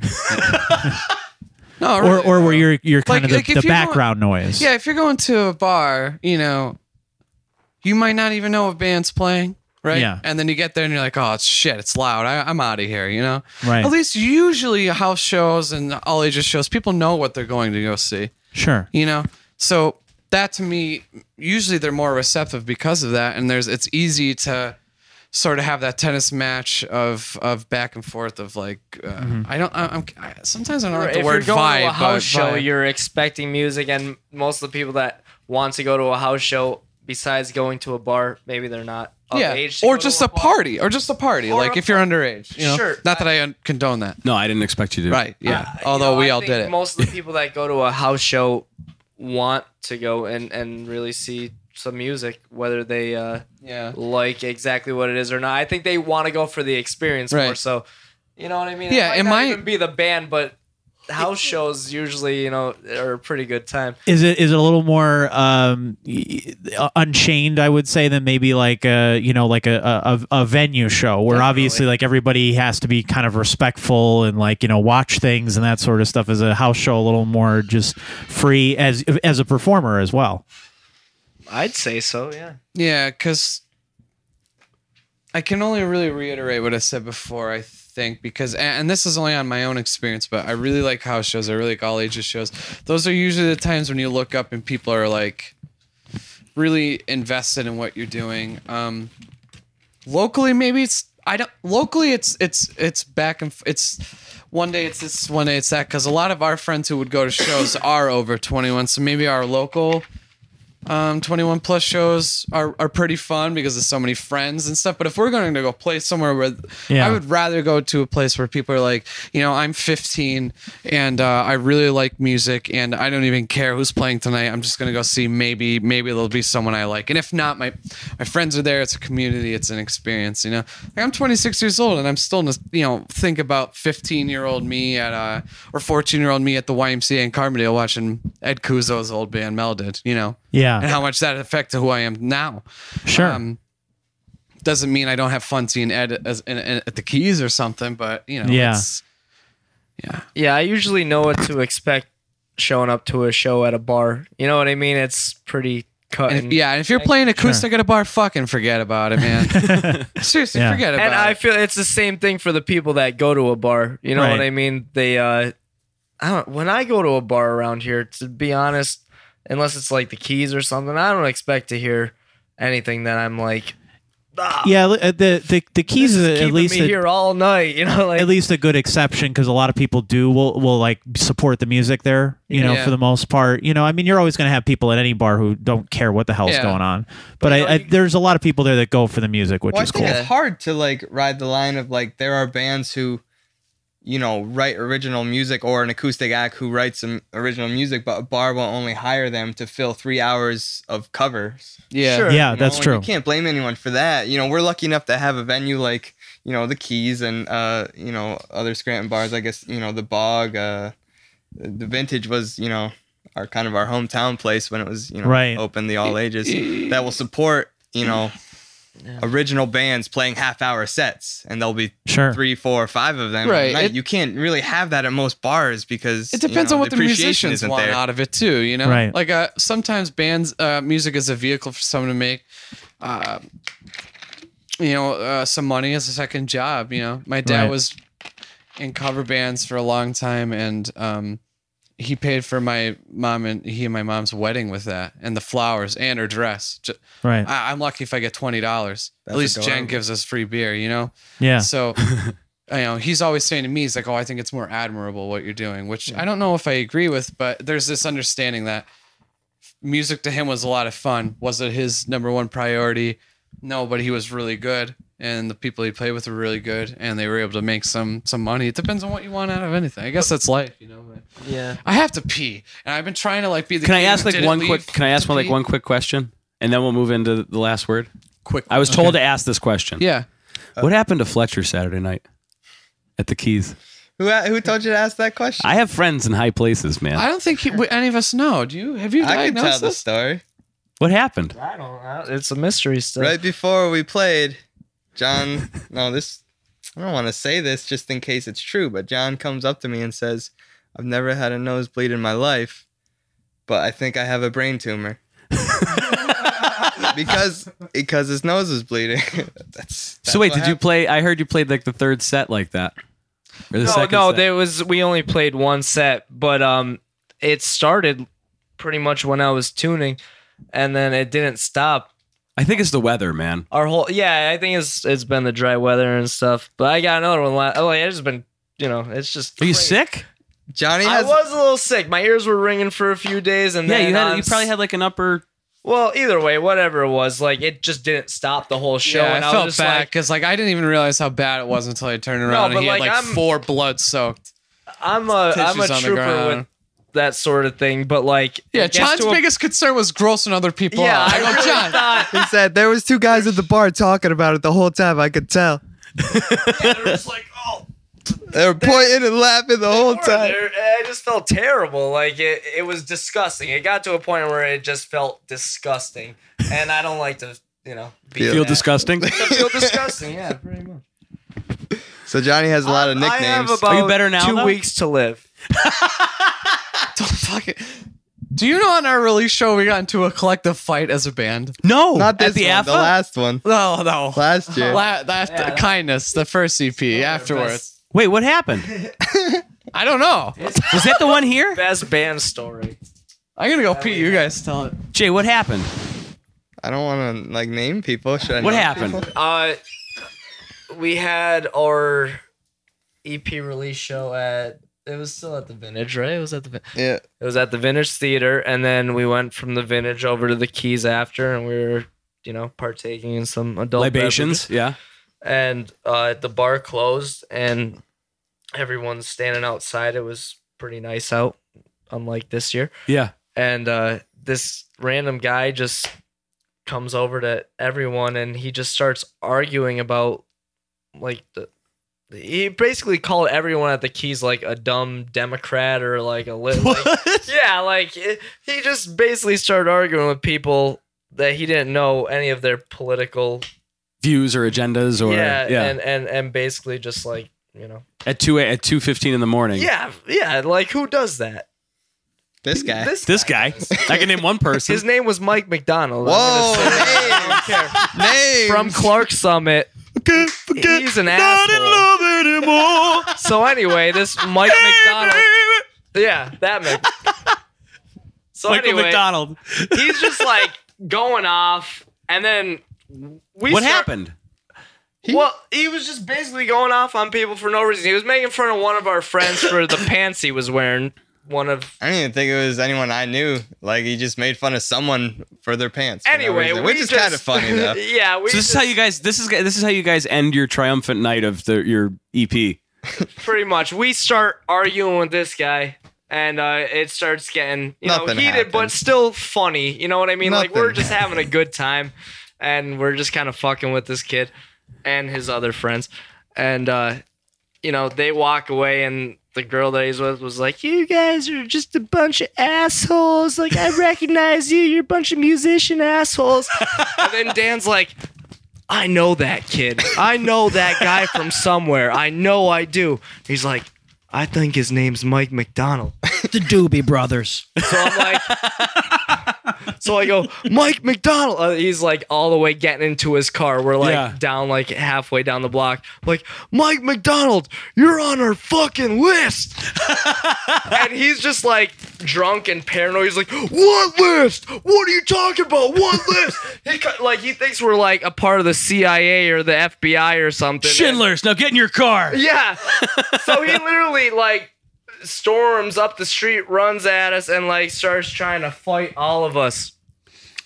[SPEAKER 5] no,
[SPEAKER 1] Or
[SPEAKER 5] really,
[SPEAKER 1] or
[SPEAKER 5] no.
[SPEAKER 1] where you're you're kind of
[SPEAKER 5] Like- like
[SPEAKER 1] the,
[SPEAKER 5] if
[SPEAKER 1] the
[SPEAKER 5] you don't-
[SPEAKER 1] background noise.
[SPEAKER 5] Yeah, if you're going to a bar, you know, you might not even know a band's playing, right?
[SPEAKER 1] Yeah.
[SPEAKER 5] And then you get there and you're like, oh, it's shit, it's loud. I, I'm out of here, you know?
[SPEAKER 1] Right.
[SPEAKER 5] At least usually house shows and all ages shows, people know what they're going to go see,
[SPEAKER 1] Sure.
[SPEAKER 5] you know? So that to me, usually they're more receptive because of that. And there's, it's easy to, sort of have that tennis match of of back and forth of like uh,
[SPEAKER 1] Mm-hmm.
[SPEAKER 5] I don't I, I'm I, sometimes I don't like
[SPEAKER 8] if
[SPEAKER 5] the word
[SPEAKER 8] you're going
[SPEAKER 5] vibe
[SPEAKER 8] to a house
[SPEAKER 5] but
[SPEAKER 8] show,
[SPEAKER 5] vibe.
[SPEAKER 8] you're expecting music, and most of the people that want to go to a house show, besides going to a bar, maybe they're not of age to
[SPEAKER 5] or
[SPEAKER 8] go
[SPEAKER 5] just
[SPEAKER 8] to
[SPEAKER 5] a
[SPEAKER 8] bar.
[SPEAKER 5] party, or just a party.
[SPEAKER 8] Or
[SPEAKER 5] like
[SPEAKER 8] a
[SPEAKER 5] if you're underage, you know?
[SPEAKER 8] Sure.
[SPEAKER 5] Not that I un- condone that,
[SPEAKER 3] No, I didn't expect you to.
[SPEAKER 5] right? Yeah.
[SPEAKER 8] Uh, you
[SPEAKER 5] Although
[SPEAKER 8] know,
[SPEAKER 5] we
[SPEAKER 8] I
[SPEAKER 5] all
[SPEAKER 8] think
[SPEAKER 5] did it. [LAUGHS]
[SPEAKER 8] Most of the people that go to a house show want to go and and really see some music, whether they uh,
[SPEAKER 5] yeah.
[SPEAKER 8] like exactly what it is or not. I think they want to go for the experience more.
[SPEAKER 5] Right.
[SPEAKER 8] So, you know what I mean?
[SPEAKER 5] Yeah, it
[SPEAKER 8] it might not
[SPEAKER 5] might-
[SPEAKER 8] even be the band, but house shows usually, you know, are a pretty good time.
[SPEAKER 1] Is it is it a little more um, y- uh, unchained? I would say than maybe like a you know like a a, a venue show where obviously like everybody has to be kind of respectful and like you know watch things and that sort of stuff. Is a house show a little more just free as as a performer as well?
[SPEAKER 8] I'd say so. Yeah.
[SPEAKER 5] Yeah, because I can only really reiterate what I said before. I think because and and this is only on my own experience, but I really like house shows. I really like all ages shows. Those are usually the times when you look up and people are like really invested in what you're doing. Um, locally, maybe it's I don't locally it's it's it's back and f- it's one day it's this one day it's that because a lot of our friends who would go to shows are over 21, so maybe our local um, 21 plus shows are, are pretty fun because there's so many friends and stuff. But if we're going to go play somewhere where
[SPEAKER 1] Yeah.
[SPEAKER 5] I would rather go to a place where people are like, you know, I'm 15 and uh, I really like music and I don't even care who's playing tonight. I'm just going to go see maybe, maybe there'll be someone I like. And if not, my, my friends are there. It's a community. It's an experience, you know, like I'm 26 years old and I'm still, you know, think about 15 year old me at, uh, or 14 year old me at the YMCA in Carbondale watching Ed Kuzo's old band melded, you know, and
[SPEAKER 1] Yeah,
[SPEAKER 5] how much that affected who I am now.
[SPEAKER 1] sure.
[SPEAKER 5] Um, doesn't mean I don't have fun seeing Ed as, in, in, at the keys or something, but you know,
[SPEAKER 1] Yeah.
[SPEAKER 5] it's-
[SPEAKER 8] Yeah, I usually know what to expect showing up to a show at a bar. You know what I mean? It's pretty cut.
[SPEAKER 5] and
[SPEAKER 8] And,
[SPEAKER 5] if, yeah. And if you're playing acoustic at a bar, fucking forget about it,
[SPEAKER 1] [LAUGHS]
[SPEAKER 5] man. Seriously,
[SPEAKER 1] Yeah.
[SPEAKER 5] forget about
[SPEAKER 8] And I
[SPEAKER 5] it.
[SPEAKER 8] feel it's the same thing for the people that go to a bar. You know
[SPEAKER 1] Right.
[SPEAKER 8] what I mean? They uh I don't when I go to a bar around here, to be honest, unless it's like the keys or something, I don't expect to hear anything that I'm like "Ah,
[SPEAKER 1] yeah, li- uh, the the the keys is at
[SPEAKER 8] keeping
[SPEAKER 1] least
[SPEAKER 8] me
[SPEAKER 1] a-
[SPEAKER 8] here all night, [LAUGHS] you know, like
[SPEAKER 1] at least a good exception because a lot of people do will will like support the music there. You know,
[SPEAKER 5] Yeah.
[SPEAKER 1] for the most part. You know, I mean, you're always going to have people at any bar who don't care what the hell's
[SPEAKER 5] Yeah.
[SPEAKER 1] going on. But I, I, there's a lot of people there that go for the music, which
[SPEAKER 7] Well, I
[SPEAKER 1] is
[SPEAKER 7] think
[SPEAKER 1] cool.
[SPEAKER 7] it's hard to like ride the line of like there are bands who, you know, write original music or an acoustic act who writes some original music, but a bar will only hire them to fill three hours of covers.
[SPEAKER 5] yeah.
[SPEAKER 7] Sure,
[SPEAKER 1] Yeah,
[SPEAKER 7] you know,
[SPEAKER 1] that's
[SPEAKER 7] and
[SPEAKER 1] true.
[SPEAKER 7] You can't blame anyone for that. You know, we're lucky enough to have a venue like you know the Keys and uh you know other Scranton bars. I guess you know the Bog. Uh, the Vintage was you know our kind of our hometown place when it was you know
[SPEAKER 1] Right.
[SPEAKER 7] open the all ages that will support you know original bands playing half hour sets, and there'll be
[SPEAKER 1] Sure.
[SPEAKER 7] three, four, five of them.
[SPEAKER 5] Right,
[SPEAKER 7] Right.
[SPEAKER 5] it-
[SPEAKER 7] you can't really have that at most bars because
[SPEAKER 5] It depends
[SPEAKER 7] you know,
[SPEAKER 5] on what the,
[SPEAKER 7] appreciation
[SPEAKER 5] musicians
[SPEAKER 7] isn't
[SPEAKER 5] want
[SPEAKER 7] there.
[SPEAKER 5] out of it too. You know,
[SPEAKER 1] Right.
[SPEAKER 5] Like uh, sometimes bands, uh, music is a vehicle for someone to make, uh, you know, uh, some money as a second job. You know, my dad
[SPEAKER 1] Right.
[SPEAKER 5] was in cover bands for a long time, and um, he paid for my mom and he and my mom's wedding with that, and the flowers and her dress. Ju-
[SPEAKER 1] Right.
[SPEAKER 5] I, I'm lucky if I get twenty dollars. At
[SPEAKER 7] That's
[SPEAKER 5] least Jen
[SPEAKER 7] adorable.
[SPEAKER 5] gives us free beer. You know.
[SPEAKER 1] Yeah.
[SPEAKER 5] [LAUGHS]
[SPEAKER 3] [LAUGHS]
[SPEAKER 5] So, you know, he's always saying to me, he's like, "Oh, I think it's more admirable what you're doing," which I don't know if I agree with, but there's this understanding that music to him was a lot of fun. Was it his number one priority? No, but he was really good, and the people he played with were really good, and they were able to make some some money. It depends on what you want out of anything. I guess that's life, you know. but-
[SPEAKER 9] Yeah.
[SPEAKER 5] I have to pee, and I've been trying to like be the.
[SPEAKER 3] Can I
[SPEAKER 5] kid
[SPEAKER 3] ask
[SPEAKER 5] who
[SPEAKER 3] like
[SPEAKER 5] didn't
[SPEAKER 3] one
[SPEAKER 5] leave
[SPEAKER 3] quick? Can I ask
[SPEAKER 5] to
[SPEAKER 3] one like
[SPEAKER 5] pee.
[SPEAKER 3] one quick question, and then we'll move into the last word.
[SPEAKER 5] quick?
[SPEAKER 3] I was told to ask this question.
[SPEAKER 5] Yeah.
[SPEAKER 3] What happened to Fletcher Saturday night at the Keys?
[SPEAKER 7] Who, who told you to ask that question?
[SPEAKER 3] I have friends in high places, man.
[SPEAKER 5] I don't think he, we- any of us know. Do you? Have you
[SPEAKER 7] I can
[SPEAKER 5] diagnosed
[SPEAKER 7] tell the
[SPEAKER 5] this?
[SPEAKER 7] story.
[SPEAKER 3] what happened?
[SPEAKER 8] I don't. I, it's a mystery still.
[SPEAKER 7] Right before we played, John, no, this, I don't want to say this just in case it's true, but John comes up to me and says, I've never had a nosebleed in my life, but I think I have a brain tumor. because because his nose is bleeding. [LAUGHS] that's, that's
[SPEAKER 3] so wait,
[SPEAKER 7] what
[SPEAKER 3] did you
[SPEAKER 7] happened.
[SPEAKER 3] play? I heard you played like the third set like that. Or the
[SPEAKER 8] No,
[SPEAKER 3] second
[SPEAKER 8] no,
[SPEAKER 3] set.
[SPEAKER 8] there was we only played one set, but um, it started pretty much when I was tuning, and then it didn't stop.
[SPEAKER 3] I think it's the weather, man.
[SPEAKER 8] Our whole yeah, I think it's it's been the dry weather and stuff. But I got another one. Last, oh, yeah, it's been you know, it's just.
[SPEAKER 3] Are you
[SPEAKER 8] crazy.
[SPEAKER 3] sick?
[SPEAKER 7] Johnny
[SPEAKER 8] I
[SPEAKER 7] has
[SPEAKER 8] was a little sick. My ears were ringing for a few days, and
[SPEAKER 3] Yeah,
[SPEAKER 8] then
[SPEAKER 3] you had
[SPEAKER 8] on
[SPEAKER 3] you probably had like an upper.
[SPEAKER 8] Well, either way, whatever it was, like it just didn't stop the whole show,
[SPEAKER 5] Yeah,
[SPEAKER 8] and I,
[SPEAKER 5] I
[SPEAKER 8] was
[SPEAKER 5] felt
[SPEAKER 8] just
[SPEAKER 5] bad
[SPEAKER 8] like,
[SPEAKER 5] because like I didn't even realize how bad it was until I turned around
[SPEAKER 8] but,
[SPEAKER 5] and he
[SPEAKER 8] like,
[SPEAKER 5] had like
[SPEAKER 8] I'm-
[SPEAKER 5] four blood soaked
[SPEAKER 8] I'm a I'm a
[SPEAKER 5] tissues on the
[SPEAKER 8] trooper
[SPEAKER 5] ground.
[SPEAKER 8] with that sort of thing. But like, it
[SPEAKER 5] yeah,
[SPEAKER 8] gets
[SPEAKER 5] John's
[SPEAKER 8] to a-
[SPEAKER 5] biggest concern was grossing other people
[SPEAKER 8] Yeah,
[SPEAKER 5] out. I
[SPEAKER 8] I
[SPEAKER 5] go, John,
[SPEAKER 7] he said there was two guys at the bar talking about it the whole time. I could tell. they were pointing and laughing the whole
[SPEAKER 8] were
[SPEAKER 7] time.
[SPEAKER 8] oh, there, and I just felt terrible. Like it, it was disgusting. It got to a point where it just felt disgusting, and I don't like to, you know, be
[SPEAKER 7] Feel
[SPEAKER 3] Feel
[SPEAKER 8] that.
[SPEAKER 3] disgusting.
[SPEAKER 8] I feel disgusting. Yeah, pretty much.
[SPEAKER 7] So Johnny has a lot of nicknames.
[SPEAKER 8] I have
[SPEAKER 3] Are
[SPEAKER 8] about
[SPEAKER 3] you better now,
[SPEAKER 8] two
[SPEAKER 3] though?
[SPEAKER 8] weeks to live.
[SPEAKER 5] don't fucking. [LAUGHS] Do you know on our release show we got into a collective fight as a band?
[SPEAKER 3] no,
[SPEAKER 7] Not this
[SPEAKER 3] at the
[SPEAKER 7] one,
[SPEAKER 3] Alpha.
[SPEAKER 7] the last one.
[SPEAKER 5] No, no.
[SPEAKER 7] Last year.
[SPEAKER 5] La- that, kindness, the first EP afterwards.
[SPEAKER 3] Wait, what happened?
[SPEAKER 5] I don't know.
[SPEAKER 3] Was that the one [LAUGHS] here?
[SPEAKER 8] Best band story.
[SPEAKER 5] I'm gonna go pee. You guys tell it.
[SPEAKER 3] Jay, what happened?
[SPEAKER 7] I don't want to like name people. Should I
[SPEAKER 3] What
[SPEAKER 7] name
[SPEAKER 3] happened?
[SPEAKER 7] people?
[SPEAKER 8] Uh, we had our EP release show at. It was still at the Vintage, right? It was at the. Vin-
[SPEAKER 7] Yeah.
[SPEAKER 8] It was at the Vintage Theater, and then we went from the Vintage over to the Keys after, and we were, you know, partaking in some adult
[SPEAKER 3] Libations. Yeah.
[SPEAKER 8] beverages. And uh, the bar closed, and everyone's standing outside. It was pretty nice out, unlike this year.
[SPEAKER 3] Yeah.
[SPEAKER 8] And uh, this random guy just comes over to everyone, and he just starts arguing about, like the. He basically called everyone at the keys like a dumb Democrat or like a lit. Like, yeah, like it, he just basically started arguing with people that he didn't know any of their political
[SPEAKER 3] Views or agendas or
[SPEAKER 8] yeah,
[SPEAKER 3] yeah.
[SPEAKER 8] and and and basically just like you know
[SPEAKER 3] at two a- at two fifteen in the morning.
[SPEAKER 8] yeah yeah like who does that
[SPEAKER 7] This guy.
[SPEAKER 8] this
[SPEAKER 3] This guy. I can name one person.
[SPEAKER 8] his name was Mike McDonald I'm
[SPEAKER 7] Whoa.
[SPEAKER 8] gonna say-
[SPEAKER 7] Names. names.
[SPEAKER 8] [LAUGHS] from Clark Summit he's an asshole [LAUGHS] so anyway this Mike McDonald yeah that Mc so
[SPEAKER 3] Michael
[SPEAKER 8] anyway
[SPEAKER 3] McDonald.
[SPEAKER 8] he's just like going off and then we
[SPEAKER 3] What
[SPEAKER 8] start-
[SPEAKER 3] happened?
[SPEAKER 8] well, he was just basically going off on people for no reason. He was making fun of one of our friends for the pants he was wearing. One of
[SPEAKER 7] I didn't even think it was anyone I knew. Like he just made fun of someone for their pants. for no
[SPEAKER 8] anyway,
[SPEAKER 7] reason,
[SPEAKER 8] we
[SPEAKER 7] which is kind of funny though.
[SPEAKER 8] [LAUGHS] yeah, we
[SPEAKER 3] So this
[SPEAKER 8] just
[SPEAKER 3] is how you guys. This is this is how you guys end your triumphant night of the, your E EP.
[SPEAKER 8] pretty much we start arguing with this guy, and uh, it starts getting you know
[SPEAKER 7] Nothing
[SPEAKER 8] heated, but
[SPEAKER 7] happened.
[SPEAKER 8] still funny. You know what I mean? Like
[SPEAKER 7] Nothing
[SPEAKER 8] we're just having a good time, and we're just kind of fucking with this kid and his other friends, and uh, you know they walk away and. The girl that he's with was like, "You guys are just a bunch of assholes. Like I recognize you. You're a bunch of musician assholes." and then Dan's like, I know that kid. I know that guy from somewhere. I know I do. He's like, I think his name's Mike McDonald.
[SPEAKER 4] The Doobie Brothers.
[SPEAKER 8] So I'm like, [LAUGHS] so I go, Mike McDonald. Uh, he's like all the way getting into his car. We're like
[SPEAKER 3] Yeah.
[SPEAKER 8] down like halfway down the block. like, Mike McDonald, you're on our fucking list. and he's just like drunk and paranoid. He's like, what list? What are you talking about? What list? he co- like he thinks we're like a part of the CIA or the FBI or something. And-
[SPEAKER 3] Schindler's. Now get in your car.
[SPEAKER 8] yeah. so
[SPEAKER 3] [LAUGHS]
[SPEAKER 8] he literally like storms up the street, runs at us, and like starts trying to fight all of us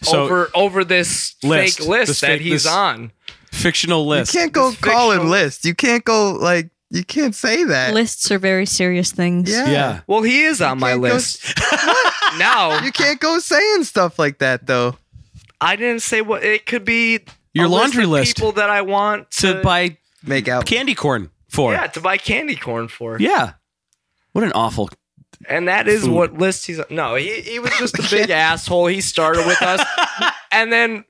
[SPEAKER 3] So-
[SPEAKER 8] over over this
[SPEAKER 3] List.
[SPEAKER 8] fake list
[SPEAKER 3] This
[SPEAKER 8] that
[SPEAKER 3] fake-
[SPEAKER 8] he's
[SPEAKER 3] this-
[SPEAKER 8] on.
[SPEAKER 3] Fictional
[SPEAKER 7] You
[SPEAKER 3] list.
[SPEAKER 7] can't go
[SPEAKER 8] It's
[SPEAKER 7] call it
[SPEAKER 8] fictional.
[SPEAKER 7] list. You can't go like you can't say
[SPEAKER 8] Uh,
[SPEAKER 7] that.
[SPEAKER 2] Lists are very serious things.
[SPEAKER 7] Yeah.
[SPEAKER 3] Yeah.
[SPEAKER 8] Well, he is on my
[SPEAKER 7] can't go-
[SPEAKER 8] list
[SPEAKER 3] [LAUGHS]
[SPEAKER 8] now.
[SPEAKER 7] You can't go saying stuff like that though.
[SPEAKER 8] I didn't say what it could be.
[SPEAKER 3] Your
[SPEAKER 8] a
[SPEAKER 3] laundry
[SPEAKER 8] of
[SPEAKER 3] list.
[SPEAKER 8] people that I want to,
[SPEAKER 7] Uh,
[SPEAKER 3] To buy
[SPEAKER 7] Make out.
[SPEAKER 3] candy corn for.
[SPEAKER 8] Yeah, to buy candy corn for.
[SPEAKER 3] Yeah. What an awful.
[SPEAKER 8] And that is
[SPEAKER 3] Food.
[SPEAKER 8] what list he's on. No, he, he was just a
[SPEAKER 3] [LAUGHS]
[SPEAKER 8] big asshole. He started with us, and then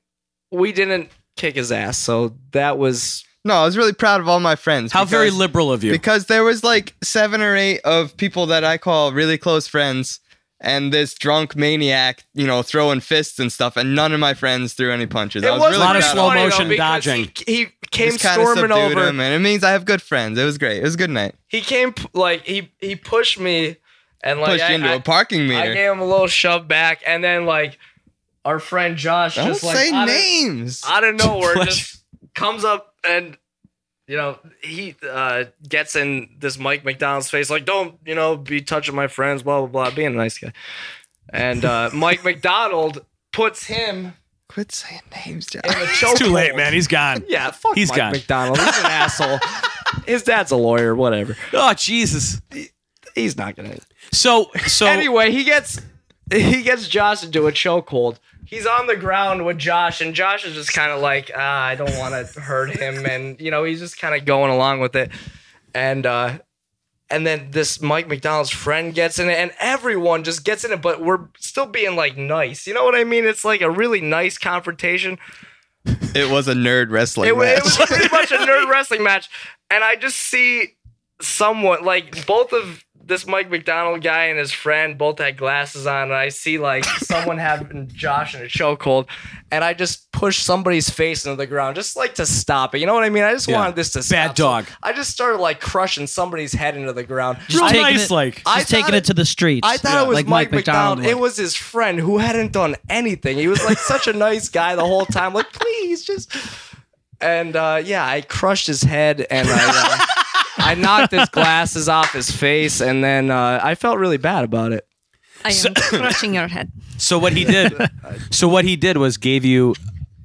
[SPEAKER 8] we didn't kick his ass. So that was
[SPEAKER 7] No, I was really proud of all my friends.
[SPEAKER 3] How very
[SPEAKER 7] because-
[SPEAKER 3] liberal of you.
[SPEAKER 7] Because there was like seven or eight of people that I call really close friends, and this drunk maniac, you know, throwing fists and stuff, and none of my friends threw any punches. I was
[SPEAKER 8] was
[SPEAKER 7] really
[SPEAKER 3] lot of
[SPEAKER 7] proud
[SPEAKER 3] slow
[SPEAKER 7] of
[SPEAKER 8] funny, though,
[SPEAKER 3] motion
[SPEAKER 8] because
[SPEAKER 3] dodging.
[SPEAKER 8] He, he came
[SPEAKER 7] Just kinda
[SPEAKER 8] storming
[SPEAKER 7] subdued
[SPEAKER 8] over.
[SPEAKER 7] him, and it means I have good friends. It was great. It was a good night.
[SPEAKER 8] He came p- like he he pushed me, and like
[SPEAKER 7] Pushed
[SPEAKER 8] I,
[SPEAKER 7] into
[SPEAKER 8] I-
[SPEAKER 7] a parking
[SPEAKER 8] I
[SPEAKER 7] meter.
[SPEAKER 8] gave him a little shove back, and then like our friend Josh
[SPEAKER 7] Don't
[SPEAKER 8] just like
[SPEAKER 7] say
[SPEAKER 8] out of-
[SPEAKER 7] names. [LAUGHS]
[SPEAKER 8] out of nowhere
[SPEAKER 3] Pleasure.
[SPEAKER 8] just comes up and you know he uh, gets in this Mike McDonald's face like don't you know be touching my friends blah blah blah being a nice guy, and uh, Mike [LAUGHS] McDonald puts him
[SPEAKER 7] Quit saying names, John.
[SPEAKER 8] in a chokehold.
[SPEAKER 3] It's too late, man. He's gone.
[SPEAKER 8] Yeah, fuck
[SPEAKER 3] He's
[SPEAKER 8] Mike
[SPEAKER 3] gone.
[SPEAKER 8] McDonald. He's
[SPEAKER 3] [LAUGHS]
[SPEAKER 8] an asshole. His dad's a lawyer, whatever.
[SPEAKER 3] Oh Jesus.
[SPEAKER 8] He's not gonna.
[SPEAKER 3] So
[SPEAKER 1] [LAUGHS]
[SPEAKER 3] so
[SPEAKER 8] Anyway, he gets he gets Josh into a chokehold. He's on the ground with Josh, and Josh is just kind of like, ah, I don't want to hurt him, and you know he's just kind of going along with it, and uh, and then this Mike McDonald's friend gets in it, and everyone just gets in it, but we're still being like nice. You know what I mean? It's like a really nice confrontation.
[SPEAKER 7] It was a nerd wrestling
[SPEAKER 8] It, wa-
[SPEAKER 7] match. [LAUGHS]
[SPEAKER 8] it was pretty much
[SPEAKER 3] [LAUGHS]
[SPEAKER 8] a nerd wrestling match, and I just see somewhat like both of this Mike McDonald guy and his friend both had glasses on, and I see like
[SPEAKER 3] [LAUGHS]
[SPEAKER 8] someone having Josh in a chokehold, and I just push somebody's face into the ground just like to stop it. You know what I mean? I just
[SPEAKER 3] Yeah.
[SPEAKER 8] wanted this to stop.
[SPEAKER 3] Bad dog.
[SPEAKER 8] So I just started like crushing somebody's head into the ground.
[SPEAKER 4] Just
[SPEAKER 3] Real
[SPEAKER 4] taking
[SPEAKER 3] nice,
[SPEAKER 4] it-
[SPEAKER 3] like
[SPEAKER 8] I
[SPEAKER 4] Just taking
[SPEAKER 8] thought
[SPEAKER 4] it to the streets.
[SPEAKER 8] I thought
[SPEAKER 3] Yeah,
[SPEAKER 8] it was
[SPEAKER 4] like
[SPEAKER 8] Mike,
[SPEAKER 4] Mike
[SPEAKER 8] McDonald.
[SPEAKER 4] McDonald
[SPEAKER 8] It was his friend who hadn't done anything. He was [LAUGHS] like such a nice guy the whole time. Like, please just. And uh, yeah, I crushed his head and I, uh, I knocked his glasses off his face. And then uh, I felt really bad about it.
[SPEAKER 2] I am crushing your head.
[SPEAKER 3] So what he did,
[SPEAKER 7] [LAUGHS]
[SPEAKER 3] so what he did was gave you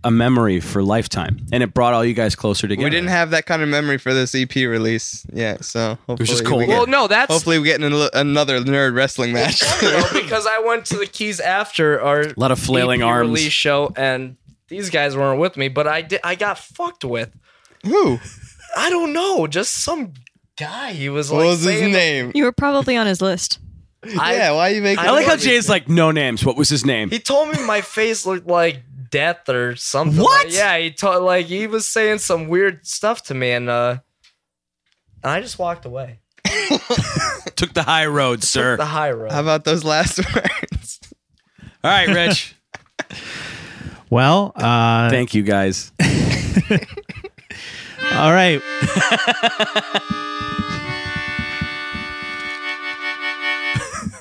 [SPEAKER 3] a memory for lifetime, and it brought all you guys closer together.
[SPEAKER 7] We didn't have that kind of memory for this EP release yet, so hopefully
[SPEAKER 3] was just
[SPEAKER 7] we
[SPEAKER 3] cold.
[SPEAKER 7] get,
[SPEAKER 8] Well, no, that's. [LAUGHS]
[SPEAKER 7] hopefully we get an, another nerd wrestling match.
[SPEAKER 8] No, because I went to the Keys after our
[SPEAKER 3] a lot of flailing
[SPEAKER 8] EP
[SPEAKER 3] arms.
[SPEAKER 8] release show, and these guys weren't with me, but I did. I got fucked with.
[SPEAKER 7] [LAUGHS] Who?
[SPEAKER 8] I don't know, just some guy. He was like,
[SPEAKER 7] what was his
[SPEAKER 8] saying-
[SPEAKER 7] name?
[SPEAKER 2] [LAUGHS] You were probably on his list.
[SPEAKER 8] I-
[SPEAKER 7] yeah, why are you making?
[SPEAKER 3] I like how
[SPEAKER 8] Jay-
[SPEAKER 3] Jay's like no names. What was his name?
[SPEAKER 8] He told me my face looked like death or something.
[SPEAKER 3] What?
[SPEAKER 8] Like- yeah, he told like he was saying some weird stuff to me, and uh, and I just walked away.
[SPEAKER 3] Took the high road,
[SPEAKER 7] [LAUGHS]
[SPEAKER 3] sir.
[SPEAKER 8] The high road.
[SPEAKER 7] How about those last [LAUGHS] words?
[SPEAKER 3] all right,
[SPEAKER 7] [LAUGHS]
[SPEAKER 3] Rich.
[SPEAKER 1] Well, uh,
[SPEAKER 3] Thank you guys.
[SPEAKER 1] all right.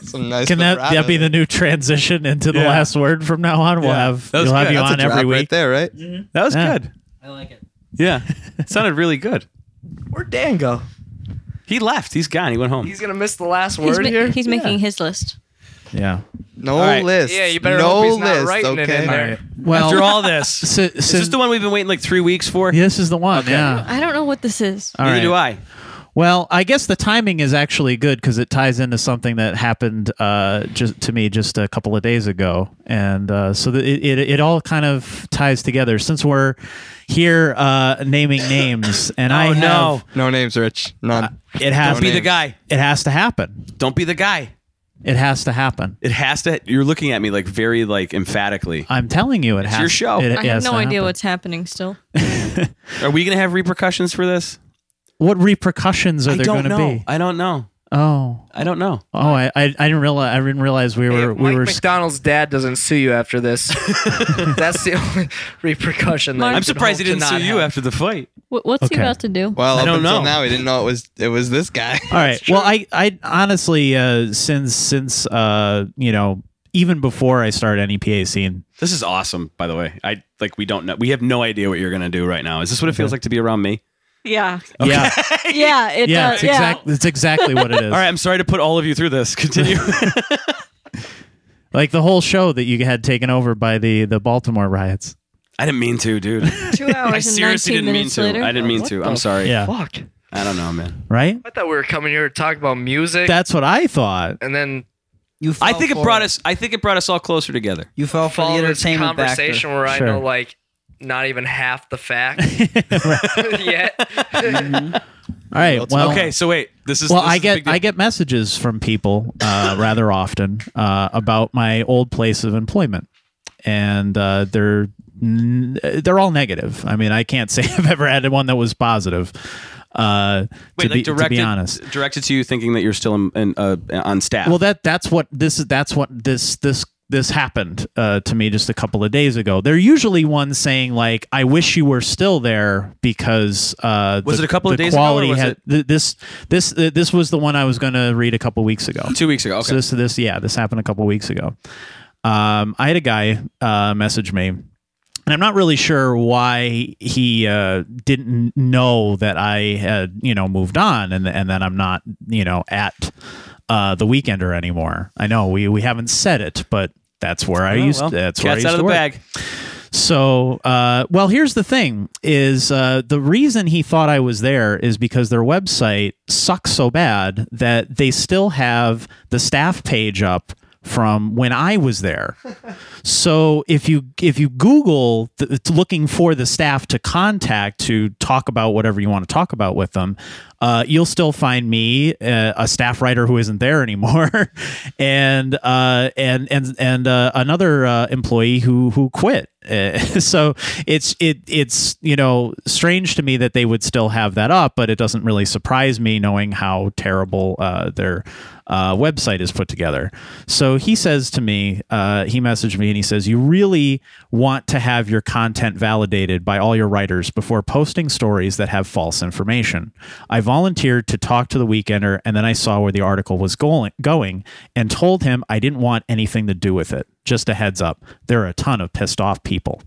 [SPEAKER 7] Some nice.
[SPEAKER 1] Can that, that
[SPEAKER 7] vibrato.
[SPEAKER 1] be the new transition into the
[SPEAKER 3] Yeah.
[SPEAKER 1] last word from now on? We'll
[SPEAKER 3] Yeah.
[SPEAKER 1] have
[SPEAKER 3] That
[SPEAKER 1] you'll
[SPEAKER 3] was
[SPEAKER 1] have
[SPEAKER 3] good.
[SPEAKER 1] you
[SPEAKER 7] That's a
[SPEAKER 1] on
[SPEAKER 7] drop
[SPEAKER 1] every
[SPEAKER 7] right
[SPEAKER 1] week.
[SPEAKER 7] there, Mm-hmm. right?
[SPEAKER 3] That was
[SPEAKER 1] Yeah.
[SPEAKER 3] good.
[SPEAKER 4] I like it.
[SPEAKER 3] Yeah, sounded really good.
[SPEAKER 8] Where'd Dan go?
[SPEAKER 3] He left. He's gone. He went home.
[SPEAKER 8] He's gonna miss the last
[SPEAKER 2] He's,
[SPEAKER 8] word
[SPEAKER 2] ma-
[SPEAKER 8] here.
[SPEAKER 2] he's making his list.
[SPEAKER 1] Yeah.
[SPEAKER 7] No
[SPEAKER 3] right.
[SPEAKER 7] list.
[SPEAKER 8] Yeah, you better
[SPEAKER 7] no
[SPEAKER 8] hope he's not
[SPEAKER 7] list,
[SPEAKER 8] writing it
[SPEAKER 7] okay?
[SPEAKER 8] in there.
[SPEAKER 1] Well,
[SPEAKER 3] After all
[SPEAKER 1] [LAUGHS]
[SPEAKER 3] this,
[SPEAKER 1] si-
[SPEAKER 3] is this
[SPEAKER 1] since-
[SPEAKER 3] the one we've been waiting like three weeks for?
[SPEAKER 1] Yeah, this is the one. Yeah.
[SPEAKER 2] I don't know what this is.
[SPEAKER 1] All
[SPEAKER 3] Neither
[SPEAKER 1] right.
[SPEAKER 3] do I.
[SPEAKER 1] Well, I guess the timing is actually good because it ties into something that happened uh, just to me just a couple of days ago, and uh, so the, it, it it all kind of ties together. Since we're here uh, naming
[SPEAKER 3] [LAUGHS]
[SPEAKER 1] names, and I
[SPEAKER 3] oh
[SPEAKER 1] have,
[SPEAKER 3] no!
[SPEAKER 7] No names, Rich. None.
[SPEAKER 1] it has
[SPEAKER 3] Don't be the
[SPEAKER 7] names.
[SPEAKER 3] guy.
[SPEAKER 1] It has to happen.
[SPEAKER 3] Don't be the guy.
[SPEAKER 1] It has to happen.
[SPEAKER 3] It has to. You're looking at me like very like emphatically.
[SPEAKER 1] I'm telling you, it has.
[SPEAKER 3] your show.
[SPEAKER 1] It,
[SPEAKER 3] I
[SPEAKER 1] it
[SPEAKER 2] I have
[SPEAKER 1] has
[SPEAKER 2] no
[SPEAKER 1] to
[SPEAKER 2] idea
[SPEAKER 1] happen.
[SPEAKER 2] what's happening still.
[SPEAKER 3] Are we gonna have repercussions for this?
[SPEAKER 1] What repercussions are
[SPEAKER 3] I
[SPEAKER 1] there
[SPEAKER 3] don't
[SPEAKER 1] going to
[SPEAKER 3] know.
[SPEAKER 1] be?
[SPEAKER 3] I don't know.
[SPEAKER 1] Oh,
[SPEAKER 3] I don't know.
[SPEAKER 1] oh, I, I, I didn't realize. I didn't realize we
[SPEAKER 6] Hey,
[SPEAKER 1] were
[SPEAKER 6] if
[SPEAKER 1] we
[SPEAKER 6] Mike
[SPEAKER 1] were.
[SPEAKER 6] McDonald's dad doesn't sue you after
[SPEAKER 8] [LAUGHS]
[SPEAKER 6] this. That's the only repercussion. That
[SPEAKER 2] I'm
[SPEAKER 6] you
[SPEAKER 3] I'm
[SPEAKER 6] can
[SPEAKER 3] surprised he
[SPEAKER 6] hope to
[SPEAKER 3] didn't sue
[SPEAKER 6] not
[SPEAKER 3] you
[SPEAKER 6] have.
[SPEAKER 3] after the fight.
[SPEAKER 2] Wh- what's
[SPEAKER 1] Okay.
[SPEAKER 2] he about to do?
[SPEAKER 7] Well,
[SPEAKER 3] I
[SPEAKER 7] up
[SPEAKER 3] don't
[SPEAKER 7] until
[SPEAKER 3] know.
[SPEAKER 7] now, we didn't know it was it was this guy.
[SPEAKER 1] All right. Well, I I honestly uh, since since uh you know even before I started E any PA scene,
[SPEAKER 3] This is awesome, by the way. I like we don't know. We have no idea what you're gonna do right now. Is this what it feels like to be around me?
[SPEAKER 2] Yeah,
[SPEAKER 1] yeah,
[SPEAKER 2] yeah,
[SPEAKER 1] [LAUGHS]
[SPEAKER 2] it
[SPEAKER 1] yeah,
[SPEAKER 2] does.
[SPEAKER 1] it's exactly it's exactly what it is. [LAUGHS]
[SPEAKER 3] All right, I'm sorry to put all of you through this. [LAUGHS] Continue.
[SPEAKER 1] like the whole show that you had taken over by the the Baltimore riots.
[SPEAKER 3] I didn't mean to, dude.
[SPEAKER 2] yeah. Two hours
[SPEAKER 3] I
[SPEAKER 2] and 19
[SPEAKER 3] seriously didn't mean
[SPEAKER 2] minutes
[SPEAKER 3] to.
[SPEAKER 2] later.
[SPEAKER 3] I didn't mean to. I'm sorry.
[SPEAKER 1] Yeah,
[SPEAKER 6] Fuck.
[SPEAKER 3] I don't know, man.
[SPEAKER 1] right.
[SPEAKER 6] I thought we were coming here to talk about music,
[SPEAKER 1] That's what I thought. [LAUGHS]
[SPEAKER 6] and then
[SPEAKER 4] You
[SPEAKER 3] I
[SPEAKER 4] fell
[SPEAKER 3] think it
[SPEAKER 4] for
[SPEAKER 3] brought us. I think it brought us all closer together.
[SPEAKER 4] You fell for the
[SPEAKER 6] follow this
[SPEAKER 4] entertainment
[SPEAKER 6] conversation where I
[SPEAKER 1] Sure.
[SPEAKER 6] know like not even half the fact
[SPEAKER 1] [LAUGHS]
[SPEAKER 8] [LAUGHS]
[SPEAKER 6] yet.
[SPEAKER 1] All right. Well,
[SPEAKER 3] okay, so wait. This is
[SPEAKER 1] Well,
[SPEAKER 3] this is
[SPEAKER 1] I
[SPEAKER 3] a big
[SPEAKER 1] get
[SPEAKER 3] deal.
[SPEAKER 1] I get messages from people uh, rather often uh, about my old place of employment, and uh, they're n- they're all negative. I mean, I can't [LAUGHS] say I've ever had one that was positive. Uh,
[SPEAKER 3] wait,
[SPEAKER 1] to,
[SPEAKER 3] like
[SPEAKER 1] be, to be
[SPEAKER 3] directed,
[SPEAKER 1] honest,
[SPEAKER 3] directed to you, thinking that you're still in, in, uh, on staff.
[SPEAKER 1] well that that's what this is. That's what this this this happened uh, to me just a couple of days ago. They're usually ones saying like, "I wish you were still there because uh,
[SPEAKER 3] Was
[SPEAKER 1] the,
[SPEAKER 3] it a couple of
[SPEAKER 1] the
[SPEAKER 3] days ago, or
[SPEAKER 1] quality
[SPEAKER 3] was
[SPEAKER 1] had
[SPEAKER 3] it-
[SPEAKER 1] th- this this th- this was the one I was going to read a couple weeks ago."
[SPEAKER 3] two weeks ago. Okay.
[SPEAKER 1] So this, this, yeah, this happened a couple weeks ago. Um, I had a guy uh, message me, and I'm not really sure why he uh, didn't know that I had, you know, moved on and and that I'm not, you know, at uh, the Weekender anymore. I know we we haven't said it, but that's where I
[SPEAKER 3] Oh,
[SPEAKER 1] used.
[SPEAKER 3] well,
[SPEAKER 1] that's where I
[SPEAKER 3] Cat's
[SPEAKER 1] used
[SPEAKER 3] out of
[SPEAKER 1] to
[SPEAKER 3] the
[SPEAKER 1] work.
[SPEAKER 3] bag.
[SPEAKER 1] So, uh, well, here's the thing: is uh, the reason he thought I was there is because their website sucks so bad that they still have the staff page up from when I was there. so if you if you Google th- it's looking for the staff to contact to talk about whatever you want to talk about with them, uh, you'll still find me uh, a staff writer who isn't there anymore, [LAUGHS] and uh, and and and uh, another uh, employee who who quit. Uh, [LAUGHS] so it's it it's you know strange to me that they would still have that up, but it doesn't really surprise me knowing how terrible uh, their uh, website is put together. So he says to me, uh, he messaged me and he says, "You really want to have your content validated by all your writers before posting stories that have false information." I volunteered to talk to the Weekender, and then I saw where the article was going, going, and told him I didn't want anything to do with it. Just a heads up, there are a ton of pissed off people.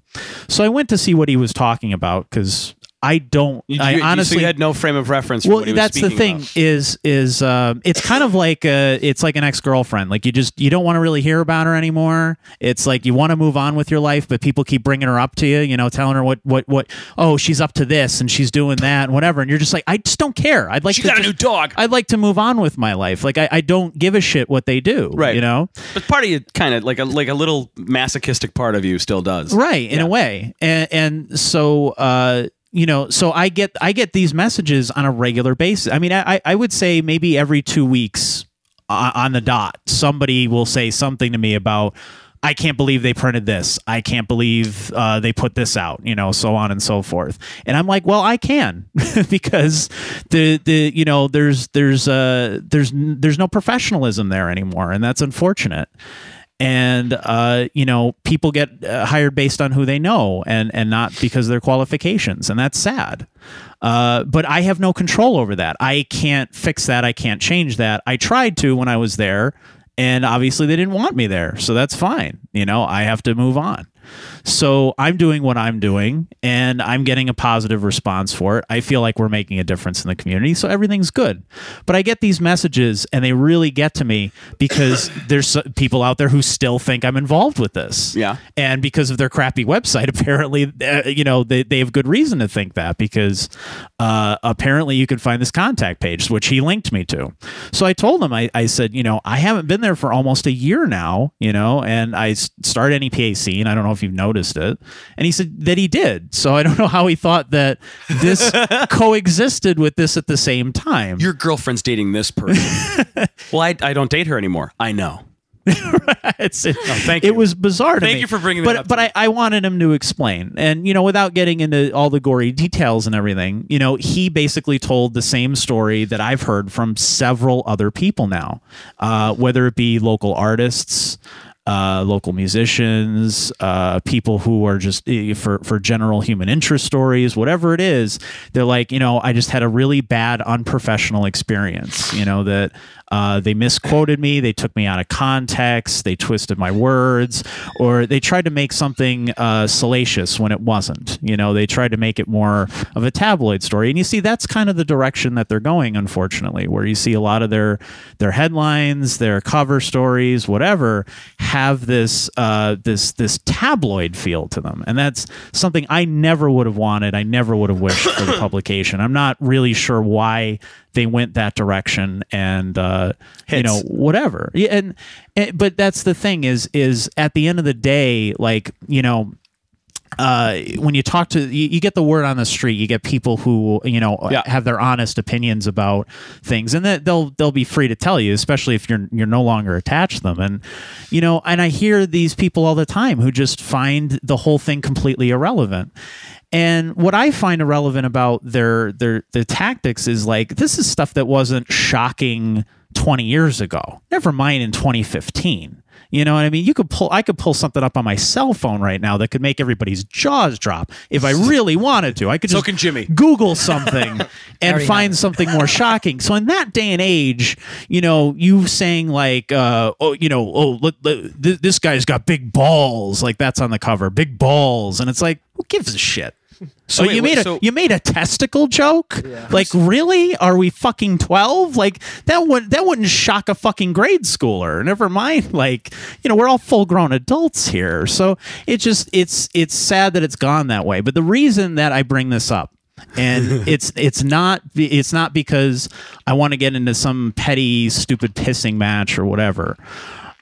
[SPEAKER 1] So I went to see what he was talking about because. I don't.
[SPEAKER 3] You,
[SPEAKER 1] I
[SPEAKER 3] you- so
[SPEAKER 1] honestly
[SPEAKER 3] you had no frame of reference. For
[SPEAKER 1] well
[SPEAKER 3] what he was
[SPEAKER 1] that's the
[SPEAKER 3] speaking
[SPEAKER 1] thing
[SPEAKER 3] about.
[SPEAKER 1] is is um, it's kind of like uh it's like an ex-girlfriend like you just you don't want to really hear about her anymore it's like you want to move on with your life but people keep bringing her up to you you know telling her what what what oh she's up to this and she's doing that and whatever and you're just like i just don't care i'd like
[SPEAKER 3] She
[SPEAKER 1] to
[SPEAKER 3] got a
[SPEAKER 1] just-
[SPEAKER 3] new dog.
[SPEAKER 1] i'd like to move on with my life like i, I don't give a shit what they do
[SPEAKER 3] Right.
[SPEAKER 1] you know
[SPEAKER 3] But part of you, kind of like a like a little masochistic part of you, still does.
[SPEAKER 1] right in a way and and so uh you know so i get i get these messages on a regular basis i mean i i- i would say maybe every two weeks o- on the dot somebody will say something to me about I can't believe they printed this. I can't believe uh, they put this out. You know, so on and so forth. And I'm like, well, I can [LAUGHS] because the the you know there's there's uh there's n- there's no professionalism there anymore, and that's unfortunate and uh, you know people get uh, hired based on who they know and and not because of their qualifications and that's sad uh, but i have no control over that i can't fix that i can't change that i tried to when i was there and obviously they didn't want me there so that's fine you know i have to move on so i'm doing what i'm doing and i'm getting a positive response for it i feel like we're making a difference in the community so everything's good but i get these messages and they really get to me because [LAUGHS] there's s- people out there who still think i'm involved with this
[SPEAKER 3] Yeah.
[SPEAKER 1] and because of their crappy website [LAUGHS] apparently uh, you know they, they have good reason to think that because uh, apparently you can find this contact page which he linked me to so i told him I, I said you know i haven't been there for almost a year now you know and i s- started E nepac and i don't know if you've noticed it and he said that he did so i don't know how he thought that this coexisted with this at the same time [LAUGHS]
[SPEAKER 3] Your girlfriend's dating this person. well, I, I don't date her anymore. I know.
[SPEAKER 1] [LAUGHS] it's, it,
[SPEAKER 3] thank
[SPEAKER 1] it
[SPEAKER 3] you.
[SPEAKER 1] was bizarre to
[SPEAKER 3] Thank
[SPEAKER 1] me.
[SPEAKER 3] you for bringing
[SPEAKER 1] but,
[SPEAKER 3] that up
[SPEAKER 1] But
[SPEAKER 3] to
[SPEAKER 1] I, I wanted him to explain. And, you know, without getting into all the gory details and everything, you know, he basically told the same story that I've heard from several other people now, uh, whether it be local artists. Uh, local musicians, uh, people who are just eh, for for general human interest stories, whatever it is, they're like, you know, I just had a really bad, unprofessional experience. You know that uh, they misquoted me, they took me out of context, they twisted my words, or they tried to make something uh, salacious when it wasn't. You know, they tried to make it more of a tabloid story, and you see that's kind of the direction that they're going, unfortunately, where you see a lot of their their headlines, their cover stories, whatever, have this uh, this this tabloid feel to them, and that's something I never would have wanted. I never would have wished for the publication. I'm not really sure why they went that direction and uh, you know whatever yeah, and, and but that's the thing is is at the end of the day like you know uh, when you talk to you, you get the word on the street you get people who you know have their honest opinions about things and that they'll they'll be free to tell you especially if you're you're no longer attached to them and you know and i hear these people all the time who just find the whole thing completely irrelevant and what I find irrelevant about their their their tactics is like this is stuff that wasn't shocking 20 years ago. Never mind in 2015. You know what I mean? You could pull I could pull something up on my cell phone right now that could make everybody's jaws drop
[SPEAKER 3] [LAUGHS]
[SPEAKER 1] if I really wanted to. I could
[SPEAKER 3] So
[SPEAKER 1] just
[SPEAKER 3] can Jimmy.
[SPEAKER 1] Google
[SPEAKER 3] [LAUGHS]
[SPEAKER 1] something and find something more shocking. So in that day and age, you know, you saying like, uh, oh, you know, oh, look, look, th- this guy's got big balls, like that's on the cover, big balls, and it's like, who gives a shit? So
[SPEAKER 3] wait,
[SPEAKER 1] you
[SPEAKER 3] wait,
[SPEAKER 1] made a
[SPEAKER 3] so-
[SPEAKER 1] you made a testicle joke? Like really? Are we fucking twelve? Like that would that wouldn't shock a fucking grade schooler. Never mind. Like you know we're all full grown adults here. So it just it's it's sad that it's gone that way. But the reason that I bring this up
[SPEAKER 3] [LAUGHS]
[SPEAKER 1] and it's it's not it's not because I want to get into some petty stupid pissing match or whatever.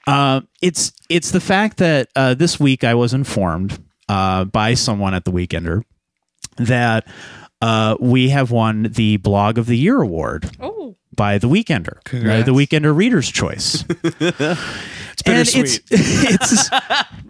[SPEAKER 1] Uh, it's it's the fact that uh, this week I was informed uh, by someone at the Weekender that uh, we have won the Blog of the Year award
[SPEAKER 2] Oh,
[SPEAKER 1] by the Weekender, Uh, the Weekender Reader's Choice. And [LAUGHS] it's, it's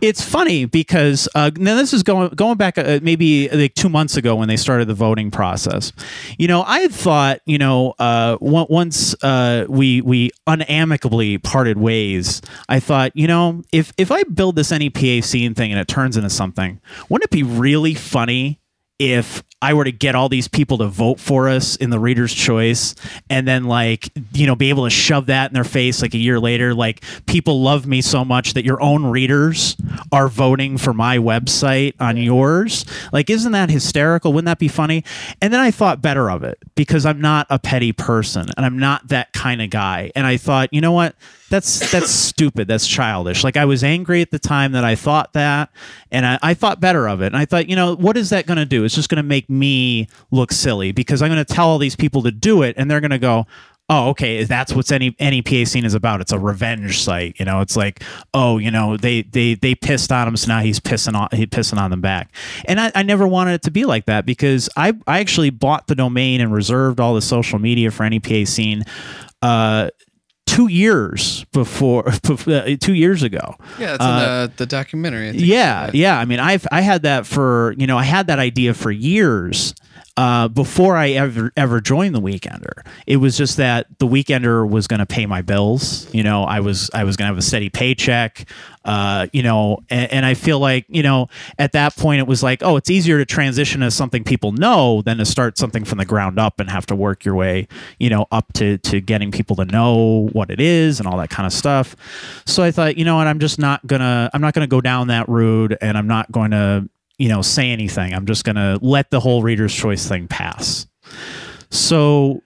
[SPEAKER 1] it's funny because uh, now this is going going back uh, maybe like two months ago when they started the voting process. You know, I had thought you know uh, on- once uh, we we unamicably parted ways, I thought you know if if I build this NEPA scene thing and it turns into something, wouldn't it be really funny if I were to get all these people to vote for us in the reader's choice and then like you know be able to shove that in their face like a year later like people love me so much that your own readers are voting for my website on yours like isn't that hysterical wouldn't that be funny and then I thought better of it because I'm not a petty person and I'm not that kind of guy and I thought you know what that's that's stupid. That's childish. Like I was angry at the time that I thought that, and I, I thought better of it. And I thought, you know, what is that going to do? It's just going to make me look silly because I'm going to tell all these people to do it, and they're going to go, oh, okay, that's what's any any PA scene is about. It's a revenge site. You know, it's like, oh, you know, they they they pissed on him, so now he's pissing on he pissing on them back. And I, I never wanted it to be like that because I I actually bought the domain and reserved all the social media for any PA scene. Uh, two years before, [LAUGHS] before two years ago.
[SPEAKER 3] Uh,
[SPEAKER 5] Yeah, it's in the, the documentary. I think.
[SPEAKER 1] Yeah, yeah. I mean, I've I had that for you know I had that idea for years uh, before I ever ever joined the Weekender. It was just that the Weekender was going to pay my bills. You know, I was I was going to have a steady paycheck. Uh, you know, and, and I feel like you know at that point it was like oh it's easier to transition as something people know than to start something from the ground up and have to work your way you know up to to getting people to know what it is and all that kind of stuff. So I thought you know what I'm just not gonna I'm not gonna go down that road and I'm not going to you know say anything. I'm just gonna let the whole reader's choice thing pass. So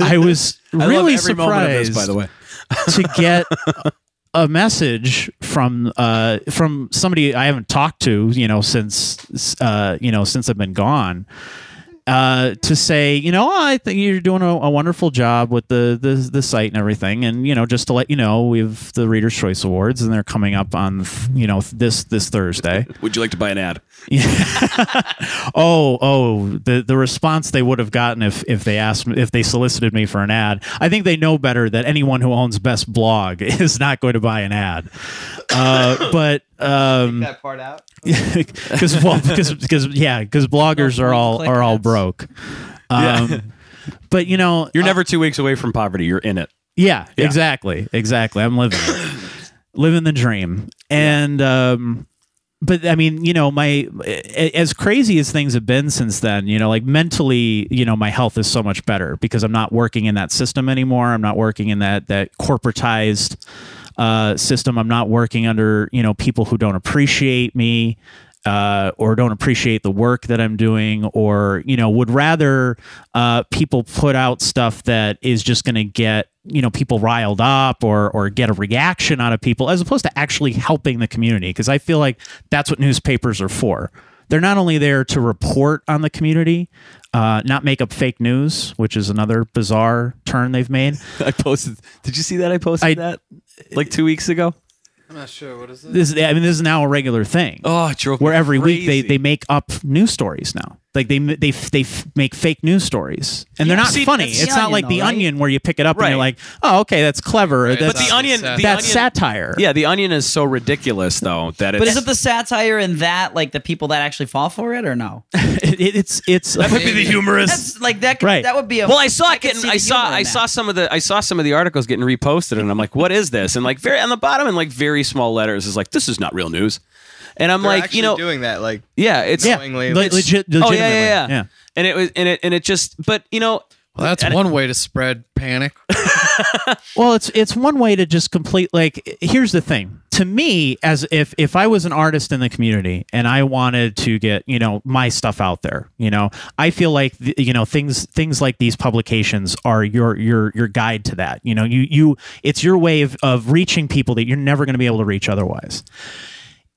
[SPEAKER 1] I was
[SPEAKER 3] [LAUGHS] I
[SPEAKER 1] really
[SPEAKER 3] love every
[SPEAKER 1] surprised
[SPEAKER 3] moment of this, by the way.
[SPEAKER 1] to get a message from uh, from somebody I haven't talked to, you know, since uh, you know since I've been gone. uh, to say, you know, "Oh, I think you're doing a, a wonderful job with the, the the site and everything, and you know, just to let you know, we have the Readers' Choice Awards, and they're coming up on you know this this Thursday.
[SPEAKER 3] Would you like to buy an ad?
[SPEAKER 1] [LAUGHS] oh, oh, the the response they would have gotten if if they asked me- if they solicited me for an ad. I think they know better that anyone who owns Best Blog [LAUGHS] is not going to buy an ad. Uh, but um,
[SPEAKER 4] that part out.
[SPEAKER 1] [LAUGHS] because well, because because yeah, because bloggers are all are all broke. Um, But you know,
[SPEAKER 3] You're never two weeks away from poverty. You're in it.
[SPEAKER 1] yeah, exactly, exactly. I'm living, it. living the dream, and um, but I mean, you know, my a- as crazy as things have been since then, you know, like mentally, you know, my health is so much better because I'm not working in that system anymore. I'm not working in that that corporatized uh, system. I'm not working under you know people who don't appreciate me. Uh, or don't appreciate the work that I'm doing, or you know, would rather uh, people put out stuff that is just going to get you know people riled up or or get a reaction out of people, as opposed to actually helping the community. Because I feel like that's what newspapers are for. They're not only there to report on the community, uh, not make up fake news, which is another bizarre turn they've made.
[SPEAKER 3] I posted. Did you see that? I posted
[SPEAKER 1] I-
[SPEAKER 3] that like two weeks ago.
[SPEAKER 5] I'm not sure. What is
[SPEAKER 1] This, is- I mean, this is now a regular thing.
[SPEAKER 3] Oh, it drove me
[SPEAKER 1] where every week they,
[SPEAKER 3] crazy.
[SPEAKER 1] they make up news stories now. Like they they they f- make fake news stories, and they're not
[SPEAKER 3] see,
[SPEAKER 1] funny.
[SPEAKER 3] that's
[SPEAKER 1] It's
[SPEAKER 3] The
[SPEAKER 1] not
[SPEAKER 4] Onion,
[SPEAKER 1] like the
[SPEAKER 4] though, right?
[SPEAKER 1] Onion where you pick it up and
[SPEAKER 3] Right.
[SPEAKER 1] you're like, oh, okay, that's clever.
[SPEAKER 5] But
[SPEAKER 1] That's,
[SPEAKER 3] But the onion, the
[SPEAKER 1] that's
[SPEAKER 3] onion,
[SPEAKER 1] satire.
[SPEAKER 3] Yeah, the onion is so ridiculous though that it's.
[SPEAKER 4] But
[SPEAKER 3] [LAUGHS]
[SPEAKER 4] isn't the satire in that like the people that actually fall for it or no?
[SPEAKER 1] [LAUGHS] It- it's it's
[SPEAKER 3] that would be the humorous.
[SPEAKER 4] That's like that. Could,
[SPEAKER 1] Right.
[SPEAKER 4] That would be a.
[SPEAKER 3] Well, I saw it
[SPEAKER 4] could
[SPEAKER 3] getting.
[SPEAKER 4] see the
[SPEAKER 3] I saw.
[SPEAKER 4] humor in
[SPEAKER 3] I
[SPEAKER 4] that.
[SPEAKER 3] saw some of the. I saw some of the articles getting reposted, and I'm like, "What is this?" And like very on the bottom in like very small letters is like, "This is not real news," and I'm
[SPEAKER 7] They're
[SPEAKER 3] like, you
[SPEAKER 7] actually
[SPEAKER 3] know,
[SPEAKER 7] doing that like
[SPEAKER 3] yeah, it's
[SPEAKER 1] yeah,
[SPEAKER 7] knowingly,
[SPEAKER 1] le-
[SPEAKER 7] it's-
[SPEAKER 1] legit,
[SPEAKER 3] oh
[SPEAKER 1] legitimately.
[SPEAKER 3] yeah, yeah, yeah, and it was and it and it just, but you know,
[SPEAKER 5] Well, that's
[SPEAKER 3] and-
[SPEAKER 5] one way to spread panic.
[SPEAKER 1] Well, it's it's one way to just complete. Like, here's the thing. To me, as if if I was an artist in the community and I wanted to get you know my stuff out there, you know, I feel like th- you know things things like these publications are your your your guide to that. You know, you you it's your way of, of reaching people that you're never going to be able to reach otherwise.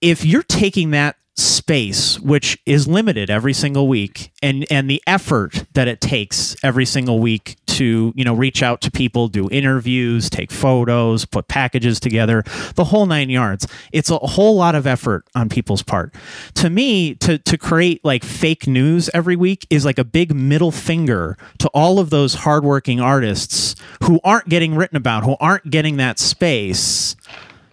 [SPEAKER 1] if you're taking that space which is limited every single week and and the effort that it takes every single week to you know reach out to people do interviews take photos put packages together the whole nine yards it's a whole lot of effort on people's part to me to to create like fake news every week is like a big middle finger to all of those hardworking artists who aren't getting written about who aren't getting that space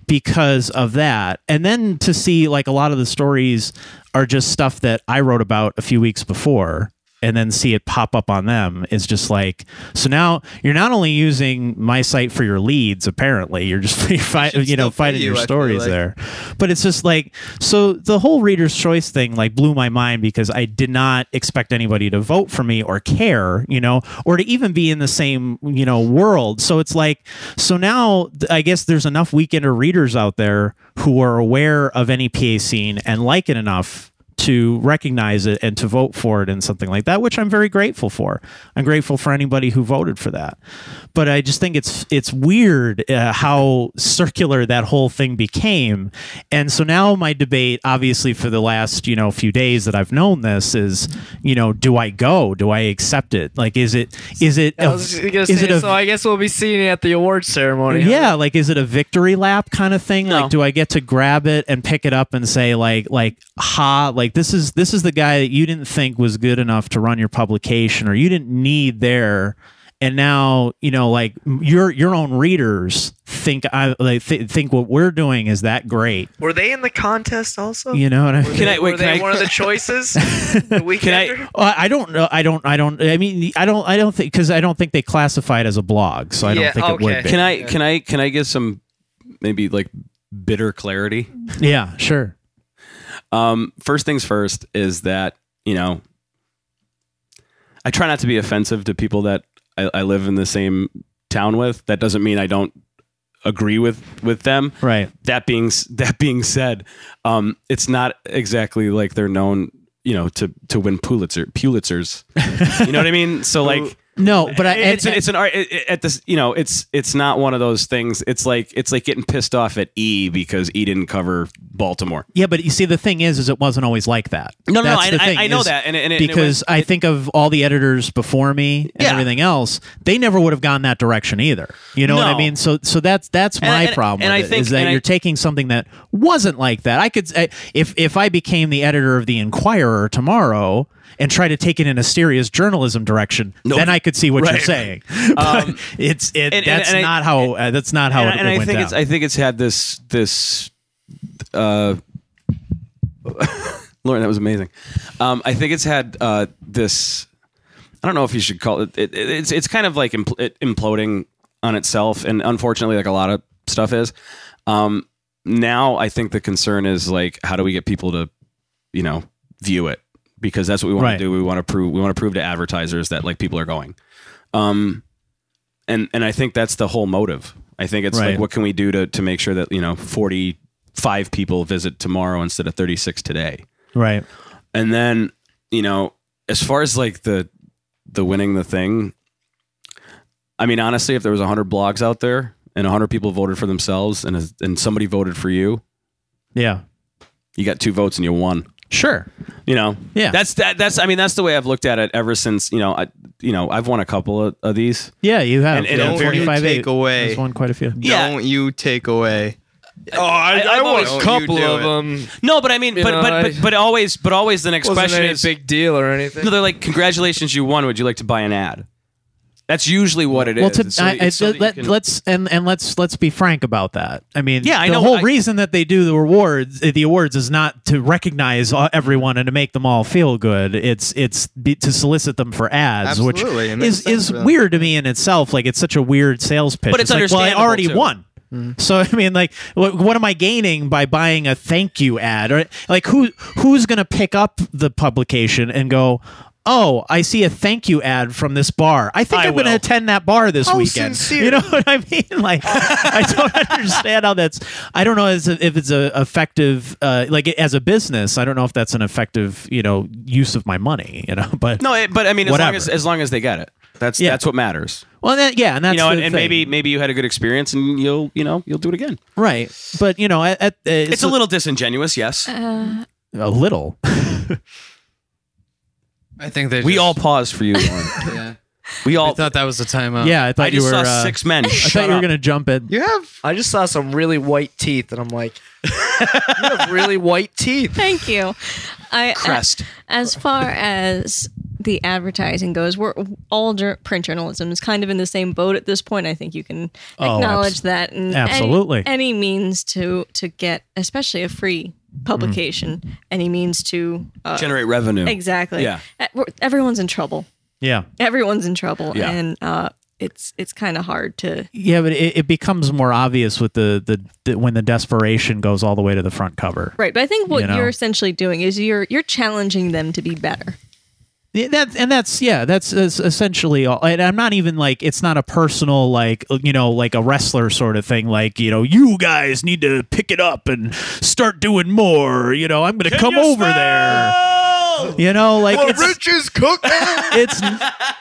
[SPEAKER 1] because of that. And then to see like a lot of the stories are just stuff that I wrote about a few weeks before and then see it pop up on them is just like so now you're not only using my site for your leads apparently you're just [LAUGHS] you're fi- you
[SPEAKER 7] still
[SPEAKER 1] know
[SPEAKER 7] pay
[SPEAKER 1] fighting
[SPEAKER 7] you,
[SPEAKER 1] your
[SPEAKER 7] I feel
[SPEAKER 1] stories
[SPEAKER 7] like.
[SPEAKER 1] there but it's just like so the whole reader's choice thing like blew my mind because i did not expect anybody to vote for me or care you know or to even be in the same you know world so it's like so now th- i guess there's enough weekender readers out there who are aware of any pa scene and like it enough to recognize it and to vote for it and something like that, which I'm very grateful for. I'm grateful for anybody who voted for that. But I just think it's it's weird uh, how circular that whole thing became. And so now my debate, obviously, for the last you know few days that I've known this is, you know, do I go? Do I accept it? Like, is it is it
[SPEAKER 6] I
[SPEAKER 1] a-
[SPEAKER 6] was just gonna
[SPEAKER 1] is
[SPEAKER 6] say,
[SPEAKER 1] it a
[SPEAKER 6] so I guess we'll be seeing you at the award ceremony. huh?
[SPEAKER 1] yeah, like is it a victory lap kind of thing?
[SPEAKER 3] No.
[SPEAKER 1] Like do I get to grab it and pick it up and say like like ha, like this is this is the guy that you didn't think was good enough to run your publication or you didn't need there and now, you know, like m- your your own readers think I like, th- think what we're doing is that great.
[SPEAKER 6] Were they in the contest
[SPEAKER 8] Oh.
[SPEAKER 6] also?
[SPEAKER 1] You know what I mean?
[SPEAKER 3] Can I wait?
[SPEAKER 6] Were
[SPEAKER 3] Can
[SPEAKER 6] they
[SPEAKER 3] I,
[SPEAKER 6] one of the
[SPEAKER 1] [LAUGHS]
[SPEAKER 6] choices? the weekend.
[SPEAKER 1] Uh, I don't know. I don't. I don't. I mean, I don't. I don't think because I don't think they classify it as a blog, so I
[SPEAKER 6] Yeah,
[SPEAKER 1] don't think it
[SPEAKER 6] okay.
[SPEAKER 1] would be.
[SPEAKER 3] can I? Can I? Can I give some maybe like bitter clarity?
[SPEAKER 1] yeah, sure.
[SPEAKER 3] Um, first things first is that you know, I try not to be offensive to people that I, I live in the same town with. That doesn't mean I don't agree with with them.
[SPEAKER 1] Right.
[SPEAKER 3] That being s- that being said, um, it's not exactly like they're known, you know, to to win Pulitzer
[SPEAKER 1] [LAUGHS]
[SPEAKER 3] Pulitzers. you know what I mean? So like.
[SPEAKER 1] No, but I. and-
[SPEAKER 3] it's an, it's an art it- it- at this you know it's it's not one of those things it's like it's like getting pissed off at E because E didn't cover Baltimore.
[SPEAKER 1] Yeah, but you see, the thing is, is it wasn't always like that.
[SPEAKER 3] No, no, no,
[SPEAKER 1] That's
[SPEAKER 3] I-
[SPEAKER 1] the
[SPEAKER 3] I-
[SPEAKER 1] thing
[SPEAKER 3] I know
[SPEAKER 1] is
[SPEAKER 3] that, and it- and it- and it
[SPEAKER 1] because
[SPEAKER 3] was-
[SPEAKER 1] I think of all the editors before me and
[SPEAKER 3] Yeah.
[SPEAKER 1] everything else, they never would have gone that direction either. You know what I
[SPEAKER 3] No.
[SPEAKER 1] mean? So, so that's that's
[SPEAKER 3] And-
[SPEAKER 1] my
[SPEAKER 3] and-
[SPEAKER 1] problem.
[SPEAKER 3] and
[SPEAKER 1] with
[SPEAKER 3] I
[SPEAKER 1] it,
[SPEAKER 3] think-
[SPEAKER 1] is that
[SPEAKER 3] and I-
[SPEAKER 1] you're taking something that wasn't like that. I could, I, if if I became the editor of the Inquirer tomorrow and try to take it in a serious journalism direction,
[SPEAKER 3] No.
[SPEAKER 1] then I could see what
[SPEAKER 3] Right. Um,
[SPEAKER 1] you're
[SPEAKER 3] [LAUGHS]
[SPEAKER 1] saying. [LAUGHS] But it's it.
[SPEAKER 3] and- and-
[SPEAKER 1] that's
[SPEAKER 3] and I-
[SPEAKER 1] not how. uh, that's not how
[SPEAKER 3] and,
[SPEAKER 1] it,
[SPEAKER 3] and
[SPEAKER 1] it
[SPEAKER 3] I
[SPEAKER 1] went
[SPEAKER 3] think
[SPEAKER 1] down.
[SPEAKER 3] it's I think it's had this this uh [LAUGHS] Lauren, that was amazing. Um, I think it's had uh, this. I don't know if you should call it. it, it- it's it's kind of like impl- it imploding on itself, and unfortunately, like a lot of stuff is. Um, now, I think the concern is like, how do we get people to, you know, view it? Because that's what we want
[SPEAKER 1] Right.
[SPEAKER 3] to do. We want to prove we want to prove to advertisers that like people are going. Um, and and I think that's the whole motive. I think it's
[SPEAKER 1] Right.
[SPEAKER 3] like, what can we do to to make sure that you know forty five people visit tomorrow instead of thirty six today?
[SPEAKER 1] right.
[SPEAKER 3] And then, you know, as far as like the the winning the thing, I mean, honestly, if there was 100 blogs out there and 100 people voted for themselves and and somebody voted for you,
[SPEAKER 1] Yeah.
[SPEAKER 3] you got two votes and you won.
[SPEAKER 1] Sure.
[SPEAKER 3] You know,
[SPEAKER 1] Yeah.
[SPEAKER 3] That's that. That's I mean, that's the way I've looked at it ever since. You know, I you know I've won a couple of, of these.
[SPEAKER 1] Yeah, you have.
[SPEAKER 3] And- and
[SPEAKER 1] yeah,
[SPEAKER 3] don't you
[SPEAKER 1] 45
[SPEAKER 7] take
[SPEAKER 1] eight.
[SPEAKER 7] away-
[SPEAKER 1] There's one quite a few.
[SPEAKER 3] Yeah.
[SPEAKER 7] Don't you take away.
[SPEAKER 8] Oh,
[SPEAKER 3] I-
[SPEAKER 8] I, I,
[SPEAKER 3] I've
[SPEAKER 8] want
[SPEAKER 7] always-
[SPEAKER 8] a couple
[SPEAKER 7] You do
[SPEAKER 8] of
[SPEAKER 7] it.
[SPEAKER 8] them.
[SPEAKER 3] No, but I mean,
[SPEAKER 8] You
[SPEAKER 3] but
[SPEAKER 8] know,
[SPEAKER 3] but,
[SPEAKER 8] I-
[SPEAKER 3] but but always but always the next
[SPEAKER 8] Wasn't
[SPEAKER 3] question
[SPEAKER 8] any
[SPEAKER 3] is
[SPEAKER 8] big deal or anything.
[SPEAKER 3] [LAUGHS] no, they're like congratulations you won. Would you like to buy an ad? That's usually what it is.
[SPEAKER 1] Well, to,
[SPEAKER 3] So
[SPEAKER 1] I,
[SPEAKER 3] that-
[SPEAKER 1] I,
[SPEAKER 3] so that you
[SPEAKER 1] let,
[SPEAKER 3] can-
[SPEAKER 1] us and and let's let's be frank about that. I mean,
[SPEAKER 3] Yeah, I
[SPEAKER 1] the
[SPEAKER 3] know,
[SPEAKER 1] whole
[SPEAKER 3] I-
[SPEAKER 1] reason that they do the awards, the awards, is not to recognize all- everyone and to make them all feel good. It's it's be, to solicit them for ads,
[SPEAKER 7] Absolutely, it
[SPEAKER 1] which
[SPEAKER 7] makes
[SPEAKER 1] is
[SPEAKER 7] sense
[SPEAKER 1] is
[SPEAKER 7] for them.
[SPEAKER 1] weird to me in itself. Like it's such a weird sales pitch.
[SPEAKER 3] But it's
[SPEAKER 1] like, well, I
[SPEAKER 3] understandable,
[SPEAKER 1] already
[SPEAKER 3] too.
[SPEAKER 1] won. So I mean, like, what, what am I gaining by buying a thank you ad? Or like, who who's gonna pick up the publication and go? Oh, I see a thank you ad from this bar. I think I
[SPEAKER 3] I
[SPEAKER 1] am going to
[SPEAKER 3] will." Oh,
[SPEAKER 1] attend that bar this
[SPEAKER 7] How
[SPEAKER 1] weekend.
[SPEAKER 7] sincere.
[SPEAKER 1] You know what I mean? [LAUGHS] Like, I
[SPEAKER 3] [LAUGHS]
[SPEAKER 1] don't understand how that's. I don't know as a, if it's a effective, uh, like as a business. I don't know if that's an effective, you know, use of my money. You know, but
[SPEAKER 3] no, it, but I mean, as long
[SPEAKER 1] Whatever.
[SPEAKER 3] as as long as they get it, that's
[SPEAKER 1] Yeah.
[SPEAKER 3] that's what matters.
[SPEAKER 1] well, that, yeah, and that's
[SPEAKER 3] you know,
[SPEAKER 1] the
[SPEAKER 3] and, and
[SPEAKER 1] thing.
[SPEAKER 3] maybe maybe you had a good experience, and you'll you know you'll do it again.
[SPEAKER 1] right, but you know, at, at, uh,
[SPEAKER 3] It's, a little disingenuous, yes.
[SPEAKER 1] a little.
[SPEAKER 5] I think they.
[SPEAKER 3] we
[SPEAKER 5] just-
[SPEAKER 3] all paused for you. Lauren.
[SPEAKER 5] Yeah.
[SPEAKER 1] [LAUGHS]
[SPEAKER 3] We [LAUGHS] all.
[SPEAKER 5] I thought that was a timeout.
[SPEAKER 1] yeah, I thought
[SPEAKER 3] I
[SPEAKER 1] you
[SPEAKER 3] just
[SPEAKER 1] were.
[SPEAKER 3] saw
[SPEAKER 1] uh,
[SPEAKER 3] six
[SPEAKER 1] [LAUGHS]
[SPEAKER 3] men.
[SPEAKER 1] I thought you were gonna jump it.
[SPEAKER 7] You have
[SPEAKER 8] I just saw some really white teeth, and I'm like, you have really white
[SPEAKER 5] [LAUGHS]
[SPEAKER 8] teeth.
[SPEAKER 2] Thank you. I
[SPEAKER 1] [LAUGHS]
[SPEAKER 3] crest.
[SPEAKER 2] as far as the advertising goes, we're all jour- print journalism is kind of in the same boat at this point. I think you can
[SPEAKER 1] Oh,
[SPEAKER 2] acknowledge
[SPEAKER 1] abs-
[SPEAKER 2] that. And any-
[SPEAKER 1] absolutely.
[SPEAKER 2] any, means to to get, especially a free publication, any means to uh,
[SPEAKER 3] generate revenue.
[SPEAKER 2] exactly.
[SPEAKER 3] Yeah.
[SPEAKER 2] E- we're- Everyone's in trouble.
[SPEAKER 1] Yeah,
[SPEAKER 2] Everyone's in trouble,
[SPEAKER 3] Yeah.
[SPEAKER 2] and uh, it's it's kind of hard to.
[SPEAKER 1] yeah, but it, it becomes more obvious with the, the the when the desperation goes all the way to the front cover.
[SPEAKER 2] Right, but I think what
[SPEAKER 1] You know.
[SPEAKER 2] you're essentially doing is you're you're challenging them to be better.
[SPEAKER 1] Yeah, that and that's yeah, that's, that's essentially all. And I'm not even like it's not a personal like you know like a wrestler sort of thing. Like you know you guys need to pick it up and start doing more. You know I'm gonna come over there. You know like it's,
[SPEAKER 7] Rich's cook.
[SPEAKER 1] [LAUGHS] it's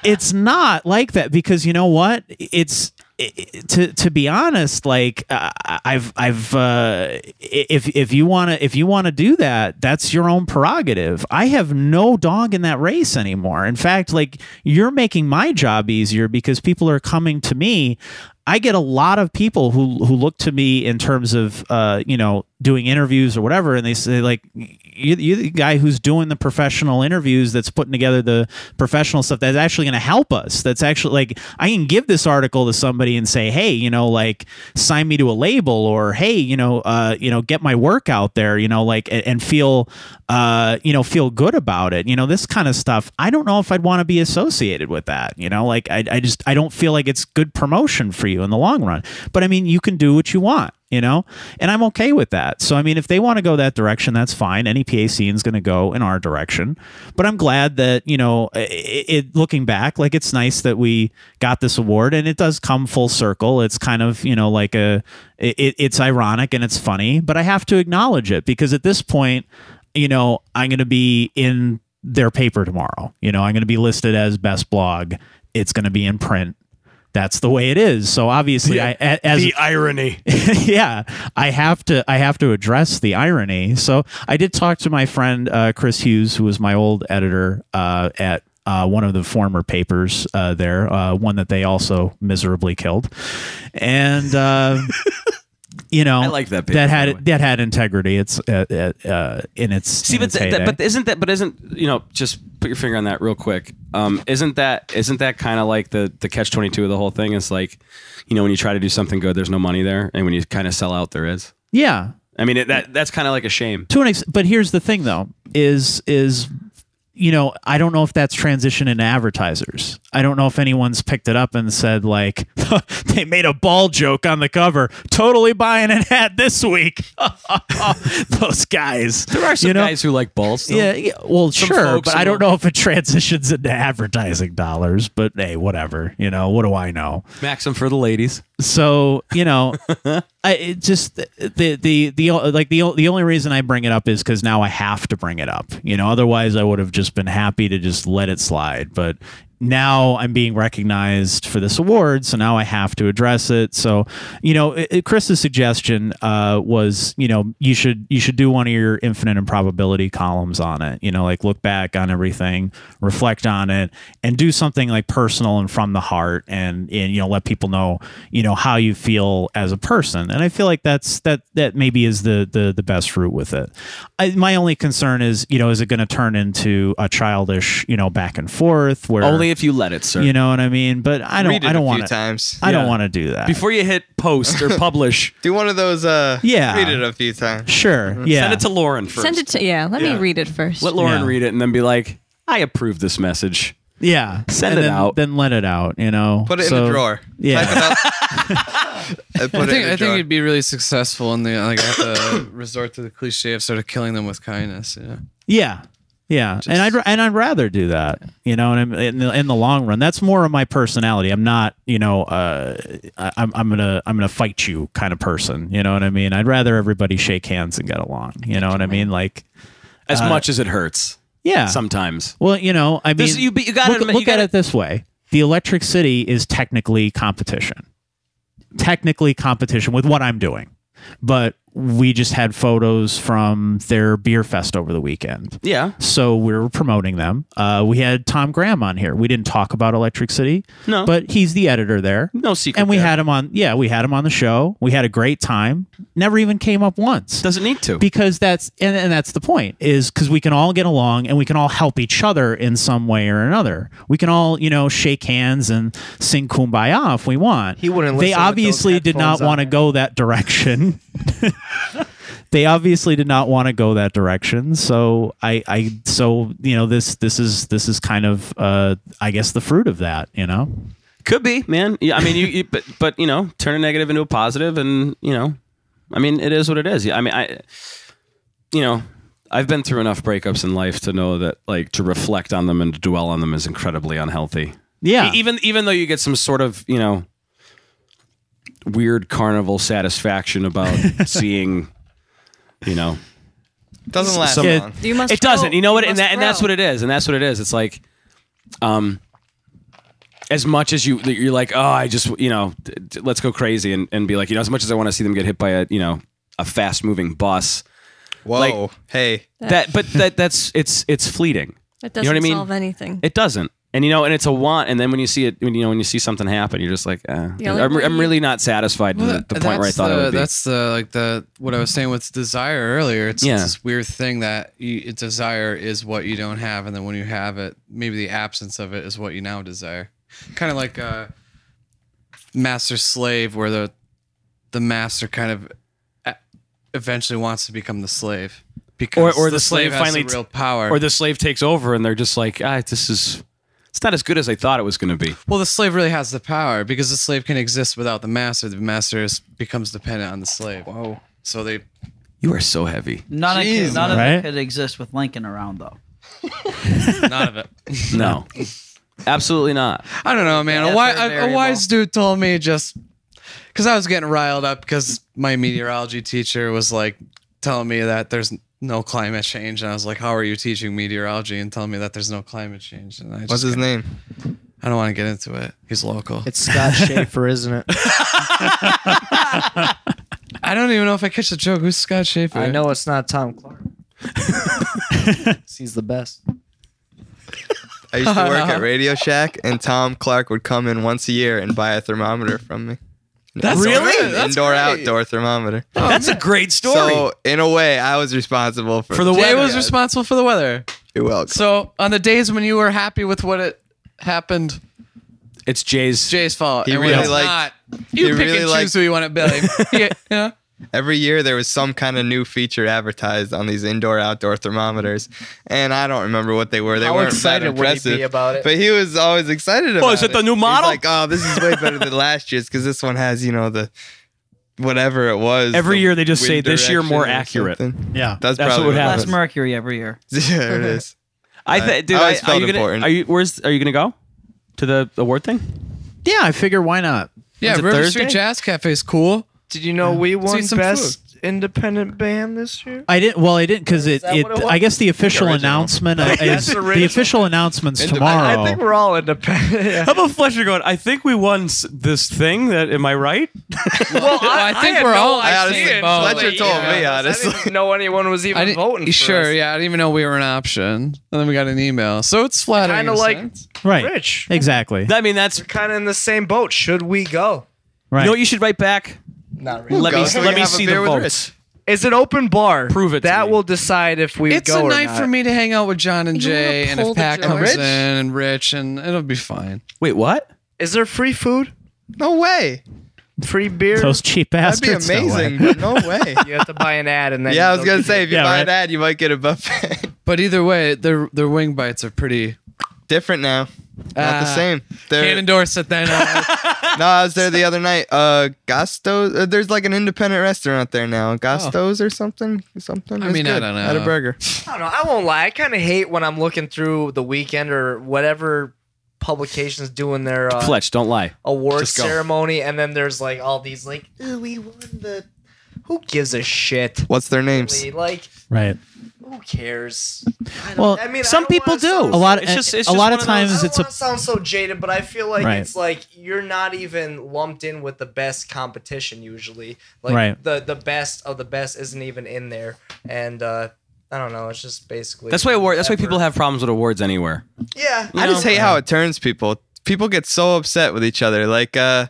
[SPEAKER 1] it's not like that because you know what it's i- i- to to be honest like uh, i've i've uh, i- if if you want to if you want to do that that's your own prerogative i have no dog in that race anymore in fact like you're making my job easier because people are coming to me I get a lot of people who who look to me in terms of uh, you know doing interviews or whatever, and they say like, you, "You're the guy who's doing the professional interviews, that's putting together the professional stuff that's actually going to help us. That's actually like I can give this article to somebody and say, hey, you know, like sign me to a label, or hey, you know, uh, you know, get my work out there, you know, like a- and feel, uh, you know, feel good about it. You know, this kind of stuff. I don't know if I'd want to be associated with that. You know, like I, I just I don't feel like it's good promotion for you in the long run. But I mean, you can do what you want. You know, and I'm okay with that. So I mean, if they want to go that direction, that's fine. Any PA scene is going to go in our direction. But I'm glad that you know, i it looking back, like it's nice that we got this award, and it does come full circle. It's kind of you know like a it, it's ironic and it's funny, but I have to acknowledge it because at this point, you know, I'm going to be in their paper tomorrow. You know, I'm going to be listed as best blog. It's going to be in print. that's the way it is. So obviously, I a- as
[SPEAKER 3] the irony.
[SPEAKER 1] [LAUGHS] yeah, I have to I have to address the irony. So I did talk to my friend uh, Chris Hughes, who was my old editor uh, at uh, one of the former papers uh, there, uh, one that they also miserably killed, and
[SPEAKER 3] [LAUGHS]
[SPEAKER 1] uh, you know
[SPEAKER 3] I like that paper,
[SPEAKER 1] that
[SPEAKER 3] by the way.
[SPEAKER 1] had that had integrity. It's uh, uh, uh, in its
[SPEAKER 3] See,
[SPEAKER 1] in
[SPEAKER 3] but
[SPEAKER 1] its
[SPEAKER 3] th- that,
[SPEAKER 1] heyday.
[SPEAKER 3] but isn't that but isn't you know just put your finger on that real quick. Um, isn't that isn't that kind of like the the catch twenty two of the whole thing? It's like, you know, when you try to do something good, there's no money there, and when you kind of sell out, there is.
[SPEAKER 1] yeah,
[SPEAKER 3] I mean, it, that that's kind of like a shame.
[SPEAKER 1] to an extent but here's the thing though is is you know i don't know if that's transition into advertisers i don't know if anyone's picked it up and said like [LAUGHS] they made a ball joke on the cover totally buying an ad this week [LAUGHS] those guys
[SPEAKER 3] There are some
[SPEAKER 1] you know?
[SPEAKER 3] guys who like balls. Still.
[SPEAKER 1] yeah, yeah, well, sure,
[SPEAKER 3] folks
[SPEAKER 1] but I
[SPEAKER 3] who-
[SPEAKER 1] don't know if it [LAUGHS] transitions into advertising dollars. But hey, whatever, you know, what do I know?
[SPEAKER 3] Maxim for the ladies.
[SPEAKER 1] so you know I, it just the the the like the the only reason i bring it up is because now i have to bring it up you know otherwise i would have just been happy to just let it slide but now i'm being recognized for this award so now i have to address it so you know it, it- chris's suggestion uh, was you know you should you should do one of your infinite improbability columns on it you know like look back on everything reflect on it and do something like personal and from the heart and and you know let people know you know how you feel as a person and i feel like that's that that maybe is the the, the best route with it I, my only concern is you know is it going to turn into a childish you know back and forth where
[SPEAKER 3] Only if you let it, sir.
[SPEAKER 1] you know what i mean but i don't
[SPEAKER 7] Read it
[SPEAKER 1] i don't
[SPEAKER 7] a
[SPEAKER 1] want
[SPEAKER 7] few
[SPEAKER 1] to
[SPEAKER 7] times.
[SPEAKER 1] i don't
[SPEAKER 3] Yeah.
[SPEAKER 1] want to do that
[SPEAKER 3] [LAUGHS] Before you hit post or publish,
[SPEAKER 7] Do one of those. Uh,
[SPEAKER 1] Yeah.
[SPEAKER 7] Read it a few times.
[SPEAKER 1] sure [LAUGHS] yeah
[SPEAKER 3] send it to Lauren first.
[SPEAKER 2] Send it to yeah. Let
[SPEAKER 3] Yeah.
[SPEAKER 2] me read it first.
[SPEAKER 3] let Lauren
[SPEAKER 1] Yeah.
[SPEAKER 3] read it and then be like, I approve this message.
[SPEAKER 1] yeah
[SPEAKER 3] Send
[SPEAKER 1] And
[SPEAKER 3] it
[SPEAKER 1] then-
[SPEAKER 3] out.
[SPEAKER 1] then let it out you know
[SPEAKER 7] Put it in
[SPEAKER 1] So-
[SPEAKER 7] a drawer.
[SPEAKER 1] yeah.
[SPEAKER 7] Type it up.
[SPEAKER 1] [LAUGHS]
[SPEAKER 7] and put
[SPEAKER 5] I
[SPEAKER 7] it
[SPEAKER 5] think
[SPEAKER 7] in a
[SPEAKER 5] I think
[SPEAKER 7] drawer.
[SPEAKER 5] it'd be really successful, and they like have to resort to the [COUGHS] cliche of sort of killing them with kindness. You know?
[SPEAKER 1] Yeah. Yeah, and I'd and I'd rather do that, you know, and I'm, in the in the long run, that's more of my personality. I'm not, you know, uh, I- I'm I'm gonna I'm gonna fight you kind of person, you know what I mean. I'd rather everybody shake hands and get along, you know what I mean. Like,
[SPEAKER 3] As much as it hurts
[SPEAKER 1] Uh, yeah,
[SPEAKER 3] sometimes.
[SPEAKER 1] well, you know, I mean,
[SPEAKER 3] This- you be- you gotta
[SPEAKER 1] look,
[SPEAKER 3] admit-
[SPEAKER 1] look
[SPEAKER 3] you gotta-
[SPEAKER 1] at it this way: the Electric City is technically competition, technically competition with what I'm doing, but we just had photos from their beer fest over the weekend.
[SPEAKER 3] Yeah.
[SPEAKER 1] So we were promoting them. Uh, we had Tom Graham on here. We didn't talk about Electric City,
[SPEAKER 3] No.
[SPEAKER 1] but he's the editor there.
[SPEAKER 3] No secret.
[SPEAKER 1] and we
[SPEAKER 3] there.
[SPEAKER 1] had him on. Yeah, we had him on the show. We had a great time. Never even came up once
[SPEAKER 3] doesn't need to.
[SPEAKER 1] because that's and, and that's the point is because we can all get along and we can all help each other in some way or another we can all you know shake hands and sing kumbaya if we want
[SPEAKER 6] He wouldn't
[SPEAKER 1] they
[SPEAKER 6] listen with
[SPEAKER 1] obviously
[SPEAKER 6] those
[SPEAKER 1] did not
[SPEAKER 6] headphones on.
[SPEAKER 1] want to go that direction [LAUGHS] they obviously did not want to go that direction so i i so you know this this is this is kind of uh i guess the fruit of that you know
[SPEAKER 3] Could be, man. Yeah, I mean, you, you but but you know, turn a negative into a positive, and you know, I mean, it is what it is. Yeah, I mean, I, you know, I've been through enough breakups in life to know that like to reflect on them and to dwell on them is incredibly unhealthy.
[SPEAKER 1] yeah
[SPEAKER 3] E- Even even though you get some sort of you know weird carnival satisfaction about seeing, you know,
[SPEAKER 7] Doesn't last
[SPEAKER 3] some-
[SPEAKER 1] Yeah.
[SPEAKER 7] long.
[SPEAKER 2] You must
[SPEAKER 3] it doesn't.
[SPEAKER 2] grow.
[SPEAKER 3] You know what? And,
[SPEAKER 2] must
[SPEAKER 3] that, and that's
[SPEAKER 2] grow.
[SPEAKER 3] what it is. And that's what it is. It's like, um, as much as you, you're like, oh, I just, you know, d- d- let's go crazy and, and be like, you know, as much as I want to see them get hit by a, you know, a fast moving bus.
[SPEAKER 7] Whoa.
[SPEAKER 3] Like-
[SPEAKER 7] hey.
[SPEAKER 3] That, but that, that's it's it's fleeting.
[SPEAKER 2] That
[SPEAKER 3] You
[SPEAKER 2] doesn't
[SPEAKER 3] know what I mean?
[SPEAKER 2] solve anything.
[SPEAKER 3] It doesn't. And you know, and it's a want. And then when you see it, when you know, when you see something happen, you're just like, eh. I'm,
[SPEAKER 2] The only way
[SPEAKER 3] I'm
[SPEAKER 2] you-
[SPEAKER 3] really not satisfied to the, the point where I
[SPEAKER 5] that's
[SPEAKER 3] thought
[SPEAKER 5] the,
[SPEAKER 3] I would be.
[SPEAKER 5] That's the like the what I was saying with desire earlier. It's, it's
[SPEAKER 3] Yeah.
[SPEAKER 5] this weird thing that you, it- desire is what you don't have, and then when you have it, maybe the absence of it is what you now desire. Kind of like uh, master slave, where the the master kind of e- eventually wants to become the slave because
[SPEAKER 3] or the slave
[SPEAKER 5] has
[SPEAKER 3] finally
[SPEAKER 5] the
[SPEAKER 3] t-
[SPEAKER 5] real power.
[SPEAKER 3] or the slave takes over, and they're just like, ah, this is. It's not as good as I thought it was going to be.
[SPEAKER 5] well, the slave really has the power because the slave can exist without the master. The master is, becomes dependent on the slave. Whoa. So they
[SPEAKER 3] You are so heavy.
[SPEAKER 4] None, of, none
[SPEAKER 1] Right?
[SPEAKER 4] of it could exist with Lincoln around, though.
[SPEAKER 5] none of it.
[SPEAKER 3] No, absolutely not.
[SPEAKER 5] I don't know, man.
[SPEAKER 4] Yeah,
[SPEAKER 5] a, wi-
[SPEAKER 4] third
[SPEAKER 5] a, a wise dude told me just because I was getting riled up because my meteorology teacher was like telling me that there's no climate change, and I was like, "How are you teaching meteorology and telling me that there's no climate change?" And I just
[SPEAKER 7] What's his
[SPEAKER 5] kinda-
[SPEAKER 7] name?
[SPEAKER 5] I don't want to get into it. He's local.
[SPEAKER 10] It's Scott Schaefer, isn't
[SPEAKER 8] [LAUGHS]
[SPEAKER 10] it?
[SPEAKER 5] I don't even know if I catch the joke. Who's Scott Schaefer?
[SPEAKER 10] I know it's not Tom Clark. He's the best.
[SPEAKER 7] I used to work
[SPEAKER 3] [LAUGHS]
[SPEAKER 7] at Radio Shack, and Tom Clark would come in once a year and buy a thermometer from me.
[SPEAKER 5] That's
[SPEAKER 7] An
[SPEAKER 5] really? That's
[SPEAKER 7] indoor
[SPEAKER 5] great.
[SPEAKER 7] outdoor thermometer.
[SPEAKER 3] That's a great story.
[SPEAKER 7] So in a way, I was responsible for,
[SPEAKER 3] For the
[SPEAKER 5] Jay
[SPEAKER 3] weather.
[SPEAKER 5] was responsible for the weather.
[SPEAKER 7] You're welcome.
[SPEAKER 5] So on the days when you were happy with what it happened,
[SPEAKER 3] it's Jay's.
[SPEAKER 7] uh,
[SPEAKER 5] Jay's fault.
[SPEAKER 7] He
[SPEAKER 5] and when
[SPEAKER 7] really
[SPEAKER 5] it's
[SPEAKER 7] liked-
[SPEAKER 5] not, you
[SPEAKER 7] he
[SPEAKER 5] pick
[SPEAKER 7] really
[SPEAKER 5] and choose
[SPEAKER 7] liked-
[SPEAKER 5] who you want to
[SPEAKER 7] [LAUGHS]
[SPEAKER 5] blame. yeah, yeah.
[SPEAKER 7] Every year there was some kind of new feature advertised on these indoor outdoor thermometers, and I don't remember what they were. They
[SPEAKER 8] How
[SPEAKER 7] weren't
[SPEAKER 8] excited
[SPEAKER 7] that
[SPEAKER 8] would he
[SPEAKER 7] impressive
[SPEAKER 8] be about it?
[SPEAKER 7] But he was always excited about.
[SPEAKER 3] Oh, is it the new
[SPEAKER 7] He's
[SPEAKER 3] model?
[SPEAKER 7] like, oh, this is way
[SPEAKER 3] [LAUGHS]
[SPEAKER 7] better than last year's because this one has you know the whatever it was.
[SPEAKER 3] Every
[SPEAKER 7] the
[SPEAKER 3] year they just say,
[SPEAKER 7] wind
[SPEAKER 3] "This year
[SPEAKER 7] direction
[SPEAKER 3] more
[SPEAKER 7] or
[SPEAKER 3] accurate."
[SPEAKER 7] something."
[SPEAKER 1] Yeah.
[SPEAKER 7] That's,
[SPEAKER 3] That's
[SPEAKER 7] probably
[SPEAKER 3] what would
[SPEAKER 4] Less
[SPEAKER 3] happen.
[SPEAKER 7] [LAUGHS]
[SPEAKER 4] mercury every year.
[SPEAKER 7] yeah, there it is.
[SPEAKER 3] I
[SPEAKER 7] I-
[SPEAKER 3] th- dude,
[SPEAKER 7] I always
[SPEAKER 3] I-
[SPEAKER 7] felt
[SPEAKER 3] are you gonna,
[SPEAKER 7] important.
[SPEAKER 3] Are you where's are you gonna go to the award thing?
[SPEAKER 1] Yeah, I figure why not?
[SPEAKER 5] Yeah,
[SPEAKER 3] it
[SPEAKER 5] River
[SPEAKER 3] Thursday?
[SPEAKER 5] Street Jazz Cafe is cool.
[SPEAKER 8] Did you know we won
[SPEAKER 5] some
[SPEAKER 8] best independent band this year?
[SPEAKER 1] I didn't. Well, I didn't because it,
[SPEAKER 8] that
[SPEAKER 1] it,
[SPEAKER 8] what it was?
[SPEAKER 1] I guess the official
[SPEAKER 3] [LAUGHS]
[SPEAKER 7] original.
[SPEAKER 1] announcement is
[SPEAKER 8] the
[SPEAKER 1] the
[SPEAKER 8] original.
[SPEAKER 1] official announcements
[SPEAKER 8] I,
[SPEAKER 1] tomorrow.
[SPEAKER 8] I think we're all independent. [LAUGHS]
[SPEAKER 3] How about Fletcher going? I think we won s- this thing. That am I right?
[SPEAKER 8] Well,
[SPEAKER 5] I think we're all
[SPEAKER 7] I honestly
[SPEAKER 5] idea
[SPEAKER 7] both.
[SPEAKER 5] until
[SPEAKER 7] Fletcher
[SPEAKER 5] they
[SPEAKER 7] told
[SPEAKER 5] emailed
[SPEAKER 7] me
[SPEAKER 8] I
[SPEAKER 7] honestly.
[SPEAKER 8] didn't even know anyone was even
[SPEAKER 5] I didn't,
[SPEAKER 8] voting. For
[SPEAKER 5] sure, yeah. I didn't even know we were an option. And then we got an email. So it's flattering.
[SPEAKER 8] Kind
[SPEAKER 5] in
[SPEAKER 8] of
[SPEAKER 5] a
[SPEAKER 8] like
[SPEAKER 5] sense.
[SPEAKER 1] right.
[SPEAKER 8] Rich.
[SPEAKER 1] Exactly.
[SPEAKER 3] I mean, that's
[SPEAKER 8] Kind of in the same boat. Should we go?
[SPEAKER 1] right.
[SPEAKER 3] you know what you should write back.
[SPEAKER 8] Not really.
[SPEAKER 3] Let me
[SPEAKER 7] goes?
[SPEAKER 3] let me
[SPEAKER 7] Have a
[SPEAKER 3] see the
[SPEAKER 7] beer with
[SPEAKER 3] votes.
[SPEAKER 8] Is it open bar?
[SPEAKER 3] Prove it to
[SPEAKER 8] That
[SPEAKER 3] me.
[SPEAKER 8] will decide if we
[SPEAKER 5] It's
[SPEAKER 8] go
[SPEAKER 5] a
[SPEAKER 8] or
[SPEAKER 5] night
[SPEAKER 8] not.
[SPEAKER 5] for me to hang out with John and
[SPEAKER 2] You wanna
[SPEAKER 5] Jay, and
[SPEAKER 2] pull
[SPEAKER 5] if
[SPEAKER 2] the
[SPEAKER 5] Pat
[SPEAKER 2] joke. And
[SPEAKER 5] comes
[SPEAKER 7] Rich?
[SPEAKER 5] in, and Rich, and it'll be fine.
[SPEAKER 3] Wait, what?
[SPEAKER 8] Is there free food?
[SPEAKER 7] No
[SPEAKER 3] [LAUGHS]
[SPEAKER 7] way.
[SPEAKER 8] Free beer?
[SPEAKER 1] Those cheap
[SPEAKER 7] That'd be
[SPEAKER 1] bastards. no way.
[SPEAKER 7] amazing.
[SPEAKER 3] [LAUGHS]
[SPEAKER 7] but No way.
[SPEAKER 8] you have to buy an ad and then.
[SPEAKER 7] Yeah, I was gonna say if you
[SPEAKER 1] Yeah,
[SPEAKER 7] buy
[SPEAKER 1] right.
[SPEAKER 7] that, you might get a buffet.
[SPEAKER 5] But either way, their their wing bites are pretty.
[SPEAKER 7] [LAUGHS] Different now. Not the
[SPEAKER 5] Ah.
[SPEAKER 7] same. They're-
[SPEAKER 5] Can't endorse it then. uh,
[SPEAKER 7] [LAUGHS] no, I was there the other night. Uh, Gusto's. Uh, there's like an independent restaurant there
[SPEAKER 3] Oh.
[SPEAKER 7] now. Gusto's or something. Something.
[SPEAKER 5] I
[SPEAKER 7] It's
[SPEAKER 5] mean, I
[SPEAKER 7] good.
[SPEAKER 5] don't know.
[SPEAKER 7] Had a burger.
[SPEAKER 8] I don't know. I won't lie. I kind of hate when I'm looking through the weekend or whatever publications doing their uh,
[SPEAKER 3] Fletch, don't lie.
[SPEAKER 8] award
[SPEAKER 3] Just go.
[SPEAKER 8] ceremony, and then there's like all these like, "Ooh, we won the. Who gives a shit?
[SPEAKER 7] What's their names?
[SPEAKER 8] Really? Like,
[SPEAKER 1] Right.
[SPEAKER 8] who cares? I don't-
[SPEAKER 1] Well,
[SPEAKER 8] I
[SPEAKER 1] some
[SPEAKER 8] don't
[SPEAKER 1] people
[SPEAKER 8] wanna
[SPEAKER 1] do.
[SPEAKER 8] sound
[SPEAKER 1] A lot.
[SPEAKER 3] It's just- it's
[SPEAKER 1] a
[SPEAKER 3] just
[SPEAKER 1] lot of
[SPEAKER 3] one of those-
[SPEAKER 1] times
[SPEAKER 8] I don't
[SPEAKER 1] it's a
[SPEAKER 8] want to sound so jaded, but I feel like
[SPEAKER 1] Right.
[SPEAKER 8] it's like you're not even lumped in with the best competition usually. Like
[SPEAKER 1] Right.
[SPEAKER 8] the the best of the best isn't even in there, and uh, I don't know. It's just basically
[SPEAKER 3] That's why award, that's why people
[SPEAKER 8] effort.
[SPEAKER 3] have problems with awards anywhere.
[SPEAKER 8] Yeah, [LAUGHS]
[SPEAKER 7] I just hate how it turns people. People get so upset with each other. Like, uh,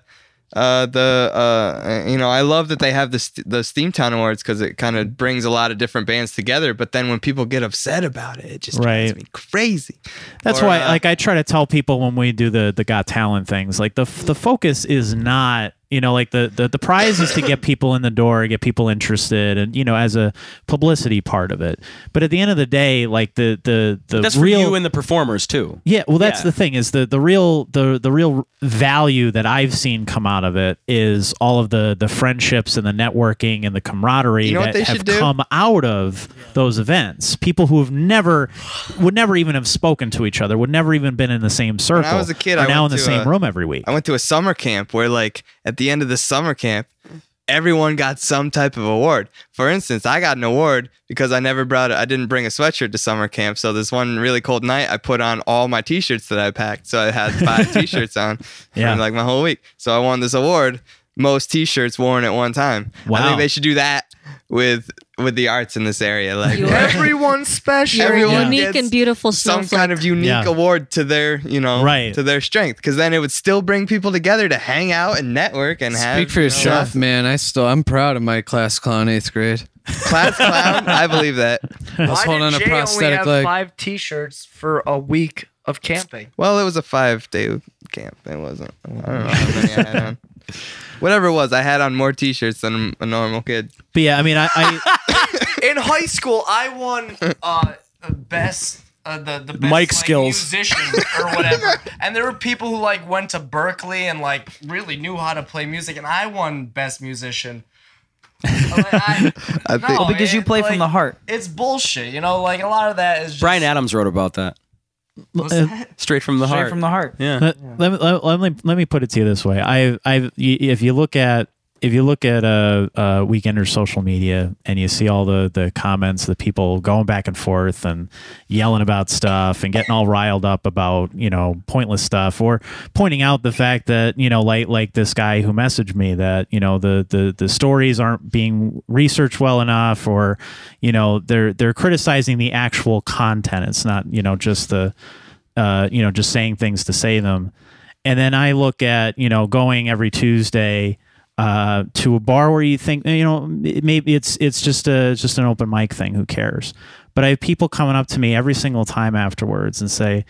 [SPEAKER 7] uh, the uh, you know, I love that they have the st- the Steamtown Awards because it kind of brings a lot of different bands together. But then when people get upset about it, it just
[SPEAKER 1] Right.
[SPEAKER 7] drives me crazy.
[SPEAKER 1] That's
[SPEAKER 7] Or,
[SPEAKER 1] why,
[SPEAKER 7] uh,
[SPEAKER 1] like, I try to tell people when we do the the Got Talent things, like the f- the focus is not, you know, like the the, the prize is to
[SPEAKER 3] [COUGHS]
[SPEAKER 1] get people in the door, get people interested, and you know, as a publicity part of it. But at the end of the day, like the the the
[SPEAKER 3] That's for
[SPEAKER 1] real
[SPEAKER 3] you and the performers too.
[SPEAKER 1] yeah, well, that's
[SPEAKER 3] Yeah.
[SPEAKER 1] the thing is the the real the the real value that I've seen come out of it is all of the the friendships and the networking and the camaraderie
[SPEAKER 7] You know what
[SPEAKER 1] that
[SPEAKER 7] they
[SPEAKER 1] have
[SPEAKER 7] should do?
[SPEAKER 1] come out of those events. People who have never would never even have spoken to each other, would never even been in the same circle.
[SPEAKER 7] was a kid,
[SPEAKER 1] are
[SPEAKER 7] I
[SPEAKER 1] now in
[SPEAKER 7] went
[SPEAKER 1] the
[SPEAKER 7] to
[SPEAKER 1] same
[SPEAKER 7] a-
[SPEAKER 1] room every
[SPEAKER 7] [LAUGHS]
[SPEAKER 1] week.
[SPEAKER 7] I went to a summer camp where, like, at the end of the summer camp, everyone got some type of award. For instance, I got an award because I never brought, I didn't bring a sweatshirt to summer camp. So this one really cold night, I put on all my t-shirts that I packed. So I had
[SPEAKER 1] [LAUGHS]
[SPEAKER 7] five t-shirts on for
[SPEAKER 1] Yeah.
[SPEAKER 7] like my whole week. So I won this award, most t-shirts worn at one time. I
[SPEAKER 1] Wow.
[SPEAKER 7] think they should do that with with the arts in this area. Like
[SPEAKER 2] You are-
[SPEAKER 3] [LAUGHS]
[SPEAKER 8] everyone's special.
[SPEAKER 2] You're
[SPEAKER 7] Everyone
[SPEAKER 2] unique
[SPEAKER 7] gets
[SPEAKER 2] and beautiful
[SPEAKER 7] some
[SPEAKER 2] snowflake.
[SPEAKER 7] kind of unique
[SPEAKER 1] Yeah.
[SPEAKER 7] award to their, you know,
[SPEAKER 1] Right.
[SPEAKER 7] to their strength, because then it would still bring people together to hang out and network and have
[SPEAKER 5] Speak for yourself, man. I still I'm proud of my class clown eighth grade.
[SPEAKER 7] [LAUGHS]
[SPEAKER 5] [LAUGHS]
[SPEAKER 7] class clown. I believe that.
[SPEAKER 5] I was holding a prosthetic
[SPEAKER 8] only have
[SPEAKER 5] leg.
[SPEAKER 8] five T-shirts for a week of camping?
[SPEAKER 7] Well, it was a five-day camp. It wasn't. I don't know how many I
[SPEAKER 1] [LAUGHS]
[SPEAKER 7] had on. Whatever it was, I had on more T-shirts than a normal kid.
[SPEAKER 1] But yeah, I mean, I, I
[SPEAKER 8] In high school, I
[SPEAKER 7] [LAUGHS]
[SPEAKER 8] won uh, the best. Uh, the the best,
[SPEAKER 3] Mic
[SPEAKER 8] like,
[SPEAKER 3] skills.
[SPEAKER 8] musician
[SPEAKER 7] [LAUGHS]
[SPEAKER 8] or whatever, and there were people who like went to Berkeley and like really knew how to play music, and I won best musician. Like, I,
[SPEAKER 7] [LAUGHS] I think
[SPEAKER 8] No,
[SPEAKER 4] Because you
[SPEAKER 8] it-
[SPEAKER 4] play
[SPEAKER 8] like,
[SPEAKER 4] from the heart.
[SPEAKER 8] It's bullshit, you know. Like a lot of that is just,
[SPEAKER 3] Brian Adams wrote about that. Uh,
[SPEAKER 8] What's that?
[SPEAKER 3] Straight from the
[SPEAKER 4] Straight
[SPEAKER 3] heart.
[SPEAKER 4] from the heart.
[SPEAKER 3] yeah.
[SPEAKER 1] let, let, me- let, me- let me put it to you this way: I I if you look at if you look at a uh, uh, weekender's social media and you see all the the comments, the people going back and forth and yelling about stuff and getting all riled up about you know pointless stuff, or pointing out the fact that you know like like this guy who messaged me that you know the the the stories aren't being researched well enough, or you know they're they're criticizing the actual content. It's not you know just the uh, you know just saying things to say them. And then I look at you know going every Tuesday uh, to a bar where you think you know it- maybe it's it's just a it's just an open mic thing. Who cares? But I have people coming up to me every single time afterwards and say,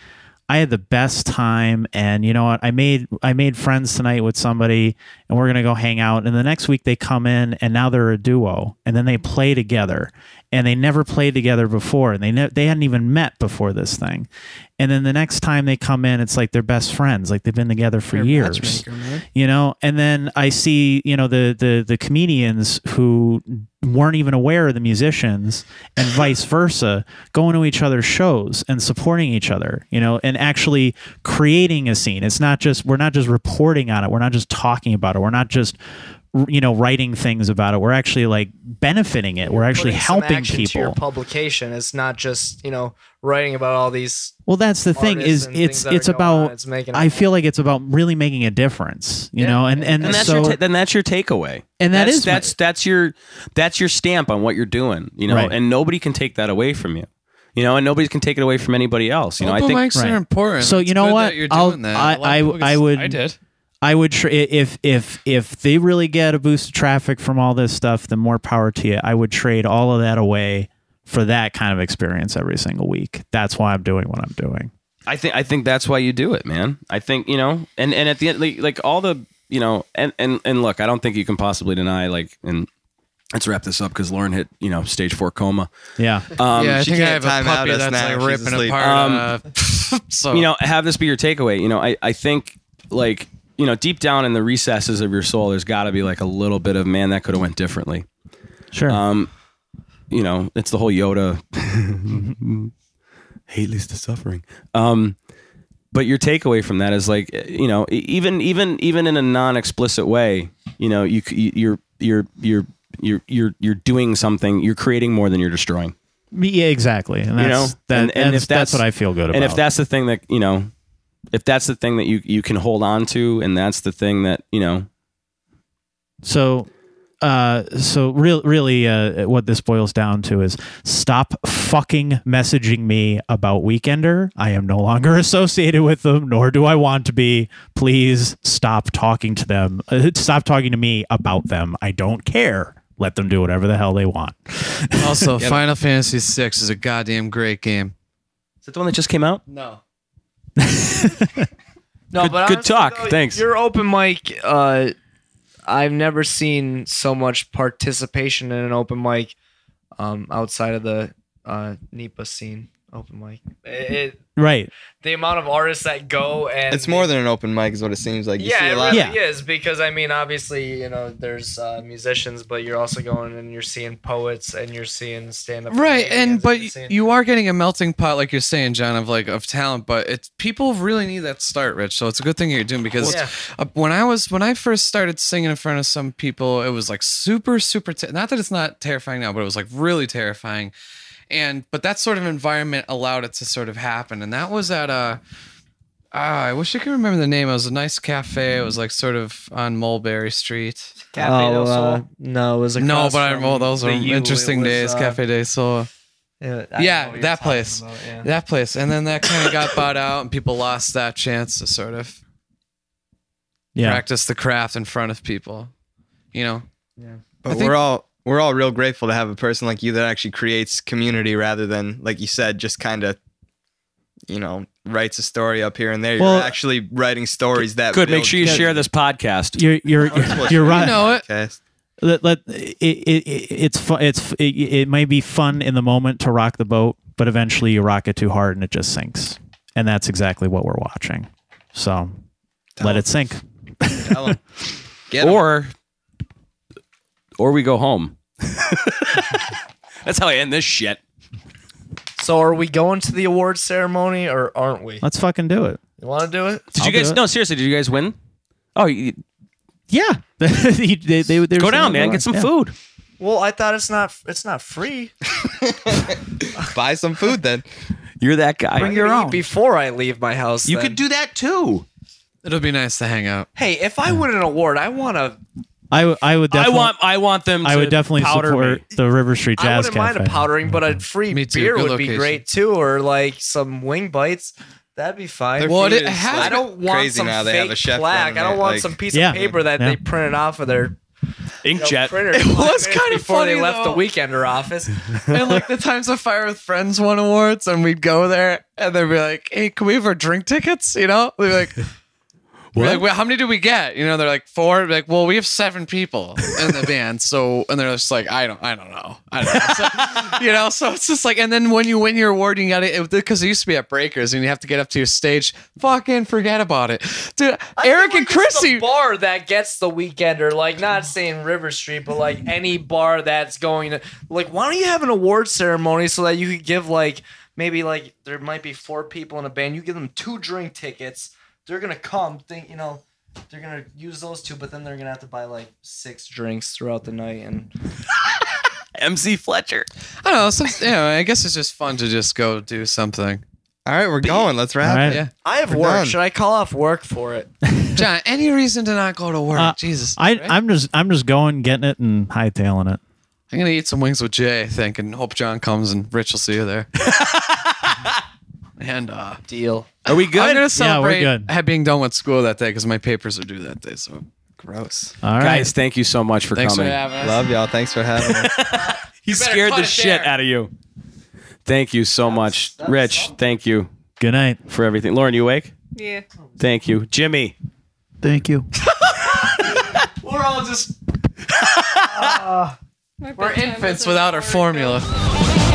[SPEAKER 1] "I had the best time, and you know what? I made I made friends tonight with somebody, and we're gonna go hang out." And the next week they come in, and now they're a duo, and then they play together, and they never played together before, and they ne- they hadn't even met before this thing. And then the next time they come in, it's like they're best friends, like they've been together for years you know and then i see you know the the the comedians who weren't even aware of the musicians and vice versa going to each other's shows and supporting each other you know and actually creating a scene it's not just we're not just reporting on it we're not just talking about it we're not just r- you know writing things about it we're actually like benefiting it we're actually
[SPEAKER 6] Putting some
[SPEAKER 1] helping
[SPEAKER 6] action to your
[SPEAKER 1] people
[SPEAKER 6] publication. It's not just you know writing about all these
[SPEAKER 1] well that's the thing
[SPEAKER 6] artists
[SPEAKER 1] is
[SPEAKER 6] and things
[SPEAKER 1] it's
[SPEAKER 6] that are
[SPEAKER 1] it's
[SPEAKER 6] going on.
[SPEAKER 1] about
[SPEAKER 6] It's making
[SPEAKER 1] i
[SPEAKER 6] it-
[SPEAKER 1] feel like it's about really making a difference you know and and,
[SPEAKER 3] And that's
[SPEAKER 1] so
[SPEAKER 3] your ta- then that's your takeaway.
[SPEAKER 1] And that
[SPEAKER 3] that's,
[SPEAKER 1] is my-
[SPEAKER 3] that's that's your that's your stamp on what you're doing, you know.
[SPEAKER 1] Right.
[SPEAKER 3] And nobody can take that away from you, you know. And nobody can take it away from anybody else, you know. I
[SPEAKER 5] Open
[SPEAKER 3] think
[SPEAKER 5] mics
[SPEAKER 1] Right.
[SPEAKER 5] are important.
[SPEAKER 1] So,
[SPEAKER 5] It's
[SPEAKER 1] you know
[SPEAKER 5] good
[SPEAKER 1] what?
[SPEAKER 5] That you're
[SPEAKER 1] I'll-
[SPEAKER 5] doing that.
[SPEAKER 1] I-
[SPEAKER 5] A lot of
[SPEAKER 1] I-
[SPEAKER 5] people get-
[SPEAKER 1] I would-
[SPEAKER 5] I did.
[SPEAKER 1] I would tr- i- if if if they really get a boost of traffic from all this stuff, then more power to you. I would trade all of that away for that kind of experience every single week. That's why I'm doing what I'm doing.
[SPEAKER 3] I think I think that's why you do it, man. I think you know, and and at the end, like, like all the you know, and and and look, I don't think you can possibly deny like, and let's wrap this up because Lauren hit you know stage four coma.
[SPEAKER 1] Yeah.
[SPEAKER 3] Um,
[SPEAKER 5] yeah, I
[SPEAKER 7] she
[SPEAKER 5] think I have
[SPEAKER 7] can't
[SPEAKER 5] a
[SPEAKER 7] time out
[SPEAKER 5] puppy
[SPEAKER 7] us
[SPEAKER 5] that's
[SPEAKER 7] now.
[SPEAKER 5] like
[SPEAKER 7] She's
[SPEAKER 5] ripping
[SPEAKER 7] asleep.
[SPEAKER 5] apart.
[SPEAKER 3] Um,
[SPEAKER 5] uh, [LAUGHS] so
[SPEAKER 3] you know, have this be your takeaway. You know, I, I think like, you know, deep down in the recesses of your soul, there's gotta be like a little bit of, man, that could have went differently.
[SPEAKER 1] Sure.
[SPEAKER 3] Um, you know, it's the whole Yoda [LAUGHS] hate leads to suffering. Um, but your takeaway from that is like, you know, e- even, even, even in a non-explicit way, you know, you, c- you're, you're, you're, you're, you're, you're doing something, you're creating more than you're destroying.
[SPEAKER 1] yeah, exactly. And that's
[SPEAKER 3] You know,
[SPEAKER 1] that,
[SPEAKER 3] and- and
[SPEAKER 1] and
[SPEAKER 3] if
[SPEAKER 1] that's,
[SPEAKER 3] that's-
[SPEAKER 1] what I feel good about.
[SPEAKER 3] And if that's the thing that you know, if that's the thing that you you can hold on to, and that's the thing that you know,
[SPEAKER 1] So, uh, so real, really, uh, what this boils down to is stop fucking messaging me about Weekender. I am no longer [LAUGHS] associated with them, nor do I want to be. Please stop talking to them. Uh, stop talking to me about them. I don't care. Let them do whatever the hell they want.
[SPEAKER 5] also, Final Fantasy VI is a goddamn great game.
[SPEAKER 3] is that the one that just came out?
[SPEAKER 6] no.
[SPEAKER 3] No, good,
[SPEAKER 6] but
[SPEAKER 3] good
[SPEAKER 6] honestly,
[SPEAKER 3] talk.
[SPEAKER 6] though,
[SPEAKER 3] Thanks.
[SPEAKER 6] Your open mic, uh, I've never seen so much participation in an open mic um, outside of the uh, NEPA scene. Open mic. It, it-
[SPEAKER 1] Right.
[SPEAKER 6] the amount of artists that go and
[SPEAKER 7] It's more than an open mic, is what it seems like. You
[SPEAKER 6] yeah,
[SPEAKER 7] see a
[SPEAKER 6] it
[SPEAKER 7] lot
[SPEAKER 6] really
[SPEAKER 7] of
[SPEAKER 1] Yeah.
[SPEAKER 6] is because I mean, obviously, you know, there's uh, musicians, but you're also going and you're seeing poets and you're seeing stand up.
[SPEAKER 5] Right, and but you are getting a melting pot, like you're saying, John, of like of talent. But it's people really need that start, Rich. So it's a good thing you're doing because
[SPEAKER 6] Yeah.
[SPEAKER 5] uh, when I was when I first started singing in front of some people, it was like super super. Ter- not that it's not terrifying now, but it was like really terrifying. And but that sort of environment allowed it to sort of happen, and that was at a. Ah, I wish I could remember the name. It was a nice cafe. It was like sort of on Mulberry Street.
[SPEAKER 4] Cafe
[SPEAKER 11] oh,
[SPEAKER 4] Del Sol.
[SPEAKER 11] uh,
[SPEAKER 6] no, it was
[SPEAKER 5] No, but I remember those are
[SPEAKER 6] the U.
[SPEAKER 5] interesting
[SPEAKER 6] It was,
[SPEAKER 5] days.
[SPEAKER 6] uh,
[SPEAKER 5] cafe Day Sol. Yeah, that place. That place. And then that kind of got bought out, and people lost that chance to sort of
[SPEAKER 1] Yeah.
[SPEAKER 5] practice the craft in front of people. You know? I
[SPEAKER 7] But
[SPEAKER 5] think-
[SPEAKER 7] we're all we're all real grateful to have a person like you that actually creates community rather than like you said just kind of you know writes a story up here and there.
[SPEAKER 1] Well-
[SPEAKER 7] You're actually writing stories that
[SPEAKER 3] good. Make sure you
[SPEAKER 1] good.
[SPEAKER 3] share this podcast.
[SPEAKER 1] You're
[SPEAKER 5] [LAUGHS]
[SPEAKER 1] you're you're,
[SPEAKER 7] build-
[SPEAKER 1] you're right.
[SPEAKER 5] You know it.
[SPEAKER 7] Okay.
[SPEAKER 1] let, let it, it, it it's fun, it's it, it may be fun in the moment to rock the boat, but eventually you rock it too hard and it just sinks. And that's exactly what we're watching. So let it sink.
[SPEAKER 7] Tell 'em. Get 'em.
[SPEAKER 3] Or, or we go home. [LAUGHS] that's how I end this shit.
[SPEAKER 6] So are we going to the awards ceremony or aren't we?
[SPEAKER 1] Let's fucking do it.
[SPEAKER 6] You want to do it?
[SPEAKER 3] Did
[SPEAKER 1] I'll
[SPEAKER 3] you
[SPEAKER 1] do
[SPEAKER 3] guys?
[SPEAKER 1] it.
[SPEAKER 3] No, seriously, did you guys win? Oh, you,
[SPEAKER 11] [LAUGHS]
[SPEAKER 1] Yeah, [LAUGHS] they, they, they, they were
[SPEAKER 3] Go
[SPEAKER 1] saying
[SPEAKER 3] down, man.
[SPEAKER 1] that.
[SPEAKER 3] Get some
[SPEAKER 1] Yeah.
[SPEAKER 3] food.
[SPEAKER 8] Well, I thought it's not it's not free.
[SPEAKER 7] Buy some food then.
[SPEAKER 3] You're that guy.
[SPEAKER 8] I'm gonna eat before I leave my house.
[SPEAKER 3] you
[SPEAKER 8] then.
[SPEAKER 3] could do that too.
[SPEAKER 5] It'll be nice to hang out.
[SPEAKER 8] Hey, if I win an award, I want to.
[SPEAKER 1] I, w- I would. Definitely,
[SPEAKER 3] I want. I want them.
[SPEAKER 1] I
[SPEAKER 3] to
[SPEAKER 1] would definitely
[SPEAKER 3] powder
[SPEAKER 1] support
[SPEAKER 3] me.
[SPEAKER 1] the River Street
[SPEAKER 8] I
[SPEAKER 1] Jazz
[SPEAKER 8] wouldn't mind a
[SPEAKER 1] Cafe.
[SPEAKER 8] powdering, but a free
[SPEAKER 5] Me too,
[SPEAKER 8] beer
[SPEAKER 5] good
[SPEAKER 8] would be
[SPEAKER 5] location.
[SPEAKER 8] great too, or like some wing bites. That'd be fine.
[SPEAKER 5] Well,
[SPEAKER 7] food
[SPEAKER 5] it
[SPEAKER 7] is,
[SPEAKER 5] has-
[SPEAKER 8] I
[SPEAKER 7] like,
[SPEAKER 8] don't want
[SPEAKER 7] crazy
[SPEAKER 8] some
[SPEAKER 7] now.
[SPEAKER 8] fake
[SPEAKER 7] They have a chef
[SPEAKER 8] flag.
[SPEAKER 7] running
[SPEAKER 8] I don't
[SPEAKER 7] it,
[SPEAKER 8] want
[SPEAKER 7] like-
[SPEAKER 8] some piece
[SPEAKER 1] Yeah.
[SPEAKER 8] of paper that
[SPEAKER 1] Yeah.
[SPEAKER 8] they printed off of their you know,
[SPEAKER 3] Inkjet.
[SPEAKER 8] printer.
[SPEAKER 5] It
[SPEAKER 8] five
[SPEAKER 5] was
[SPEAKER 8] minutes
[SPEAKER 5] kinda
[SPEAKER 8] before they
[SPEAKER 5] funny,
[SPEAKER 8] left
[SPEAKER 5] though.
[SPEAKER 8] the weekender office.
[SPEAKER 5] and like the times the Fire with Friends won awards, and we'd go there, and they'd be like, "Hey, can we have our drink tickets?" You know, we'd be like, "We're like, well, how many do we get?" You know, they're like 4 like, well, we have seven people in the band, so and they're just like, "I don't, I don't know, I don't know." So, [LAUGHS] you know, so it's just like, and then when you win your award, you got to because it used to be at Breakers, and you have to get up to your stage, fucking forget about it, dude. Eric and
[SPEAKER 8] It's the
[SPEAKER 5] Chrissy.
[SPEAKER 8] bar that gets the weekender, like not saying River Street, but like any bar that's going to like why don't you have an award ceremony so that you could give like maybe like there might be four people in a band, you give them two drink tickets, they're gonna come, think you know, they're gonna use those two, but then they're gonna have to buy like six drinks throughout the night and
[SPEAKER 3] MC Fletcher.
[SPEAKER 5] I don't know. Some, you know, I guess it's just fun to just go do something.
[SPEAKER 7] All right, we're going. Let's
[SPEAKER 1] All
[SPEAKER 7] wrap
[SPEAKER 1] right.
[SPEAKER 7] it.
[SPEAKER 5] Yeah.
[SPEAKER 8] I have
[SPEAKER 7] We're
[SPEAKER 8] work.
[SPEAKER 7] done.
[SPEAKER 8] Should I call off work for it?
[SPEAKER 5] John, any reason to not go to work?
[SPEAKER 1] Uh,
[SPEAKER 5] Jesus.
[SPEAKER 1] I,
[SPEAKER 5] right?
[SPEAKER 1] I'm just I'm just going, getting it, and hightailing it.
[SPEAKER 5] I'm gonna eat some wings with Jay, I think, and hope John comes and Rich will see you there. and uh,
[SPEAKER 8] Deal.
[SPEAKER 3] Are we
[SPEAKER 5] I'm
[SPEAKER 3] good?
[SPEAKER 5] gonna
[SPEAKER 1] Yeah, we're
[SPEAKER 5] celebrate
[SPEAKER 1] good.
[SPEAKER 5] ha- being done with school that day because my papers are due that day. So
[SPEAKER 7] Gross.
[SPEAKER 1] All right,
[SPEAKER 3] Guys, thank you so much for
[SPEAKER 5] thanks
[SPEAKER 3] coming.
[SPEAKER 5] for having us.
[SPEAKER 7] Love y'all. Thanks for having us.
[SPEAKER 3] he scared the shit out of you. Thank you so much, Rich. Thank you
[SPEAKER 1] good night.
[SPEAKER 3] for everything. Lauren, you awake?
[SPEAKER 2] Yeah.
[SPEAKER 3] Thank you, Jimmy.
[SPEAKER 11] Thank you.
[SPEAKER 5] We're all just
[SPEAKER 2] My
[SPEAKER 5] we're
[SPEAKER 2] bedtime was
[SPEAKER 5] infants
[SPEAKER 2] an
[SPEAKER 5] without our
[SPEAKER 2] hour ago.
[SPEAKER 5] formula.